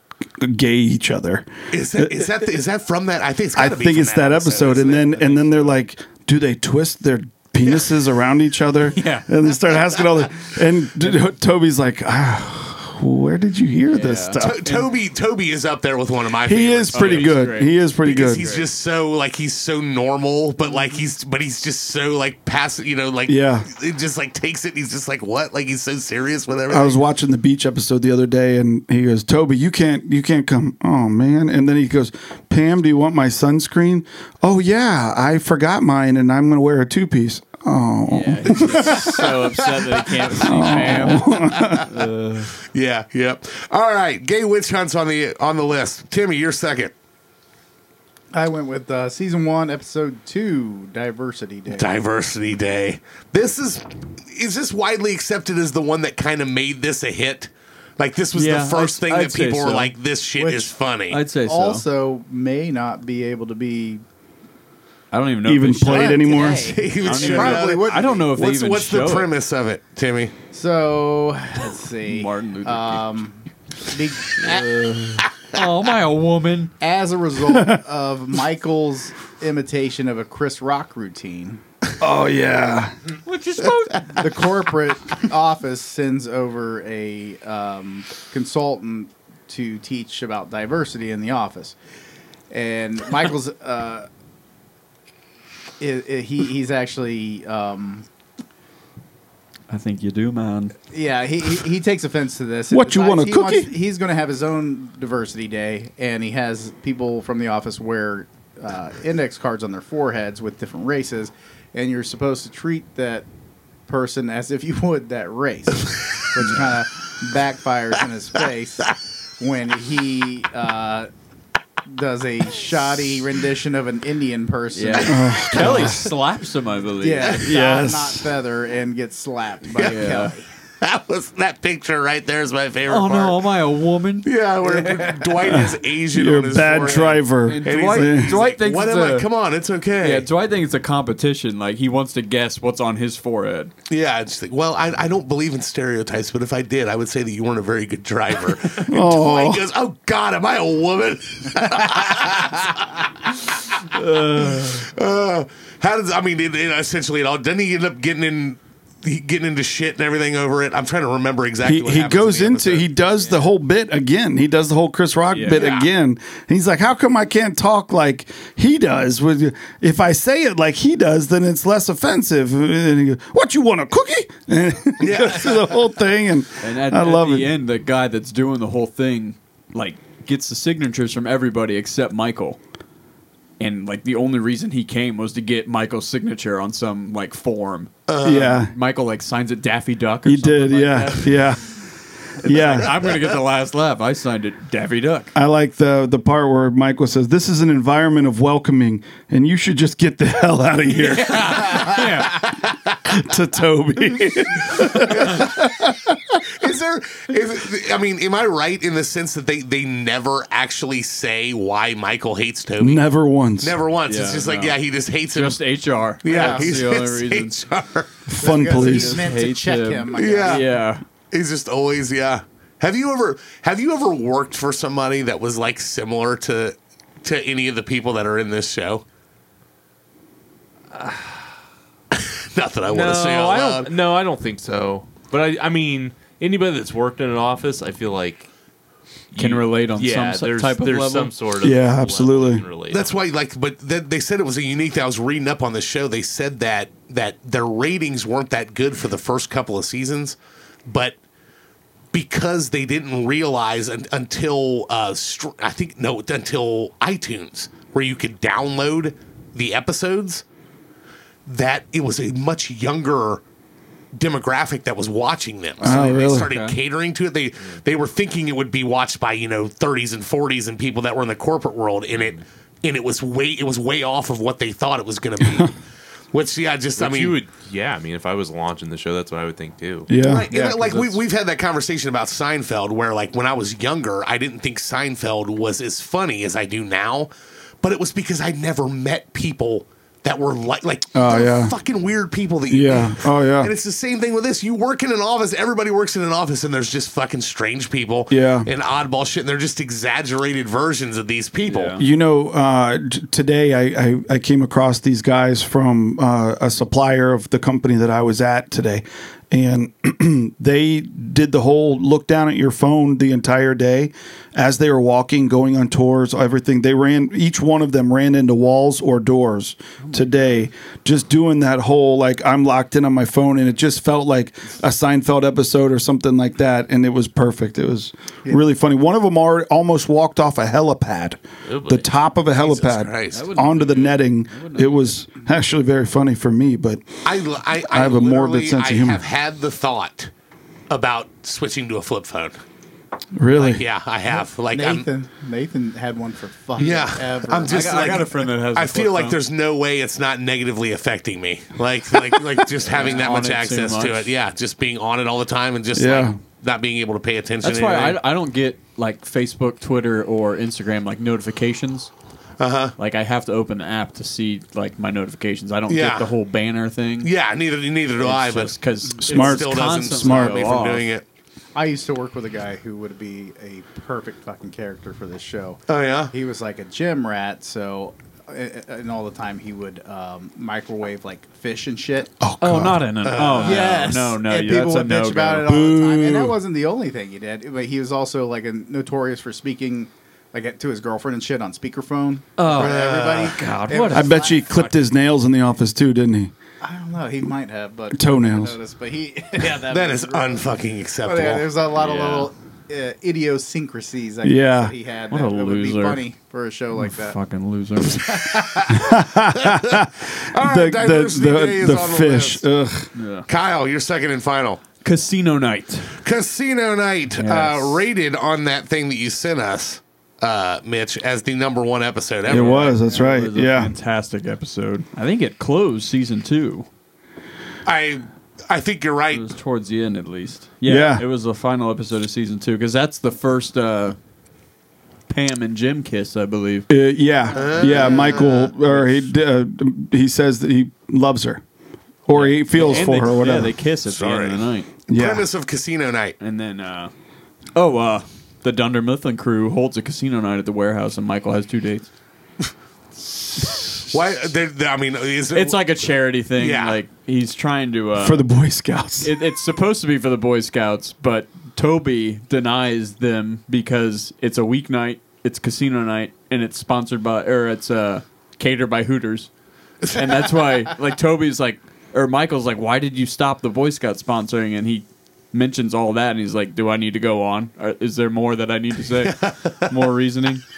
[SPEAKER 5] gay each other?"
[SPEAKER 1] is that is that is that from that I think it's
[SPEAKER 5] I
[SPEAKER 1] gotta be
[SPEAKER 5] think
[SPEAKER 1] from
[SPEAKER 5] it's that episode,
[SPEAKER 1] isn't
[SPEAKER 5] and
[SPEAKER 1] it?
[SPEAKER 5] then and then they're like, "Do they twist their penises around each other?"
[SPEAKER 4] Yeah.
[SPEAKER 5] and they start asking all the and d- Toby's like, ah, "Where did you hear this
[SPEAKER 4] Yeah.
[SPEAKER 5] stuff?"
[SPEAKER 1] To- Toby Toby is up there with one of my
[SPEAKER 5] He
[SPEAKER 1] favorites.
[SPEAKER 5] is pretty good. He is pretty
[SPEAKER 1] because
[SPEAKER 5] good.
[SPEAKER 1] he's just so like he's so normal, but like he's but he's just so like passive, you know, like
[SPEAKER 5] Yeah.
[SPEAKER 1] it just like takes it. He's just like what, like he's so serious with everything.
[SPEAKER 5] I was watching the beach episode the other day, and he goes, "Toby, you can't, you can't come." Oh man! And then he goes, "Pam, do you want my sunscreen?" Oh yeah, I forgot mine, and I'm gonna wear a two piece. Oh
[SPEAKER 4] Yeah, he's just so upset that he can't see Pam.
[SPEAKER 5] Oh.
[SPEAKER 1] yeah, yep. All right, gay witch hunts on the on the list. Timmy, you're second.
[SPEAKER 6] I went with uh, season one, episode two, Diversity Day.
[SPEAKER 1] Diversity Day. This is is this widely accepted as the one that kind of made this a hit? Like this was
[SPEAKER 4] Yeah,
[SPEAKER 1] the 1st
[SPEAKER 4] I'd-
[SPEAKER 1] thing
[SPEAKER 4] I'd
[SPEAKER 1] that people
[SPEAKER 4] say
[SPEAKER 1] were
[SPEAKER 4] so.
[SPEAKER 1] like, "This shit
[SPEAKER 6] Which
[SPEAKER 1] is funny."
[SPEAKER 4] I'd say so.
[SPEAKER 6] also, may not be able to be.
[SPEAKER 4] I don't even know
[SPEAKER 5] even
[SPEAKER 4] if they show
[SPEAKER 5] played
[SPEAKER 4] it.
[SPEAKER 5] anymore?
[SPEAKER 1] He was
[SPEAKER 4] even
[SPEAKER 1] trying
[SPEAKER 6] know.
[SPEAKER 1] to-
[SPEAKER 6] Probably
[SPEAKER 4] I don't know if
[SPEAKER 1] What's,
[SPEAKER 4] they even
[SPEAKER 1] what's
[SPEAKER 4] show
[SPEAKER 1] the
[SPEAKER 4] it.
[SPEAKER 1] premise of it, Timmy?
[SPEAKER 6] So let's see.
[SPEAKER 4] Martin Luther King.
[SPEAKER 6] Um, be- a-
[SPEAKER 4] oh, am I a woman?
[SPEAKER 6] as a result of Michael's imitation of a Chris Rock routine,
[SPEAKER 5] Oh yeah,
[SPEAKER 4] Which is supposed
[SPEAKER 6] the corporate office sends over a um, consultant to teach about diversity in the office, and Michael's uh, i i he he's actually um,
[SPEAKER 4] I think you do, man.
[SPEAKER 6] yeah he, he he takes offense to this.
[SPEAKER 5] What, you
[SPEAKER 6] Besides,
[SPEAKER 5] want a
[SPEAKER 6] he
[SPEAKER 5] cookie?
[SPEAKER 6] he's going to have his own diversity day, and he has people from the office wear uh, index cards on their foreheads with different races, and you're supposed to treat that person as if you would that race, which kind of backfires in his face when he uh, does a shoddy rendition of an Indian person.
[SPEAKER 4] Yeah. Kelly slaps him, I believe.
[SPEAKER 6] Yeah,
[SPEAKER 5] Yes.
[SPEAKER 6] not feather and gets slapped by
[SPEAKER 4] Yeah.
[SPEAKER 6] Kelly.
[SPEAKER 1] That was that picture right there is my favorite
[SPEAKER 4] Oh
[SPEAKER 1] part.
[SPEAKER 4] no, am I a woman?
[SPEAKER 1] Yeah, where Dwight is Asian.
[SPEAKER 5] You're
[SPEAKER 1] on
[SPEAKER 5] a
[SPEAKER 1] his
[SPEAKER 5] bad
[SPEAKER 1] forehead.
[SPEAKER 5] driver.
[SPEAKER 4] And
[SPEAKER 1] And he's
[SPEAKER 4] Dwight,
[SPEAKER 1] like-
[SPEAKER 4] Dwight thinks
[SPEAKER 1] What
[SPEAKER 4] it's
[SPEAKER 1] am I?
[SPEAKER 4] a-
[SPEAKER 1] Come on, it's okay.
[SPEAKER 4] Yeah, Dwight thinks it's a competition. Like he wants to guess what's on his forehead.
[SPEAKER 1] Yeah, it's like, well, I, I don't believe in stereotypes, but if I did, I would say that you weren't a very good driver. And Dwight goes, "Oh God, am I a woman? Uh, how does? I mean, it, it essentially, it all doesn't he end up getting in, he getting into shit and everything over it? I'm trying to remember exactly.
[SPEAKER 5] He,
[SPEAKER 1] what
[SPEAKER 5] he
[SPEAKER 1] happens in
[SPEAKER 5] goes
[SPEAKER 1] the
[SPEAKER 5] into
[SPEAKER 1] episode.
[SPEAKER 5] he does the whole bit again. He does the whole Chris Rock bit
[SPEAKER 1] Yeah.
[SPEAKER 5] again. He's like, "How come I can't talk like he does? With you- If I say it like he does, then it's less offensive." And he goes, "What you want a cookie?" And he goes through the whole thing, and,
[SPEAKER 4] And at,
[SPEAKER 5] I
[SPEAKER 4] at
[SPEAKER 5] love
[SPEAKER 4] the
[SPEAKER 5] it.
[SPEAKER 4] end, the guy that's doing the whole thing like gets the signatures from everybody except Michael. And like the only reason he came was to get Michael's signature on some like form.
[SPEAKER 1] Uh.
[SPEAKER 5] Uh, yeah,
[SPEAKER 4] Michael like signs it Daffy Duck. Or
[SPEAKER 5] he
[SPEAKER 4] something
[SPEAKER 5] did.
[SPEAKER 4] like
[SPEAKER 5] yeah,
[SPEAKER 4] that.
[SPEAKER 5] yeah, yeah.
[SPEAKER 4] I'm gonna get the last laugh. I signed it Daffy Duck.
[SPEAKER 5] I like the the part where Michael says, "This is an environment of welcoming, and you should just get the hell out of here." to Toby.
[SPEAKER 1] Is there? Is, I mean, am I right in the sense that they they never actually say why Michael hates Toby?
[SPEAKER 5] Never once.
[SPEAKER 1] Never once.
[SPEAKER 4] Yeah,
[SPEAKER 1] it's just like,
[SPEAKER 4] no.
[SPEAKER 1] yeah, he just hates him.
[SPEAKER 4] Just HR.
[SPEAKER 1] yeah,
[SPEAKER 4] That's
[SPEAKER 1] he's
[SPEAKER 4] the only
[SPEAKER 1] it's
[SPEAKER 4] reason.
[SPEAKER 1] HR.
[SPEAKER 5] Fun police.
[SPEAKER 6] He meant to
[SPEAKER 4] Hates
[SPEAKER 6] check
[SPEAKER 4] him.
[SPEAKER 6] him. I guess.
[SPEAKER 1] Yeah.
[SPEAKER 4] Yeah.
[SPEAKER 1] He's just always yeah. Have you ever have you ever worked for somebody that was like similar to to any of the people that are in this show? Not that I want
[SPEAKER 7] No,
[SPEAKER 1] to say out
[SPEAKER 7] I
[SPEAKER 1] loud.
[SPEAKER 7] don't. No, I don't think so. But I, I mean, anybody that's worked in an office, I feel like
[SPEAKER 4] Can relate on some so-
[SPEAKER 7] there's,
[SPEAKER 4] type of
[SPEAKER 7] there's
[SPEAKER 4] level.
[SPEAKER 7] some sort of
[SPEAKER 5] Yeah,
[SPEAKER 7] level you
[SPEAKER 5] absolutely.
[SPEAKER 7] can relate
[SPEAKER 1] That's
[SPEAKER 7] on.
[SPEAKER 1] why, like, but th- they said it was a unique. I was reading up on the show. They said that that their ratings weren't that good for the first couple of seasons, but because they didn't realize un- until uh, str- I think no, until iTunes, where you could download the episodes, that it was a much younger demographic that was watching them. So
[SPEAKER 5] Oh,
[SPEAKER 1] they, they
[SPEAKER 5] really?
[SPEAKER 1] started catering to it. They they were thinking it would be watched by you know 30s and 40s and people that were in the corporate world, and it and it was way it was way off of what they thought it was going to be. Which yeah, just I
[SPEAKER 7] Which
[SPEAKER 1] mean,
[SPEAKER 7] you would, yeah. I mean, if I was launching the show, that's what I would think too.
[SPEAKER 5] Yeah.
[SPEAKER 1] Right, and,
[SPEAKER 7] Yeah,
[SPEAKER 1] like
[SPEAKER 7] 'cause
[SPEAKER 1] we,
[SPEAKER 7] it's-
[SPEAKER 1] we've had that conversation about Seinfeld, where like when I was younger, I didn't think Seinfeld was as funny as I do now, but it was because I never met people that were like like
[SPEAKER 5] Oh,
[SPEAKER 1] they're
[SPEAKER 5] yeah.
[SPEAKER 1] fucking weird people that you
[SPEAKER 5] Yeah. Oh, yeah.
[SPEAKER 1] and it's the same thing with this. You work in an office, everybody works in an office, and there's just fucking strange people,
[SPEAKER 5] Yeah.
[SPEAKER 1] and oddball shit, and they're just exaggerated versions of these people.
[SPEAKER 4] Yeah.
[SPEAKER 5] You know, uh, t- today I, I, I came across these guys from uh, a supplier of the company that I was at today. And they did the whole look down at your phone the entire day as they were walking, going on tours, everything. They ran, each one of them ran into walls or doors today, just doing that whole like, I'm locked in on my phone. And it just felt like a Seinfeld episode or something like that. And it was perfect. It was really funny. One of them already, almost walked off a helipad
[SPEAKER 7] Oh, boy.
[SPEAKER 5] the top of a
[SPEAKER 1] Christ. That
[SPEAKER 5] helipad
[SPEAKER 4] wouldn't
[SPEAKER 5] onto the netting. It was actually very funny for me, but
[SPEAKER 1] I, I, I,
[SPEAKER 5] I have a morbid
[SPEAKER 1] literally-
[SPEAKER 5] sense of humor.
[SPEAKER 1] I have had the thought about switching to a flip phone.
[SPEAKER 5] really,
[SPEAKER 1] Yeah, I have. Like I'm,
[SPEAKER 6] Nathan, Nathan had one for fucking
[SPEAKER 1] Yeah,
[SPEAKER 6] ever.
[SPEAKER 1] I'm just
[SPEAKER 4] I got, I
[SPEAKER 1] like-
[SPEAKER 4] got a friend that has.
[SPEAKER 1] I
[SPEAKER 4] a
[SPEAKER 1] feel
[SPEAKER 4] flip
[SPEAKER 1] like
[SPEAKER 4] phone.
[SPEAKER 1] there's no way it's not negatively affecting me. Like like like just having that
[SPEAKER 4] on
[SPEAKER 1] much
[SPEAKER 4] it too
[SPEAKER 1] access to it.
[SPEAKER 4] much.
[SPEAKER 1] Yeah, just being on it all the time and just
[SPEAKER 5] Yeah.
[SPEAKER 1] like not being able to pay attention.
[SPEAKER 4] That's
[SPEAKER 1] to
[SPEAKER 4] why
[SPEAKER 1] anything.
[SPEAKER 4] I, I don't get like Facebook, Twitter, or Instagram like notifications. Uh huh. Like I have to open the app to see like my notifications. I don't
[SPEAKER 1] Yeah.
[SPEAKER 4] get the whole banner thing.
[SPEAKER 1] yeah, neither neither do I. But
[SPEAKER 4] because
[SPEAKER 5] Smart.
[SPEAKER 1] it still doesn't
[SPEAKER 4] constantly
[SPEAKER 1] stop me
[SPEAKER 4] go
[SPEAKER 1] from
[SPEAKER 4] off.
[SPEAKER 1] doing it.
[SPEAKER 6] I used to work with a guy who would be a perfect fucking character for this show.
[SPEAKER 1] Oh, yeah?
[SPEAKER 6] he was like a gym rat. So, uh, and all the time he would um, microwave like fish and shit.
[SPEAKER 4] Oh, not in an. oh no,
[SPEAKER 6] yes,
[SPEAKER 4] no, no,
[SPEAKER 6] And
[SPEAKER 4] yeah,
[SPEAKER 6] people
[SPEAKER 4] that's a
[SPEAKER 6] would bitch
[SPEAKER 4] no
[SPEAKER 6] about it
[SPEAKER 4] go.
[SPEAKER 6] all the time. And that wasn't the only thing he did, but he was also like a notorious for speaking. Like to his girlfriend and shit on speakerphone. Oh, everybody!
[SPEAKER 4] God,
[SPEAKER 6] It
[SPEAKER 4] what
[SPEAKER 6] was
[SPEAKER 5] I bet
[SPEAKER 6] like-
[SPEAKER 5] you he clipped his nails in the office too, didn't he?
[SPEAKER 6] I don't know. He might have, but
[SPEAKER 5] Toenails.
[SPEAKER 6] I noticed, But he, yeah, that,
[SPEAKER 1] That
[SPEAKER 6] was
[SPEAKER 1] is
[SPEAKER 6] rough.
[SPEAKER 1] unfucking
[SPEAKER 6] Oh,
[SPEAKER 1] acceptable.
[SPEAKER 6] yeah, there's a lot of
[SPEAKER 7] Yeah.
[SPEAKER 6] little uh, idiosyncrasies. I
[SPEAKER 5] Yeah.
[SPEAKER 6] guess, that he had.
[SPEAKER 4] What
[SPEAKER 6] that,
[SPEAKER 4] a
[SPEAKER 6] that would be
[SPEAKER 4] loser.
[SPEAKER 6] funny for a show like that.
[SPEAKER 4] Fucking loser.
[SPEAKER 1] All right,
[SPEAKER 5] The,
[SPEAKER 1] diversity day
[SPEAKER 5] the,
[SPEAKER 1] is
[SPEAKER 5] the, the
[SPEAKER 1] on
[SPEAKER 5] fish.
[SPEAKER 1] list.
[SPEAKER 5] Ugh.
[SPEAKER 1] Kyle, you're second and final.
[SPEAKER 4] Casino night.
[SPEAKER 1] Casino Night
[SPEAKER 5] Yes.
[SPEAKER 1] uh, rated on that thing that you sent us, uh, Mitch, as the number one episode ever.
[SPEAKER 5] It was. That's
[SPEAKER 4] It
[SPEAKER 5] right.
[SPEAKER 4] was a
[SPEAKER 5] Yeah.
[SPEAKER 4] fantastic episode. I think it closed season two.
[SPEAKER 1] I I think you're right.
[SPEAKER 4] It was towards the end, at least. Yeah,
[SPEAKER 5] Yeah.
[SPEAKER 4] it was the final episode of season two because that's the first uh, Pam and Jim kiss, I believe.
[SPEAKER 5] Uh, yeah, yeah. Michael, or he d- uh, he says that he loves her, or he feels
[SPEAKER 4] And
[SPEAKER 5] for
[SPEAKER 4] they-
[SPEAKER 5] her, or
[SPEAKER 4] Yeah,
[SPEAKER 5] whatever.
[SPEAKER 4] they kiss at
[SPEAKER 1] Sorry.
[SPEAKER 4] the end of the night,
[SPEAKER 5] Yeah,
[SPEAKER 1] Premise of Casino Night.
[SPEAKER 4] and then uh, oh, uh, the Dunder Mifflin crew holds a casino night at the warehouse, and Michael has two dates.
[SPEAKER 1] Why? They, they, I mean, is it,
[SPEAKER 4] It's like a charity thing.
[SPEAKER 1] Yeah.
[SPEAKER 4] like he's trying to uh,
[SPEAKER 5] for the Boy Scouts.
[SPEAKER 4] it, it's supposed to be for the Boy Scouts, but Toby denies them because it's a weeknight, it's casino night, and it's sponsored by or it's uh, catered by Hooters, and that's why like Toby's like or Michael's like, why did you stop the Boy Scout sponsoring? And he mentions all that, and he's like, do I need to go on? Or is there more that I need to say? more reasoning?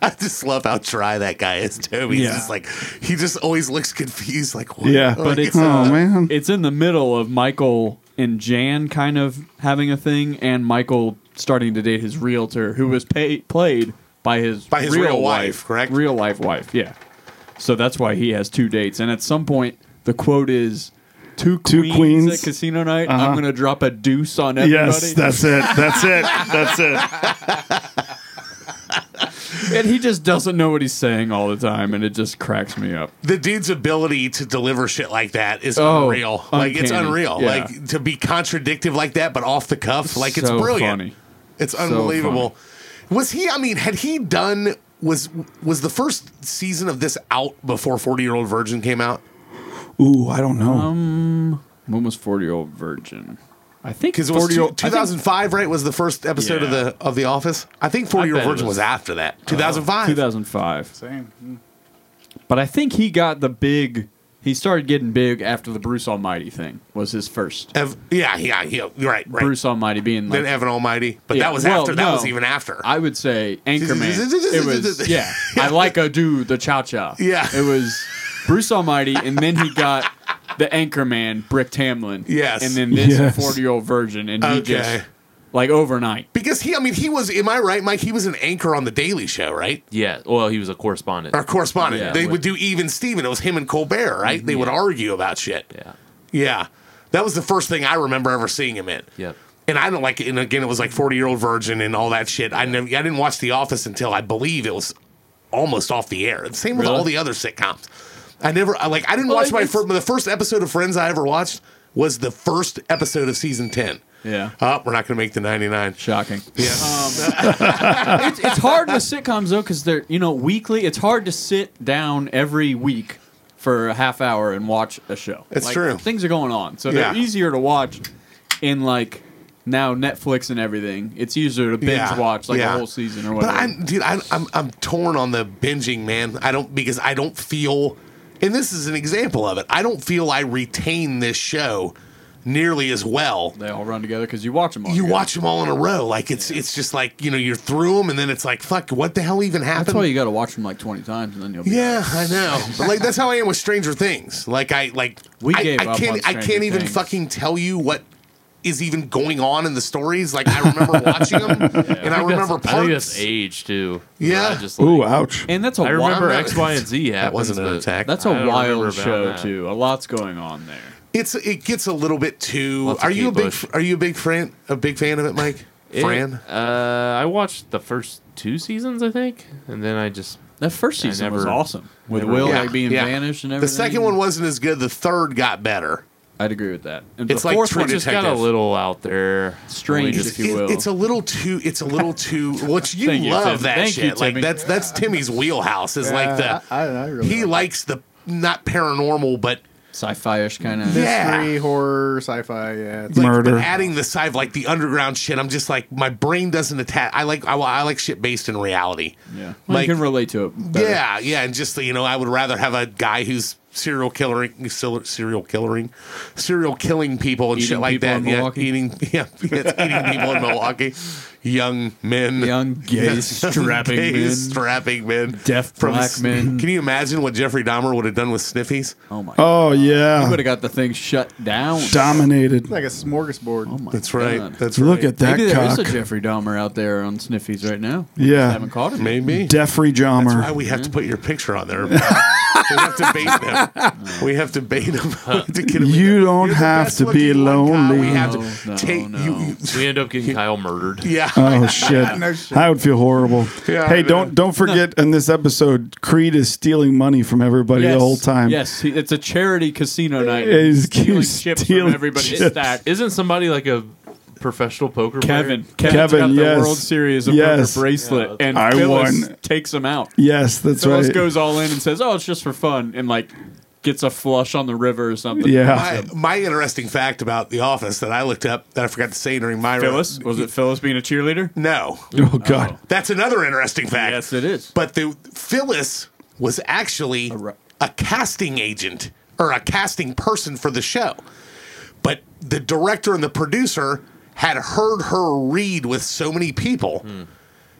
[SPEAKER 1] I just love how dry that guy is. Toby, he's
[SPEAKER 5] Yeah.
[SPEAKER 1] just like he just always looks confused. Like, what?
[SPEAKER 5] yeah,
[SPEAKER 4] But it's
[SPEAKER 5] oh
[SPEAKER 4] uh,
[SPEAKER 5] man,
[SPEAKER 4] it's in the middle of Michael and Jan kind of having a thing, and Michael starting to date his realtor, who was pay- played by his
[SPEAKER 1] By his real wife, correct?
[SPEAKER 4] Real life wife, yeah. So that's why he has two dates, and at some point the quote is. Two queens,
[SPEAKER 5] Two queens.
[SPEAKER 4] at casino night.
[SPEAKER 5] Uh-huh.
[SPEAKER 4] I'm gonna drop a deuce on everybody,
[SPEAKER 5] yes, that's it, that's it, that's it.
[SPEAKER 4] and he just doesn't know what he's saying all the time, and it just cracks me up.
[SPEAKER 1] the dude's ability to deliver shit like that is
[SPEAKER 4] Oh,
[SPEAKER 1] unreal. Like it's
[SPEAKER 4] uncanny.
[SPEAKER 1] unreal.
[SPEAKER 4] Yeah.
[SPEAKER 1] Like to be contradictive like that, but off the cuff. Like it's
[SPEAKER 4] So
[SPEAKER 1] brilliant.
[SPEAKER 4] funny.
[SPEAKER 1] It's unbelievable. was he? I mean, had he done? Was was the first season of this out before Forty Year Old Virgin came out?
[SPEAKER 5] Ooh, I don't know.
[SPEAKER 4] Um, When was forty year old virgin? I think
[SPEAKER 1] Because it was
[SPEAKER 4] 40
[SPEAKER 1] two,
[SPEAKER 4] Old- I think-
[SPEAKER 1] 2005, right? Was the first episode of
[SPEAKER 4] Yeah.
[SPEAKER 1] the of the Office? I think Forty Year Old
[SPEAKER 4] bet it
[SPEAKER 1] Virgin was,
[SPEAKER 4] was-
[SPEAKER 1] after that. 2005.
[SPEAKER 4] 2005.
[SPEAKER 6] Same. Mm.
[SPEAKER 4] But I think he got the big. He started getting big after the Bruce Almighty thing was his first.
[SPEAKER 1] Ev- yeah, yeah, yeah. You're right. Right.
[SPEAKER 4] Bruce Almighty being like,
[SPEAKER 1] Then Evan Almighty, but
[SPEAKER 4] Yeah,
[SPEAKER 1] that was
[SPEAKER 4] well,
[SPEAKER 1] after. That
[SPEAKER 4] no.
[SPEAKER 1] was even after.
[SPEAKER 4] I would say Anchorman. it was yeah. I like a do the cha cha.
[SPEAKER 1] Yeah.
[SPEAKER 4] it was Bruce Almighty, and then he got the Anchorman Brick Tamlin.
[SPEAKER 1] Yes.
[SPEAKER 4] and then this
[SPEAKER 5] Yes.
[SPEAKER 4] forty year old virgin, and he
[SPEAKER 1] Okay.
[SPEAKER 4] just like overnight.
[SPEAKER 1] Because he, I mean, he was. Am I right, Mike? He was an anchor on the Daily Show, right?
[SPEAKER 7] Yeah. Well, he was a correspondent.
[SPEAKER 1] Or correspondent.
[SPEAKER 7] Yeah,
[SPEAKER 1] they
[SPEAKER 7] with-
[SPEAKER 1] would do even Steven. It was him and Colbert, right? They would argue about shit.
[SPEAKER 7] Yeah.
[SPEAKER 1] Yeah. That was the first thing I remember ever seeing him in.
[SPEAKER 7] Yep.
[SPEAKER 1] And I don't like it. And again, it was like Forty Year Old Virgin and all that shit. I never, I didn't watch The Office until I believe it was almost off the air. And same with
[SPEAKER 7] Really?
[SPEAKER 1] all the other sitcoms. I never, I, like, I didn't watch my fir- the first episode of Friends I ever watched was the first episode of season ten.
[SPEAKER 4] Yeah,
[SPEAKER 1] Oh, we're not going to make the ninety nine.
[SPEAKER 4] shocking.
[SPEAKER 1] Yeah.
[SPEAKER 4] it's, it's hard with sitcoms though because they're you know weekly it's hard to sit down every week for a half hour and watch a show
[SPEAKER 1] It's true.
[SPEAKER 4] things are going on so
[SPEAKER 1] Yeah.
[SPEAKER 4] they're easier to watch in like now netflix and everything it's easier to binge
[SPEAKER 1] Yeah.
[SPEAKER 4] watch like
[SPEAKER 1] Yeah.
[SPEAKER 4] a whole season or
[SPEAKER 1] But
[SPEAKER 4] whatever
[SPEAKER 1] I'm, dude, I'm, I'm, I'm torn on the binging, man. I don't because I don't feel, and this is an example of it. I don't feel I retain this show nearly as well.
[SPEAKER 4] they all run together because you watch them all
[SPEAKER 1] You
[SPEAKER 4] together.
[SPEAKER 1] watch them all in a row, like it's, it's just like you know you're through them, and then it's like fuck, what the hell even happened?
[SPEAKER 4] that's why you got to watch them like 20 times and then you'll be
[SPEAKER 1] yeah, I know. But like that's how I am with Stranger Things. Like I, like
[SPEAKER 4] We
[SPEAKER 1] I,
[SPEAKER 4] gave
[SPEAKER 1] I
[SPEAKER 4] up
[SPEAKER 1] can't,
[SPEAKER 4] on
[SPEAKER 1] I
[SPEAKER 4] Stranger
[SPEAKER 1] can't even
[SPEAKER 4] Things.
[SPEAKER 1] fucking tell you what. Is even going on in the stories. Like I remember watching them, and I, remember
[SPEAKER 7] I think that's
[SPEAKER 1] parts.
[SPEAKER 7] age too.
[SPEAKER 1] Yeah.
[SPEAKER 7] I just, like,
[SPEAKER 5] Ooh, ouch.
[SPEAKER 4] and that's a
[SPEAKER 7] I remember
[SPEAKER 1] I'm
[SPEAKER 4] wild,
[SPEAKER 1] not-
[SPEAKER 7] X, Y, and Z happened.
[SPEAKER 1] That wasn't an attack.
[SPEAKER 4] that's a
[SPEAKER 7] I don't remember
[SPEAKER 4] wild
[SPEAKER 7] about
[SPEAKER 4] show
[SPEAKER 7] that.
[SPEAKER 4] too a lot's going on there
[SPEAKER 1] It's it gets a little bit too.
[SPEAKER 7] Lots of
[SPEAKER 1] Are you a
[SPEAKER 7] Kate
[SPEAKER 1] big
[SPEAKER 7] Bush.
[SPEAKER 1] Are you a big fan a big fan of it, Mike?
[SPEAKER 7] It-
[SPEAKER 1] Fran.
[SPEAKER 7] Uh, I watched the first two seasons, I think, and then I just
[SPEAKER 4] that first
[SPEAKER 7] I
[SPEAKER 4] season
[SPEAKER 7] never-
[SPEAKER 4] was awesome with
[SPEAKER 7] never-
[SPEAKER 4] will
[SPEAKER 1] Yeah,
[SPEAKER 4] like being
[SPEAKER 1] yeah.
[SPEAKER 4] vanished and
[SPEAKER 1] The
[SPEAKER 4] everything
[SPEAKER 1] second one wasn't as good. The third got better.
[SPEAKER 4] I'd agree with that. And
[SPEAKER 1] It's
[SPEAKER 4] the
[SPEAKER 1] like
[SPEAKER 4] fourth
[SPEAKER 1] True
[SPEAKER 4] one
[SPEAKER 7] it just got a
[SPEAKER 1] Detective.
[SPEAKER 7] little out there.
[SPEAKER 4] strange,
[SPEAKER 7] Only
[SPEAKER 4] if you
[SPEAKER 1] It-
[SPEAKER 4] will.
[SPEAKER 1] It's a little too. It's a little too. Which you
[SPEAKER 4] Thank you,
[SPEAKER 1] love
[SPEAKER 4] Tim.
[SPEAKER 1] that
[SPEAKER 4] Thank you,
[SPEAKER 1] shit. like
[SPEAKER 4] Timmy.
[SPEAKER 1] that's that's Timmy's wheelhouse. Is like
[SPEAKER 6] Yeah,
[SPEAKER 1] the
[SPEAKER 6] I, I, I really
[SPEAKER 1] he
[SPEAKER 6] like
[SPEAKER 1] likes the not paranormal, but
[SPEAKER 4] sci-fi-ish kind of.
[SPEAKER 1] Yeah.
[SPEAKER 6] mystery, horror, sci-fi. Yeah, it's
[SPEAKER 1] like,
[SPEAKER 5] Murder.
[SPEAKER 1] But adding the side like the underground shit. I'm just like my brain doesn't attach. I like I, I like shit based in reality.
[SPEAKER 4] Yeah, well,
[SPEAKER 1] Like-
[SPEAKER 4] you can relate to it. Better.
[SPEAKER 1] Yeah, yeah, and just you know, I would rather have a guy who's serial killering, sil- serial killering, serial killing people and
[SPEAKER 4] Eating
[SPEAKER 1] shit like
[SPEAKER 4] people
[SPEAKER 1] that.
[SPEAKER 4] in
[SPEAKER 1] yeah,
[SPEAKER 4] Milwaukee?
[SPEAKER 1] eating, yeah, it's eating people in Milwaukee. Young men,
[SPEAKER 4] Young gay strapping
[SPEAKER 1] gay,
[SPEAKER 4] men.
[SPEAKER 1] strapping men,
[SPEAKER 4] Deaf black
[SPEAKER 1] S-
[SPEAKER 4] men.
[SPEAKER 1] Can you imagine what Jeffrey Dahmer would have done with Sniffies?
[SPEAKER 4] oh my!
[SPEAKER 5] Oh
[SPEAKER 4] I would
[SPEAKER 5] yeah,
[SPEAKER 4] have got the thing shut down.
[SPEAKER 5] dominated.
[SPEAKER 6] Like a smorgasbord.
[SPEAKER 4] Oh my
[SPEAKER 1] That's right.
[SPEAKER 4] God.
[SPEAKER 1] That's right.
[SPEAKER 5] Look at that
[SPEAKER 4] Maybe there is
[SPEAKER 5] cock.
[SPEAKER 4] a Jeffrey Dahmer out there on Sniffies right now. I
[SPEAKER 5] yeah,
[SPEAKER 4] haven't caught him.
[SPEAKER 1] maybe.
[SPEAKER 5] Jeffrey
[SPEAKER 1] That's why
[SPEAKER 5] Dahmer.
[SPEAKER 1] we have to put your picture on there. we have to bait them. We have to bait them. to get 'em in
[SPEAKER 5] You
[SPEAKER 1] there.
[SPEAKER 5] don't
[SPEAKER 1] You're the
[SPEAKER 5] have
[SPEAKER 1] best
[SPEAKER 5] to
[SPEAKER 1] looking
[SPEAKER 5] be
[SPEAKER 1] one, Kyle.
[SPEAKER 5] lonely.
[SPEAKER 1] We have
[SPEAKER 4] No,
[SPEAKER 1] to
[SPEAKER 4] no,
[SPEAKER 1] take
[SPEAKER 4] Oh, no.
[SPEAKER 1] you.
[SPEAKER 7] We end up getting Kyle murdered.
[SPEAKER 1] you yeah.
[SPEAKER 5] Oh shit. I would feel horrible.
[SPEAKER 1] Yeah, I
[SPEAKER 5] hey,
[SPEAKER 1] know.
[SPEAKER 5] don't don't forget in this episode, Creed is stealing money from everybody the whole time.
[SPEAKER 4] Yes, he, it's a charity casino night.
[SPEAKER 5] He's
[SPEAKER 4] Stealing
[SPEAKER 5] he's
[SPEAKER 4] chips
[SPEAKER 5] stealing
[SPEAKER 4] from everybody.
[SPEAKER 5] chips.
[SPEAKER 4] It's that
[SPEAKER 7] Isn't somebody like a professional poker
[SPEAKER 4] Kevin.
[SPEAKER 7] player?
[SPEAKER 4] Kevin's
[SPEAKER 5] Kevin,
[SPEAKER 4] got the
[SPEAKER 5] yes.
[SPEAKER 4] World Series of
[SPEAKER 5] Yes.
[SPEAKER 4] Poker bracelet,
[SPEAKER 7] Yeah,
[SPEAKER 4] and
[SPEAKER 5] I
[SPEAKER 4] Phyllis
[SPEAKER 5] won.
[SPEAKER 4] takes him out.
[SPEAKER 5] Yes, that's
[SPEAKER 4] Phyllis
[SPEAKER 5] right.
[SPEAKER 4] goes all in and says, "Oh, it's just for fun," and like gets a flush on the river or something.
[SPEAKER 5] yeah.
[SPEAKER 1] My, my interesting fact about The Office that I looked up that I forgot to say during my
[SPEAKER 4] Phyllis was it Phyllis being a cheerleader?
[SPEAKER 1] No,
[SPEAKER 5] Oh god.
[SPEAKER 1] that's another interesting fact.
[SPEAKER 4] Yes, it is.
[SPEAKER 1] But the Phyllis was actually a,
[SPEAKER 4] re-
[SPEAKER 1] casting agent or a casting person for the show. But the director and the producer had heard her read with so many people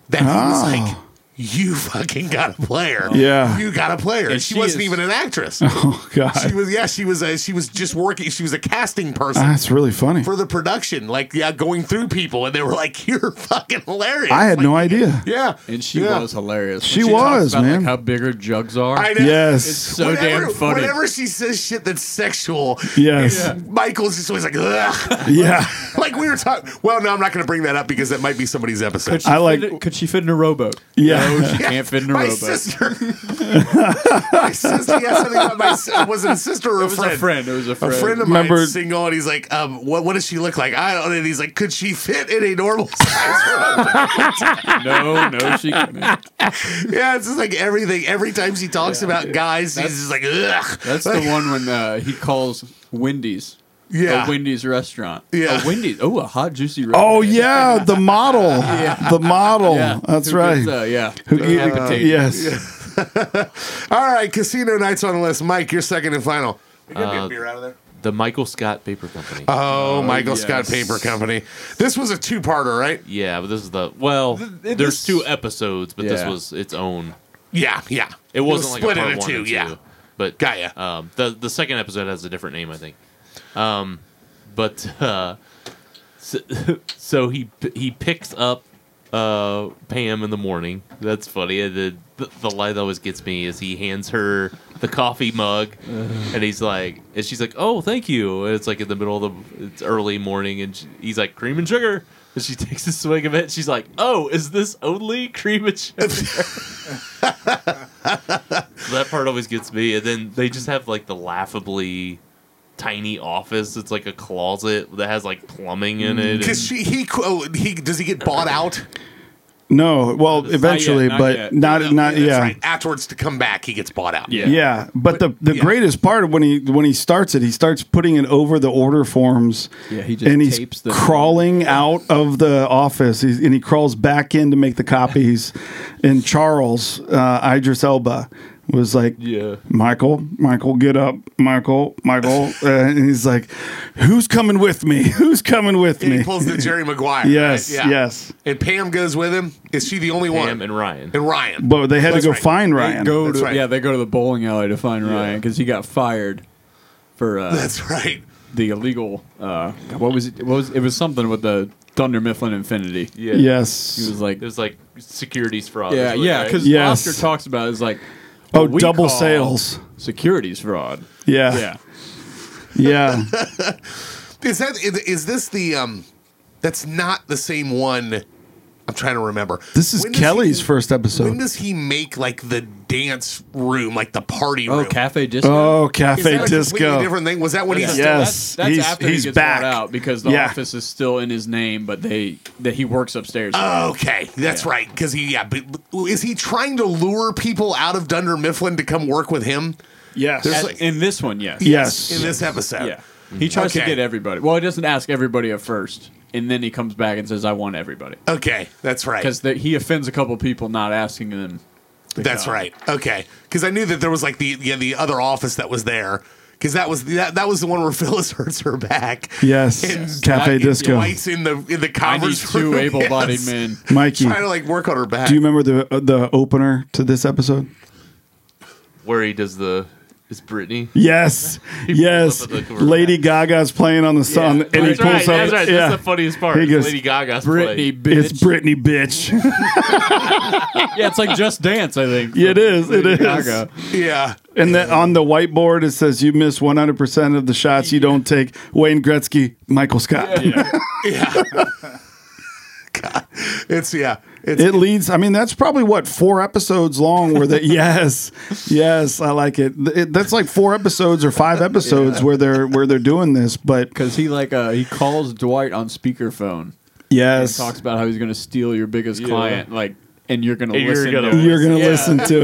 [SPEAKER 1] that he was like, "You fucking got a player.
[SPEAKER 5] Yeah.
[SPEAKER 1] you got a player." And
[SPEAKER 4] And
[SPEAKER 1] she,
[SPEAKER 4] she
[SPEAKER 1] wasn't
[SPEAKER 4] is-
[SPEAKER 1] even an actress.
[SPEAKER 5] Oh
[SPEAKER 1] she
[SPEAKER 5] god.
[SPEAKER 1] was yeah, she was a, she was just working. She was a casting person.
[SPEAKER 5] Ah, That's really funny.
[SPEAKER 1] for the production, like yeah, going through people, and they were like, "You're fucking hilarious."
[SPEAKER 5] I had
[SPEAKER 1] Like,
[SPEAKER 5] no idea.
[SPEAKER 1] yeah,
[SPEAKER 4] And she
[SPEAKER 1] yeah.
[SPEAKER 4] was hilarious. When
[SPEAKER 5] She
[SPEAKER 4] talks
[SPEAKER 5] was,
[SPEAKER 4] about,
[SPEAKER 5] man.
[SPEAKER 4] Like how big her jugs are.
[SPEAKER 1] I know.
[SPEAKER 4] It's
[SPEAKER 5] Yes.
[SPEAKER 4] so
[SPEAKER 1] whenever,
[SPEAKER 4] damn funny.
[SPEAKER 1] Whenever she says shit that's sexual,
[SPEAKER 5] Yes.
[SPEAKER 1] it's- Michael's just always like, Ugh.
[SPEAKER 5] Yeah.
[SPEAKER 1] like we were talking. Well, no, I'm not going to bring that up because that might be somebody's episode.
[SPEAKER 4] Could she
[SPEAKER 5] I
[SPEAKER 4] fit
[SPEAKER 5] like-
[SPEAKER 4] it- could she fit in a rowboat?
[SPEAKER 5] Yeah.
[SPEAKER 4] No, she can't fit in a
[SPEAKER 1] my
[SPEAKER 4] rowboat.
[SPEAKER 1] sister, my sister, yeah, something about my si- was it a sister or
[SPEAKER 4] It
[SPEAKER 1] a
[SPEAKER 4] was
[SPEAKER 1] friend?
[SPEAKER 4] a friend. It was a
[SPEAKER 1] A
[SPEAKER 4] friend.
[SPEAKER 1] friend of
[SPEAKER 5] Remember-
[SPEAKER 1] mine single, and he's like, um, what, what does she look like? I don't know. And he's like, could she fit in a normal size room?
[SPEAKER 4] No, no, she. That's
[SPEAKER 1] yeah, it's just like everything. Every time she talks about guys, he's just like, ugh.
[SPEAKER 4] the one when uh, he calls Wendy's.
[SPEAKER 1] Yeah.
[SPEAKER 4] A Wendy's restaurant.
[SPEAKER 1] Yeah.
[SPEAKER 4] A Wendy's. Oh, a hot juicy. Restaurant.
[SPEAKER 5] Oh yeah, the model. The model. That's
[SPEAKER 4] Who
[SPEAKER 5] right.
[SPEAKER 4] gets, uh, yeah.
[SPEAKER 5] Who-
[SPEAKER 4] Who gets a potato?
[SPEAKER 5] yes.
[SPEAKER 1] All right, casino nights on the list. Mike, you're second and final.
[SPEAKER 7] Uh, The Michael Scott Paper Company.
[SPEAKER 1] Oh, Michael
[SPEAKER 4] yes.
[SPEAKER 1] Scott Paper Company. This was a two-parter, right?
[SPEAKER 7] yeah, but this is the well. there's
[SPEAKER 4] it- this-
[SPEAKER 7] two episodes, but this
[SPEAKER 4] Yeah.
[SPEAKER 7] was its own.
[SPEAKER 1] Yeah, yeah.
[SPEAKER 7] It wasn't like
[SPEAKER 1] was
[SPEAKER 7] a part one and two.
[SPEAKER 1] Yeah,
[SPEAKER 7] but
[SPEAKER 1] got ya.
[SPEAKER 7] Um, the the second episode has a different name, I think. Um, but uh, so, so he he picks up uh, Pam in the morning. That's funny. And The, the the line that always gets me is he hands her the coffee mug, and he's like, and she's like, "Oh, thank you." And it's like in the middle of the it's early morning, and she, he's like, "Cream and sugar." And she takes a swig of it. She's like, "Oh, is this only cream and sugar?" So that part always gets me. And then they just have like the laughably tiny office. It's like a closet that has like plumbing in it.
[SPEAKER 1] Because she he oh, he does he get bought out?
[SPEAKER 5] No, well, eventually,
[SPEAKER 4] not
[SPEAKER 5] but
[SPEAKER 4] yet.
[SPEAKER 5] not not
[SPEAKER 1] That's
[SPEAKER 5] yeah.
[SPEAKER 1] right. Afterwards, to come back, he gets bought out.
[SPEAKER 4] Yeah.
[SPEAKER 5] Yeah. but, the the
[SPEAKER 1] yeah.
[SPEAKER 5] greatest part when he when he starts it, he starts putting it over the order forms.
[SPEAKER 4] Yeah, he just
[SPEAKER 5] and he's
[SPEAKER 4] tapes the-
[SPEAKER 5] crawling out of the office, he's, and he crawls back in to make the copies. and Charles uh, Idris Elba was like,
[SPEAKER 7] Yeah.
[SPEAKER 5] Michael, Michael, get up, Michael, Michael," uh, and he's like, "Who's coming with me? Who's coming with
[SPEAKER 1] And he
[SPEAKER 5] me?"
[SPEAKER 1] pulls the Jerry Maguire.
[SPEAKER 5] Yes,
[SPEAKER 1] right? Yeah.
[SPEAKER 5] yes.
[SPEAKER 1] And Pam goes with him. Is she the only
[SPEAKER 7] Pam
[SPEAKER 1] one?
[SPEAKER 7] and Ryan.
[SPEAKER 1] And Ryan.
[SPEAKER 5] But they had
[SPEAKER 1] That's
[SPEAKER 5] to go
[SPEAKER 1] right.
[SPEAKER 5] find
[SPEAKER 4] They
[SPEAKER 5] Ryan.
[SPEAKER 4] go
[SPEAKER 1] That's
[SPEAKER 4] to,
[SPEAKER 1] right.
[SPEAKER 4] Yeah, they go to the bowling alley to find Ryan because he got fired for uh,
[SPEAKER 1] That's right.
[SPEAKER 4] the illegal. Uh, God, what was it? What was it? Was something with the Thunder Mifflin Infinity?
[SPEAKER 7] yeah.
[SPEAKER 5] yes,
[SPEAKER 4] He was like,
[SPEAKER 7] It was like securities fraud.
[SPEAKER 4] yeah,
[SPEAKER 7] is what
[SPEAKER 4] yeah,
[SPEAKER 7] they-
[SPEAKER 4] because
[SPEAKER 5] Yes.
[SPEAKER 4] Oscar talks about is like,
[SPEAKER 5] oh,
[SPEAKER 4] what we
[SPEAKER 5] double
[SPEAKER 4] call
[SPEAKER 5] sales.
[SPEAKER 4] securities fraud.
[SPEAKER 5] Yeah,
[SPEAKER 4] Yeah,
[SPEAKER 5] yeah.
[SPEAKER 1] Is that is, is this the um? That's not the same one. I'm trying to remember.
[SPEAKER 5] This is
[SPEAKER 1] When does he-
[SPEAKER 5] Kelly's first
[SPEAKER 1] When
[SPEAKER 5] episode.
[SPEAKER 1] does he make like the dance room, like the party room?
[SPEAKER 4] oh, cafe disco.
[SPEAKER 5] oh,
[SPEAKER 1] Is that
[SPEAKER 5] Cafe
[SPEAKER 1] a
[SPEAKER 5] Disco.
[SPEAKER 1] completely different thing? Was that when he's
[SPEAKER 5] Yeah.
[SPEAKER 1] yeah.
[SPEAKER 4] that's,
[SPEAKER 5] Yes,
[SPEAKER 4] that's
[SPEAKER 5] he's-
[SPEAKER 4] after
[SPEAKER 5] he's
[SPEAKER 4] he gets
[SPEAKER 5] back.
[SPEAKER 4] bought out because the
[SPEAKER 5] Yeah.
[SPEAKER 4] office is still in his name, but they that he works upstairs.
[SPEAKER 5] Uh,
[SPEAKER 1] Okay, that's right. Because he, yeah, but, but is he trying to lure people out of Dunder Mifflin to come work with him
[SPEAKER 5] Yes.
[SPEAKER 1] There's
[SPEAKER 4] At-
[SPEAKER 1] like-
[SPEAKER 4] in this one, yes,
[SPEAKER 5] yes.
[SPEAKER 1] in this episode?
[SPEAKER 4] yeah. He tries to
[SPEAKER 1] Okay.
[SPEAKER 4] get everybody. Well, he doesn't ask everybody at first, and then he comes back and says, "I want everybody."
[SPEAKER 1] Okay, that's right.
[SPEAKER 4] because he offends a couple people not asking them
[SPEAKER 1] That's right. Okay, because I knew that there was like the yeah the other office that was there because that was that, that was the one where Phyllis hurts her back.
[SPEAKER 5] Yes, Cafe
[SPEAKER 1] Dwight-
[SPEAKER 5] Disco.
[SPEAKER 1] Dwight's in the in the
[SPEAKER 4] I need
[SPEAKER 1] conference
[SPEAKER 4] two
[SPEAKER 1] room,
[SPEAKER 4] able-bodied
[SPEAKER 1] yes,
[SPEAKER 4] men.
[SPEAKER 5] Mikey,
[SPEAKER 1] trying to like work on her back.
[SPEAKER 5] do you remember the uh, the opener to this episode?
[SPEAKER 3] Where he does the is Britney.
[SPEAKER 5] Yes, yes.
[SPEAKER 3] pulls up the-
[SPEAKER 5] Lady Gaga's playing on the song, and he
[SPEAKER 3] That's
[SPEAKER 5] pulls
[SPEAKER 3] right.
[SPEAKER 5] up.
[SPEAKER 3] That's right.
[SPEAKER 5] Yeah,
[SPEAKER 3] That's the funniest part.
[SPEAKER 5] He
[SPEAKER 3] is
[SPEAKER 5] goes,
[SPEAKER 3] Lady Gaga's
[SPEAKER 4] Britney,
[SPEAKER 3] Play.
[SPEAKER 4] bitch.
[SPEAKER 5] it's Britney, bitch.
[SPEAKER 4] yeah, it's like Just Dance, I think.
[SPEAKER 5] Yeah, it is. It
[SPEAKER 4] Lady
[SPEAKER 5] is.
[SPEAKER 4] Gaga.
[SPEAKER 1] yeah,
[SPEAKER 5] And then on the whiteboard, it says you miss 100% of the shots you don't take. Wayne Gretzky, Michael Scott.
[SPEAKER 1] yeah. God, it's yeah. It's
[SPEAKER 5] It leads, I mean, that's probably what, four episodes long where they, yes, yes, I like it. it. That's like four episodes or five episodes where they're, where they're doing this. But
[SPEAKER 4] Because he like uh, he calls Dwight on speakerphone.
[SPEAKER 5] yes,
[SPEAKER 4] Talks about how he's going to steal your biggest client, like, and you're going to
[SPEAKER 3] And you're
[SPEAKER 4] listen.
[SPEAKER 3] gonna-
[SPEAKER 4] to it.
[SPEAKER 5] you're going to
[SPEAKER 4] Yeah.
[SPEAKER 5] listen to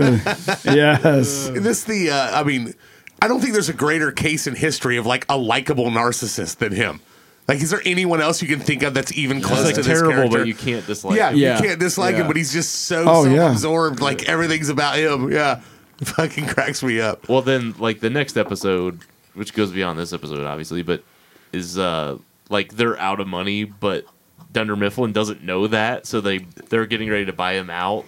[SPEAKER 5] it. Yes.
[SPEAKER 1] this the uh, I mean, I don't think there's a greater case in history of like a likable narcissist than him. Like, is there anyone else you can think of that's even close
[SPEAKER 3] It's like
[SPEAKER 1] to this
[SPEAKER 3] terrible,
[SPEAKER 1] character?
[SPEAKER 3] but you can't dislike.
[SPEAKER 1] yeah,
[SPEAKER 3] it.
[SPEAKER 4] Yeah.
[SPEAKER 1] you can't dislike
[SPEAKER 4] Yeah.
[SPEAKER 1] him, but he's just so
[SPEAKER 5] Oh, yeah.
[SPEAKER 1] self-absorbed. Like everything's about him. Yeah, fucking cracks me up.
[SPEAKER 3] Well, then, like the next episode, which goes beyond this episode, obviously, but is uh like they're out of money, but Dunder Mifflin doesn't know that, so they they're getting ready to buy him out,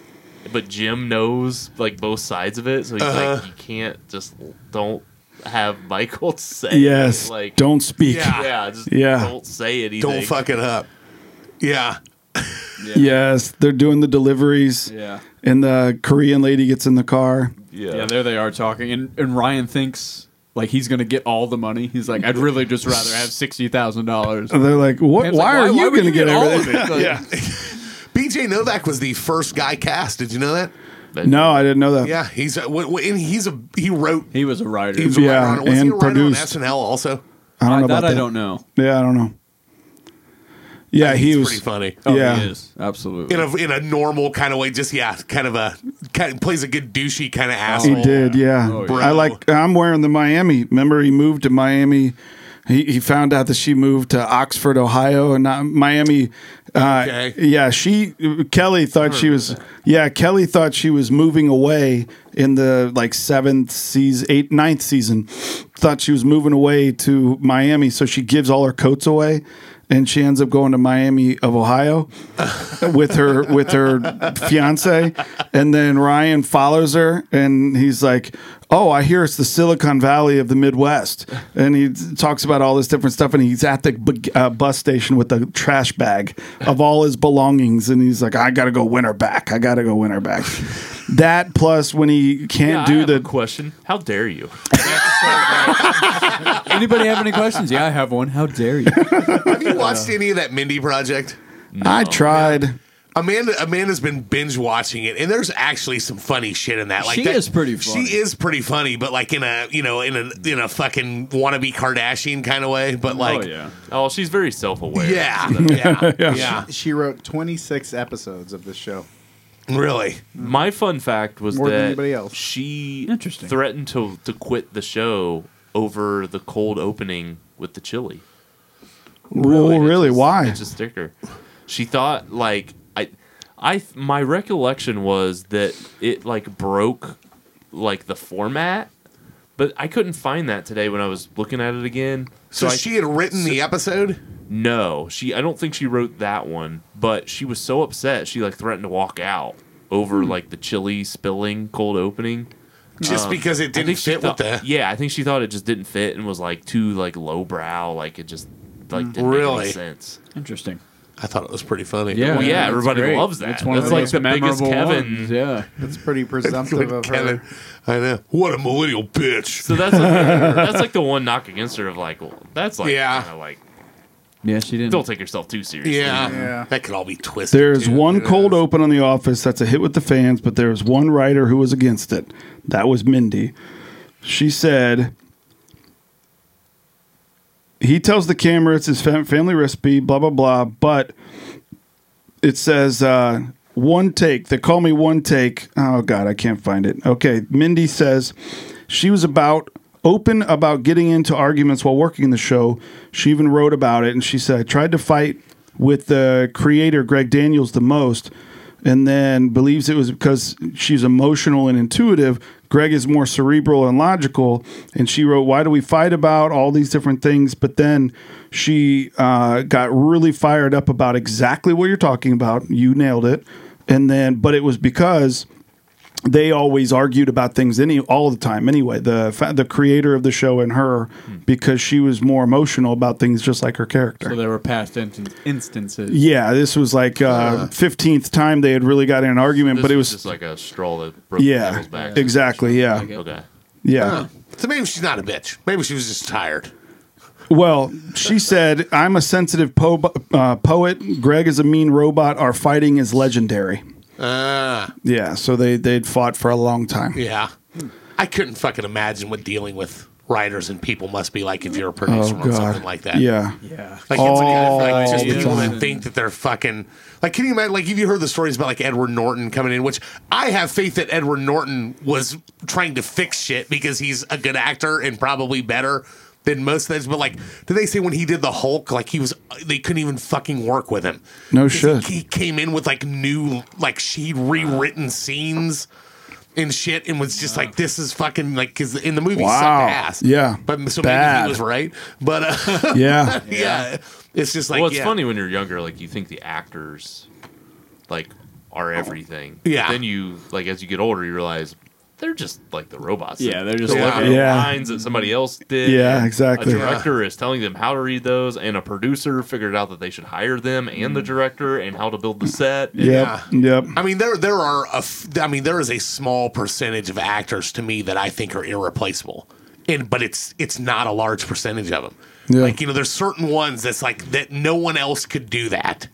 [SPEAKER 3] but Jim knows like both sides of it, so he's
[SPEAKER 4] Uh-huh.
[SPEAKER 3] like, you can't just don't have Michael say
[SPEAKER 5] Yes.
[SPEAKER 3] it. like
[SPEAKER 5] don't speak.
[SPEAKER 1] Yeah.
[SPEAKER 3] yeah just
[SPEAKER 5] Yeah.
[SPEAKER 3] don't say anything.
[SPEAKER 1] Don't fuck it up. Yeah,
[SPEAKER 5] Yes. They're doing the deliveries.
[SPEAKER 4] Yeah.
[SPEAKER 5] And the Korean lady gets in the car.
[SPEAKER 3] yeah.
[SPEAKER 4] Yeah, there they are talking, and, and Ryan thinks like he's gonna get all the money. He's like, I'd really just rather have sixty thousand dollars.
[SPEAKER 5] And they're like, what? Why,
[SPEAKER 4] Pam's like,
[SPEAKER 5] are
[SPEAKER 4] why- why
[SPEAKER 5] you
[SPEAKER 4] would
[SPEAKER 5] going to
[SPEAKER 4] you
[SPEAKER 5] get
[SPEAKER 4] get all of
[SPEAKER 5] everything?
[SPEAKER 4] it? Like-
[SPEAKER 5] yeah.
[SPEAKER 1] BJ Novak was the first guy cast. Did you know that?
[SPEAKER 5] No, I didn't know that.
[SPEAKER 1] Yeah, he's a, wh- wh- and he's a he wrote.
[SPEAKER 4] He was a writer.
[SPEAKER 1] He was a
[SPEAKER 5] Yeah,
[SPEAKER 1] writer on, was he
[SPEAKER 5] and
[SPEAKER 1] a writer on
[SPEAKER 5] produced.
[SPEAKER 1] SNL also.
[SPEAKER 5] I don't know
[SPEAKER 4] I,
[SPEAKER 5] about
[SPEAKER 4] that,
[SPEAKER 5] that.
[SPEAKER 4] I don't know.
[SPEAKER 5] Yeah, I don't know. Yeah, he
[SPEAKER 1] He's
[SPEAKER 5] was.
[SPEAKER 1] pretty funny.
[SPEAKER 4] Oh,
[SPEAKER 5] yeah,
[SPEAKER 4] he is absolutely.
[SPEAKER 1] in a in a normal kind of way. Just yeah, kind of a kind plays a good douchey kind of
[SPEAKER 5] he
[SPEAKER 1] asshole.
[SPEAKER 4] Oh,
[SPEAKER 5] did. Yeah,
[SPEAKER 1] yeah.
[SPEAKER 5] I like. I'm wearing the Miami. Remember, he moved to Miami. He, he found out that she moved to Oxford, Ohio, and not Miami. Uh,
[SPEAKER 1] Okay.
[SPEAKER 5] Yeah, she Kelly thought she was. Yeah, Kelly thought she was moving away in the like seventh season, eighth, ninth season. Thought she was moving away to Miami, so she gives all her coats away, and she ends up going to Miami of Ohio with her with her fiance, and then Ryan follows her, and he's like, "Oh, I hear it's the Silicon Valley of the Midwest," and he talks about all this different stuff, and he's at the bu- uh, bus station with a trash bag of all his belongings, and he's like, "I gotta go win her back. I gotta go win her back." That plus when he
[SPEAKER 3] Yeah,
[SPEAKER 5] can't
[SPEAKER 3] I
[SPEAKER 5] do
[SPEAKER 3] have a
[SPEAKER 5] the
[SPEAKER 3] question. How dare you?
[SPEAKER 4] Anybody have any questions? Yeah, I have one. How dare you?
[SPEAKER 1] Have you watched any of that Mindy project?
[SPEAKER 5] I tried.
[SPEAKER 1] Amanda Amanda's been binge watching it, and there's actually some funny shit in that. Like
[SPEAKER 4] She
[SPEAKER 1] that,
[SPEAKER 4] is pretty funny.
[SPEAKER 1] She is pretty funny, but like in a you know in a in a fucking wannabe Kardashian kind of way. But like
[SPEAKER 4] oh yeah.
[SPEAKER 3] Oh, she's very self aware.
[SPEAKER 1] yeah, yeah, yeah,
[SPEAKER 6] She wrote 26 episodes of this show.
[SPEAKER 1] really.
[SPEAKER 3] My fun fact was
[SPEAKER 6] More
[SPEAKER 3] that
[SPEAKER 6] than anybody else.
[SPEAKER 3] she
[SPEAKER 4] Interesting.
[SPEAKER 3] threatened to to quit the show over the cold opening with the chili.
[SPEAKER 5] Really,
[SPEAKER 3] It's
[SPEAKER 5] really?
[SPEAKER 3] just-
[SPEAKER 5] Why?
[SPEAKER 3] It's a sticker. She thought like I, I my recollection was that it like broke like the format, but I couldn't find that today when I was looking at it again.
[SPEAKER 1] So,
[SPEAKER 3] I-
[SPEAKER 1] she had written the episode.
[SPEAKER 3] No, she. I don't think she wrote that one, but she was so upset she like threatened to walk out
[SPEAKER 1] Hmm.
[SPEAKER 3] over like the chili spilling cold opening.
[SPEAKER 1] Just because it
[SPEAKER 3] I
[SPEAKER 1] didn't
[SPEAKER 3] think she
[SPEAKER 1] fit
[SPEAKER 3] thought,
[SPEAKER 1] with the
[SPEAKER 3] Yeah, I think she thought it just didn't fit and was like too like lowbrow, like it just like didn't make
[SPEAKER 1] Really?
[SPEAKER 3] any sense.
[SPEAKER 4] Interesting.
[SPEAKER 1] I thought it was pretty funny.
[SPEAKER 4] Yeah.
[SPEAKER 3] Well, yeah,
[SPEAKER 4] that's
[SPEAKER 3] everybody
[SPEAKER 4] great.
[SPEAKER 3] loves that.
[SPEAKER 4] It's one of
[SPEAKER 3] That's
[SPEAKER 4] the
[SPEAKER 3] like
[SPEAKER 4] most
[SPEAKER 3] the biggest
[SPEAKER 4] memorable
[SPEAKER 3] Kevin.
[SPEAKER 4] ones, Yeah.
[SPEAKER 6] That's pretty presumptive
[SPEAKER 1] Good
[SPEAKER 6] of
[SPEAKER 1] Kevin.
[SPEAKER 6] her.
[SPEAKER 1] I know. What a millennial bitch.
[SPEAKER 3] So that's like, that's like the one knock against her of like, well, that's like
[SPEAKER 1] Yeah.
[SPEAKER 3] kinda like
[SPEAKER 4] Yeah, she didn't.
[SPEAKER 3] don't take yourself too seriously.
[SPEAKER 1] Yeah.
[SPEAKER 6] Yeah.
[SPEAKER 1] That could all be twisted.
[SPEAKER 5] There's
[SPEAKER 1] too.
[SPEAKER 5] one cold open on The Office that's a hit with the fans, but there was one writer who was against it. That was Mindy. She said, He tells the camera it's his fam- family recipe, blah, blah, blah, but it says, uh, one take. They call me one take. Oh, God, I can't find it. Okay. Mindy says she was about open about getting into arguments while working the show. She even wrote about it and she said, I tried to fight with the creator, Greg Daniels, the most. and then believes it was because she's emotional and intuitive. Greg is more cerebral and logical. And she wrote, Why do we fight about all these different things? But then she uh, got really fired up about exactly what you're talking about. You nailed it. And then, but it was because they always argued about things any all the time anyway the fa- the creator of the show and her because she was more emotional about things just like her character
[SPEAKER 4] So there were past in- instances.
[SPEAKER 5] yeah this was like uh, 15th time they had really got in an argument
[SPEAKER 7] This
[SPEAKER 5] but it was,
[SPEAKER 7] just like a straw that broke the
[SPEAKER 5] yeah
[SPEAKER 7] camel's back.
[SPEAKER 5] exactly yeah
[SPEAKER 7] Okay.
[SPEAKER 5] yeah
[SPEAKER 1] So maybe she's not a bitch. Maybe she was just tired.
[SPEAKER 5] well she said i'm a sensitive po- uh, poet greg is a mean robot our fighting is legendary
[SPEAKER 1] Uh,
[SPEAKER 5] yeah so they they'd fought for a long time
[SPEAKER 1] yeah. I couldn't fucking imagine what dealing with writers and people must be like if you're a
[SPEAKER 5] oh
[SPEAKER 1] producer on
[SPEAKER 5] god
[SPEAKER 1] something like that.
[SPEAKER 5] yeah
[SPEAKER 4] Yeah.
[SPEAKER 1] Like, it's
[SPEAKER 5] Oh,
[SPEAKER 1] like, like just
[SPEAKER 4] yeah.
[SPEAKER 1] people that think that they're fucking. Like, can you imagine? Like, have you heard the stories about like Edward Norton coming in? Which I have faith that Edward Norton was trying to fix shit because he's a good actor and probably better than most things. But like, did they say when he did the Hulk? Like, he was they couldn't even fucking work with him.
[SPEAKER 5] No
[SPEAKER 1] 'Cause
[SPEAKER 5] shit.
[SPEAKER 1] He, he came in with like new like she'd rewritten scenes. And shit, and was just like, this is fucking like, because in the movie
[SPEAKER 5] Wow.
[SPEAKER 1] sucked ass.
[SPEAKER 5] Yeah.
[SPEAKER 1] But so maybe
[SPEAKER 5] Bad.
[SPEAKER 1] he was right. But uh,
[SPEAKER 5] yeah
[SPEAKER 1] yeah. It's just like
[SPEAKER 7] well, it's
[SPEAKER 1] yeah.
[SPEAKER 7] funny when you're younger, like you think the actors, like, are everything.
[SPEAKER 1] Yeah.
[SPEAKER 7] Then you like as you get older, you realize they're just like the robots.
[SPEAKER 4] Yeah, they're just
[SPEAKER 7] They
[SPEAKER 1] Yeah.
[SPEAKER 7] look at
[SPEAKER 5] Yeah.
[SPEAKER 7] lines that somebody else did.
[SPEAKER 5] Yeah,
[SPEAKER 7] A
[SPEAKER 5] exactly.
[SPEAKER 7] director is telling them how to read those, and a producer figured out that they should hire them and
[SPEAKER 4] Mm.
[SPEAKER 7] the director and how to build the set.
[SPEAKER 5] Yep. Yep.
[SPEAKER 1] I mean, there there are a f- I mean, there is a small percentage of actors to me that I think are irreplaceable, and but it's it's not a large percentage of them.
[SPEAKER 5] Yeah.
[SPEAKER 1] Like you know, there's certain ones that's like that no one else could do that,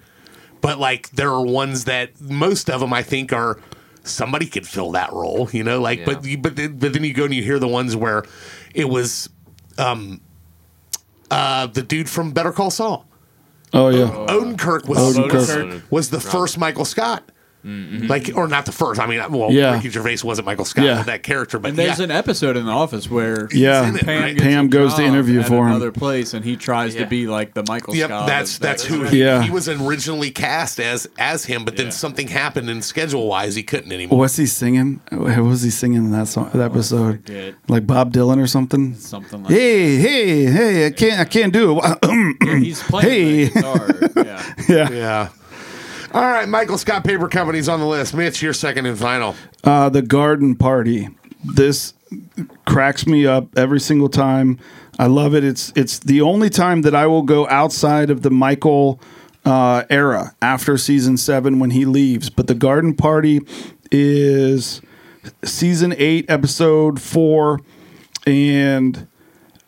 [SPEAKER 1] but like there are ones that most of them I think are somebody could fill that role. You know, like but
[SPEAKER 7] Yeah.
[SPEAKER 1] you- but then- but then you go and you hear the ones where it was, um, uh, the dude from Better Call Saul.
[SPEAKER 5] Oh yeah.
[SPEAKER 1] Odenkirk was
[SPEAKER 5] Odenkirk.
[SPEAKER 1] was the first Michael Scott. Like or not the first. I mean, uh, well,
[SPEAKER 5] Yeah.
[SPEAKER 1] Ricky Gervais wasn't Michael Scott
[SPEAKER 5] Yeah.
[SPEAKER 1] that character, but
[SPEAKER 4] And there's
[SPEAKER 1] yeah.
[SPEAKER 4] an episode in The Office where
[SPEAKER 5] Yeah.
[SPEAKER 1] It's in
[SPEAKER 4] Pam,
[SPEAKER 1] right?
[SPEAKER 4] gets
[SPEAKER 5] Pam
[SPEAKER 4] a
[SPEAKER 5] goes to
[SPEAKER 4] job
[SPEAKER 5] interview
[SPEAKER 4] at
[SPEAKER 5] for him.
[SPEAKER 4] another place, and he tries
[SPEAKER 7] Yeah.
[SPEAKER 4] to be like the Michael
[SPEAKER 1] Yep,
[SPEAKER 4] Scott.
[SPEAKER 1] that's
[SPEAKER 4] of-
[SPEAKER 1] that's who
[SPEAKER 4] of-
[SPEAKER 1] he,
[SPEAKER 5] Yeah.
[SPEAKER 1] he was originally cast as as him, but then
[SPEAKER 4] Yeah.
[SPEAKER 1] something happened and schedule wise he couldn't anymore.
[SPEAKER 5] What's he singing? What was he singing in that song? That episode,
[SPEAKER 4] forget.
[SPEAKER 5] like Bob Dylan or something.
[SPEAKER 4] something like.
[SPEAKER 5] Hey, hey, hey! I can't, I can't do it.
[SPEAKER 4] that. He's playing the guitar. Yeah.
[SPEAKER 5] yeah.
[SPEAKER 1] Yeah. All right, Michael Scott Paper Company's on the list. Mitch, your second and final.
[SPEAKER 5] Uh, the garden party. This cracks me up every single time. I love it. It's it's the only time that I will go outside of the Michael uh, era after season seven when he leaves. But the garden party is season eight, episode four, and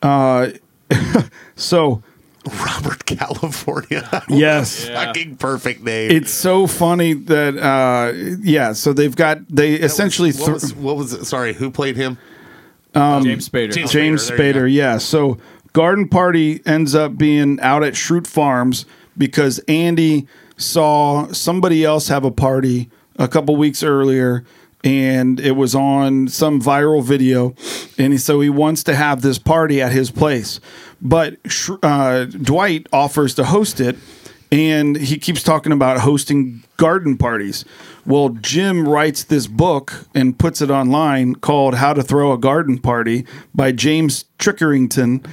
[SPEAKER 5] uh, so
[SPEAKER 1] Robert California.
[SPEAKER 5] yes.
[SPEAKER 1] Fucking perfect name.
[SPEAKER 5] It's so funny that uh, yeah. So they've got they essentially
[SPEAKER 1] what
[SPEAKER 5] thr-
[SPEAKER 1] was, what was it? sorry, who played him?
[SPEAKER 5] Um,
[SPEAKER 4] James Spader.
[SPEAKER 1] James-
[SPEAKER 5] James
[SPEAKER 1] Spader, there you
[SPEAKER 5] Spader,
[SPEAKER 1] go.
[SPEAKER 5] yeah. So Garden Party ends up being out at Shroot Farms because Andy saw somebody else have a party a couple weeks earlier and it was on some viral video and so he wants to have this party at his place but Sh- uh, dwight offers to host it and he keeps talking about hosting garden parties. Well, Jim writes this book and puts it online called How to Throw a Garden Party by James Trickerington.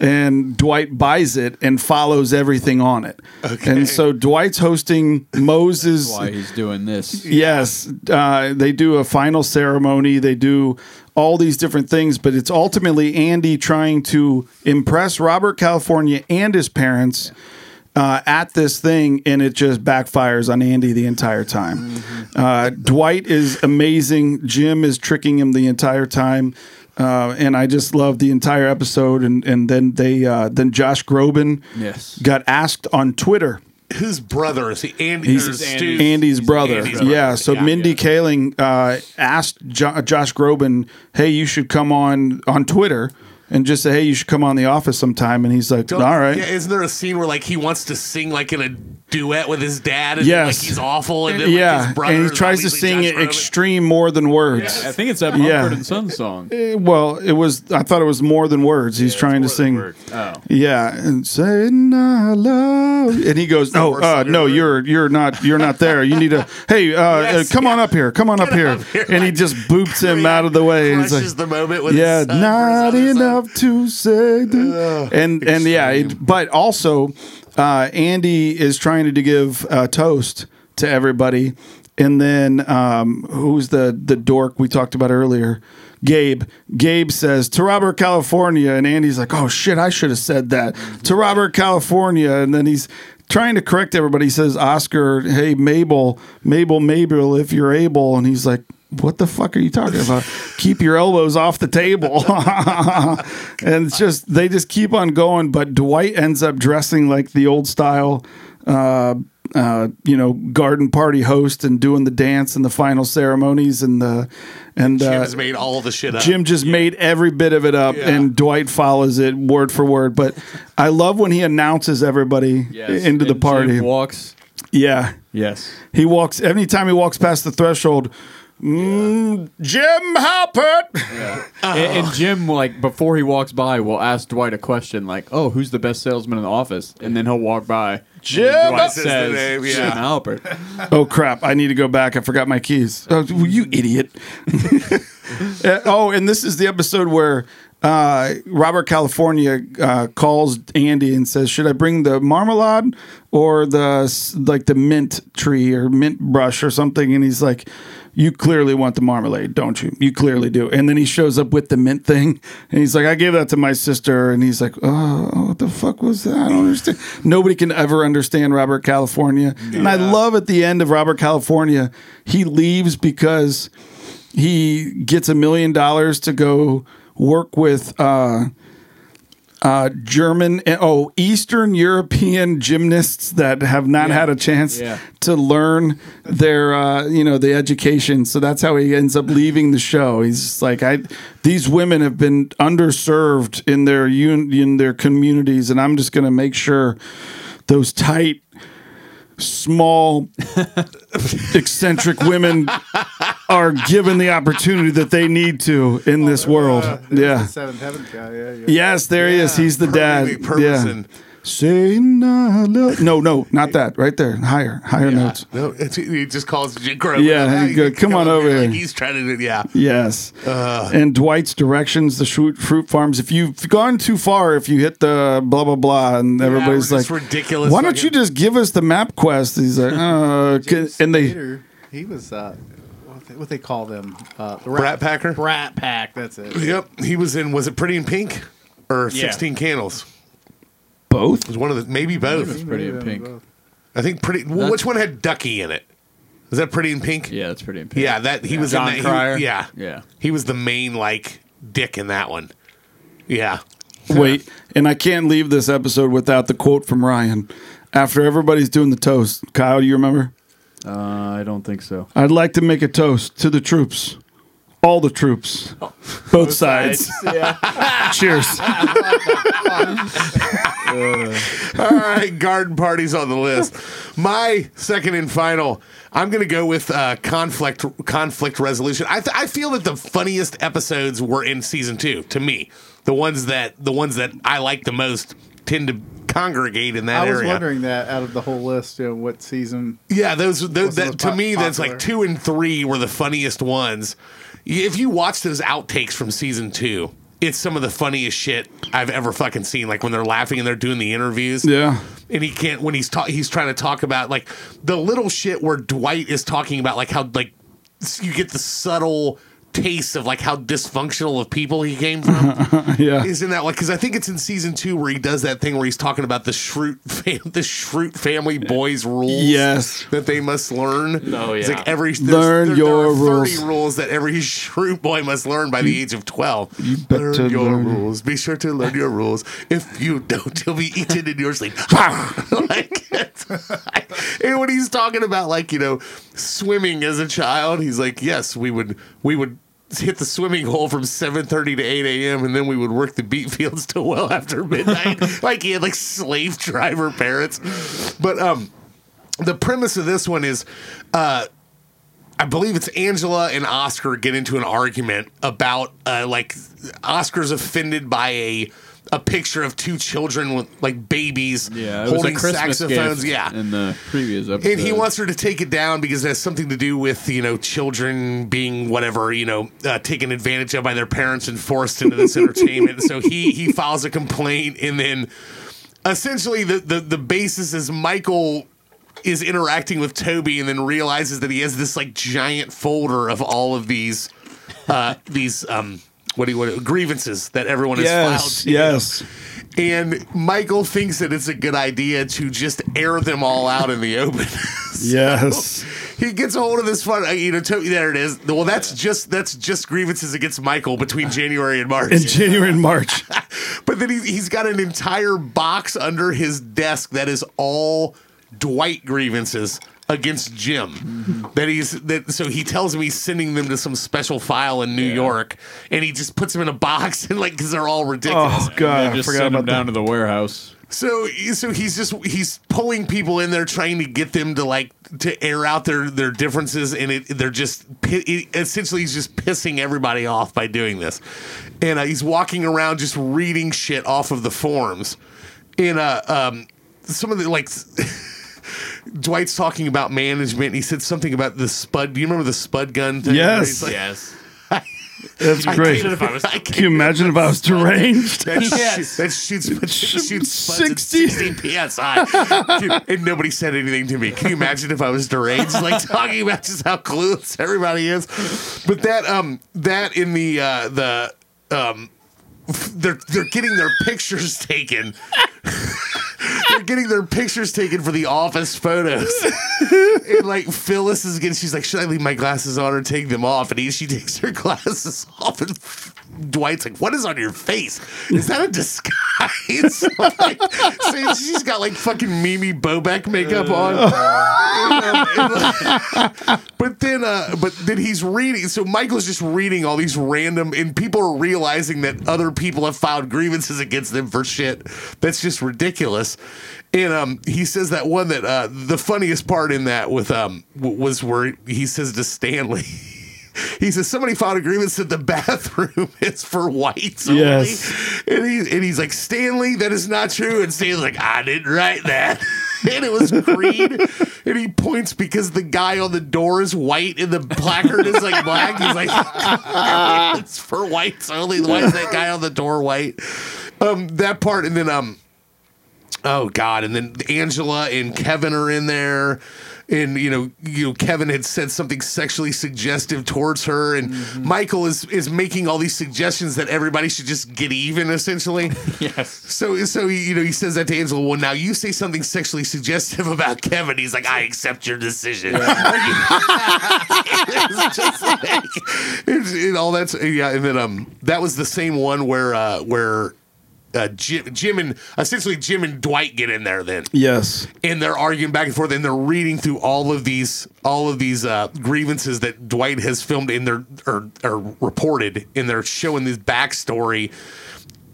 [SPEAKER 5] And Dwight buys it and follows everything on it. And so Dwight's hosting Moses.
[SPEAKER 4] Why he's doing this?
[SPEAKER 5] Yes, uh, they do a final ceremony. They do all these different things, but it's ultimately Andy trying to impress Robert California and his parents uh, at this thing, and it just backfires on Andy the entire time. Uh, Dwight is amazing. Jim is tricking him the entire time. Uh, and I just love the entire episode, and and then they uh, then Josh Groban
[SPEAKER 4] Yes.
[SPEAKER 5] got asked on Twitter
[SPEAKER 1] Whose brother is he? Andy.
[SPEAKER 5] He's-
[SPEAKER 1] or
[SPEAKER 5] This is
[SPEAKER 1] Stu?
[SPEAKER 4] Andy.
[SPEAKER 5] Andy's brother.
[SPEAKER 1] Andy's
[SPEAKER 5] Yeah.
[SPEAKER 1] brother.
[SPEAKER 5] So
[SPEAKER 1] Yeah.
[SPEAKER 5] Mindy Kaling uh, asked jo- Josh Groban, "Hey, you should come on on Twitter and just say, "Hey, you should come on the office sometime." And he's like,
[SPEAKER 1] Don't-
[SPEAKER 5] "All right."
[SPEAKER 1] Yeah, isn't there a scene where like he wants to sing like in a duet with his dad and
[SPEAKER 5] Yes.
[SPEAKER 1] like he's awful and then like,
[SPEAKER 5] yeah,
[SPEAKER 1] his brother
[SPEAKER 5] and he
[SPEAKER 1] is
[SPEAKER 5] tries to
[SPEAKER 1] obviously
[SPEAKER 5] sing
[SPEAKER 1] Josh
[SPEAKER 5] it
[SPEAKER 1] Groban.
[SPEAKER 5] extreme more than words.
[SPEAKER 4] I think it's that Mumford
[SPEAKER 5] Yeah.
[SPEAKER 4] and Son song.
[SPEAKER 5] Eh, Well, it was. I thought it was more than words. He's trying to sing.
[SPEAKER 4] Oh,
[SPEAKER 5] Yeah, and saying I love, and he goes, "No,
[SPEAKER 1] worst
[SPEAKER 5] uh,
[SPEAKER 1] song
[SPEAKER 5] no,
[SPEAKER 1] ever.
[SPEAKER 5] you're you're not you're not there. You need to. Hey, uh,
[SPEAKER 1] Yes,
[SPEAKER 5] uh, come on up here, come on up here. And he just boops him out of the way. And he's
[SPEAKER 1] Crushes
[SPEAKER 5] like,
[SPEAKER 1] the moment with
[SPEAKER 5] yeah,
[SPEAKER 1] his son
[SPEAKER 5] not
[SPEAKER 1] for his other son.
[SPEAKER 5] enough to say. that. and and yeah, it, but also, uh, Andy is trying to give uh, toast to everybody, and then um, who's the the dork we talked about earlier? Gabe. Gabe says to Robert California, and Andy's like, "Oh shit, I should have said that to Robert California." And then he's trying to correct everybody. He says, "Oscar, hey Mabel, Mabel, Mabel, if you're able," and he's like what the fuck are you talking about? keep your elbows off the table. and it's just, they just keep on going. But Dwight ends up dressing like the old style, uh, uh, you know, garden party host and doing the dance and the final ceremonies and the, and,
[SPEAKER 1] Jim
[SPEAKER 5] uh,
[SPEAKER 1] has made all the shit up.
[SPEAKER 5] Jim just made every bit of it up,
[SPEAKER 1] Yeah.
[SPEAKER 5] and Dwight follows it word for word. But I love when he announces everybody into
[SPEAKER 4] And
[SPEAKER 5] the
[SPEAKER 4] Jim
[SPEAKER 5] party.
[SPEAKER 4] walks.
[SPEAKER 5] yeah,
[SPEAKER 4] Yes.
[SPEAKER 5] he walks anytime he walks past the threshold. Mm, Jim Halpert.
[SPEAKER 4] And,
[SPEAKER 1] Ah.
[SPEAKER 4] and Jim, like before he walks by, will ask Dwight a question, like, "Oh, who's the best salesman in the office?" And then he'll walk by.
[SPEAKER 5] Jim.
[SPEAKER 4] Dwight
[SPEAKER 1] says the
[SPEAKER 4] says,
[SPEAKER 1] name, yeah.
[SPEAKER 4] "Jim Halpert."
[SPEAKER 5] Oh crap! I need to go back. I forgot my keys. Oh, you idiot. Uh, oh, and this is the episode where uh, Robert California uh, calls Andy and says, "Should I bring the marmalade or the s- like the mint tree or mint brush or something?" And he's like. You clearly want the marmalade, don't you? You clearly do. And then he shows up with the mint thing, and he's like, "I gave that to my sister." And he's like, "Oh, what the fuck was that? I don't understand." Nobody can ever understand Robert California, and I love at the end of Robert California, he leaves because he gets a million dollars to go work with uh, uh, German, oh, Eastern European gymnasts that have not had a chance
[SPEAKER 4] Yeah.
[SPEAKER 5] to learn their, uh, you know, the education. So that's how he ends up leaving the show. He's just like, I, these women have been underserved in their un- in their communities, and I'm just going to make sure those tight. Small, eccentric women are given the opportunity that they need to in this world. Yeah.
[SPEAKER 6] Seventh Heaven guy. Yeah, yeah.
[SPEAKER 5] Yes, there he is. He's the
[SPEAKER 1] Perfectly
[SPEAKER 5] dad.
[SPEAKER 1] person.
[SPEAKER 5] Yeah. Saying I love- No, no, not that. Right there. Higher, higher notes.
[SPEAKER 1] No, it's, he just calls Jim Groban.
[SPEAKER 5] Yeah,
[SPEAKER 1] "Hey,
[SPEAKER 5] he
[SPEAKER 1] you
[SPEAKER 5] go,
[SPEAKER 1] can
[SPEAKER 5] "Come on
[SPEAKER 1] up
[SPEAKER 5] over
[SPEAKER 1] Like,
[SPEAKER 5] here."
[SPEAKER 1] he's trying to do. Yeah,
[SPEAKER 5] Yes. and Dwight's directions, the fruit, fruit farms. If you've gone too far, if you hit the blah blah blah, and everybody's
[SPEAKER 1] we're
[SPEAKER 5] like,
[SPEAKER 1] just ridiculous
[SPEAKER 5] Why don't
[SPEAKER 1] fucking-
[SPEAKER 5] you just give us the map quest? He's like, uh, can- and they.
[SPEAKER 6] Slater, he was uh, what they, what they call them uh, the
[SPEAKER 1] Brat Packer.
[SPEAKER 6] Brat Pack. That's it.
[SPEAKER 1] Yep, he was in. Was it Pretty in Pink or Sixteen Candles? Both. It was one of the maybe both.
[SPEAKER 4] Pretty in pink.
[SPEAKER 1] I think Pretty. Well, which one had Ducky in it? Was that Pretty in Pink?
[SPEAKER 4] Yeah, that's pretty in pink.
[SPEAKER 1] Yeah, that he was
[SPEAKER 4] John
[SPEAKER 1] in that. he-
[SPEAKER 4] Cryer.
[SPEAKER 1] yeah,
[SPEAKER 4] Yeah.
[SPEAKER 1] He was the main like dick in that one. Yeah.
[SPEAKER 5] Wait, and I can't leave this episode without the quote from Ryan. After everybody's doing the toast, Kyle, do you remember?
[SPEAKER 4] Uh, I don't think so.
[SPEAKER 5] I'd like to make a toast to the troops. All the troops. Both, sides. Cheers.
[SPEAKER 1] All right, garden parties on the list. My second and final. I'm going to go with uh, conflict conflict resolution. I, th- I feel that the funniest episodes were in season two. To me, the ones that the ones that I like the most tend to congregate in that
[SPEAKER 6] I was
[SPEAKER 1] area.
[SPEAKER 6] wondering that out of the whole list, you know, what season?
[SPEAKER 1] Yeah, those, those
[SPEAKER 6] Those are
[SPEAKER 1] that,
[SPEAKER 6] the
[SPEAKER 1] to
[SPEAKER 6] po-
[SPEAKER 1] me, that's like two
[SPEAKER 6] popular.
[SPEAKER 1] and three were the funniest ones. Y- If you watch those outtakes from season two, it's some of the funniest shit I've ever fucking seen. Like when they're laughing and they're doing the interviews,
[SPEAKER 5] Yeah.
[SPEAKER 1] and he can't when he's talk, he's trying to talk about like the little shit where Dwight is talking about like how like s- you get the subtle taste of like how dysfunctional of people he came
[SPEAKER 6] Uh-huh.
[SPEAKER 1] from.
[SPEAKER 5] Yeah.
[SPEAKER 1] Isn't that like? Because I think it's in season two where he does that thing where he's talking about the Shroot, fam- the Shroot family boys rules.
[SPEAKER 5] Yes.
[SPEAKER 1] that they must learn.
[SPEAKER 7] Oh,
[SPEAKER 1] It's
[SPEAKER 7] yeah.
[SPEAKER 1] like every there's-
[SPEAKER 5] Learn
[SPEAKER 1] there, there
[SPEAKER 5] your
[SPEAKER 1] are 30
[SPEAKER 5] rules.
[SPEAKER 1] rules that every Shroot boy must learn by the age of twelve. You
[SPEAKER 5] better
[SPEAKER 1] learn your
[SPEAKER 5] learn.
[SPEAKER 1] rules. Be sure to learn your rules. If you don't, you'll be eaten in your sleep. like, it's- and when he's talking about like you know swimming as a child, he's like, yes, we would we would hit the swimming hole from 7.30 to 8 a.m. and then we would work the beet fields till well after midnight. like he had like slave driver parents. But um, the premise of this one is uh, I believe it's Angela and Oscar get into an argument about uh, like Oscar's offended by a a picture of two children with like babies
[SPEAKER 4] Yeah, it was a
[SPEAKER 1] holding
[SPEAKER 4] Christmas
[SPEAKER 1] saxophones.
[SPEAKER 4] gift
[SPEAKER 1] Yeah,
[SPEAKER 4] in the previous episode.
[SPEAKER 1] and he wants her to take it down because it has something to do with you know children being whatever you know uh, taken advantage of by their parents and forced into this entertainment. So he he files a complaint, and then essentially the the, the basis is Michael is interacting with Toby, and then realizes that he has this like giant folder of all of these uh, these um. What do you what grievances that everyone has filed
[SPEAKER 5] Yes,
[SPEAKER 1] to
[SPEAKER 5] yes.
[SPEAKER 1] and Michael thinks that it's a good idea to just air them all out in the open.
[SPEAKER 5] Yes.
[SPEAKER 1] he gets a hold of this fun. You know, Toby, there it is. Well, that's just that's just grievances against Michael between January and March.
[SPEAKER 5] In January and March.
[SPEAKER 1] but then he, he's got an entire box under his desk that is all Dwight grievances against Jim. That he's that. So he tells me he's sending them to some special file in New York, and he just puts them in a box and like because they're all ridiculous.
[SPEAKER 5] Oh
[SPEAKER 1] uh,
[SPEAKER 5] god, I
[SPEAKER 4] just
[SPEAKER 5] forgot
[SPEAKER 4] send him
[SPEAKER 5] about
[SPEAKER 4] down
[SPEAKER 5] that.
[SPEAKER 4] to the warehouse.
[SPEAKER 1] So so he's just he's pulling people in there trying to get them to like to air out their their differences and it they're just pi- it, essentially he's just pissing everybody off by doing this. And uh, he's walking around just reading shit off of the forms. And uh um some of the like Dwight's talking about management. And he said something about the spud. Do you remember the spud gun thing?
[SPEAKER 5] Yes.
[SPEAKER 1] He's like,
[SPEAKER 7] Yes.
[SPEAKER 5] That's great.
[SPEAKER 7] If I was
[SPEAKER 1] I can't
[SPEAKER 5] Can you imagine if I was deranged?
[SPEAKER 1] That, shoots that shoots, that shoots spuds
[SPEAKER 5] 60.
[SPEAKER 1] at 60 psi. Dude, and nobody said anything to me. Can you imagine if I was deranged, like talking about just how clueless everybody is? But that um that in the uh the um f- they're they're getting their pictures taken. they're getting their pictures taken for the office photos. and like Phyllis is getting, she's like, should I leave my glasses on or take them off? And he, she takes her glasses off, and Dwight's like, what is on your face? Is that a disguise? like, so she's got like fucking Mimi Bobek makeup on. And, um, and, like, but then, uh, but then he's reading. So Michael's just reading all these random, and people are realizing that other people have filed grievances against them for shit that's just ridiculous. And um, he says that one that uh, the funniest part in that with um w- was where he says to Stanley. He says somebody filed agreements that the bathroom is for whites only.
[SPEAKER 5] Yes.
[SPEAKER 1] And, he, and he's like, Stanley, that is not true. And Stanley's like, I didn't write that. and it was Creed. and he points because the guy on the door is white and the placard is like black. He's like, it's for whites only. Why is that guy on the door white? Um, that part. And then, um, oh god and then angela and kevin are in there and you know you know kevin had said something sexually suggestive towards her and michael is is making all these suggestions that everybody should just get even essentially
[SPEAKER 3] yes.
[SPEAKER 1] so so he, you know he says that to angela well now you say something sexually suggestive about kevin he's like i accept your decision it's just like it's, it, all that's yeah and then um that was the same one where uh where uh, Jim, Jim and essentially Jim and Dwight get in there then
[SPEAKER 5] Yes.
[SPEAKER 1] and they're arguing back and forth and they're reading through all of these all of these uh, grievances that Dwight has filmed in their or, or reported and they're showing this backstory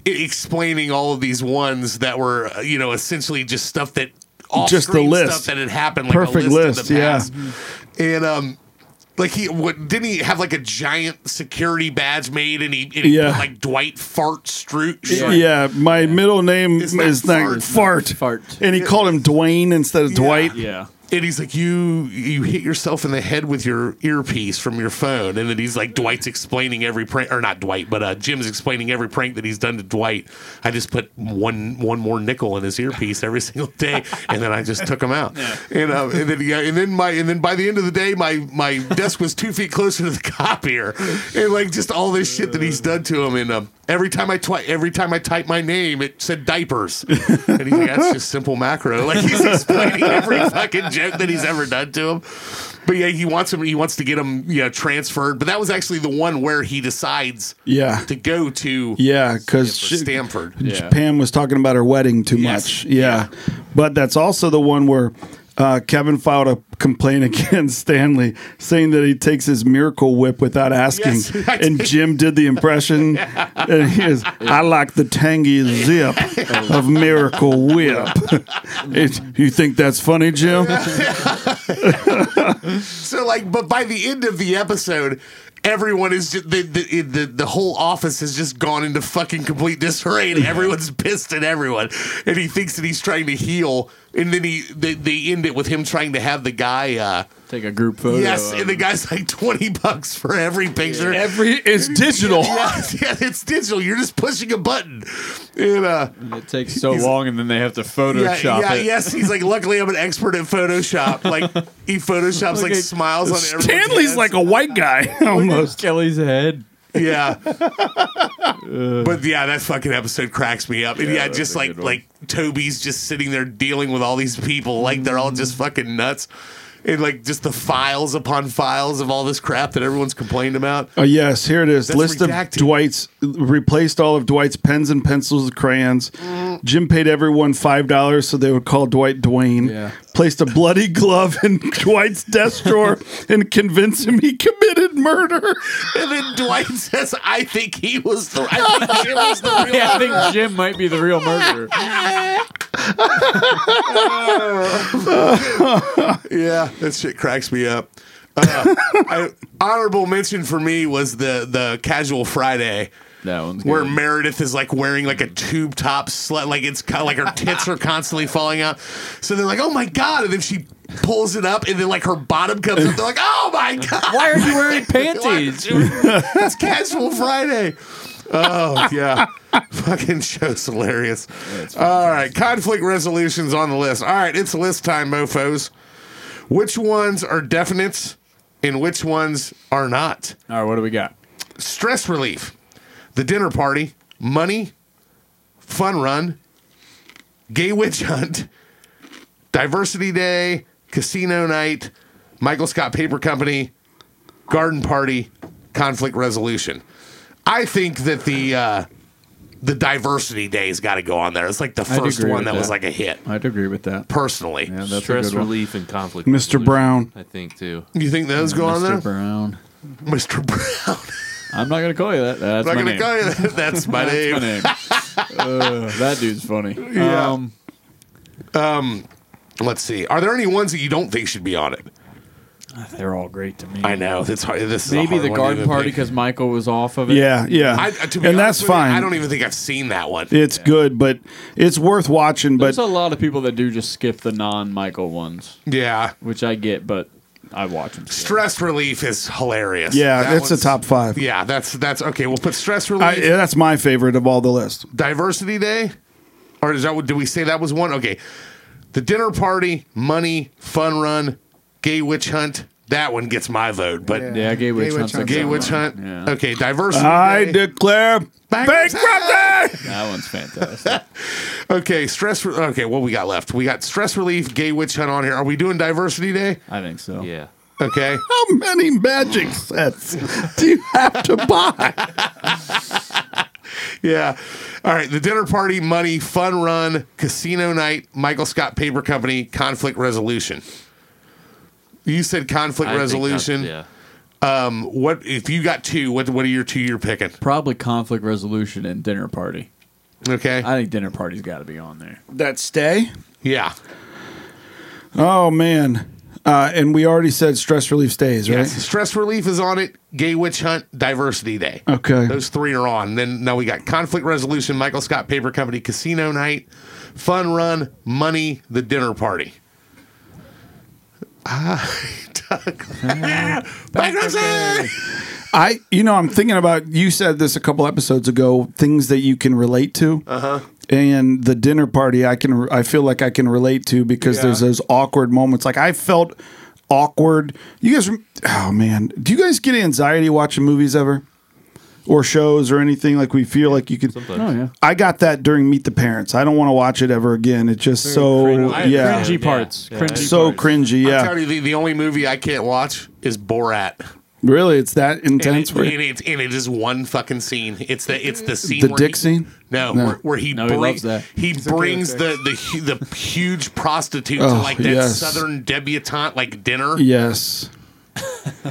[SPEAKER 1] i- explaining all of these ones that were uh, you know essentially just stuff that off
[SPEAKER 5] Just the list.
[SPEAKER 1] stuff that had happened like
[SPEAKER 5] Perfect
[SPEAKER 1] a list,
[SPEAKER 5] list,
[SPEAKER 1] of the
[SPEAKER 5] yeah.
[SPEAKER 1] past. and um like he what didn't he have like a giant security badge made and he, and he
[SPEAKER 5] Yeah.
[SPEAKER 1] put, like Dwight fart Stroot
[SPEAKER 5] Yeah, my middle name
[SPEAKER 1] It's
[SPEAKER 5] is
[SPEAKER 1] not
[SPEAKER 5] not,
[SPEAKER 1] Fart.
[SPEAKER 5] fart. fart.
[SPEAKER 4] Fart.
[SPEAKER 5] And he called him Dwayne instead of Dwight.
[SPEAKER 4] Yeah.
[SPEAKER 1] and he's like, "You you hit yourself in the head with your earpiece from your phone," and then he's like, "Dwight's explaining every prank, or not Dwight, but uh, Jim's explaining every prank that he's done to Dwight. I just put one one more nickel in his earpiece every single day, and then I just took him out. And um, and then yeah, and then my and then by the end of the day, my my desk was two feet closer to the copier, and like just all this shit that he's done to him. And um, every time I twi- every time I typed my name, it said diapers, and he's like, "That's just simple macro." Like he's explaining every fucking joke that he's ever done to him. But yeah, he wants him. He wants to get him, you know, transferred. But that was actually the one where he decides
[SPEAKER 5] Yeah.
[SPEAKER 1] to go to
[SPEAKER 5] Yeah, because
[SPEAKER 1] Stanford.
[SPEAKER 4] Yeah.
[SPEAKER 5] Pam was talking about her wedding too
[SPEAKER 1] Yes.
[SPEAKER 5] much. Yeah. But that's also the one where uh, Kevin filed a complaint against Stanley, saying that he takes his miracle whip without asking.
[SPEAKER 1] Yes, I
[SPEAKER 5] and
[SPEAKER 1] did.
[SPEAKER 5] Jim did the impression, and he is, I like the tangy zip of miracle whip. It- you think that's funny, Jim?
[SPEAKER 1] So like, but by the end of the episode, everyone is just the the, the the whole office has just gone into fucking complete disarray, and everyone's pissed at everyone, and he thinks that he's trying to heal, and then he they, they end it with him trying to have the guy. uh
[SPEAKER 4] Take a group photo.
[SPEAKER 1] Yes,
[SPEAKER 4] of
[SPEAKER 1] and the guy's like twenty bucks for every picture.
[SPEAKER 4] every it's digital.
[SPEAKER 1] Yes, yeah, it's digital. You're just pushing a button, and uh,
[SPEAKER 4] It takes so long, and then they have to Photoshop
[SPEAKER 1] yeah, yeah,
[SPEAKER 4] it.
[SPEAKER 1] yes. He's like, luckily, I'm an expert at Photoshop. Like, he photoshops like
[SPEAKER 4] at-
[SPEAKER 1] smiles on everyone.
[SPEAKER 5] Stanley's like a white guy almost.
[SPEAKER 4] Kelly's head.
[SPEAKER 1] yeah. but yeah, that fucking episode cracks me up. And yeah, just like like Toby's just sitting there dealing with all these people, like they're all just fucking nuts. And like just the files upon files of all this crap that everyone's complained about.
[SPEAKER 5] Uh, yes, here it is.
[SPEAKER 1] That's
[SPEAKER 5] List
[SPEAKER 1] redacted.
[SPEAKER 5] of Dwight's replaced all of Dwight's pens and pencils and crayons.
[SPEAKER 1] Mm.
[SPEAKER 5] Jim paid everyone five dollars so they would call Dwight Dwayne.
[SPEAKER 4] Yeah.
[SPEAKER 5] Placed a bloody glove in Dwight's desk drawer and convinced him he committed murder.
[SPEAKER 1] And then Dwight says, "I think he was the. I think Jim was the real."
[SPEAKER 4] Yeah, I think Jim might be the real murderer.
[SPEAKER 1] Yeah, that shit cracks me up. Uh, I, honorable mention for me was the the Casual Friday.
[SPEAKER 4] That one's
[SPEAKER 1] where
[SPEAKER 4] good.
[SPEAKER 1] Meredith is like wearing like a tube top slut, like it's kind of like her tits are constantly falling out. So they're like, oh my god, and then she pulls it up, and then like her bottom comes up. They're like, oh my god,
[SPEAKER 4] Why are you wearing panties?
[SPEAKER 1] it's Casual Friday. Oh yeah, fucking show's hilarious. All right, conflict resolutions on the list. All right, it's list time, mofo's. Which ones are definites, and which ones are not?
[SPEAKER 4] All right, what do we got?
[SPEAKER 1] stress relief, the dinner party, money, fun run, gay witch hunt, diversity day, casino night, Michael Scott Paper Company, garden party, conflict resolution. I think that the uh, the diversity day's got to go on there. It's like the
[SPEAKER 4] I'd
[SPEAKER 1] first
[SPEAKER 4] agree
[SPEAKER 1] one
[SPEAKER 4] with
[SPEAKER 1] that, was
[SPEAKER 4] that.
[SPEAKER 1] like a hit.
[SPEAKER 4] I'd agree with that.
[SPEAKER 1] Personally,
[SPEAKER 4] Yeah, that's a
[SPEAKER 7] Stress
[SPEAKER 4] good one.
[SPEAKER 7] relief and conflict.
[SPEAKER 5] Mr.
[SPEAKER 7] resolution,
[SPEAKER 5] Brown.
[SPEAKER 7] I think too.
[SPEAKER 1] you think those go on there,
[SPEAKER 4] Mr. Brown.
[SPEAKER 1] Mr. Brown?
[SPEAKER 4] I'm not gonna call you that. That's
[SPEAKER 1] I'm
[SPEAKER 4] my
[SPEAKER 1] not gonna
[SPEAKER 4] name.
[SPEAKER 1] call you that. That's my name.
[SPEAKER 4] That's my name. Ugh, that dude's funny.
[SPEAKER 1] Yeah.
[SPEAKER 4] Um,
[SPEAKER 1] Let's see. Are there any ones that you don't think should be on it?
[SPEAKER 4] they're all great to me.
[SPEAKER 1] I know that's hard. This is a
[SPEAKER 4] Maybe
[SPEAKER 1] hard
[SPEAKER 4] the
[SPEAKER 1] one to
[SPEAKER 4] garden
[SPEAKER 1] even
[SPEAKER 4] party
[SPEAKER 1] pick.
[SPEAKER 4] because Michael was off of it.
[SPEAKER 5] Yeah, yeah,
[SPEAKER 1] I, to be
[SPEAKER 5] and
[SPEAKER 1] honest
[SPEAKER 5] that's
[SPEAKER 1] with you,
[SPEAKER 5] fine.
[SPEAKER 1] I don't even think I've seen that one.
[SPEAKER 5] it's good, but it's worth watching. But
[SPEAKER 4] There's a lot of people that do just skip the non-Michael ones,
[SPEAKER 1] yeah,
[SPEAKER 4] which I get, but I watch them. still.
[SPEAKER 1] stress relief is hilarious.
[SPEAKER 5] yeah,
[SPEAKER 1] That
[SPEAKER 5] it's a
[SPEAKER 1] one's-
[SPEAKER 5] top five.
[SPEAKER 1] Yeah, that's that's okay. We'll put stress relief,
[SPEAKER 5] I, yeah, that's my favorite of all the list.
[SPEAKER 1] diversity day, or is that what? Did we say that was one? Okay, the dinner party, money, fun run, gay witch hunt. That one gets my vote, but
[SPEAKER 4] Yeah, gay witch hunt's a
[SPEAKER 1] gay
[SPEAKER 4] good
[SPEAKER 1] witch
[SPEAKER 4] one.
[SPEAKER 1] hunt.
[SPEAKER 4] Yeah.
[SPEAKER 1] Okay, diversity.
[SPEAKER 5] I
[SPEAKER 1] day,
[SPEAKER 5] declare
[SPEAKER 1] bankruptcy!
[SPEAKER 5] bankruptcy.
[SPEAKER 4] That one's fantastic.
[SPEAKER 5] Uh-huh.
[SPEAKER 1] Okay, stress. Re- okay, what we got left? We got stress relief, gay witch hunt on here. Are we doing diversity day?
[SPEAKER 4] I think so.
[SPEAKER 7] Yeah.
[SPEAKER 1] Okay.
[SPEAKER 5] How many magic sets do you have to buy?
[SPEAKER 1] Yeah. All right. The dinner party, money, fun run, casino night, Michael Scott Paper Company, conflict resolution. You said conflict
[SPEAKER 7] I think
[SPEAKER 1] resolution. Um,
[SPEAKER 7] that's-
[SPEAKER 1] What if you got two? What what are your two you're picking?
[SPEAKER 4] Probably conflict resolution and dinner party.
[SPEAKER 1] Okay.
[SPEAKER 4] I think dinner party's got to be on there.
[SPEAKER 5] That stay?
[SPEAKER 1] yeah.
[SPEAKER 5] Oh man. Uh, and we already said stress relief stays, right?
[SPEAKER 1] Yes. Stress relief is on it. Gay witch hunt, diversity day.
[SPEAKER 5] Okay.
[SPEAKER 1] Those three are on. Then now we got conflict resolution, Michael Scott Paper Company, casino night, fun run, money, the dinner party. I took bankruptcy.
[SPEAKER 5] I, you know, I'm thinking about you said this a couple episodes ago. Things that you can relate to, uh-huh. and the dinner party. I can, I feel like I can relate to because there's those awkward moments. Like I felt awkward. You guys, rem- oh man, do you guys get anxiety watching movies ever, or shows or anything? Like we feel like you could.
[SPEAKER 4] Oh yeah,
[SPEAKER 5] I got that during Meet the Parents. I don't want to watch it ever again. It's just so
[SPEAKER 4] cringy.
[SPEAKER 5] yeah,
[SPEAKER 4] cringy parts.
[SPEAKER 7] Yeah.
[SPEAKER 4] Cringy
[SPEAKER 5] so cringy.
[SPEAKER 1] I'm
[SPEAKER 5] Yeah,
[SPEAKER 1] telling you, the, the only movie I can't watch is Borat.
[SPEAKER 5] Really, it's that intense.
[SPEAKER 1] And, it,
[SPEAKER 5] where-
[SPEAKER 1] and it's and it is one fucking scene. It's the it's the scene
[SPEAKER 5] The
[SPEAKER 1] where
[SPEAKER 5] dick
[SPEAKER 1] he-
[SPEAKER 5] scene?
[SPEAKER 1] No,
[SPEAKER 5] No.
[SPEAKER 1] Where, where he
[SPEAKER 4] No, he loves
[SPEAKER 1] brings
[SPEAKER 4] that.
[SPEAKER 1] he
[SPEAKER 6] okay with
[SPEAKER 1] brings
[SPEAKER 6] that.
[SPEAKER 1] the the hu- the huge prostitute to
[SPEAKER 5] Oh,
[SPEAKER 1] like that
[SPEAKER 5] yes.
[SPEAKER 1] southern debutante like dinner.
[SPEAKER 5] yes,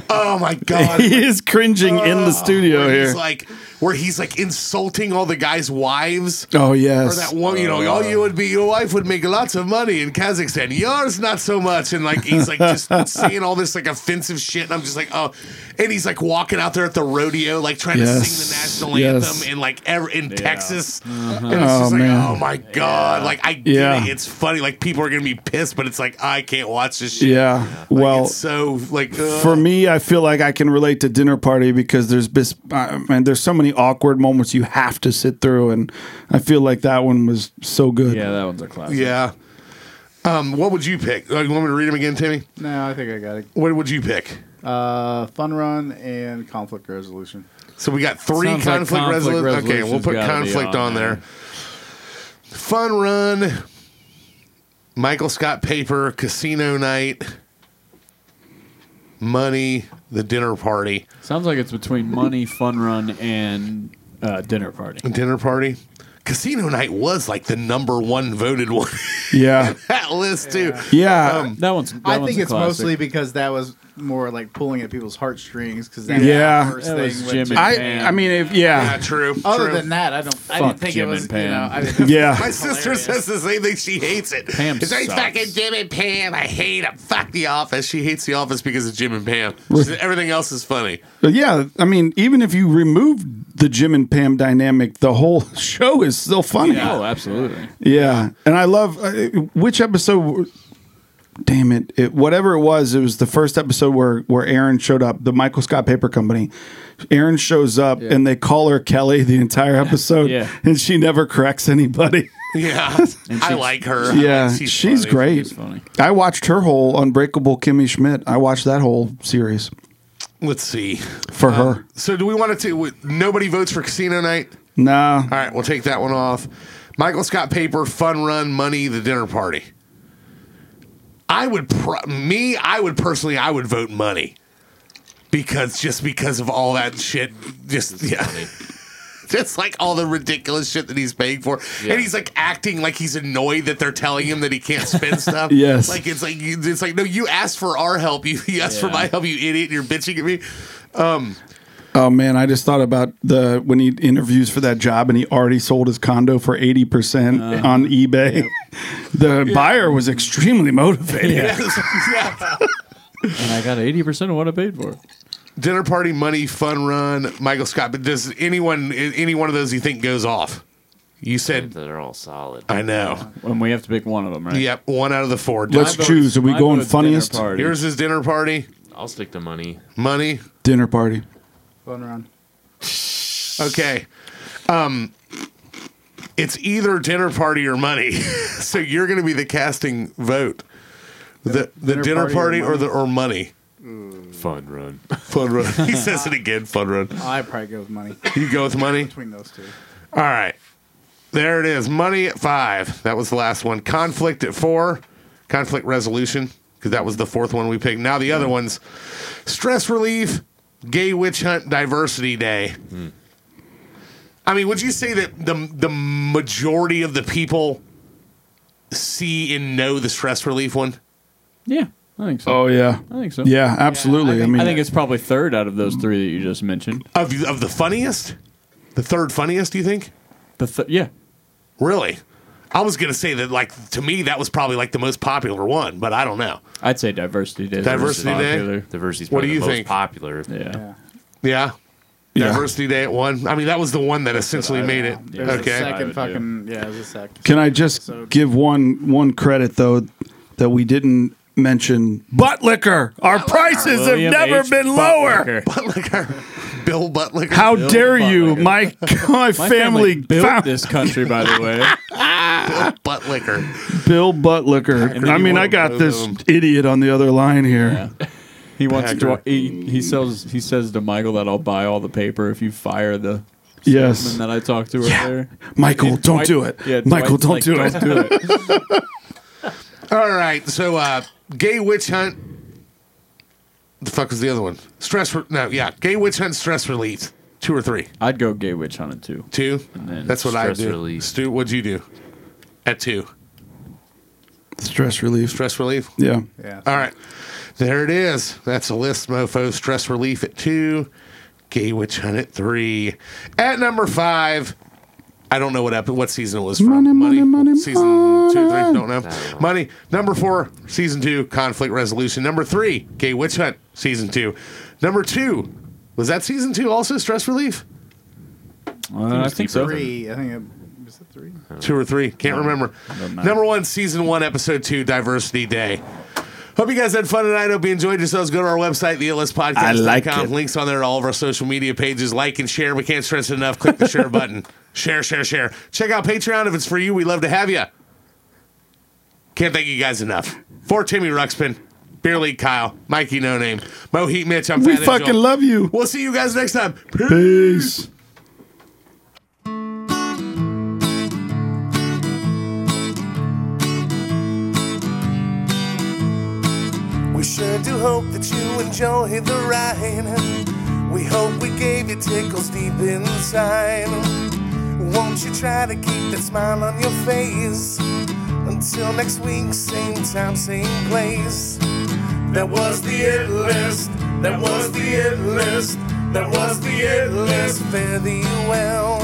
[SPEAKER 1] Oh my god.
[SPEAKER 5] he is cringing in the studio
[SPEAKER 1] Oh, where
[SPEAKER 5] here.
[SPEAKER 1] he's like where he's like insulting all the guys' wives.
[SPEAKER 5] oh
[SPEAKER 1] Or
[SPEAKER 5] yes,
[SPEAKER 1] that one, you
[SPEAKER 5] Uh.
[SPEAKER 1] know, all you would be, your wife would make lots of money in Kazakhstan. Yours, not so much. And like, he's like just saying all this like offensive shit. And I'm just like, oh. And he's like walking out there at the rodeo, like trying to
[SPEAKER 5] Yes.
[SPEAKER 1] sing the national
[SPEAKER 5] Yes.
[SPEAKER 1] anthem in like ever in Texas. And it's
[SPEAKER 5] Oh,
[SPEAKER 1] just like,
[SPEAKER 5] man.
[SPEAKER 1] oh my God. Like, I get
[SPEAKER 5] Yeah.
[SPEAKER 1] it. It's funny. Like, people are going to be pissed, but it's like, I can't watch this shit.
[SPEAKER 5] yeah. well,
[SPEAKER 1] It's so like, ugh.
[SPEAKER 5] for me, I feel like I can relate to dinner party because there's bis- uh, man, there's so many awkward moments you have to sit through, and I feel like that one was so good.
[SPEAKER 4] Yeah, that one's a classic.
[SPEAKER 1] yeah. Um, what would you pick? Uh, you want me to read them again, Timmy?
[SPEAKER 6] No, I think I got it.
[SPEAKER 1] What would you pick?
[SPEAKER 6] Uh, fun run and conflict resolution.
[SPEAKER 1] So we got three
[SPEAKER 4] Sounds like
[SPEAKER 1] conflict,
[SPEAKER 4] conflict
[SPEAKER 1] resolution. Okay,
[SPEAKER 4] resolution's
[SPEAKER 1] we'll put
[SPEAKER 4] gotta be
[SPEAKER 1] conflict
[SPEAKER 4] on
[SPEAKER 1] on there. Fun run, Michael Scott paper, casino night, money, the dinner party,
[SPEAKER 4] Sounds like it's between Money, Fun Run, and uh, Dinner Party.
[SPEAKER 1] dinner party. Casino night was like the number one voted one
[SPEAKER 5] yeah,
[SPEAKER 1] that list too.
[SPEAKER 5] yeah.
[SPEAKER 1] Um,
[SPEAKER 4] That one's. That
[SPEAKER 6] I
[SPEAKER 4] one's
[SPEAKER 6] think
[SPEAKER 4] a
[SPEAKER 6] it's
[SPEAKER 4] classic.
[SPEAKER 6] mostly because that was more like pulling at people's heartstrings because that
[SPEAKER 5] Yeah.
[SPEAKER 6] was the first
[SPEAKER 4] That
[SPEAKER 6] thing
[SPEAKER 4] was
[SPEAKER 6] with
[SPEAKER 4] Jim
[SPEAKER 6] Jim-
[SPEAKER 4] and-
[SPEAKER 5] I I mean, if, yeah,
[SPEAKER 1] Yeah, true.
[SPEAKER 6] Other
[SPEAKER 1] true.
[SPEAKER 6] than that, I don't. I
[SPEAKER 4] Fuck
[SPEAKER 6] didn't think
[SPEAKER 4] Jim
[SPEAKER 6] it was.
[SPEAKER 4] and
[SPEAKER 6] You know,
[SPEAKER 4] Pam.
[SPEAKER 6] I didn't,
[SPEAKER 1] My
[SPEAKER 5] yeah,
[SPEAKER 1] sister says the same thing. She hates it.
[SPEAKER 4] Pam
[SPEAKER 1] it's like
[SPEAKER 4] sucks.
[SPEAKER 1] fucking Jim and Pam. I hate them. Fuck the office. She hates the office because of Jim and Pam. She said everything else is funny.
[SPEAKER 5] But yeah. I mean, even if you remove the Jim and Pam dynamic, the whole show is still funny.
[SPEAKER 4] Oh, absolutely.
[SPEAKER 5] Yeah, and I love uh, which episode. Damn it. it! Whatever it was, it was the first episode where where Aaron showed up. The Michael Scott Paper Company. Aaron shows up, and they call her Kelly the entire episode,
[SPEAKER 4] Yeah.
[SPEAKER 5] and she never corrects anybody.
[SPEAKER 1] Yeah, I like her. I
[SPEAKER 5] yeah,
[SPEAKER 1] like-
[SPEAKER 5] she's,
[SPEAKER 1] funny.
[SPEAKER 5] great.
[SPEAKER 4] It's funny.
[SPEAKER 5] I watched her whole Unbreakable Kimmy Schmidt. I watched that whole series
[SPEAKER 1] Let's see.
[SPEAKER 5] for her.
[SPEAKER 1] So, do we want to? we- Nobody votes for Casino Night.
[SPEAKER 5] Nah,
[SPEAKER 1] All right, we'll take that one off. Michael Scott Paper, Fun Run, Money, The Dinner Party. I would pro- me. I would personally. I would vote Money because just because of all that shit. Just yeah. Just like all the ridiculous shit that he's paying for, and he's like acting like he's annoyed that they're telling him that he can't spend stuff.
[SPEAKER 5] Yes.
[SPEAKER 1] like it's like you- it's like no, you asked for our help, you, you asked for
[SPEAKER 4] Yeah.
[SPEAKER 1] my help, you idiot. You're bitching at me.
[SPEAKER 5] Oh man, I just thought about the when he interviews for that job and he already sold his condo for eighty percent on eBay. the buyer was extremely motivated.
[SPEAKER 4] And I got eighty percent of what I paid for. it.
[SPEAKER 1] dinner party money fun run michael scott but does anyone any one of those you think goes off you said
[SPEAKER 7] They're all solid.
[SPEAKER 1] i know
[SPEAKER 4] And we have to pick one of them, right?
[SPEAKER 1] yep one out of the four
[SPEAKER 5] Let's
[SPEAKER 1] Done.
[SPEAKER 5] choose. Are we
[SPEAKER 4] My
[SPEAKER 5] going
[SPEAKER 4] vote's
[SPEAKER 5] funniest
[SPEAKER 4] Dinner
[SPEAKER 5] dinner
[SPEAKER 4] Party.
[SPEAKER 1] here's his dinner party
[SPEAKER 7] I'll stick to money.
[SPEAKER 1] money
[SPEAKER 5] party.
[SPEAKER 6] fun run.
[SPEAKER 1] okay um it's either dinner party or money so you're gonna be the casting vote the the dinner, party,
[SPEAKER 6] party or
[SPEAKER 1] or, the or money
[SPEAKER 7] Fun run.
[SPEAKER 1] fun run he says it again fun run
[SPEAKER 6] I probably go with money
[SPEAKER 1] you go with money
[SPEAKER 6] between those two.
[SPEAKER 1] All right. There it is. Money at five. That was the last one. Conflict at four. Conflict resolution, because that was the fourth one we picked. Now the other ones stress relief, gay witch hunt, diversity day. I mean, would you say that the, the majority of the people see and know the stress relief one?
[SPEAKER 4] Yeah, I think so.
[SPEAKER 5] Oh yeah,
[SPEAKER 4] I think so.
[SPEAKER 5] yeah, absolutely. I, mean,
[SPEAKER 4] I think it's probably third out of those three that you just mentioned.
[SPEAKER 1] Of, of the funniest? The third funniest, do you think?
[SPEAKER 4] The th- yeah,
[SPEAKER 1] Really? I was going to say that, like, to me, that was probably like the most popular one, but I don't know.
[SPEAKER 4] I'd say diversity day. is
[SPEAKER 1] Diversity day?
[SPEAKER 4] popular.
[SPEAKER 7] Diversity's
[SPEAKER 1] What
[SPEAKER 7] probably
[SPEAKER 1] do you
[SPEAKER 7] the most
[SPEAKER 1] think?
[SPEAKER 7] popular.
[SPEAKER 4] Yeah.
[SPEAKER 6] Yeah.
[SPEAKER 1] Yeah.
[SPEAKER 5] Yeah.
[SPEAKER 1] Diversity Day at one. I mean, that was the one that essentially made it.
[SPEAKER 6] There's
[SPEAKER 1] okay.
[SPEAKER 6] a
[SPEAKER 4] I would do.
[SPEAKER 6] second fucking yeah. There's a second.
[SPEAKER 5] Can I just
[SPEAKER 6] So-
[SPEAKER 5] give one one credit though that we didn't mention butt liquor? Our prices
[SPEAKER 4] William
[SPEAKER 5] have never
[SPEAKER 4] H.
[SPEAKER 5] been lower.
[SPEAKER 4] Butler.
[SPEAKER 1] Butlicker. Bill Butlicker.
[SPEAKER 5] How
[SPEAKER 4] Bill
[SPEAKER 5] dare you?
[SPEAKER 4] Butler.
[SPEAKER 5] My my,
[SPEAKER 4] My
[SPEAKER 5] family,
[SPEAKER 4] built
[SPEAKER 5] found-
[SPEAKER 4] this country, by the way.
[SPEAKER 1] Bill Butlicker.
[SPEAKER 5] Bill Buttlicker.
[SPEAKER 4] then
[SPEAKER 5] I
[SPEAKER 4] you
[SPEAKER 5] mean,
[SPEAKER 4] want
[SPEAKER 5] I got
[SPEAKER 1] both
[SPEAKER 5] this
[SPEAKER 1] of
[SPEAKER 5] idiot on the other line here.
[SPEAKER 4] He wants
[SPEAKER 1] Packer.
[SPEAKER 4] to. He, he sells. He says to Michael that I'll buy all the paper if you fire the
[SPEAKER 5] Yes,
[SPEAKER 4] woman that I talked to earlier.
[SPEAKER 5] Michael, don't
[SPEAKER 4] Dwight-
[SPEAKER 5] do it.
[SPEAKER 4] Yeah,
[SPEAKER 5] Michael,
[SPEAKER 4] Dwight's
[SPEAKER 5] don't
[SPEAKER 4] like,
[SPEAKER 5] do it.
[SPEAKER 4] Don't do it.
[SPEAKER 1] All right. So, uh, gay witch hunt. fuck was the other one? Stress. Re- no, yeah, gay witch hunt stress relief. Two or three.
[SPEAKER 4] I'd go gay witch hunting too.
[SPEAKER 1] Two.
[SPEAKER 3] then
[SPEAKER 1] That's what I
[SPEAKER 3] stress
[SPEAKER 1] do.
[SPEAKER 3] relief.
[SPEAKER 1] Stu, what'd you do? At two.
[SPEAKER 5] Stress relief.
[SPEAKER 1] Stress relief.
[SPEAKER 5] Yeah.
[SPEAKER 6] Yeah.
[SPEAKER 1] All right. There it is. That's a list, mofo. Stress relief at two. Gay witch hunt at three. At number five, I don't know what epi- what season it was from.
[SPEAKER 5] Money, money, money,
[SPEAKER 1] season two, or three. Don't know. Money. Number four, season two, conflict resolution. Number three, gay witch hunt, season two. Number two, was that season two also stress relief?
[SPEAKER 4] Uh, I
[SPEAKER 3] it's
[SPEAKER 4] think
[SPEAKER 3] deep
[SPEAKER 4] so.
[SPEAKER 6] Three. I think it was it three.
[SPEAKER 1] two or three. Can't remember. Number one, season one, episode two, Diversity Day. Hope you guys had fun tonight. Hope you enjoyed yourselves. Go to our website, theelspodcast.com. Links on there to all of our social media pages. Like and share. We can't stress it enough. Click the share button. Share, share, share. Check out Patreon if it's for you. We love to have you. Can't thank you guys enough. For Timmy Ruxpin, Beer League Kyle, Mikey No Name, Mo Heat Mitch, I'm
[SPEAKER 5] We
[SPEAKER 1] Fat
[SPEAKER 5] fucking
[SPEAKER 1] Angel.
[SPEAKER 5] love you.
[SPEAKER 1] We'll see you guys next time. Peace.
[SPEAKER 5] Peace.
[SPEAKER 8] We sure do hope that you enjoy the ride. We hope we gave you tickles deep inside. Won't you try to keep that smile on your face? Until next week, same time, same place. That was the it list. That was the it list. That was the it list. Fare thee well.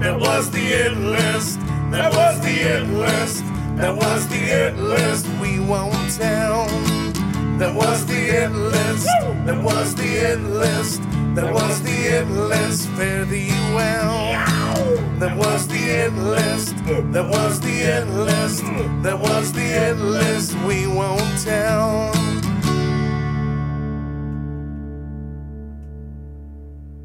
[SPEAKER 8] That was the it list. That was the it list. That was the it list. We won't tell. That was the end list. That was the end list. That was the end list. Fare thee well. That was the end list. That was the end list. That was the end list. We won't tell.